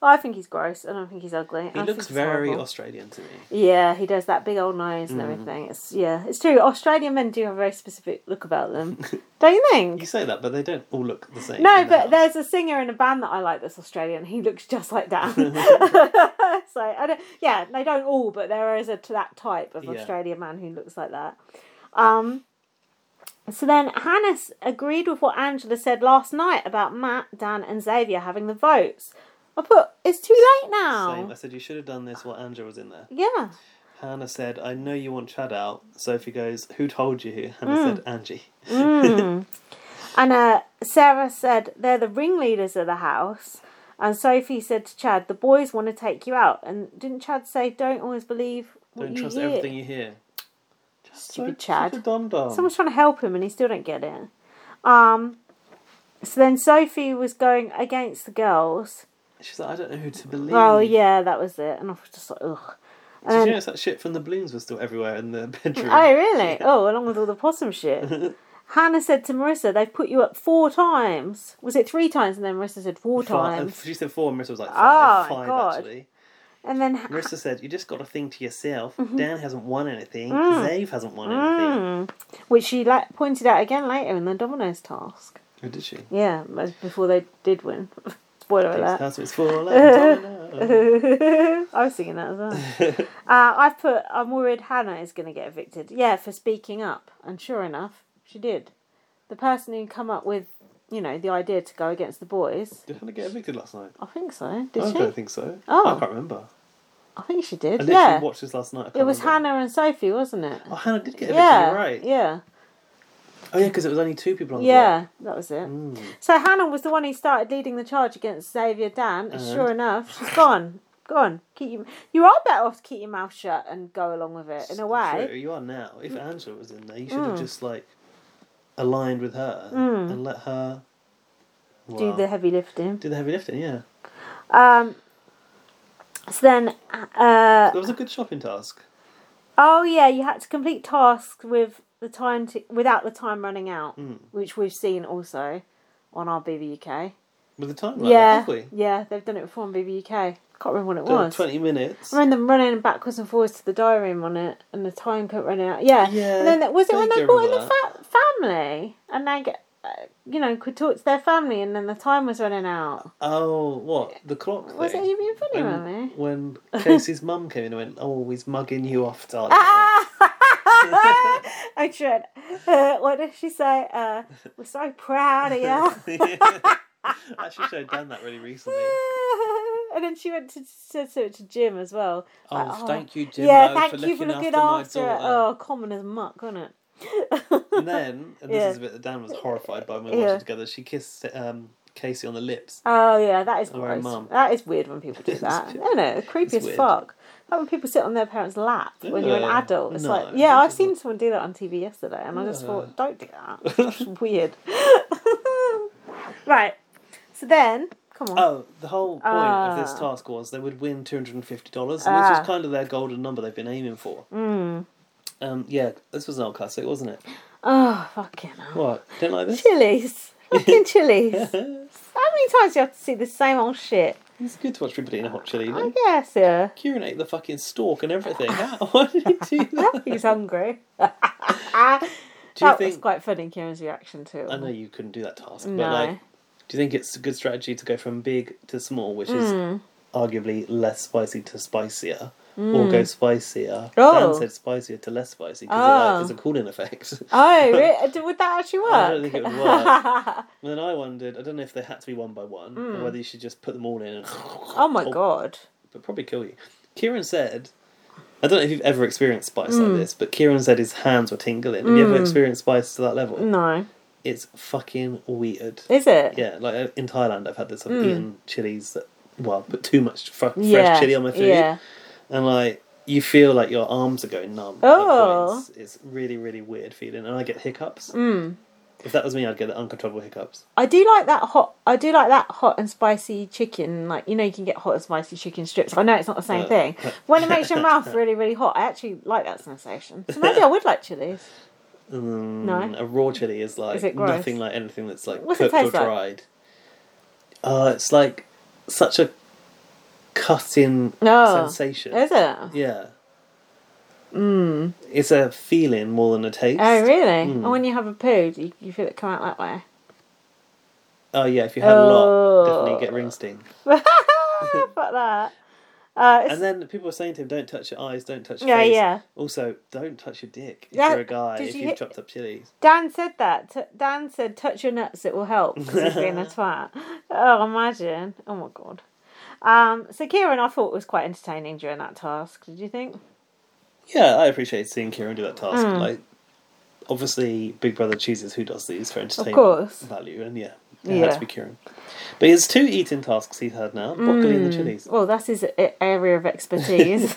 Speaker 1: I think he's gross, and I think he's ugly. and
Speaker 2: He
Speaker 1: I think
Speaker 2: looks
Speaker 1: he's
Speaker 2: very Hmm.
Speaker 1: horrible.
Speaker 2: Australian to me.
Speaker 1: Yeah, he does that big old nose and everything. It's yeah, it's true. Australian men do have a very specific look about
Speaker 2: <laughs>
Speaker 1: them, don't you think?
Speaker 2: You say that, but they don't all look the same.
Speaker 1: No,
Speaker 2: in the
Speaker 1: but
Speaker 2: house.
Speaker 1: there's a singer in a band that I like that's Australian. He looks just like Dan. <laughs> so I don't. Yeah, they don't all, but there is a to that type of
Speaker 2: Yeah.
Speaker 1: Australian man who looks like that. Um, So then Hannah s- agreed with what Angela said last night about Matt, Dan, and Xavier having the votes. I put, it's too late now.
Speaker 2: Same. I said you should have done this while Andrew was in there.
Speaker 1: Yeah.
Speaker 2: Hannah said, "I know you want Chad out." Sophie goes, "Who told you?" Hannah
Speaker 1: Hmm.
Speaker 2: said, "Angie."
Speaker 1: And uh, Sarah said, they're the ringleaders of the house. And Sophie said to Chad, the boys want to take you out. And didn't Chad say, don't always believe what
Speaker 2: Don't
Speaker 1: you
Speaker 2: trust
Speaker 1: hear?
Speaker 2: everything you hear. Just
Speaker 1: Stupid
Speaker 2: so-
Speaker 1: Chad.
Speaker 2: Such a dum dum.
Speaker 1: Someone's trying to help him and he still don't get it. Um, so then Sophie was going against the girls.
Speaker 2: She's like, "I don't know who to believe."
Speaker 1: Oh, yeah, that was it. And I was just like, ugh. And
Speaker 2: Did
Speaker 1: then,
Speaker 2: you notice that shit from the balloons was still everywhere in the <laughs> bedroom?
Speaker 1: Oh, really? Oh, along with all the possum
Speaker 2: <laughs>
Speaker 1: shit. Hannah said to Marissa, they've put you up four times. Was it three times? And then Marissa said four
Speaker 2: Fi-
Speaker 1: times.
Speaker 2: uh, She said four, and Marissa was like five.
Speaker 1: my
Speaker 2: Five,
Speaker 1: Oh, God.
Speaker 2: actually.
Speaker 1: And then
Speaker 2: Marissa said, "You just got a thing to yourself.
Speaker 1: Mm-hmm.
Speaker 2: Dan hasn't won anything.
Speaker 1: Mm.
Speaker 2: Zave hasn't won anything."
Speaker 1: Hmm. which she like pointed out again later in the Domino's task.
Speaker 2: Who Oh, did she?
Speaker 1: Yeah, as- before they did win. <laughs> Spoiler alert.
Speaker 2: That's what it's for. like, domino.
Speaker 1: <laughs> I was singing that as well. <laughs> uh, I've put. I'm worried Hannah is going to get evicted. Yeah, for speaking up, and sure enough, she did. The person who come up with, you know, the idea to go against the boys.
Speaker 2: Did Hannah get evicted last night?
Speaker 1: I think so. Did
Speaker 2: I
Speaker 1: she?
Speaker 2: don't think so.
Speaker 1: Oh.
Speaker 2: I can't remember.
Speaker 1: I think she
Speaker 2: I
Speaker 1: did.
Speaker 2: literally
Speaker 1: Yeah.
Speaker 2: watched this last night. I can't
Speaker 1: It was
Speaker 2: remember.
Speaker 1: Hannah and Sophie, wasn't it?
Speaker 2: Oh, Hannah did get evicted.
Speaker 1: yeah.
Speaker 2: you're right.
Speaker 1: Yeah.
Speaker 2: Oh yeah, because it was only two people on the block.
Speaker 1: Yeah, that was it.
Speaker 2: Hmm.
Speaker 1: So Hannah was the one who started leading the charge against Xavier Dan. And
Speaker 2: Uh-huh.
Speaker 1: sure enough, she's gone. Gone. Keep your, you are better off to keep your mouth shut and go along with it in a
Speaker 2: True,
Speaker 1: way. Mm.
Speaker 2: you are now. If Angela was in there, you should have just like aligned with her and let her
Speaker 1: Do
Speaker 2: well,
Speaker 1: the heavy lifting.
Speaker 2: do the heavy lifting. Yeah,
Speaker 1: Um. So then, uh,
Speaker 2: that was a good shopping task.
Speaker 1: oh yeah, you had to complete tasks with the time to, without the time running out,
Speaker 2: Hmm.
Speaker 1: which we've seen also on our BBUK.
Speaker 2: With the time like
Speaker 1: Yeah,
Speaker 2: that, didn't we?
Speaker 1: yeah, they've done it before on BBUK. Can't remember what it
Speaker 2: Done
Speaker 1: was.
Speaker 2: Twenty minutes.
Speaker 1: I remember them running backwards and forwards to the diary room on it, and the time kept running out. Yeah.
Speaker 2: Yeah,
Speaker 1: and then that, was it when they
Speaker 2: vaguely
Speaker 1: brought in the
Speaker 2: remember
Speaker 1: fa- family, and they get, uh, you know, could talk to their family, and then the time was running out.
Speaker 2: Oh, what the clock?
Speaker 1: Was
Speaker 2: thing?
Speaker 1: it you being funny,
Speaker 2: when, <laughs>
Speaker 1: mummy? <laughs>
Speaker 2: when Casey's mum came in and went, "Oh, he's mugging you off, darling."
Speaker 1: I should. <laughs> Uh, what did she say? Uh, we're so proud of
Speaker 2: <laughs>
Speaker 1: you.
Speaker 2: I actually should have done that really <laughs> recently.
Speaker 1: <laughs> and then she went to said so to Jim as well.
Speaker 2: Oh,
Speaker 1: Like,
Speaker 2: thank you, Jimbo,
Speaker 1: Yeah, thank
Speaker 2: for
Speaker 1: you for
Speaker 2: looking
Speaker 1: looking
Speaker 2: after
Speaker 1: after,
Speaker 2: my
Speaker 1: it.
Speaker 2: daughter.
Speaker 1: Oh, common as muck, wasn't it? <laughs>
Speaker 2: And then, and this
Speaker 1: Yeah.
Speaker 2: is a bit that Dan was horrified by when we
Speaker 1: Yeah.
Speaker 2: watched it together. She kissed um, Casey on the lips.
Speaker 1: Oh yeah, that is
Speaker 2: Or a
Speaker 1: gross.
Speaker 2: mum.
Speaker 1: That is weird when
Speaker 2: <laughs>
Speaker 1: people do
Speaker 2: It's
Speaker 1: that.
Speaker 2: weird.
Speaker 1: No, no, creepy
Speaker 2: It's
Speaker 1: as
Speaker 2: weird.
Speaker 1: fuck. Like when people sit on their parents' lap when you're an
Speaker 2: Ugh,
Speaker 1: adult. It's
Speaker 2: no,
Speaker 1: like,
Speaker 2: that
Speaker 1: yeah, I've
Speaker 2: doesn't-
Speaker 1: seen someone do that on TV yesterday, and I just thought, don't do
Speaker 2: <laughs>
Speaker 1: that. It's weird. <laughs> right. So then, come on.
Speaker 2: Oh, the whole point of this
Speaker 1: Ah.
Speaker 2: task was they would win two hundred and fifty dollars, and this
Speaker 1: Ah. Hmm.
Speaker 2: was kind of their golden number they've been aiming for. Um, yeah, this was an old classic, wasn't it?
Speaker 1: Oh, fucking hell.
Speaker 2: What? Don't like this?
Speaker 1: Chilies.
Speaker 2: <laughs>
Speaker 1: Fucking chilies. How
Speaker 2: it's
Speaker 1: many times do you have to see the same old shit?
Speaker 2: good to watch people eating a hot chili. You
Speaker 1: I
Speaker 2: know?
Speaker 1: guess,
Speaker 2: <laughs>
Speaker 1: yeah.
Speaker 2: Kieran ate the fucking stalk and everything. How? <laughs> Why did he do that?
Speaker 1: He's hungry. <laughs>
Speaker 2: Do you
Speaker 1: that was
Speaker 2: think?
Speaker 1: quite funny, Kieran's reaction to it.
Speaker 2: I know you couldn't do that task,
Speaker 1: Mm. No.
Speaker 2: but like, do you think it's a good strategy to go from big to small, which
Speaker 1: Mm.
Speaker 2: is arguably less spicy to spicier, or go spicier?
Speaker 1: Mm. Oh.
Speaker 2: Dan said spicier to less spicy because
Speaker 1: Oh.
Speaker 2: like, it's a cooling effect.
Speaker 1: <laughs>
Speaker 2: <laughs>
Speaker 1: Oh, really? D- would that actually work?
Speaker 2: I don't think it would work. And then I wondered, I don't know if they had to be one by one, or whether you should just put them all in
Speaker 1: <laughs>
Speaker 2: and.
Speaker 1: Mm.
Speaker 2: <laughs>
Speaker 1: oh my
Speaker 2: or-
Speaker 1: god.
Speaker 2: But probably kill you. Kieran said, I don't know if you've ever experienced spice
Speaker 1: Mm.
Speaker 2: like this, but Kieran said his hands were tingling. Have you ever experienced spice to that level?
Speaker 1: No.
Speaker 2: It's fucking weird.
Speaker 1: Is it?
Speaker 2: Yeah, like uh, in Thailand, I've had this. I've eaten chilies that, well, put too much fr- fresh
Speaker 1: Hmm. Yeah,
Speaker 2: chili on my food,
Speaker 1: Yeah.
Speaker 2: and like you feel like your arms are going numb. at
Speaker 1: Oh. Hmm.
Speaker 2: points. it's really, really weird feeling, and I get hiccups. If that was me, I'd get the uncontrollable hiccups.
Speaker 1: I do like that hot. I do like that hot and spicy chicken. Like you know, you can get hot and spicy chicken strips. I know it's not the same
Speaker 2: Yeah.
Speaker 1: thing. When it makes your
Speaker 2: <laughs>
Speaker 1: mouth really, really hot, I actually like that sensation. So maybe I would like chilies.
Speaker 2: Mm,
Speaker 1: No.
Speaker 2: a raw chili is like
Speaker 1: Is it gross?
Speaker 2: nothing like anything that's like
Speaker 1: What's it
Speaker 2: cooked or
Speaker 1: taste like?
Speaker 2: dried. Uh, it's like such a cutting
Speaker 1: Oh.
Speaker 2: sensation.
Speaker 1: Is it? Hmm.
Speaker 2: Yeah. Mm. It's a feeling more than a taste.
Speaker 1: Oh really?
Speaker 2: Mm.
Speaker 1: And when you have a poo, do you, you feel it come out that
Speaker 2: <laughs>
Speaker 1: way? <laughs> Oh.
Speaker 2: Oh yeah, if you had a lot, definitely get ring sting.
Speaker 1: Fuck that. Uh, it's-
Speaker 2: And then people were saying to him, "Don't touch your eyes, don't touch your
Speaker 1: Yeah,
Speaker 2: face."
Speaker 1: yeah.
Speaker 2: Also, don't touch your dick if
Speaker 1: Yeah,
Speaker 2: you're a guy.
Speaker 1: did
Speaker 2: If
Speaker 1: you
Speaker 2: you
Speaker 1: hit-
Speaker 2: have chopped up chilies,
Speaker 1: Dan said that. T- Dan said, "Touch your nuts, it will help." 'cause he's being a twat. Oh, imagine! Oh my god. Um, so Kieran, I thought was quite entertaining during that task. Did you think?
Speaker 2: yeah, I appreciate seeing Kieran do that task.
Speaker 1: Hmm.
Speaker 2: Like, obviously, Big Brother chooses who does these for entertainment
Speaker 1: course.
Speaker 2: value, and yeah, it had
Speaker 1: Yeah.
Speaker 2: to be Kieran. But he has two eating tasks he's had now: broccoli and the chilies.
Speaker 1: Well, that's his a- area of expertise.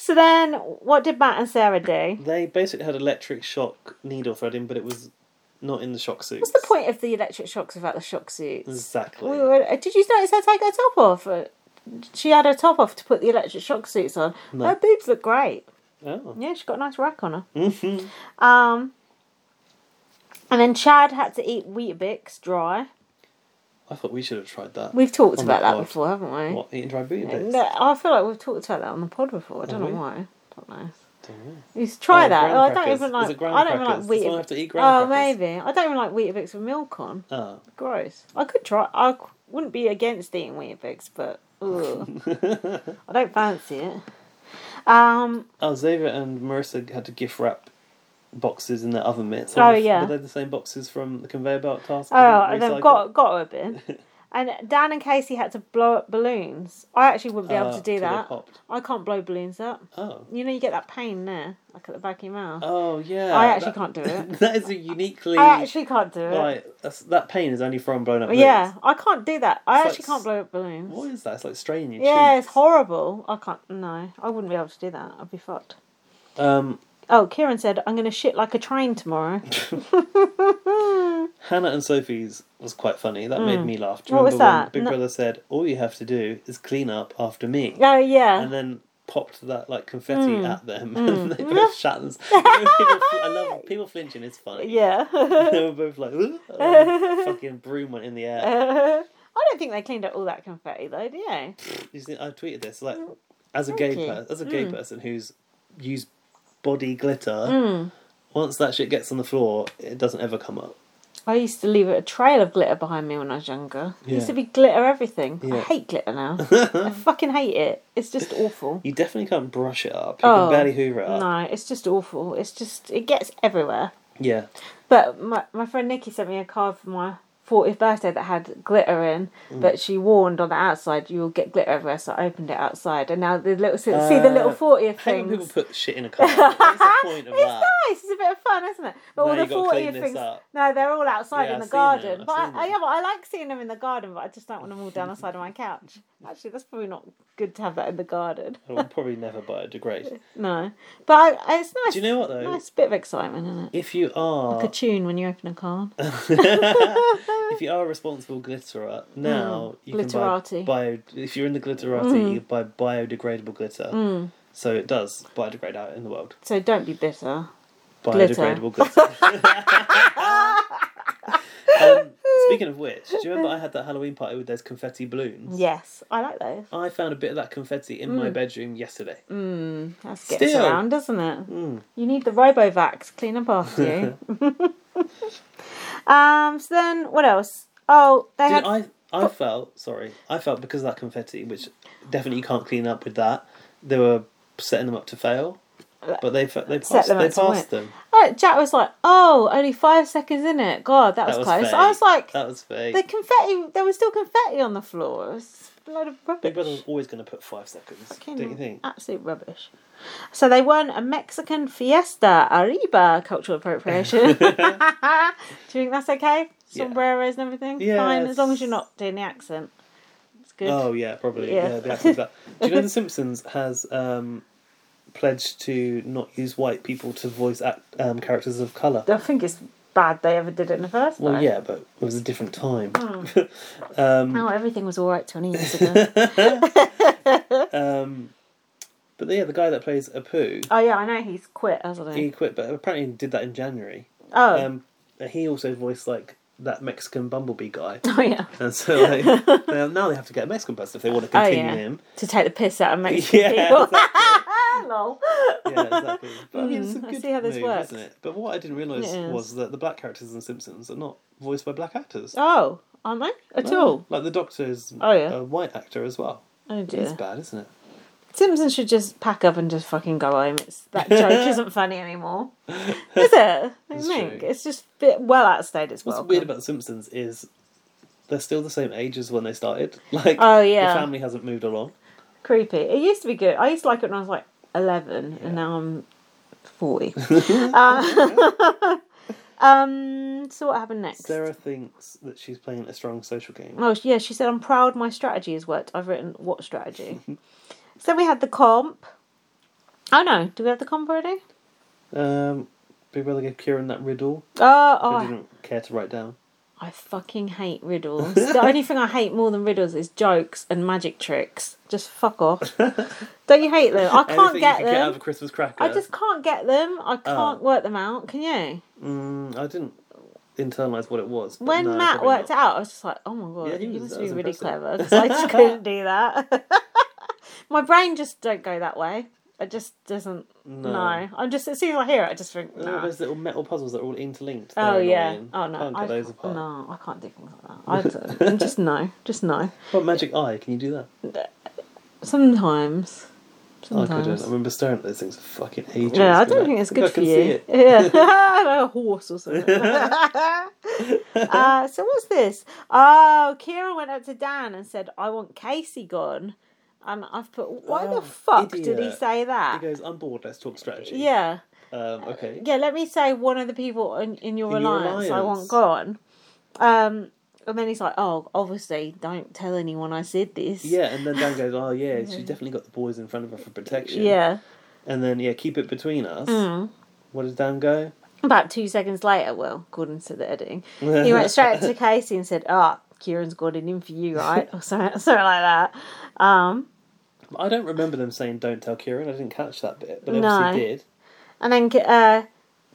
Speaker 1: so then, what did Matt and Sarah do?
Speaker 2: They basically had electric shock needle threading, but it was not in the shock suit.
Speaker 1: What's the point of the electric shocks without the shock suits?
Speaker 2: Exactly.
Speaker 1: We were, uh, did you notice her take her top off? Uh, She had her top off to put the electric shock suits on. Her boobs look great.
Speaker 2: Oh.
Speaker 1: Yeah, she's got a nice rack on her.
Speaker 2: Mm-hmm.
Speaker 1: Um, and then Chad had to eat Weetabix dry.
Speaker 2: I thought we should have tried that.
Speaker 1: We've talked
Speaker 2: Oh my
Speaker 1: about that
Speaker 2: God.
Speaker 1: before, haven't we?
Speaker 2: What eating dry booty bits?
Speaker 1: No, I feel like we've talked about that on the pod before. I don't
Speaker 2: Have
Speaker 1: know
Speaker 2: we?
Speaker 1: why. Don't know.
Speaker 2: Don't know.
Speaker 1: You should try
Speaker 2: Oh,
Speaker 1: that.
Speaker 2: graham
Speaker 1: I don't
Speaker 2: crackers.
Speaker 1: even
Speaker 2: Is
Speaker 1: like.
Speaker 2: it graham
Speaker 1: I don't even like
Speaker 2: crackers?
Speaker 1: wheat.
Speaker 2: Does one have to eat graham
Speaker 1: oh,
Speaker 2: crackers?
Speaker 1: maybe. I don't even like Weetabix with milk on.
Speaker 2: Oh.
Speaker 1: Gross. I could try. I c- wouldn't be against eating Weetabix, but ugh.
Speaker 2: <laughs>
Speaker 1: I don't fancy it. Um,
Speaker 2: Oh, Xavier and Marissa had to gift wrap boxes in their oven mitts.
Speaker 1: Oh,
Speaker 2: Were they-
Speaker 1: yeah.
Speaker 2: Were they the same boxes from the conveyor belt task?
Speaker 1: Oh,
Speaker 2: and
Speaker 1: and they've got
Speaker 2: recycle?
Speaker 1: got her a
Speaker 2: <laughs>
Speaker 1: bit. And Dan and Casey had to blow up balloons. I actually wouldn't be able
Speaker 2: Oh,
Speaker 1: to do
Speaker 2: till they
Speaker 1: that.
Speaker 2: popped.
Speaker 1: I can't blow balloons up.
Speaker 2: Oh.
Speaker 1: You know, you get that pain there, like at the back of your mouth.
Speaker 2: Oh, yeah.
Speaker 1: I actually
Speaker 2: that-
Speaker 1: can't do it.
Speaker 2: <laughs> that is a uniquely.
Speaker 1: I actually can't do it.
Speaker 2: Like, that's, that pain is only from blown up.
Speaker 1: But yeah,
Speaker 2: lips.
Speaker 1: I can't do that. I
Speaker 2: It's like
Speaker 1: actually can't
Speaker 2: s-
Speaker 1: blow up balloons.
Speaker 2: What is that? It's like straining your
Speaker 1: yeah, it's
Speaker 2: cheeks.
Speaker 1: horrible. I can't. No, I wouldn't be able to do that. I'd be fucked.
Speaker 2: Um,
Speaker 1: Oh, Kieran said I'm gonna shit like a train
Speaker 2: <laughs>
Speaker 1: tomorrow.
Speaker 2: Hannah and Sophie's was quite funny. That made me laugh. Do you
Speaker 1: Mm. What was
Speaker 2: remember
Speaker 1: that?
Speaker 2: when Big
Speaker 1: No-
Speaker 2: Brother said, "All you have to do is clean up after me,"
Speaker 1: oh yeah.
Speaker 2: and then popped that like confetti
Speaker 1: Mm.
Speaker 2: at them, <laughs> and they both
Speaker 1: <laughs>
Speaker 2: shut them. people, I love people flinching. It's funny.
Speaker 1: yeah.
Speaker 2: <laughs>
Speaker 1: <laughs>
Speaker 2: they were both like, "Ugh," and the fucking broom went in the air.
Speaker 1: Uh-huh. I don't think they cleaned up all that confetti though, do you?
Speaker 2: You see, I tweeted this like, as a gay
Speaker 1: Oh, Thank you. Mm.
Speaker 2: per- as a gay person who's used body glitter.
Speaker 1: Mm.
Speaker 2: Once that shit gets on the floor, it doesn't ever come up.
Speaker 1: I used to leave a trail of glitter behind me when I was younger. It used
Speaker 2: Yeah.
Speaker 1: to be glitter everything. I
Speaker 2: Yeah.
Speaker 1: hate glitter
Speaker 2: <laughs>
Speaker 1: now. I fucking hate it. It's just awful.
Speaker 2: You definitely can't brush it up. You can
Speaker 1: Oh,
Speaker 2: barely hoover it up.
Speaker 1: No, it's just awful. It's just it gets everywhere.
Speaker 2: Yeah.
Speaker 1: But my my friend Nikki sent me a card for my 40th birthday that had glitter in,
Speaker 2: Mm.
Speaker 1: but she warned on the outside you will get glitter everywhere. So I opened it outside, and now the little see the little
Speaker 2: Uh,
Speaker 1: 40th
Speaker 2: How do people
Speaker 1: things.
Speaker 2: put shit in a car? What's the
Speaker 1: <laughs>
Speaker 2: point of
Speaker 1: It's
Speaker 2: that?
Speaker 1: nice. It's a bit of fun, isn't it? But
Speaker 2: Now
Speaker 1: all the
Speaker 2: you gotta clean
Speaker 1: forty
Speaker 2: this
Speaker 1: things.
Speaker 2: up.
Speaker 1: No, they're all outside
Speaker 2: Yeah,
Speaker 1: in the
Speaker 2: I've seen them,
Speaker 1: garden.
Speaker 2: I've
Speaker 1: But
Speaker 2: seen
Speaker 1: I, I,
Speaker 2: them.
Speaker 1: yeah, but I like seeing them in the garden. But I just don't want them all down the side of my couch. Actually, that's probably not good to have that in the garden.
Speaker 2: I'll probably never biodegrade.
Speaker 1: No, but I, I- it's nice.
Speaker 2: Do you know what, though?
Speaker 1: Nice bit of excitement, isn't it?
Speaker 2: If you
Speaker 1: Like a
Speaker 2: are
Speaker 1: tune when you open a card.
Speaker 2: if you are a responsible glitterer now, you
Speaker 1: Mm. Glitterati. Mm.
Speaker 2: can buy bio. If you're in the glitterati, you buy biodegradable glitter. So it does biodegrade out in the world.
Speaker 1: So don't be bitter. Glitter.
Speaker 2: Biodegradable
Speaker 1: <laughs>
Speaker 2: glitter. um, speaking of which, do you remember I had that Halloween party with those confetti balloons?
Speaker 1: Yes, I like those.
Speaker 2: I found a bit of that confetti in
Speaker 1: Mm.
Speaker 2: my bedroom yesterday.
Speaker 1: That's gets
Speaker 2: Still. Hmm.
Speaker 1: around, doesn't it? You need the Robovac to clean up after you.
Speaker 2: <laughs>
Speaker 1: <laughs> um. So then, what else? Oh, they
Speaker 2: Did
Speaker 1: had.
Speaker 2: I? I felt sorry. I felt because of that confetti, which definitely you can't clean up with that. They were setting them up to fail, but they fa- they
Speaker 1: Uh, Set
Speaker 2: passed
Speaker 1: them
Speaker 2: them. They
Speaker 1: up to
Speaker 2: passed
Speaker 1: win.
Speaker 2: them.
Speaker 1: Oh, Jack was like, "Oh, only five seconds in it. God, that,
Speaker 2: That
Speaker 1: was,
Speaker 2: was
Speaker 1: close."
Speaker 2: fake.
Speaker 1: I was like,
Speaker 2: that was fake.
Speaker 1: "The confetti. There was still confetti on the floor. It was a load of rubbish.
Speaker 2: Big Brother was always going to put five seconds.
Speaker 1: Fucking
Speaker 2: Don't you think?
Speaker 1: Absolute rubbish." So they won a Mexican fiesta, arriba, cultural
Speaker 2: <laughs>
Speaker 1: appropriation. Do you think that's okay?
Speaker 2: Yeah.
Speaker 1: Sombreros and everything. Fine, as long as you're not doing the accent. It's good.
Speaker 2: Oh yeah, probably.
Speaker 1: Yeah.
Speaker 2: Yeah, the accent's that.
Speaker 1: <laughs>
Speaker 2: Do you know The Simpsons has um, pledged to not use white people to voice act, um, characters of color?
Speaker 1: I think it's bad they ever did it in the first place.
Speaker 2: Well, yeah, um, but it was a different time.
Speaker 1: Hmm. Now Oh, everything was all right
Speaker 2: <laughs>
Speaker 1: 20 years ago.
Speaker 2: But yeah, the guy that plays Apu,
Speaker 1: oh yeah, I know he's quit, hasn't
Speaker 2: he
Speaker 1: he?
Speaker 2: quit, but apparently he did that in January.
Speaker 1: Oh,
Speaker 2: um, he also voiced like that Mexican bumblebee
Speaker 1: <laughs>
Speaker 2: guy,
Speaker 1: <laughs> oh yeah.
Speaker 2: and so like, now, now they have to get a Mexican person if they want to
Speaker 1: Oh
Speaker 2: continue
Speaker 1: yeah.
Speaker 2: him.
Speaker 1: To take the piss out of Mexican
Speaker 2: Yeah,
Speaker 1: people.
Speaker 2: exactly.
Speaker 1: <laughs> Lol. <laughs>
Speaker 2: yeah, exactly. But I mean, it's a
Speaker 1: Mm, I
Speaker 2: good
Speaker 1: see how this
Speaker 2: move,
Speaker 1: works.
Speaker 2: isn't it? But what I didn't realize
Speaker 1: It is.
Speaker 2: was that the black characters in The Simpsons are not voiced by black actors
Speaker 1: Oh, aren't they? Oh, At all?
Speaker 2: Like the Doctor is
Speaker 1: Oh, yeah.
Speaker 2: a white actor as well.
Speaker 1: Oh
Speaker 2: It's
Speaker 1: dear.
Speaker 2: bad, isn't it?
Speaker 1: Simpsons should just pack up and just fucking go home. It's, that joke
Speaker 2: <laughs>
Speaker 1: isn't funny anymore, is it? I think
Speaker 2: true.
Speaker 1: it's just a bit well outstayed as
Speaker 2: What's
Speaker 1: well.
Speaker 2: weird about The Simpsons is they're still the same age as when they started. <laughs> Like,
Speaker 1: Oh, yeah.
Speaker 2: the family hasn't moved along.
Speaker 1: Creepy. It used to be good. I used to like it when I was like eleven, and now I'm
Speaker 2: <laughs>
Speaker 1: forty. Uh, <laughs> um. So what happened next?
Speaker 2: Sarah thinks that she's playing a strong social game.
Speaker 1: Oh yeah, she said I'm proud my strategy has worked. I've written what strategy. <laughs> so then we had the comp. Oh no, do we have the comp already?
Speaker 2: Um, Big Brother gave Kieran that riddle.
Speaker 1: Oh, oh
Speaker 2: I
Speaker 1: I-
Speaker 2: didn't care to write down.
Speaker 1: I fucking hate riddles. the only thing I hate more than riddles is jokes and magic tricks. Just fuck off. Don't you hate them? I can't
Speaker 2: Anything
Speaker 1: get them.
Speaker 2: you could get out of a Christmas cracker.
Speaker 1: I just can't get them. I can't work them out. Can you?
Speaker 2: Mm, I didn't internalize what it was. but
Speaker 1: When
Speaker 2: no,
Speaker 1: Matt
Speaker 2: probably
Speaker 1: worked
Speaker 2: not.
Speaker 1: it out, I was just like, oh my god,
Speaker 2: Yeah, he
Speaker 1: you
Speaker 2: was-
Speaker 1: must
Speaker 2: that
Speaker 1: be
Speaker 2: was
Speaker 1: really
Speaker 2: impressive.
Speaker 1: clever. 'Cause I
Speaker 2: <laughs>
Speaker 1: just couldn't do that. <laughs> my brain just don't go that way. It just doesn't. No.
Speaker 2: No.
Speaker 1: I'm just, as soon as I hear it, I just think,
Speaker 2: All
Speaker 1: nah.
Speaker 2: those little metal puzzles that are all interlinked.
Speaker 1: Oh
Speaker 2: They're
Speaker 1: yeah.
Speaker 2: annoying.
Speaker 1: Oh no.
Speaker 2: Can't
Speaker 1: I,
Speaker 2: get those apart.
Speaker 1: No, I can't do things like
Speaker 2: <laughs>
Speaker 1: that. I don't. I'm just no. Just no.
Speaker 2: What magic eye? Can you do that?
Speaker 1: Sometimes.
Speaker 2: Oh, I
Speaker 1: Sometimes.
Speaker 2: couldn't. I remember staring at those things for fucking ages.
Speaker 1: yeah, I don't
Speaker 2: couldn't
Speaker 1: think it's
Speaker 2: I
Speaker 1: good for
Speaker 2: can
Speaker 1: you.
Speaker 2: see it.
Speaker 1: <laughs> Yeah, like a horse or something. <laughs> uh, so what's this? Oh, Kira went up to Dan and said, "I want Casey gone," and I've put, "Why
Speaker 2: Oh,
Speaker 1: the fuck did he
Speaker 2: idiot.
Speaker 1: say
Speaker 2: He
Speaker 1: that?"
Speaker 2: goes, I'm bored, let's talk strategy.
Speaker 1: Yeah,
Speaker 2: Um, okay.
Speaker 1: yeah. Let me say one of the people in, in your
Speaker 2: In your
Speaker 1: alliance I want
Speaker 2: alliance.
Speaker 1: gone. Um, and then he's like, "Oh, obviously, don't tell anyone I said this."
Speaker 2: Yeah, and then Dan goes, Oh, yeah, she's definitely got the boys in front of her for protection.
Speaker 1: yeah.
Speaker 2: And then, yeah, keep it between us.
Speaker 1: Mm.
Speaker 2: What does Dan go?
Speaker 1: About two seconds later, well, according to the editing, he went straight up to Casey and said, "Ah, Kieran's got it in for you, right?" or something, something like that. Um,
Speaker 2: I don't remember them saying, Don't tell Kieran. I didn't catch that bit, but
Speaker 1: No.
Speaker 2: obviously did.
Speaker 1: and then uh,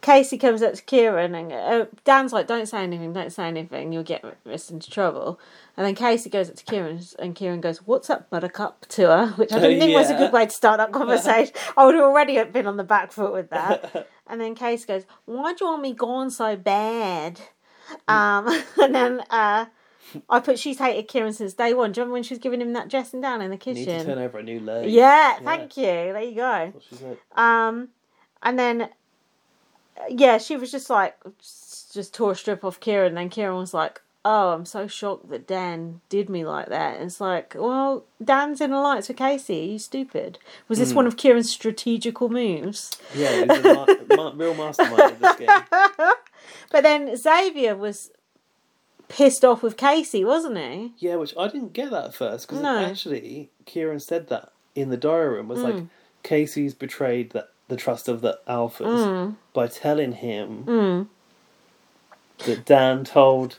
Speaker 1: Casey comes up to Kieran and uh, Dan's like, "Don't say anything, don't say anything. You'll get us into trouble." And then Casey goes up to Kieran and Kieran goes, "What's up, Buttercup?" to her, <laughs> which I didn't think was a
Speaker 2: yeah.
Speaker 1: good way to start that
Speaker 2: <laughs>
Speaker 1: conversation. I would have already been on the back foot with that. <laughs> And then Casey goes, "Why do you want me gone so bad?"
Speaker 2: Mm.
Speaker 1: Um, <laughs> and then uh, I put she's hated Kieran since day one. Do you remember when she was giving him that dressing down in the
Speaker 2: Need to turn
Speaker 1: kitchen?
Speaker 2: over a new leaf.
Speaker 1: Yeah,
Speaker 2: Yeah.
Speaker 1: thank you. There you go.
Speaker 2: What she said.
Speaker 1: Um, and then uh, yeah, she was just like just just tore a strip off Kieran. And then Kieran was like, "Oh, I'm so shocked that Dan did me like that." And it's like, well, Dan's in alliance with Casey. Are you stupid? Was this one of Kieran's strategical moves?
Speaker 2: Yeah, he's a ma- ma- real mastermind of this game.
Speaker 1: <laughs> But then Xavier was pissed off with Casey, wasn't he?
Speaker 2: Yeah, which I didn't get that at first because
Speaker 1: No.
Speaker 2: actually Kieran said that in the diary room was like
Speaker 1: Mm.
Speaker 2: Casey's betrayed that the trust of the alphas
Speaker 1: Mm.
Speaker 2: by telling him that Dan told.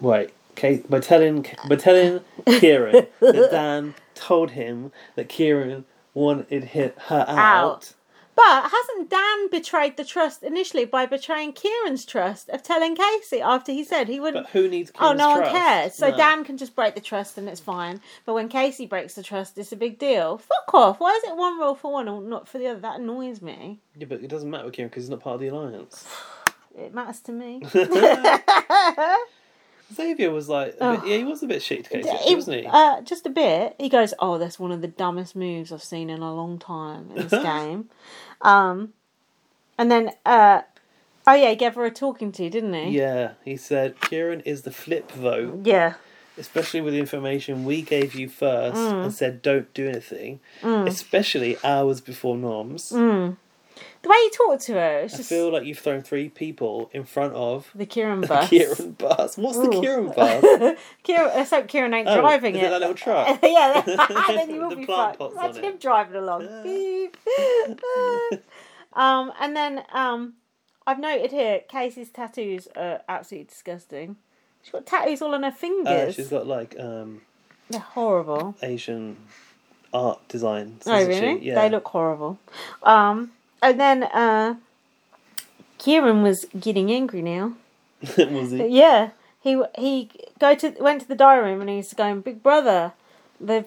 Speaker 2: Wait, Ca- by telling by telling Kieran
Speaker 1: <laughs>
Speaker 2: that Dan told him that Kieran wanted hit her out.
Speaker 1: Out. But hasn't Dan betrayed the trust initially by betraying Kieran's trust of telling Casey after he said he wouldn't?
Speaker 2: But who needs?
Speaker 1: Oh,
Speaker 2: Kieran's
Speaker 1: no
Speaker 2: trust?
Speaker 1: one cares. So
Speaker 2: No.
Speaker 1: Dan can just break the trust and it's fine. But when Casey breaks the trust, it's a big deal. Fuck off. Why is it one rule for one and not for the other? That annoys me.
Speaker 2: Yeah, but it doesn't matter with Kieran because he's not part of the alliance.
Speaker 1: It matters to
Speaker 2: <laughs>
Speaker 1: me.
Speaker 2: Xavier was like, a bit, yeah, he was a bit shit to Casey, actually,
Speaker 1: Oh. It-
Speaker 2: wasn't he?
Speaker 1: Uh, just a bit. He goes, "Oh, that's one of the dumbest moves I've seen in a long time in
Speaker 2: <laughs>
Speaker 1: this game." Um, and then, uh, oh yeah, he gave her a talking to, didn't he?
Speaker 2: Yeah, he said Kieran is the flip vote,
Speaker 1: Yeah.
Speaker 2: especially with the information we gave you first
Speaker 1: Mm.
Speaker 2: and said don't do anything, especially hours before Noms.
Speaker 1: Mm. The way he talked to her, it's
Speaker 2: I
Speaker 1: just
Speaker 2: feel like you've thrown three people in front of
Speaker 1: the
Speaker 2: <laughs>
Speaker 1: Kieran bus.
Speaker 2: Kieran bus. What's the
Speaker 1: <laughs>
Speaker 2: Kieran bus? oh,
Speaker 1: Kieran, except Kieran ain't driving
Speaker 2: is
Speaker 1: it.
Speaker 2: it that
Speaker 1: <laughs>
Speaker 2: little truck?
Speaker 1: yeah,
Speaker 2: <laughs>
Speaker 1: then you will
Speaker 2: The
Speaker 1: be
Speaker 2: plant
Speaker 1: fucked.
Speaker 2: pots on
Speaker 1: Imagine
Speaker 2: it.
Speaker 1: him driving along. Beep. <laughs> um, and then um, I've noted here Casey's tattoos are absolutely disgusting. She's got tattoos all on her
Speaker 2: Uh,
Speaker 1: fingers.
Speaker 2: she's got like um,
Speaker 1: They're horrible.
Speaker 2: Asian art designs.
Speaker 1: Oh,
Speaker 2: isn't she?
Speaker 1: really?
Speaker 2: Yeah. <laughs>
Speaker 1: They look horrible. Um, and then uh, Kieran was getting angry now.
Speaker 2: Was he?
Speaker 1: Yeah, he he go to went to the diary room and he's going, Big Brother, the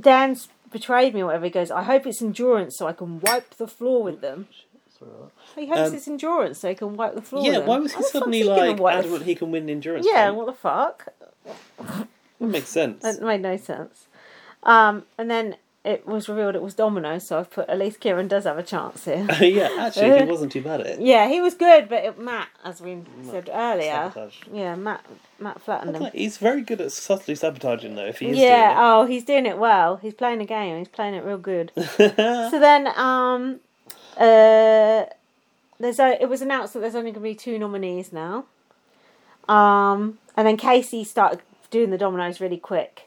Speaker 1: Dan's betrayed me or whatever. He goes, I hope it's endurance so I can wipe the floor with them.
Speaker 2: Sorry about that.
Speaker 1: He hopes
Speaker 2: Um,
Speaker 1: it's endurance so he can wipe the floor. with
Speaker 2: Yeah,
Speaker 1: them.
Speaker 2: why was
Speaker 1: How
Speaker 2: he
Speaker 1: the fuck's
Speaker 2: suddenly
Speaker 1: gonna
Speaker 2: like
Speaker 1: wipe-
Speaker 2: adamant he can win the endurance?
Speaker 1: Yeah,
Speaker 2: comp?
Speaker 1: what the fuck? <laughs>
Speaker 2: it makes sense. <laughs>
Speaker 1: That made no sense. Um, and then it was revealed it was Domino, so I've put at least Kieran does have a chance
Speaker 2: <laughs>
Speaker 1: here.
Speaker 2: yeah, actually, he wasn't too bad at it.
Speaker 1: yeah, he was good, but it, Matt, as we said earlier,
Speaker 2: sabotaged.
Speaker 1: yeah, Matt Matt flattened him.
Speaker 2: Like, he's very good at subtly sabotaging, though, if he is
Speaker 1: yeah,
Speaker 2: doing
Speaker 1: oh, he's doing it well. He's playing a game. He's playing it real good.
Speaker 2: it.
Speaker 1: so then, um, uh, there's a, it was announced that there's only going to be two nominees now. Um, and then Casey started doing the dominoes really quick.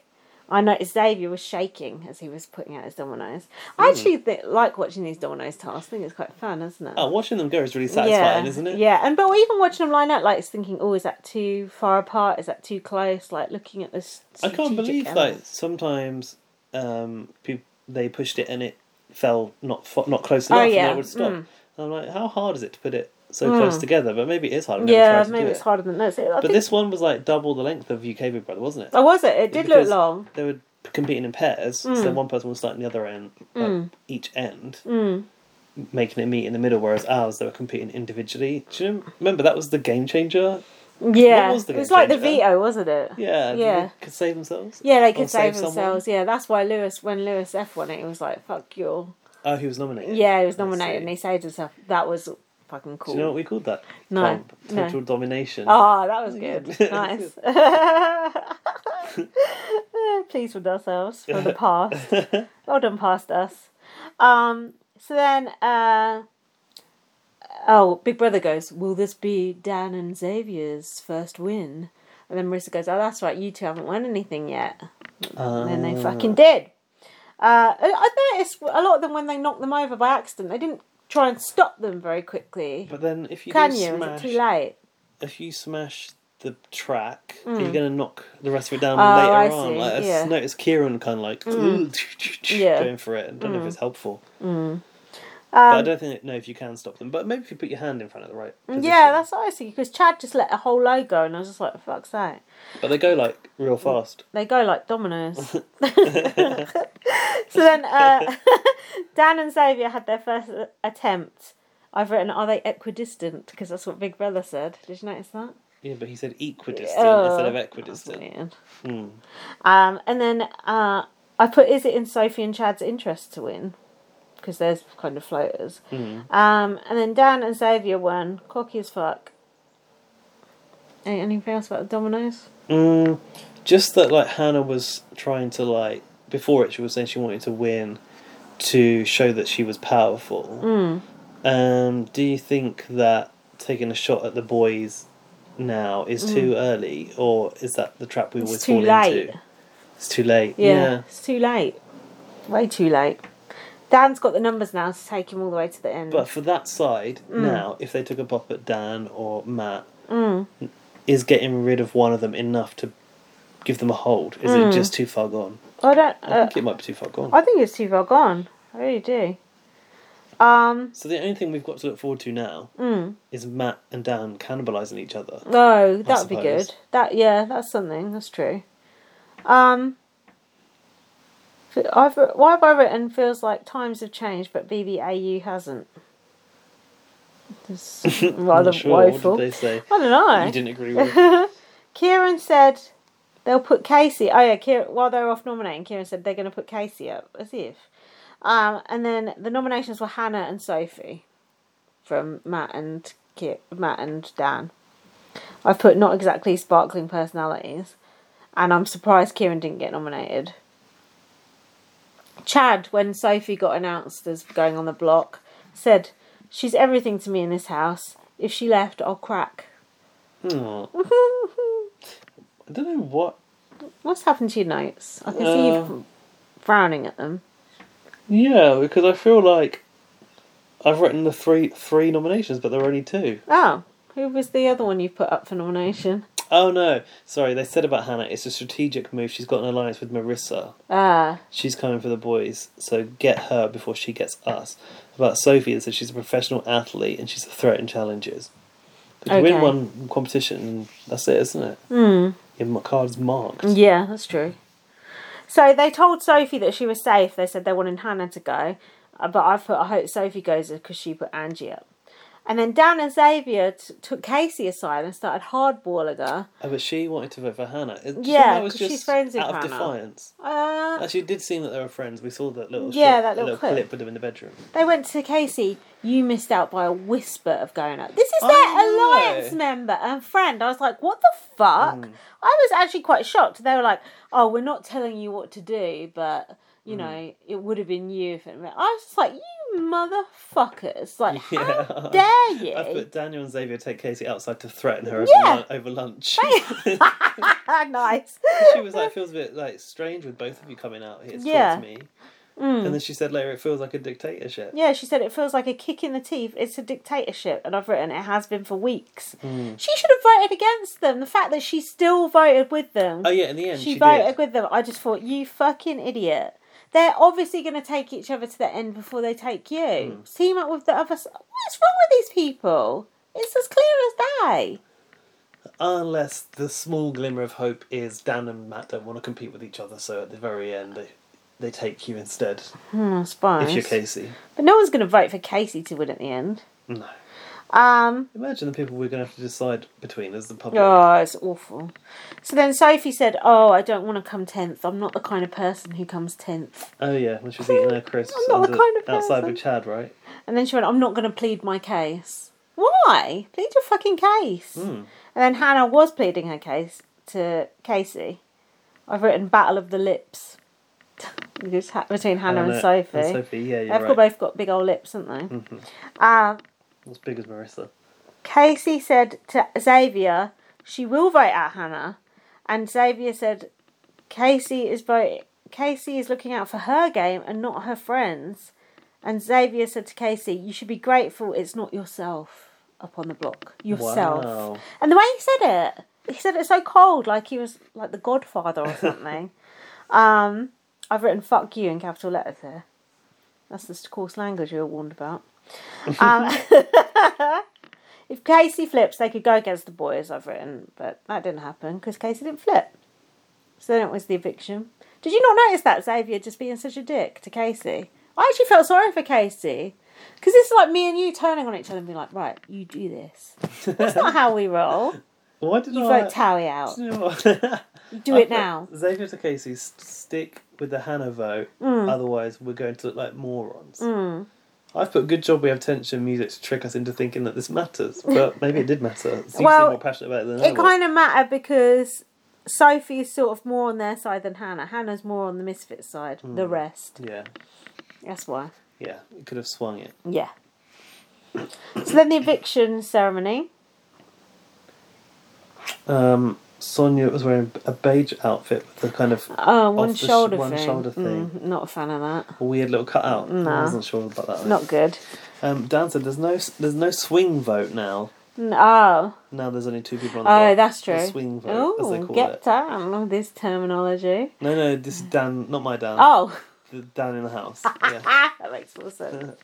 Speaker 1: I noticed Xavier was shaking as he was putting out his dominoes. I
Speaker 2: Hmm.
Speaker 1: actually th- like watching these dominoes tasks. I think it's quite fun, isn't it?
Speaker 2: <laughs> oh, watching them go is really satisfying,
Speaker 1: yeah.
Speaker 2: isn't it?
Speaker 1: Yeah, and but even watching them line up, like it's thinking, oh, is that too far apart? Is that too close? Like looking at this.
Speaker 2: I can't believe like sometimes um, peop they pushed it and it fell not fo- not close enough, and
Speaker 1: yeah,
Speaker 2: then it would stop.
Speaker 1: mm.
Speaker 2: I'm like, how hard is it to put it so close together? But maybe it is hard. I've never
Speaker 1: Yeah,
Speaker 2: tried to
Speaker 1: maybe
Speaker 2: do
Speaker 1: it's
Speaker 2: it.
Speaker 1: harder than this. I
Speaker 2: But
Speaker 1: think-
Speaker 2: this one was like double the length of UK Big Brother, wasn't it?
Speaker 1: Oh, was it? It did look
Speaker 2: Because
Speaker 1: long. Mm.
Speaker 2: They were competing in pairs, so one person was starting the other end, like each end,
Speaker 1: Mm.
Speaker 2: making it meet in the middle. Whereas ours, they were competing individually. Do you remember that was the game changer?
Speaker 1: Yeah,
Speaker 2: was the
Speaker 1: it was
Speaker 2: game
Speaker 1: like the
Speaker 2: changer?
Speaker 1: veto, wasn't it?
Speaker 2: Yeah,
Speaker 1: Yeah.
Speaker 2: They could save themselves.
Speaker 1: Yeah, they
Speaker 2: Or
Speaker 1: could save,
Speaker 2: someone.
Speaker 1: themselves. Yeah, that's why Lewis, when Lewis F won it, he was like, "Fuck you."
Speaker 2: Oh, he was nominated.
Speaker 1: Yeah, he was
Speaker 2: I see.
Speaker 1: nominated and he saved himself. That was fucking cool.
Speaker 2: Do you know what we called that?
Speaker 1: No,
Speaker 2: Comp.
Speaker 1: no.
Speaker 2: Total domination.
Speaker 1: Oh, that was
Speaker 2: Yeah. <laughs>
Speaker 1: good. Nice. <laughs> Pleased with ourselves for the past.
Speaker 2: <laughs>
Speaker 1: Well done, past us. Um, so then, uh, oh, Big Brother goes, Will this be Dan and Xavier's first win? And then Marissa goes, Oh, that's right, you two haven't won anything yet. And then they
Speaker 2: Ah.
Speaker 1: fucking did. Uh, I I noticed a lot of them when they knocked them over by accident, they didn't try and stop them very quickly.
Speaker 2: But then if you
Speaker 1: Can
Speaker 2: do
Speaker 1: you?
Speaker 2: smash,
Speaker 1: Is it too late?
Speaker 2: if you smash the track, you're going to knock the rest of it down
Speaker 1: Oh, Mm.
Speaker 2: later
Speaker 1: I
Speaker 2: on.
Speaker 1: see,
Speaker 2: Like, I s-
Speaker 1: yeah. Mm.
Speaker 2: noticed Kieran kind of like <laughs>
Speaker 1: Yeah. Mm.
Speaker 2: going for it. I don't know if it's helpful. but I don't think no, if you can stop them. But maybe if you put your hand in front of the right.
Speaker 1: Um,
Speaker 2: Position.
Speaker 1: Yeah, that's what I see. Because Chad just let a whole load go, and I was just like, "Fuck's that!"
Speaker 2: But they go like real
Speaker 1: Mm.
Speaker 2: fast.
Speaker 1: They go like dominoes. <laughs> so then, uh, <laughs> Dan and Xavier had their first uh, attempt. I've written, "Are they equidistant?" Because that's what Big Brother said. Did you notice that?
Speaker 2: Yeah, but he said equidistant
Speaker 1: Oh,
Speaker 2: instead of Hmm.
Speaker 1: That's
Speaker 2: equidistant.
Speaker 1: weird. Um, and then uh, I put, "Is it in Sophie and Chad's interest to win?" Because there's kind of floaters.
Speaker 2: Hmm.
Speaker 1: Um, and then Dan and Xavier won. Cocky as fuck. Any- Anything else about the dominoes?
Speaker 2: Mm, just that, like Hannah was trying to like before it, she was saying she wanted to win to show that she was powerful.
Speaker 1: Hmm.
Speaker 2: Um, do you think that taking a shot at the boys now is too early, or is that the trap we
Speaker 1: Hmm. It's
Speaker 2: always
Speaker 1: too
Speaker 2: fall
Speaker 1: late.
Speaker 2: into? It's too late.
Speaker 1: Yeah,
Speaker 2: Yeah.
Speaker 1: it's too late. Way too late. Dan's got the numbers now to take him all the way to the end.
Speaker 2: But for that side
Speaker 1: Hmm.
Speaker 2: now, if they took a pop at Dan or Matt, is getting rid of one of them enough to give them a hold? Is it just too far gone?
Speaker 1: I don't.
Speaker 2: I
Speaker 1: Hmm. Uh,
Speaker 2: think it might be too far gone.
Speaker 1: I think it's too far gone. I really do. Um.
Speaker 2: So the only thing we've got to look forward to now
Speaker 1: Hmm.
Speaker 2: is Matt and Dan cannibalising each other.
Speaker 1: No, that would be
Speaker 2: suppose.
Speaker 1: good. That yeah, that's something. That's true. Um. f- I've wr- why have I written feels like times have changed, but BBAU hasn't. It's
Speaker 2: <laughs> I'm
Speaker 1: rather
Speaker 2: not sure
Speaker 1: woeful.
Speaker 2: what did they say.
Speaker 1: I don't know.
Speaker 2: You didn't agree with.
Speaker 1: <laughs> Kieran said they'll put Casey. Oh yeah, Kieran, while they were off nominating, Kieran said they're going to put Casey up as if. Um, and then the nominations were Hannah and Sophie, from Matt and Ki- Matt and Dan. I've put not exactly sparkling personalities, and I'm surprised Kieran didn't get nominated. Chad, when Sophie got announced as going on the block, said, "She's everything to me in this house. If she left, I'll crack." <laughs>
Speaker 2: Aw, Oh, I don't know what.
Speaker 1: What's happened to your notes? I can see you frowning at them.
Speaker 2: Yeah, because I feel like I've written the three three nominations, but there were only two.
Speaker 1: Oh, who was the other one you put up for nomination?
Speaker 2: Oh no, sorry. They said about Hannah. It's a strategic move. She's got an alliance with Marissa.
Speaker 1: Ah,
Speaker 2: She's coming for the boys, so get her before she gets us. About Sophie, it says she's a professional athlete and she's a threat in challenges. But you win
Speaker 1: Okay. Hmm.
Speaker 2: one competition, and that's it, isn't it? Your m- card's marked.
Speaker 1: yeah, that's true. So they told Sophie that she was safe. They said they wanted Hannah to go, uh, but I put I hope Sophie goes because she put Angie up. And then Dan and Xavier t- took Casey aside and started hardballing her.
Speaker 2: Oh, but she wanted to vote for Hannah. It- do you think
Speaker 1: Yeah,
Speaker 2: that was
Speaker 1: 'cause she's
Speaker 2: just
Speaker 1: friends with
Speaker 2: out of
Speaker 1: Hannah.
Speaker 2: defiance.
Speaker 1: Uh,
Speaker 2: Actually, it did seem that they were friends. We saw that little
Speaker 1: Yeah,
Speaker 2: shot-
Speaker 1: that little clip.
Speaker 2: clip. with them in the bedroom.
Speaker 1: they went to Casey. You missed out by a whisper of going up. This is their
Speaker 2: I know.
Speaker 1: alliance member and friend. I was like, what the fuck?
Speaker 2: Mm.
Speaker 1: I was actually quite shocked. They were like, oh, we're not telling you what to do, but
Speaker 2: Mm.
Speaker 1: you know, it would have been you if it. I was just like, you motherfuckers! Like,
Speaker 2: <laughs> Yeah.
Speaker 1: how dare you? <laughs>
Speaker 2: I put Daniel and Xavier take Casey outside to threaten her
Speaker 1: Yeah.
Speaker 2: over, lun- <laughs> over lunch. <laughs>
Speaker 1: nice.
Speaker 2: she was like, feels a bit like strange with both of you coming out here to
Speaker 1: Yeah. Mm.
Speaker 2: talk to me. And then she said later, it feels like a dictatorship.
Speaker 1: Yeah, she said it feels like a kick in the teeth. It's a dictatorship, and I've written it has been for weeks.
Speaker 2: Mm.
Speaker 1: She should have voted against them. The fact that she still voted with them,
Speaker 2: Oh yeah, in the end
Speaker 1: she,
Speaker 2: she,
Speaker 1: voted
Speaker 2: did.
Speaker 1: with them. I just thought, you fucking idiot. They're obviously going to take each other to the end before they take you. Team up with the other. s- What's wrong with these people? It's as clear as day.
Speaker 2: Unless the small glimmer of hope is Dan and Matt don't want to compete with each other, so at the very end they, they take you instead.
Speaker 1: Hmm, I suppose.
Speaker 2: If you're Casey,
Speaker 1: But no one's going to vote for Casey to win at the end.
Speaker 2: no.
Speaker 1: Um,
Speaker 2: Imagine the people we're going to have to decide between as the public.
Speaker 1: Oh, it's awful. So then Sophie said, "Oh, I don't want to come tenth. I'm not the kind of person who comes tenth.
Speaker 2: Oh yeah, when she was eating her crisps
Speaker 1: I'm not the
Speaker 2: under-
Speaker 1: kind of
Speaker 2: outside
Speaker 1: person.
Speaker 2: with Chad, right?
Speaker 1: And then she went, "I'm not going to plead my case. Why? Plead your fucking case." And then Hannah was pleading her case to Casey. I've written "Battle of the Lips" <laughs> Because ha- between Hannah, and Sophie.
Speaker 2: And Sophie, yeah, you're
Speaker 1: They've
Speaker 2: right.
Speaker 1: got both got big old lips, haven't they? Um,
Speaker 2: As big as Marissa.
Speaker 1: Casey said to Xavier, she will vote out Hannah. And Xavier said, Casey is voting. Casey is looking out for her game and not her friends. And Xavier said to Casey, You should be grateful it's not yourself up on the block. Yourself.
Speaker 2: Wow.
Speaker 1: And the way he said it, he said it so cold, like he was like the godfather or something. um, I've written fuck you in capital letters there. That's the coarse language you were warned about. Um, if Casey flips, they could go against the boys, I've written, but that didn't happen because Casey didn't flip. So then it was the eviction. Did you not notice that, Xavier, just being such a dick to Casey? I actually felt sorry for Casey. Because this is like me and you turning on each other and being like, right, you do this. That's not how we roll.
Speaker 2: Why did <laughs>
Speaker 1: You
Speaker 2: I?
Speaker 1: vote Towie out.
Speaker 2: Do you know what? <laughs>
Speaker 1: You do it now.
Speaker 2: Xavier to Casey, s- stick with the Hannah vote,
Speaker 1: Mm.
Speaker 2: otherwise we're going to look like morons. I've put good job we have tension music to trick us into thinking that this matters,
Speaker 1: <laughs>
Speaker 2: but maybe it did matter. So you
Speaker 1: Well,
Speaker 2: seem more passionate about it than I
Speaker 1: It
Speaker 2: was.
Speaker 1: kind of mattered because Sophie is sort of more on their side than Hannah. Hannah's more on the misfit side, the rest.
Speaker 2: Yeah,
Speaker 1: That's why.
Speaker 2: yeah, it could have swung it.
Speaker 1: Yeah. So then the eviction ceremony.
Speaker 2: Um, Sonia was wearing a beige outfit with a kind of
Speaker 1: Oh, one
Speaker 2: off the sh-
Speaker 1: shoulder
Speaker 2: one
Speaker 1: thing.
Speaker 2: shoulder thing.
Speaker 1: Mm, not a fan of that.
Speaker 2: weird little cutout.
Speaker 1: No.
Speaker 2: I wasn't sure about that.
Speaker 1: Not good.
Speaker 2: Um, Dan said there's no there's no swing vote now.
Speaker 1: N- Oh,
Speaker 2: Now there's only two people on the
Speaker 1: oh,
Speaker 2: block.
Speaker 1: that's
Speaker 2: The
Speaker 1: true.
Speaker 2: swing vote, as they
Speaker 1: Oh,
Speaker 2: call
Speaker 1: get
Speaker 2: it.
Speaker 1: down on this terminology.
Speaker 2: No, no, this is Dan, not my Dan.
Speaker 1: Oh, <laughs>
Speaker 2: The Dan in the house. Yeah.
Speaker 1: ah, that makes more
Speaker 2: <laughs>
Speaker 1: sense.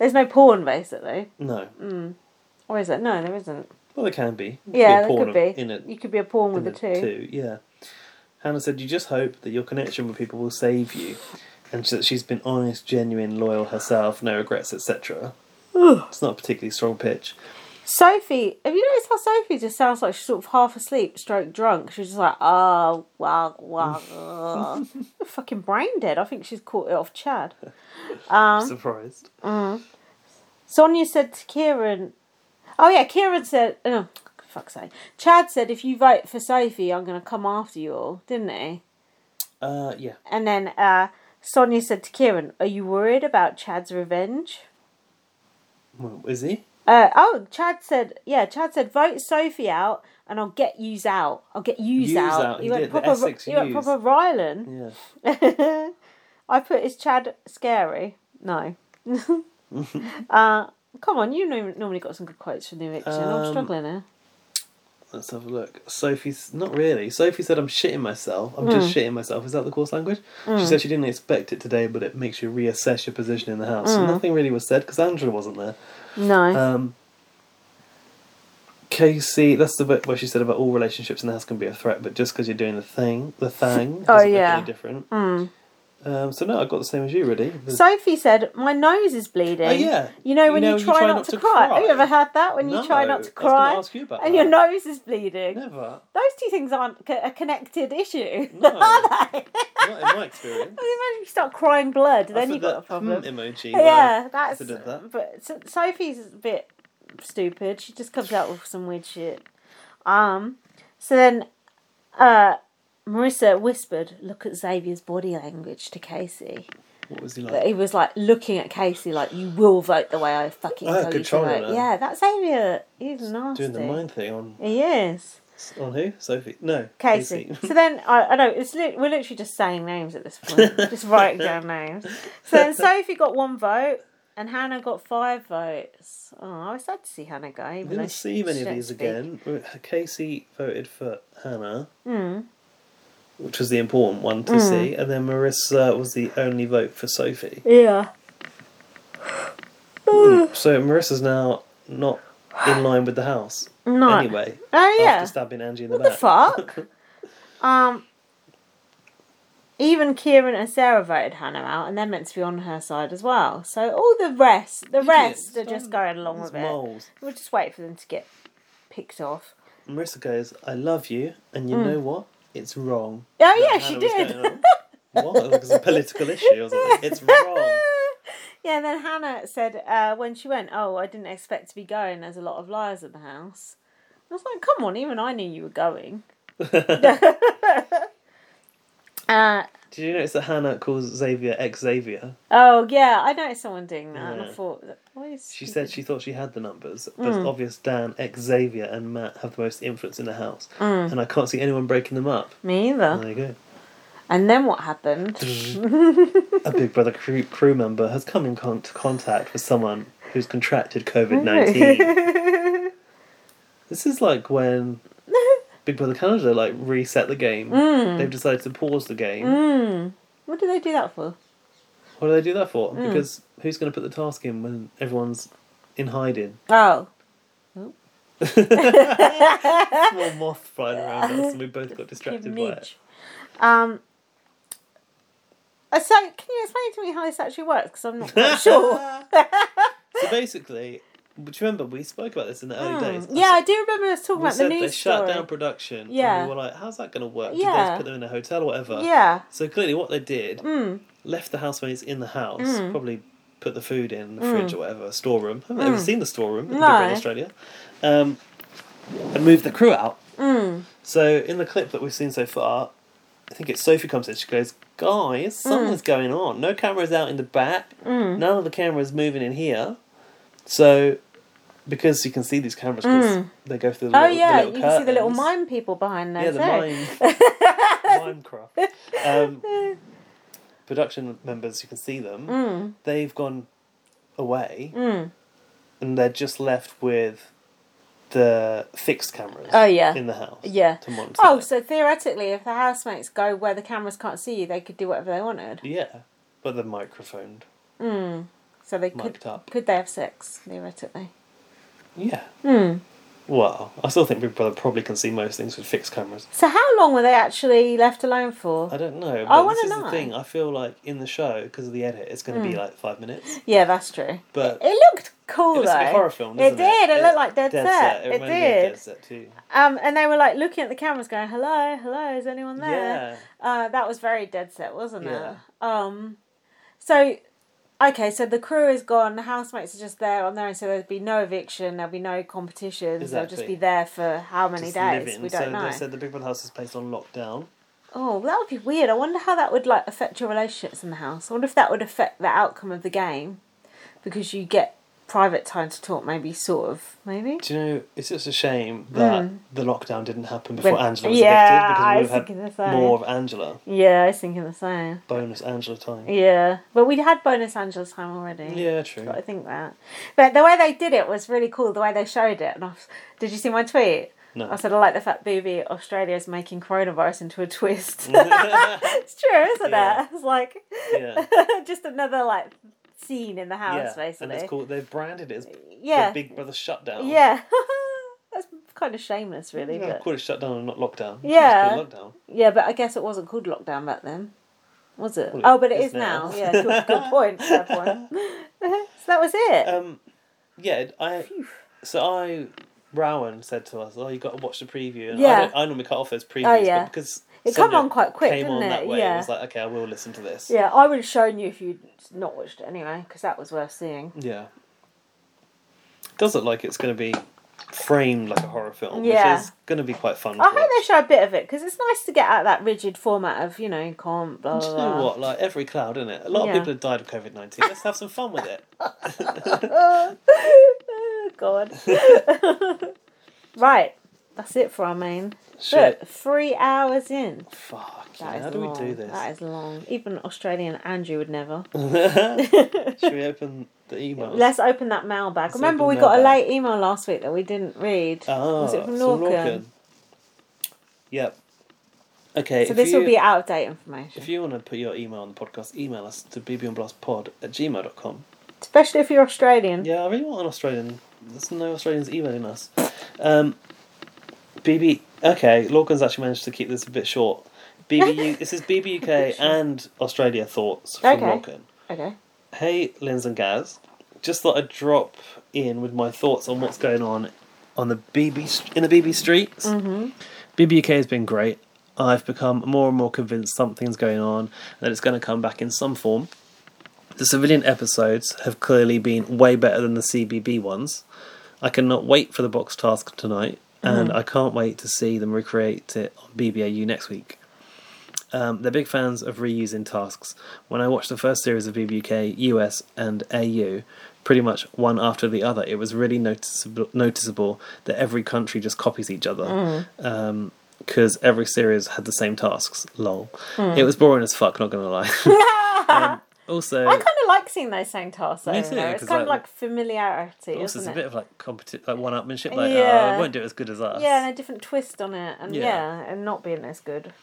Speaker 1: There's no porn, basically.
Speaker 2: No.
Speaker 1: Or is it? No, there isn't.
Speaker 2: Well, there can be. It
Speaker 1: Yeah,
Speaker 2: a
Speaker 1: there
Speaker 2: porn
Speaker 1: could be.
Speaker 2: In a,
Speaker 1: you could be a porn with
Speaker 2: in
Speaker 1: the
Speaker 2: a
Speaker 1: two.
Speaker 2: two, yeah. Hannah said, "You just hope that your connection with people will save you, and that she's been honest, genuine, loyal herself, no regrets, etc." It's not a particularly strong pitch.
Speaker 1: Sophie, have you noticed how Sophie just sounds like she's sort of half asleep, stroke drunk? She's just like, oh, wow, wow. Fucking brain dead. I think she's caught it off Chad.
Speaker 2: Surprised.
Speaker 1: Sonia said to Kieran, oh yeah, Kieran said, oh, fuck's sake. Chad said, if you vote for Sophie, I'm going to come after you all, didn't he?
Speaker 2: Uh, yeah.
Speaker 1: And then uh, Sonia said to Kieran, are you worried about Chad's revenge?
Speaker 2: Well, is he?
Speaker 1: Uh, oh, Chad said, yeah, Chad said, vote Sophie out and I'll get yous out. I'll get yous,
Speaker 2: Yous
Speaker 1: out.
Speaker 2: out,
Speaker 1: He,
Speaker 2: he
Speaker 1: went
Speaker 2: did, the
Speaker 1: proper,
Speaker 2: Essex
Speaker 1: he went
Speaker 2: yous.
Speaker 1: proper Rylan.
Speaker 2: Yeah.
Speaker 1: I put, is Chad scary?
Speaker 2: <laughs>
Speaker 1: No. uh, come on, you norm- normally got some good quotes from the eviction. I'm
Speaker 2: Um,
Speaker 1: struggling here.
Speaker 2: Let's have a look. Sophie's not really. Sophie said, "I'm shitting myself. I'm
Speaker 1: Hmm.
Speaker 2: just shitting myself." Is that the course language? She said she didn't expect it today, but it makes you reassess your position in the house.
Speaker 1: Hmm.
Speaker 2: So nothing really was said because Angela wasn't there.
Speaker 1: No.
Speaker 2: Um, Casey, that's the bit where she said about all
Speaker 1: <laughs>
Speaker 2: relationships in the house can be a threat, but just because you're doing the thing, the thing, doesn't
Speaker 1: Oh, yeah. Mm.
Speaker 2: make any different. Um, so no, I got the same as you really.
Speaker 1: Sophie said, "My nose is bleeding."
Speaker 2: Oh, yeah.
Speaker 1: You know when you, try, not, to, cry. Have you ever had that? When you try
Speaker 2: No,
Speaker 1: not to
Speaker 2: I was gonna
Speaker 1: cry,
Speaker 2: ask you about
Speaker 1: and
Speaker 2: that.
Speaker 1: your nose is bleeding. <laughs>
Speaker 2: Never.
Speaker 1: Those two things aren't co- a connected issue,
Speaker 2: No.
Speaker 1: <laughs> are they?
Speaker 2: Not in my experience.
Speaker 1: Well, Imagine you start crying blood, <laughs>
Speaker 2: I
Speaker 1: then
Speaker 2: put
Speaker 1: you've got
Speaker 2: that
Speaker 1: a problem.
Speaker 2: hmm emoji.
Speaker 1: yeah,
Speaker 2: there
Speaker 1: that's.
Speaker 2: if I did that.
Speaker 1: But so- Sophie's a bit stupid. She just comes out with some weird shit. Um. So then, uh, Marissa whispered, "Look at Xavier's body language to Casey."
Speaker 2: What was he
Speaker 1: But
Speaker 2: like?
Speaker 1: he was like looking at Casey, like, "You will vote the way I fucking
Speaker 2: I had
Speaker 1: tell you to
Speaker 2: control of
Speaker 1: vote."
Speaker 2: that.
Speaker 1: Yeah, that's Xavier. He's nasty.
Speaker 2: Doing the mind thing on
Speaker 1: He is.
Speaker 2: on who? Sophie? No,
Speaker 1: Casey.
Speaker 2: <laughs>
Speaker 1: so then I, I know it's lit we're literally just saying names at this
Speaker 2: <laughs>
Speaker 1: point, just writing down names. So then Sophie got one vote, and Hannah got five votes. Oh, I was sad to see Hannah go.
Speaker 2: I
Speaker 1: Even though
Speaker 2: didn't
Speaker 1: she-
Speaker 2: see many
Speaker 1: she
Speaker 2: of
Speaker 1: don't
Speaker 2: these
Speaker 1: speak.
Speaker 2: again. Casey voted for Hannah,
Speaker 1: Hmm.
Speaker 2: which was the important one to see, and then Marissa was the only vote for Sophie.
Speaker 1: Yeah.
Speaker 2: So Marissa's now not in line with the house.
Speaker 1: No.
Speaker 2: Anyway,
Speaker 1: Oh yeah.
Speaker 2: after stabbing Angie in the
Speaker 1: What the
Speaker 2: back. <laughs>
Speaker 1: fuck? um. Even Kieran and Sarah voted Hannah out, and they're meant to be on her side as well. So all the rest, the rest are just going along
Speaker 2: These
Speaker 1: with it.
Speaker 2: moles.
Speaker 1: We'll just wait for them to get picked off.
Speaker 2: Marissa goes, "I love you," and you know what? It's wrong.
Speaker 1: Hmm. Oh
Speaker 2: That
Speaker 1: yeah,
Speaker 2: Hannah
Speaker 1: she
Speaker 2: was
Speaker 1: did.
Speaker 2: going on. What? It was a political issue or something.
Speaker 1: <laughs>
Speaker 2: It's wrong.
Speaker 1: Yeah, and then Hannah said uh, when she went, "Oh, I didn't expect to be going. There's a lot of liars in the house." I was like, "Come on, even I knew you were going." <laughs> uh,
Speaker 2: Did you notice that Hannah calls Xavier ex Xavier?
Speaker 1: oh yeah, I noticed someone doing that, and I
Speaker 2: Yeah.
Speaker 1: thought, "Why is
Speaker 2: She said she thought she had the numbers, but it's obvious Dan, ex Xavier, and Matt have the most influence in the house, and I can't see anyone breaking them up.
Speaker 1: me either?"
Speaker 2: There you go.
Speaker 1: And then what happened?
Speaker 2: A Big Brother crew, crew member has come in con- contact with someone who's contracted
Speaker 1: <laughs>
Speaker 2: COVID 19. this is like when Big Brother Canada like reset the game. They've decided to pause the game.
Speaker 1: what did they do that for?
Speaker 2: What do they do that for? Because who's going to put the task in when everyone's in hiding?
Speaker 1: Oh,
Speaker 2: Small moth flying around us, and we both got distracted by it.
Speaker 1: Midge. Um. uh, So, can you explain to me how this actually works? 'Cause I'm not quite sure.
Speaker 2: So basically, do you remember we spoke about this in the early days?
Speaker 1: Hmm. Yeah, I do remember us talking
Speaker 2: We
Speaker 1: about the
Speaker 2: said they
Speaker 1: news
Speaker 2: shut
Speaker 1: story.
Speaker 2: down production. Yeah.
Speaker 1: Yeah.
Speaker 2: And we were like, how's that going to work? Did they
Speaker 1: Yeah.
Speaker 2: just put them in a hotel or whatever?
Speaker 1: yeah,
Speaker 2: So clearly, what they did,
Speaker 1: Mm.
Speaker 2: left the housemates in the house, probably put the food in the fridge or whatever, storeroom. I haven't ever seen the storeroom in Big Brother
Speaker 1: Mm. No.
Speaker 2: Australia. Um, and moved the crew out.
Speaker 1: Mm.
Speaker 2: So in the clip that we've seen so far, I think it's Sophie comes in. She goes,
Speaker 1: Mm.
Speaker 2: "Guys, something's going on. No cameras out in the back. None of the cameras moving in here. So." Because you can see these cameras, 'cause they go through the
Speaker 1: Oh
Speaker 2: little,
Speaker 1: yeah,
Speaker 2: the little
Speaker 1: you can see the little
Speaker 2: curtains.
Speaker 1: mime people behind those.
Speaker 2: Yeah, the
Speaker 1: eh? <laughs>
Speaker 2: mime. Minecraft. Um, production members, you can see them.
Speaker 1: Mm.
Speaker 2: They've gone away, and they're just left with the fixed cameras.
Speaker 1: Oh, yeah.
Speaker 2: in the house.
Speaker 1: Yeah.
Speaker 2: to monitor.
Speaker 1: Oh,
Speaker 2: them.
Speaker 1: so theoretically, if the housemates go where the cameras can't see you, they could do whatever they wanted.
Speaker 2: yeah, but the microphone.
Speaker 1: So they could
Speaker 2: Mic'd up.
Speaker 1: could they have sex theoretically?
Speaker 2: Yeah.
Speaker 1: Hmm.
Speaker 2: Well, I still think Big Brother probably can see most things with fixed cameras.
Speaker 1: So how long were they actually left alone for?
Speaker 2: I don't know. But
Speaker 1: wanna
Speaker 2: this is
Speaker 1: know. Hmm.
Speaker 2: the thing. I feel like in the show because of the edit, it's going to be like five minutes.
Speaker 1: Yeah, that's true. <laughs>
Speaker 2: But
Speaker 1: It looked cool
Speaker 2: It looks
Speaker 1: though.
Speaker 2: like a horror film,
Speaker 1: it
Speaker 2: doesn't it?
Speaker 1: did. It, looked like Dead, Set.
Speaker 2: It,
Speaker 1: It,
Speaker 2: reminded me of
Speaker 1: did.
Speaker 2: Dead Set too.
Speaker 1: Um, and they were like looking at the cameras, going, "Hello, hello, is anyone there?"
Speaker 2: Yeah.
Speaker 1: Uh, that was very dead set, wasn't
Speaker 2: Yeah.
Speaker 1: it? Um, so, okay, so the crew is gone. The housemates are just there on their own, so there'd be no eviction. There'll be no competitions. They'll just
Speaker 2: Exactly.
Speaker 1: be there for how many
Speaker 2: Just
Speaker 1: days?
Speaker 2: living.
Speaker 1: We don't
Speaker 2: so
Speaker 1: know.
Speaker 2: they said the Big Brother house is placed on lockdown.
Speaker 1: Oh, that would be weird. I wonder how that would like affect your relationships in the house. I wonder if that would affect the outcome of the game, because you get private time to talk. Maybe sort of maybe.
Speaker 2: Do you know? It's just a shame that the lockdown didn't happen before
Speaker 1: When-
Speaker 2: Angela was
Speaker 1: Hmm. Yeah, I was
Speaker 2: evicted because we
Speaker 1: thinking
Speaker 2: would have
Speaker 1: the same.
Speaker 2: had more of Angela.
Speaker 1: Yeah, I was thinking the same.
Speaker 2: Bonus Angela time.
Speaker 1: Yeah, but we had bonus Angels time already.
Speaker 2: Yeah, true.
Speaker 1: I think that. But the way they did it was really cool. The way they showed it, and I was, did you see my tweet?
Speaker 2: No.
Speaker 1: I said I like the fact Booby Australia is making coronavirus into a
Speaker 2: <laughs>
Speaker 1: twist. it's true, isn't
Speaker 2: Yeah.
Speaker 1: it? It's like <laughs>
Speaker 2: yeah.
Speaker 1: just another like scene in the house,
Speaker 2: yeah.
Speaker 1: basically.
Speaker 2: And it's called, they've branded it as
Speaker 1: Yeah,
Speaker 2: the Big Brother shutdown.
Speaker 1: yeah. <laughs> That's kind of shameless, really.
Speaker 2: Yeah,
Speaker 1: but
Speaker 2: call it shutdown and not lockdown. It's
Speaker 1: Yeah.
Speaker 2: called lockdown.
Speaker 1: yeah, but I guess it wasn't called lockdown back then. was it?
Speaker 2: Well, it
Speaker 1: oh, but it
Speaker 2: is
Speaker 1: is now.
Speaker 2: now.
Speaker 1: Yeah, good, good point. Fair
Speaker 2: <laughs>
Speaker 1: point. <laughs> so that was it.
Speaker 2: Um, yeah, I. So I, Rowan said to us, "Oh, you got to watch the preview." And
Speaker 1: Yeah. Oh,
Speaker 2: I, don't, I normally cut off those previews,
Speaker 1: yeah.
Speaker 2: but because
Speaker 1: It come
Speaker 2: Sonia
Speaker 1: on quite quick,
Speaker 2: came
Speaker 1: didn't
Speaker 2: on
Speaker 1: it?
Speaker 2: That way,
Speaker 1: Yeah.
Speaker 2: I was like, "Okay, I will listen to this."
Speaker 1: yeah, I would have shown you if you'd not watched it anyway, because that was worth seeing.
Speaker 2: Yeah. Does look like it's going to be framed like a horror film,
Speaker 1: Yeah.
Speaker 2: which is going to be quite fun.
Speaker 1: I
Speaker 2: to
Speaker 1: hope they
Speaker 2: watch.
Speaker 1: show a bit of it because it's nice to get out of that rigid format of you know you can't blah
Speaker 2: Do you
Speaker 1: blah.
Speaker 2: know
Speaker 1: blah. <laughs>
Speaker 2: what? Like every cloud, isn't it? A lot
Speaker 1: Yeah.
Speaker 2: of people have died of COVID nineteen. Let's have some fun
Speaker 1: <laughs>
Speaker 2: with it.
Speaker 1: Oh, God.
Speaker 2: <laughs>
Speaker 1: right, that's it for our main.
Speaker 2: Shit.
Speaker 1: Look, three hours in.
Speaker 2: Fuck.
Speaker 1: That
Speaker 2: yeah,
Speaker 1: is
Speaker 2: how do
Speaker 1: long.
Speaker 2: we do this?
Speaker 1: That is long. Even Australian Andrew would
Speaker 2: <laughs>
Speaker 1: never. <laughs>
Speaker 2: Should we open the emails?
Speaker 1: Let's open that mailbag.
Speaker 2: Let's
Speaker 1: Remember, we
Speaker 2: open
Speaker 1: got a
Speaker 2: mailbag.
Speaker 1: late email last week that we didn't read.
Speaker 2: Ah,
Speaker 1: was it from
Speaker 2: from
Speaker 1: Norcan?
Speaker 2: Lorcan. Yep. Okay.
Speaker 1: So
Speaker 2: if
Speaker 1: this
Speaker 2: you,
Speaker 1: will be out of date information.
Speaker 2: If you want to put your email on the podcast, email us to bbonblastpod at gmail.com.
Speaker 1: Especially if you're Australian.
Speaker 2: Yeah, I really want an Australian. There's no Australians emailing us. Um, BB. Okay, Lorcan's actually managed to keep this a bit short. BBU. this is
Speaker 1: <laughs>
Speaker 2: BBUK and Australia thoughts from
Speaker 1: Okay.
Speaker 2: Lorcan.
Speaker 1: Okay.
Speaker 2: Hey, Linz and Gaz. Just thought I'd drop in with my thoughts on what's going on on the BB st- in the BB streets. Mm-hmm. BBUK has been great. I've become more and more convinced something's going on that it's going to come back in some form. The civilian episodes have clearly been way better than the CBB ones. I cannot wait for the box task tonight, and I can't wait to see them recreate it on BBAU next week. Um, they're big fans of reusing tasks. When I watched the first series of BBUK, US, and AU, pretty much one after the other, it was really noticeable, noticeable that every country just copies each other. Because every series had the same tasks. Lol. It was boring as fuck, not gonna lie. <laughs> um, also,
Speaker 1: I kind of like seeing those same tasks.
Speaker 2: Me
Speaker 1: over
Speaker 2: too,
Speaker 1: there. It's
Speaker 2: 'cause
Speaker 1: kind of
Speaker 2: like-
Speaker 1: like familiarity,
Speaker 2: also it's
Speaker 1: isn't
Speaker 2: a
Speaker 1: it?
Speaker 2: bit of like competi- like one upmanship. Like,
Speaker 1: Yeah.
Speaker 2: oh, I won't do it as good as us.
Speaker 1: yeah, and a different twist on it, and yeah,
Speaker 2: Yeah.
Speaker 1: and not being as good.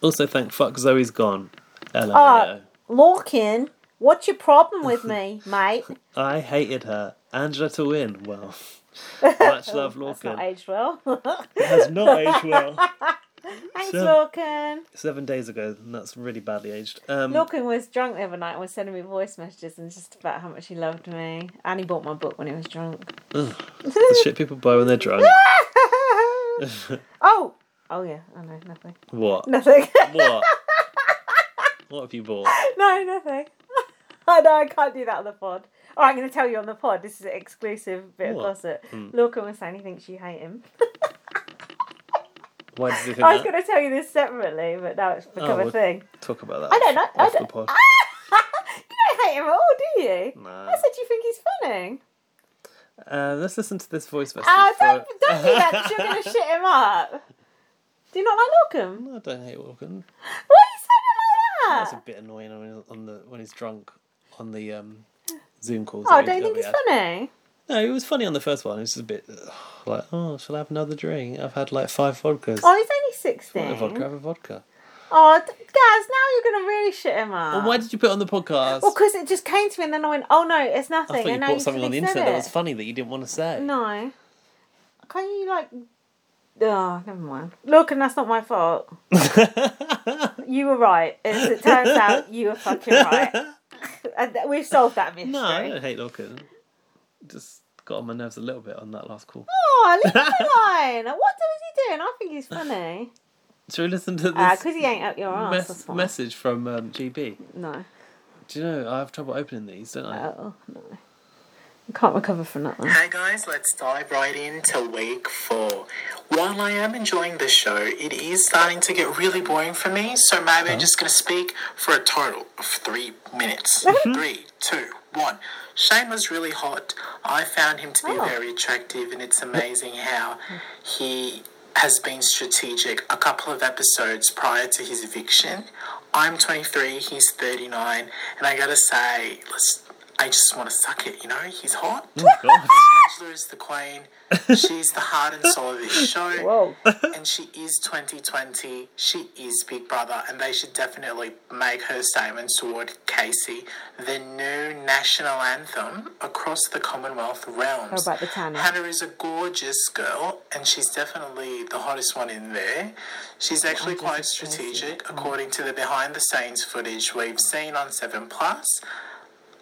Speaker 2: Also, thank fuck Zoe's gone. LMAO.
Speaker 1: Uh, Lorcan, what's your problem with
Speaker 2: <laughs>
Speaker 1: me, mate?
Speaker 2: I hated her. Angela to win.
Speaker 1: <laughs>
Speaker 2: Well, much love,
Speaker 1: That's not
Speaker 2: Lorcan.
Speaker 1: aged well. <laughs>
Speaker 2: has not aged well.
Speaker 1: Thanks,
Speaker 2: So- mm.
Speaker 1: Lorcan.
Speaker 2: Seven days ago, and that's really badly aged. Um,
Speaker 1: Lorcan was drunk the other night and was sending me voice messages and just about how much he loved me. And he bought my book when he was drunk. <laughs>
Speaker 2: the shit people buy when they're drunk.
Speaker 1: <laughs>
Speaker 2: <laughs>
Speaker 1: oh! Oh, yeah. I know, nothing.
Speaker 2: What?
Speaker 1: Nothing. <laughs>
Speaker 2: What? What have you bought?
Speaker 1: no, nothing. <laughs> I know, I can't do that on the pod. Oh, I'm going to tell you on the pod. This is an exclusive bit
Speaker 2: What? Hmm.
Speaker 1: of gossip. Lorcan was saying he thinks you hate him.
Speaker 2: Why did you think
Speaker 1: I was
Speaker 2: that? Oh,
Speaker 1: going to tell you this separately, but now it's become a
Speaker 2: well-
Speaker 1: thing.
Speaker 2: Talk about that.
Speaker 1: I don't know.
Speaker 2: off-
Speaker 1: I
Speaker 2: off the
Speaker 1: don't-
Speaker 2: pod.
Speaker 1: <laughs> you don't hate him at all, do you?
Speaker 2: Nah.
Speaker 1: I said you think he's funny.
Speaker 2: Uh, let's listen to this voice message.
Speaker 1: Ah, don't,
Speaker 2: <laughs> for-
Speaker 1: don't do that 'cause you're going to shit him up. Do you not like Lorcan?
Speaker 2: I don't hate Walken.
Speaker 1: Why are you
Speaker 2: That's
Speaker 1: sounding
Speaker 2: a
Speaker 1: like that?
Speaker 2: bit annoying on, his- on the when he's drunk on the um, Zoom calls.
Speaker 1: Oh,
Speaker 2: that
Speaker 1: don't
Speaker 2: we-
Speaker 1: you think
Speaker 2: that we
Speaker 1: he's
Speaker 2: had.
Speaker 1: funny?
Speaker 2: No, it was funny on the first one. It's just a bit ugh, like, oh, shall I have another drink? I've had like five vodkas.
Speaker 1: Oh, he's only
Speaker 2: Want a vodka,
Speaker 1: 16.
Speaker 2: have a vodka.
Speaker 1: Oh, d- Gaz, now you're going to really shit him up.
Speaker 2: Well, why did you put it on the podcast?
Speaker 1: Well, because it just came to me and then I went, oh no, it's nothing.
Speaker 2: I thought you
Speaker 1: and now
Speaker 2: bought something on the
Speaker 1: said
Speaker 2: internet that was
Speaker 1: it.
Speaker 2: funny that you didn't want to say. <laughs>
Speaker 1: No. Can't you, like. Oh, never mind. Look, and that's not my fault. You were right. As it
Speaker 2: <laughs>
Speaker 1: turns out, you were fucking right. And th- we've solved that mystery.
Speaker 2: no, I don't hate Lorcan. Just got on my nerves a little bit on that last call.
Speaker 1: Oh,
Speaker 2: <laughs>
Speaker 1: leave him alone. What was he doing? I think he's funny.
Speaker 2: Should we listen to
Speaker 1: Because
Speaker 2: this
Speaker 1: he ain't up your ass.
Speaker 2: mes-
Speaker 1: that's why.
Speaker 2: message from um, GB?
Speaker 1: No.
Speaker 2: Do you know I have trouble opening these, don't I?
Speaker 1: Oh, no. I can't recover from that one.
Speaker 9: Hey guys, let's dive right into week four. While I am enjoying the show, it is starting to get really boring for me, so maybe I'm just going to speak for a total of three minutes. three, two, one. Shane was really hot. I found him to be
Speaker 1: Oh.
Speaker 9: very attractive, and it's amazing how he has been strategic a couple of episodes prior to his eviction. I'm 23, he's 39, and I gotta say, let's
Speaker 7: I just want to suck it, you know? He's hot.
Speaker 2: Oh, God.
Speaker 7: Angela is the queen. She's the heart and soul of this show.
Speaker 1: Whoa.
Speaker 7: And she is 2020. She is Big Brother. And they should definitely make her statements toward Casey the new national anthem across the Commonwealth realms.
Speaker 1: How about the tanner?
Speaker 7: Hannah is a gorgeous girl. And she's definitely the hottest one in there. She's actually quite strategic, according to the behind the scenes footage we've seen on 7 Plus.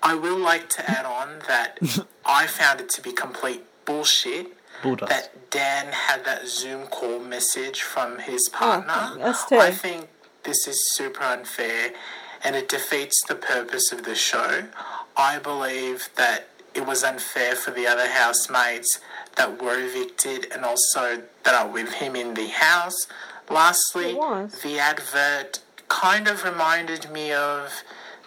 Speaker 7: I will like to add on that I found it to be complete bullshit
Speaker 2: Bulldust.
Speaker 7: that Dan had that Zoom call message from his partner.
Speaker 1: Oh, that's true.
Speaker 7: I think this is super unfair and it defeats the purpose of the show. I believe that it was unfair for the other housemates that were evicted and also that are with him in the house. Lastly,
Speaker 1: It was.
Speaker 7: the advert kind of reminded me of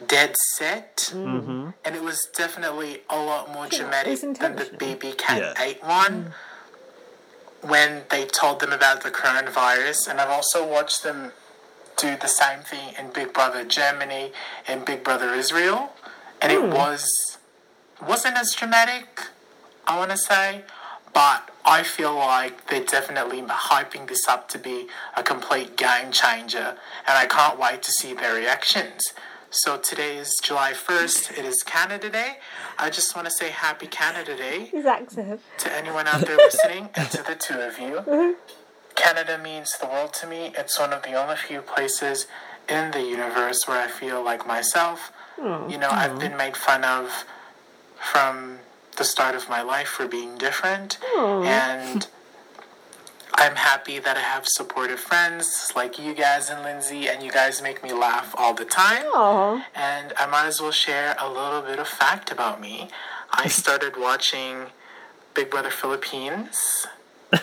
Speaker 7: Dead Set, and it was definitely a lot more dramatic
Speaker 1: Mm-hmm. was
Speaker 7: than the
Speaker 1: intentional.
Speaker 7: BB Cat
Speaker 2: Yeah.
Speaker 7: 8 one when they told them about the coronavirus. And I've also watched them do the same thing in Big Brother Germany and Big Brother Israel, and it was wasn't as dramatic. I want to say, but I feel like they're definitely hyping this up to be a complete game changer, and I can't wait to see their reactions. So today is July 1st, it is Canada Day. I just want to say happy Canada Day
Speaker 1: His accent.
Speaker 7: to anyone out there listening and to the two of you. Canada means the world to me. It's one of the only few places in the universe where I feel like myself. You know, I've been made fun of from the start of my life for being different. And I'm happy that I have supportive friends like you guys and Lindsay, and you guys make me laugh all the time.
Speaker 1: Aw.
Speaker 7: And I might as well share a little bit of fact about me. I started watching Big Brother Philippines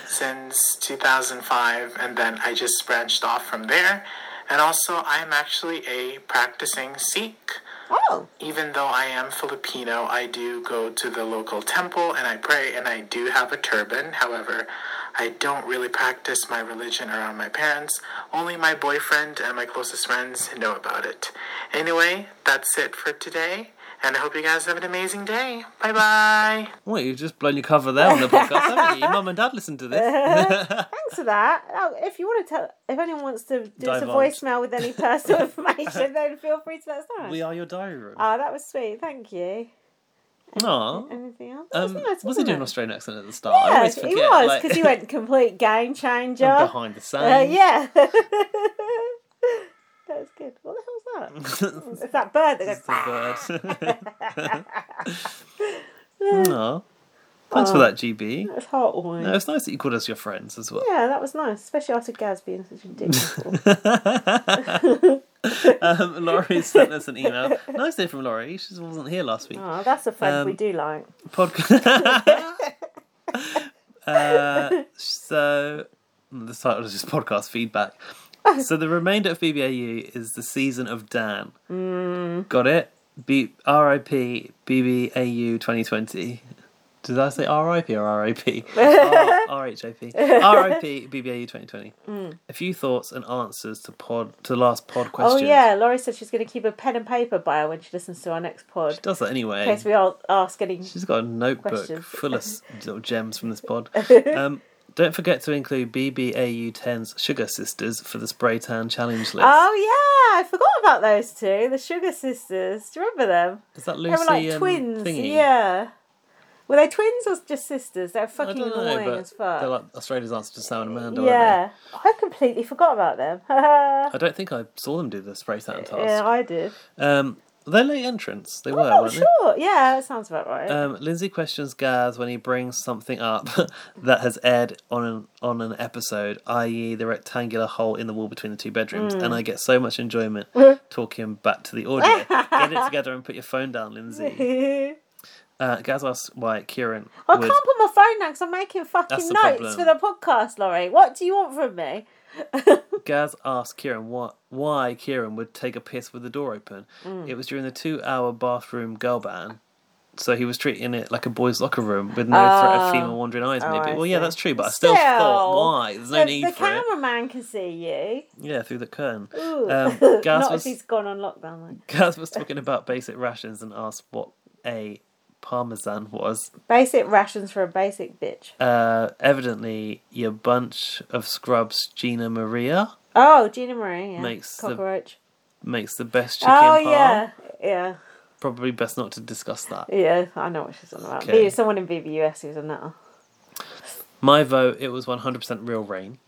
Speaker 7: since 2005, and then I just branched off from there. And also, I'm actually a practicing Sikh.
Speaker 1: Oh.
Speaker 7: Even though I am Filipino, I do go to the local temple and I pray, and I do have a turban. However, I don't really practice my religion around my parents. Only my boyfriend and my closest friends know about it. Anyway, that's it for today, and I hope you guys have an amazing day. Bye bye.
Speaker 2: Wait, you've just blown your cover there on the podcast, haven't you? Your mum and dad listen
Speaker 1: <laughs>
Speaker 2: to this.
Speaker 1: Thanks for that. Oh, If you want to tell, if anyone wants to do us a
Speaker 2: Divulge.
Speaker 1: voicemail with any
Speaker 2: <laughs>
Speaker 1: personal information, then feel free to let us know.
Speaker 2: we are your diary room.
Speaker 1: Oh, that was sweet. Thank you.
Speaker 2: Aw.
Speaker 1: Anything else? That
Speaker 2: Um,
Speaker 1: was nice.
Speaker 2: was he
Speaker 1: wasn't
Speaker 2: doing
Speaker 1: it?
Speaker 2: an Australian accent at the start? I
Speaker 1: Yeah,
Speaker 2: always forget.
Speaker 1: he was
Speaker 2: like-
Speaker 1: because he went complete game changer.
Speaker 2: I'm behind <laughs> the scenes.
Speaker 1: Uh,
Speaker 2: <laughs>
Speaker 1: yeah. <laughs> that was good. What the hell was that? it's that bird that <laughs> goes.
Speaker 2: the bird. <laughs> Aw. Thanks
Speaker 1: Uh,
Speaker 2: for that, GB.
Speaker 1: That's heartwarming.
Speaker 2: No, it's nice that you called us your friends as well.
Speaker 1: Yeah, that was nice, especially after Gaz being such a dick. before.
Speaker 2: <laughs>
Speaker 1: <laughs>
Speaker 2: um, Laurie sent us an email. Nice day from Laurie. She just wasn't here last week.
Speaker 1: oh, that's a friend we
Speaker 2: Um,
Speaker 1: do like.
Speaker 2: Podcast. <laughs> uh, so the title is just podcast
Speaker 1: <laughs>
Speaker 2: feedback. So the remainder of BBAU is the season of Dan.
Speaker 1: Mm.
Speaker 2: Got it? B- R.I.P. BBAU 2020. Did I say R.I.P. or
Speaker 1: <laughs>
Speaker 2: R.A.P.? R- R.H.A.P. R.I.P. BBAU 2020. A few thoughts and answers to pod to last pod
Speaker 1: Mm. Oh
Speaker 2: questions.
Speaker 1: yeah, Laurie said she's going to keep a pen and paper by her when she listens to our next pod.
Speaker 2: She does that anyway.
Speaker 1: In case we all ask any.
Speaker 2: She's got a notebook
Speaker 1: Questions.
Speaker 2: full
Speaker 1: <laughs>
Speaker 2: of s- little gems from this pod. Um, don't forget to include BBAU10's Sugar Sisters for the spray tan challenge
Speaker 1: Oh
Speaker 2: list.
Speaker 1: yeah, I forgot about those two, the Sugar Sisters. Do you remember them?
Speaker 2: Is that
Speaker 1: They
Speaker 2: Lucy
Speaker 1: were like
Speaker 2: and
Speaker 1: twins.
Speaker 2: Thingy?
Speaker 1: Yeah. Were they twins or just sisters? They were
Speaker 2: I
Speaker 1: fucking
Speaker 2: don't
Speaker 1: annoying
Speaker 2: know,
Speaker 1: as
Speaker 2: but
Speaker 1: fuck.
Speaker 2: they're like Australia's answer to Sam and Amanda, aren't
Speaker 1: yeah, I completely forgot about them. <laughs> yeah,
Speaker 2: they? I don't think I saw them do the spray tan task.
Speaker 1: I did.
Speaker 2: Um, they're late entrants. They were,
Speaker 1: Oh
Speaker 2: weren't
Speaker 1: sure, yeah, that sounds about right. <laughs>
Speaker 2: they? Um, Lindsay questions Gaz when he brings something up <laughs> that has aired on an on an episode, i.e., the rectangular hole in the wall between the two bedrooms, and
Speaker 1: Hmm.
Speaker 2: I get so much enjoyment
Speaker 1: <laughs>
Speaker 2: talking back to the audio. get it together and put your phone
Speaker 1: <laughs>
Speaker 2: down, Lindsay. Uh, Gaz asks why Kieran
Speaker 1: I
Speaker 2: would.
Speaker 1: can't put my phone down because I'm making fucking
Speaker 2: That's the
Speaker 1: notes for the podcast, Laurie. What do you want from me?
Speaker 2: Gaz asked Kieran what, why Kieran would take a piss with the door open.
Speaker 1: Hmm.
Speaker 2: It was during the two hour bathroom girl ban, so he was treating it like a boys' locker room with no threat of female wandering eyes.
Speaker 1: Oh,
Speaker 2: maybe.
Speaker 1: I
Speaker 2: well, yeah,
Speaker 1: see.
Speaker 2: that's true, but I still thought, why? There's no
Speaker 1: the,
Speaker 2: need
Speaker 1: The
Speaker 2: for it.
Speaker 1: cameraman can see you.
Speaker 2: Yeah, through the curtain.
Speaker 1: Ooh. <laughs>
Speaker 2: Um, Gaz,
Speaker 1: Not if
Speaker 2: was,
Speaker 1: he's gone on lockdown. Like.
Speaker 2: Gaz was talking about basic rations and asked what a parmesan was.
Speaker 1: Basic rations for a basic bitch.
Speaker 2: Uh, evidently, your bunch of scrubs, Gina Maria,
Speaker 1: Oh, Gina Marie. Yeah.
Speaker 2: Makes the
Speaker 1: Cockroach.
Speaker 2: makes the best chicken
Speaker 1: Oh,
Speaker 2: parm.
Speaker 1: yeah. Yeah.
Speaker 2: Probably best not to discuss that.
Speaker 1: Yeah. I know what she's on about.
Speaker 2: Okay.
Speaker 1: There's Someone in BBUS who's on that.
Speaker 2: My vote, it was 100% real rain.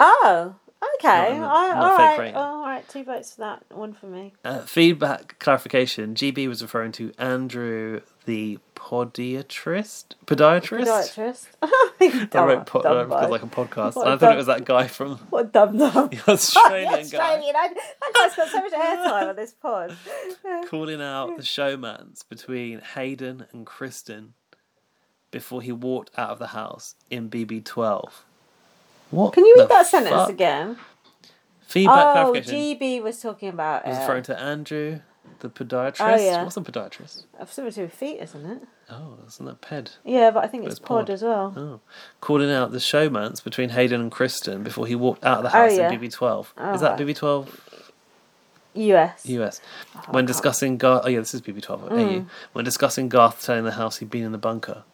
Speaker 1: Oh, okay.
Speaker 2: Not in the-
Speaker 1: I,
Speaker 2: not
Speaker 1: all
Speaker 2: fake
Speaker 1: right.
Speaker 2: rating.
Speaker 1: all right. Two votes for that. One for me.
Speaker 2: Uh, feedback clarification GB was referring to Andrew the podiatrist. Podiatrist?
Speaker 1: <laughs> Podiatrist.
Speaker 2: I wrote
Speaker 1: Dumb-
Speaker 2: pod, I wrote
Speaker 1: dumb
Speaker 2: because,
Speaker 1: vibe.
Speaker 2: like a podcast.
Speaker 1: What a
Speaker 2: and I thought
Speaker 1: dumb-
Speaker 2: it was that
Speaker 1: <laughs>
Speaker 2: guy from
Speaker 1: What a dumb dumb.
Speaker 2: the <laughs> Australian guy
Speaker 1: <laughs> Australian. I- That guy's got so much airtime on this pod.
Speaker 2: calling out the showmans between Hayden and Kristen before he walked out of the house in BB12. What?
Speaker 1: Can you
Speaker 2: the
Speaker 1: read that sentence
Speaker 2: fuck?
Speaker 1: again?
Speaker 2: Feedback
Speaker 1: Oh,
Speaker 2: clarification.
Speaker 1: GB was talking about.
Speaker 2: I was
Speaker 1: Uh,
Speaker 2: referring to Andrew, the podiatrist.
Speaker 1: Oh, yeah.
Speaker 2: What's a podiatrist?
Speaker 1: something to do with feet, isn't it?
Speaker 2: Oh, isn't that ped?
Speaker 1: Yeah, but I think it's,
Speaker 2: It's
Speaker 1: pod,
Speaker 2: pod.
Speaker 1: as well.
Speaker 2: Oh. Calling out the showmance between Hayden and Kristen before he walked out of the
Speaker 1: Oh,
Speaker 2: house
Speaker 1: yeah.
Speaker 2: in BB12.
Speaker 1: Oh,
Speaker 2: Is that
Speaker 1: right.
Speaker 2: BB12
Speaker 1: US.
Speaker 2: US. When discussing Garth, oh yeah, this is BB12.
Speaker 1: Mm.
Speaker 2: AU. When discussing Garth telling the house he'd been in the bunker.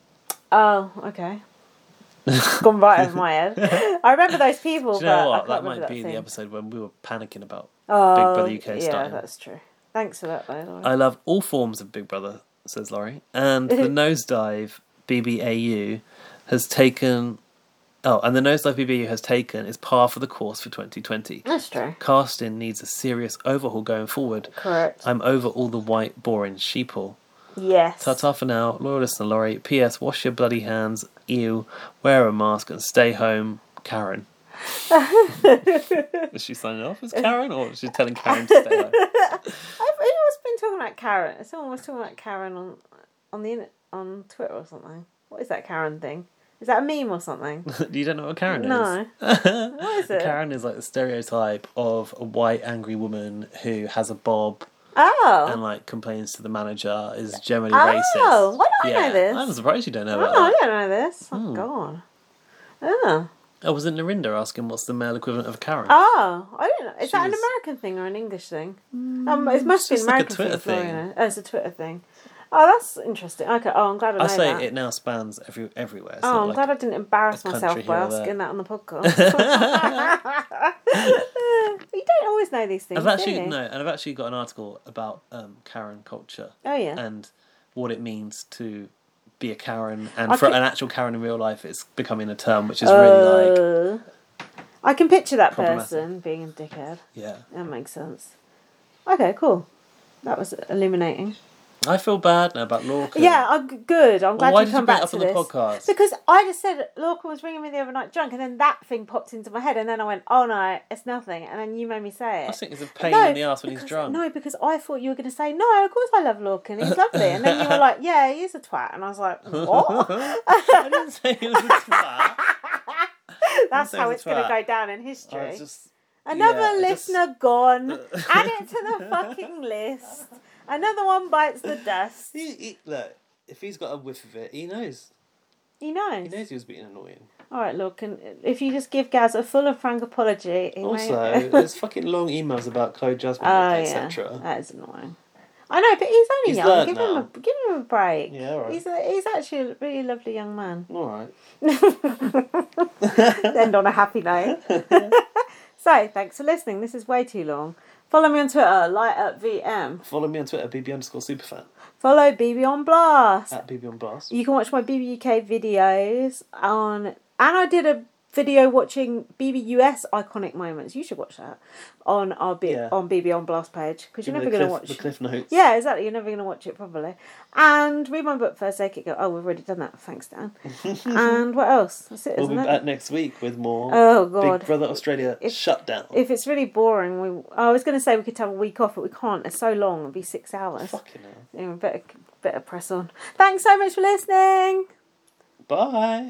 Speaker 1: Oh,
Speaker 2: <laughs>
Speaker 1: okay. Gone right over my head. I remember those people,
Speaker 2: Do you know
Speaker 1: but
Speaker 2: what?
Speaker 1: I can't
Speaker 2: That
Speaker 1: remember
Speaker 2: might
Speaker 1: that
Speaker 2: be
Speaker 1: thing.
Speaker 2: the episode when we were panicking about
Speaker 1: Oh,
Speaker 2: Big Brother UK
Speaker 1: yeah,
Speaker 2: starting.
Speaker 1: that's true. Thanks for that, though. Laura.
Speaker 2: I love all forms of Big Brother, says Laurie. And
Speaker 1: <laughs>
Speaker 2: the nosedive BBAU has taken. Oh, and the nosedive BBAU has taken is par for the course for 2020.
Speaker 1: That's true.
Speaker 2: Casting needs a serious overhaul going forward.
Speaker 1: Correct.
Speaker 2: I'm over all the white, boring sheeple.
Speaker 1: Yes.
Speaker 2: Ta ta for now, loyal listener Laurie. P.S. Wash your bloody hands, ew, wear a mask and stay home, Karen.
Speaker 1: <laughs>
Speaker 2: is she signing off as Karen or is she telling Karen to stay home?
Speaker 1: <laughs> I've, who has been talking about Karen? Someone was talking about Karen on on the in- on Twitter or something. What is that Karen thing? Is that a meme or
Speaker 2: <laughs>
Speaker 1: something?
Speaker 2: you don't know what Karen
Speaker 1: No.
Speaker 2: is?
Speaker 1: What
Speaker 2: <laughs>
Speaker 1: is it?
Speaker 2: Karen is like the stereotype of a white, angry woman who has a bob and
Speaker 1: Oh,
Speaker 2: like complains to the manager, is generally
Speaker 1: Oh,
Speaker 2: racist.
Speaker 1: why don't I know this?
Speaker 2: I'm surprised you don't know about
Speaker 1: oh, I
Speaker 2: that.
Speaker 1: don't know this. Oh
Speaker 2: Hmm.
Speaker 1: God. Oh,
Speaker 2: I was in Narinda asking what's the male equivalent of Karen.
Speaker 1: oh, I don't know. Is that an
Speaker 2: She's-
Speaker 1: American thing or an English thing? Um, it must be an
Speaker 2: just Mm. like a
Speaker 1: American
Speaker 2: Twitter
Speaker 1: thing.
Speaker 2: thing.
Speaker 1: Florina. Oh, it's a Twitter thing. Oh, that's interesting. Okay. Oh, I'm glad I know
Speaker 2: I say
Speaker 1: that.
Speaker 2: it now spans every everywhere. It's
Speaker 1: Oh,
Speaker 2: not
Speaker 1: I'm
Speaker 2: like-
Speaker 1: glad I didn't embarrass
Speaker 2: country
Speaker 1: myself by
Speaker 2: here or there.
Speaker 1: asking that on the
Speaker 2: <laughs>
Speaker 1: podcast. <laughs> you don't always know these things.
Speaker 2: I've
Speaker 1: do
Speaker 2: actually
Speaker 1: you?
Speaker 2: no, and I've actually got an article about um, Karen culture
Speaker 1: Oh yeah.
Speaker 2: and what it means to be a Karen, and
Speaker 1: I
Speaker 2: for
Speaker 1: could-
Speaker 2: an actual Karen in real life, it's becoming a term which is really like
Speaker 1: Uh, I can picture that
Speaker 2: Problematic.
Speaker 1: person being a dickhead.
Speaker 2: yeah.
Speaker 1: That makes sense. Okay, cool. That was illuminating.
Speaker 2: I feel bad now about Lorcan.
Speaker 1: Yeah, I'm good. I'm glad
Speaker 2: why
Speaker 1: you
Speaker 2: did you
Speaker 1: come
Speaker 2: bring it
Speaker 1: back
Speaker 2: up
Speaker 1: to
Speaker 2: on the
Speaker 1: this.
Speaker 2: podcast?
Speaker 1: Because I just said Lorcan was ringing me the other night drunk, and then that thing popped into my head, and then I went, "Oh no, it's nothing." And then you made me say it.
Speaker 2: I think it's a pain in the ass when he's
Speaker 1: because-
Speaker 2: drunk. <laughs>
Speaker 1: No, because I thought you were going to say, no, of course I love Lorcan. He's lovely. And then you were
Speaker 2: <laughs>
Speaker 1: like, yeah, he is a twat. And I was like, what?
Speaker 2: I didn't say he was a twat.
Speaker 1: <laughs> That's
Speaker 2: say
Speaker 1: how
Speaker 2: he's a
Speaker 1: it's going to
Speaker 2: twat.
Speaker 1: go down in
Speaker 2: I
Speaker 1: history.
Speaker 2: was just
Speaker 1: Another
Speaker 2: yeah, I just-
Speaker 1: listener
Speaker 2: <laughs>
Speaker 1: gone. Add it to the fucking list. Another one bites the dust.
Speaker 2: he, he- look. If he's got a whiff of it, he knows.
Speaker 1: He knows.
Speaker 2: He knows he was being annoying.
Speaker 1: All right, Lorcan, if you just give Gaz a full and frank apology, he may- <laughs>
Speaker 2: Also, <laughs> there's fucking long emails about Chloe Jasmine,
Speaker 1: Oh yeah,
Speaker 2: etc.
Speaker 1: that is annoying. I know, but he's only
Speaker 2: He's
Speaker 1: young.
Speaker 2: learned
Speaker 1: Give him
Speaker 2: now.
Speaker 1: a give him a break.
Speaker 2: Yeah, all right.
Speaker 1: He's a, he's actually a really lovely young
Speaker 2: <laughs>
Speaker 1: man. <laughs>
Speaker 2: All right.
Speaker 1: End on a happy
Speaker 2: <laughs>
Speaker 1: note. <laughs> so thanks for listening. This is way too long. Follow me on Twitter, light up VM.
Speaker 2: Follow me on Twitter, bb underscore superfan
Speaker 1: Follow BB on Blast.
Speaker 2: at bb on blast.
Speaker 1: You can watch my BBUK videos on, and I did a video watching BBUS iconic moments. You should watch that on our B,
Speaker 2: Yeah.
Speaker 1: on BB on Blast page because you're
Speaker 2: Give me
Speaker 1: never
Speaker 2: the
Speaker 1: going to
Speaker 2: cliff-
Speaker 1: watch
Speaker 2: the cliff notes.
Speaker 1: Yeah, exactly. You're never going to watch it properly. And read my book first. Take it. Go. Oh, we've already done that. Thanks,
Speaker 2: <laughs>
Speaker 1: Dan. and what else? That's it,
Speaker 2: We'll
Speaker 1: isn't
Speaker 2: be
Speaker 1: it?
Speaker 2: back next week with more
Speaker 1: Oh, God.
Speaker 2: Big Brother Australia
Speaker 1: If-
Speaker 2: shutdown.
Speaker 1: If it's really boring, we. I was going to say we could have a week off, but we can't. It's so long. It'll be six hours.
Speaker 2: Fucking hell.
Speaker 1: Yeah, we better better press on. Thanks so much for listening.
Speaker 2: Bye.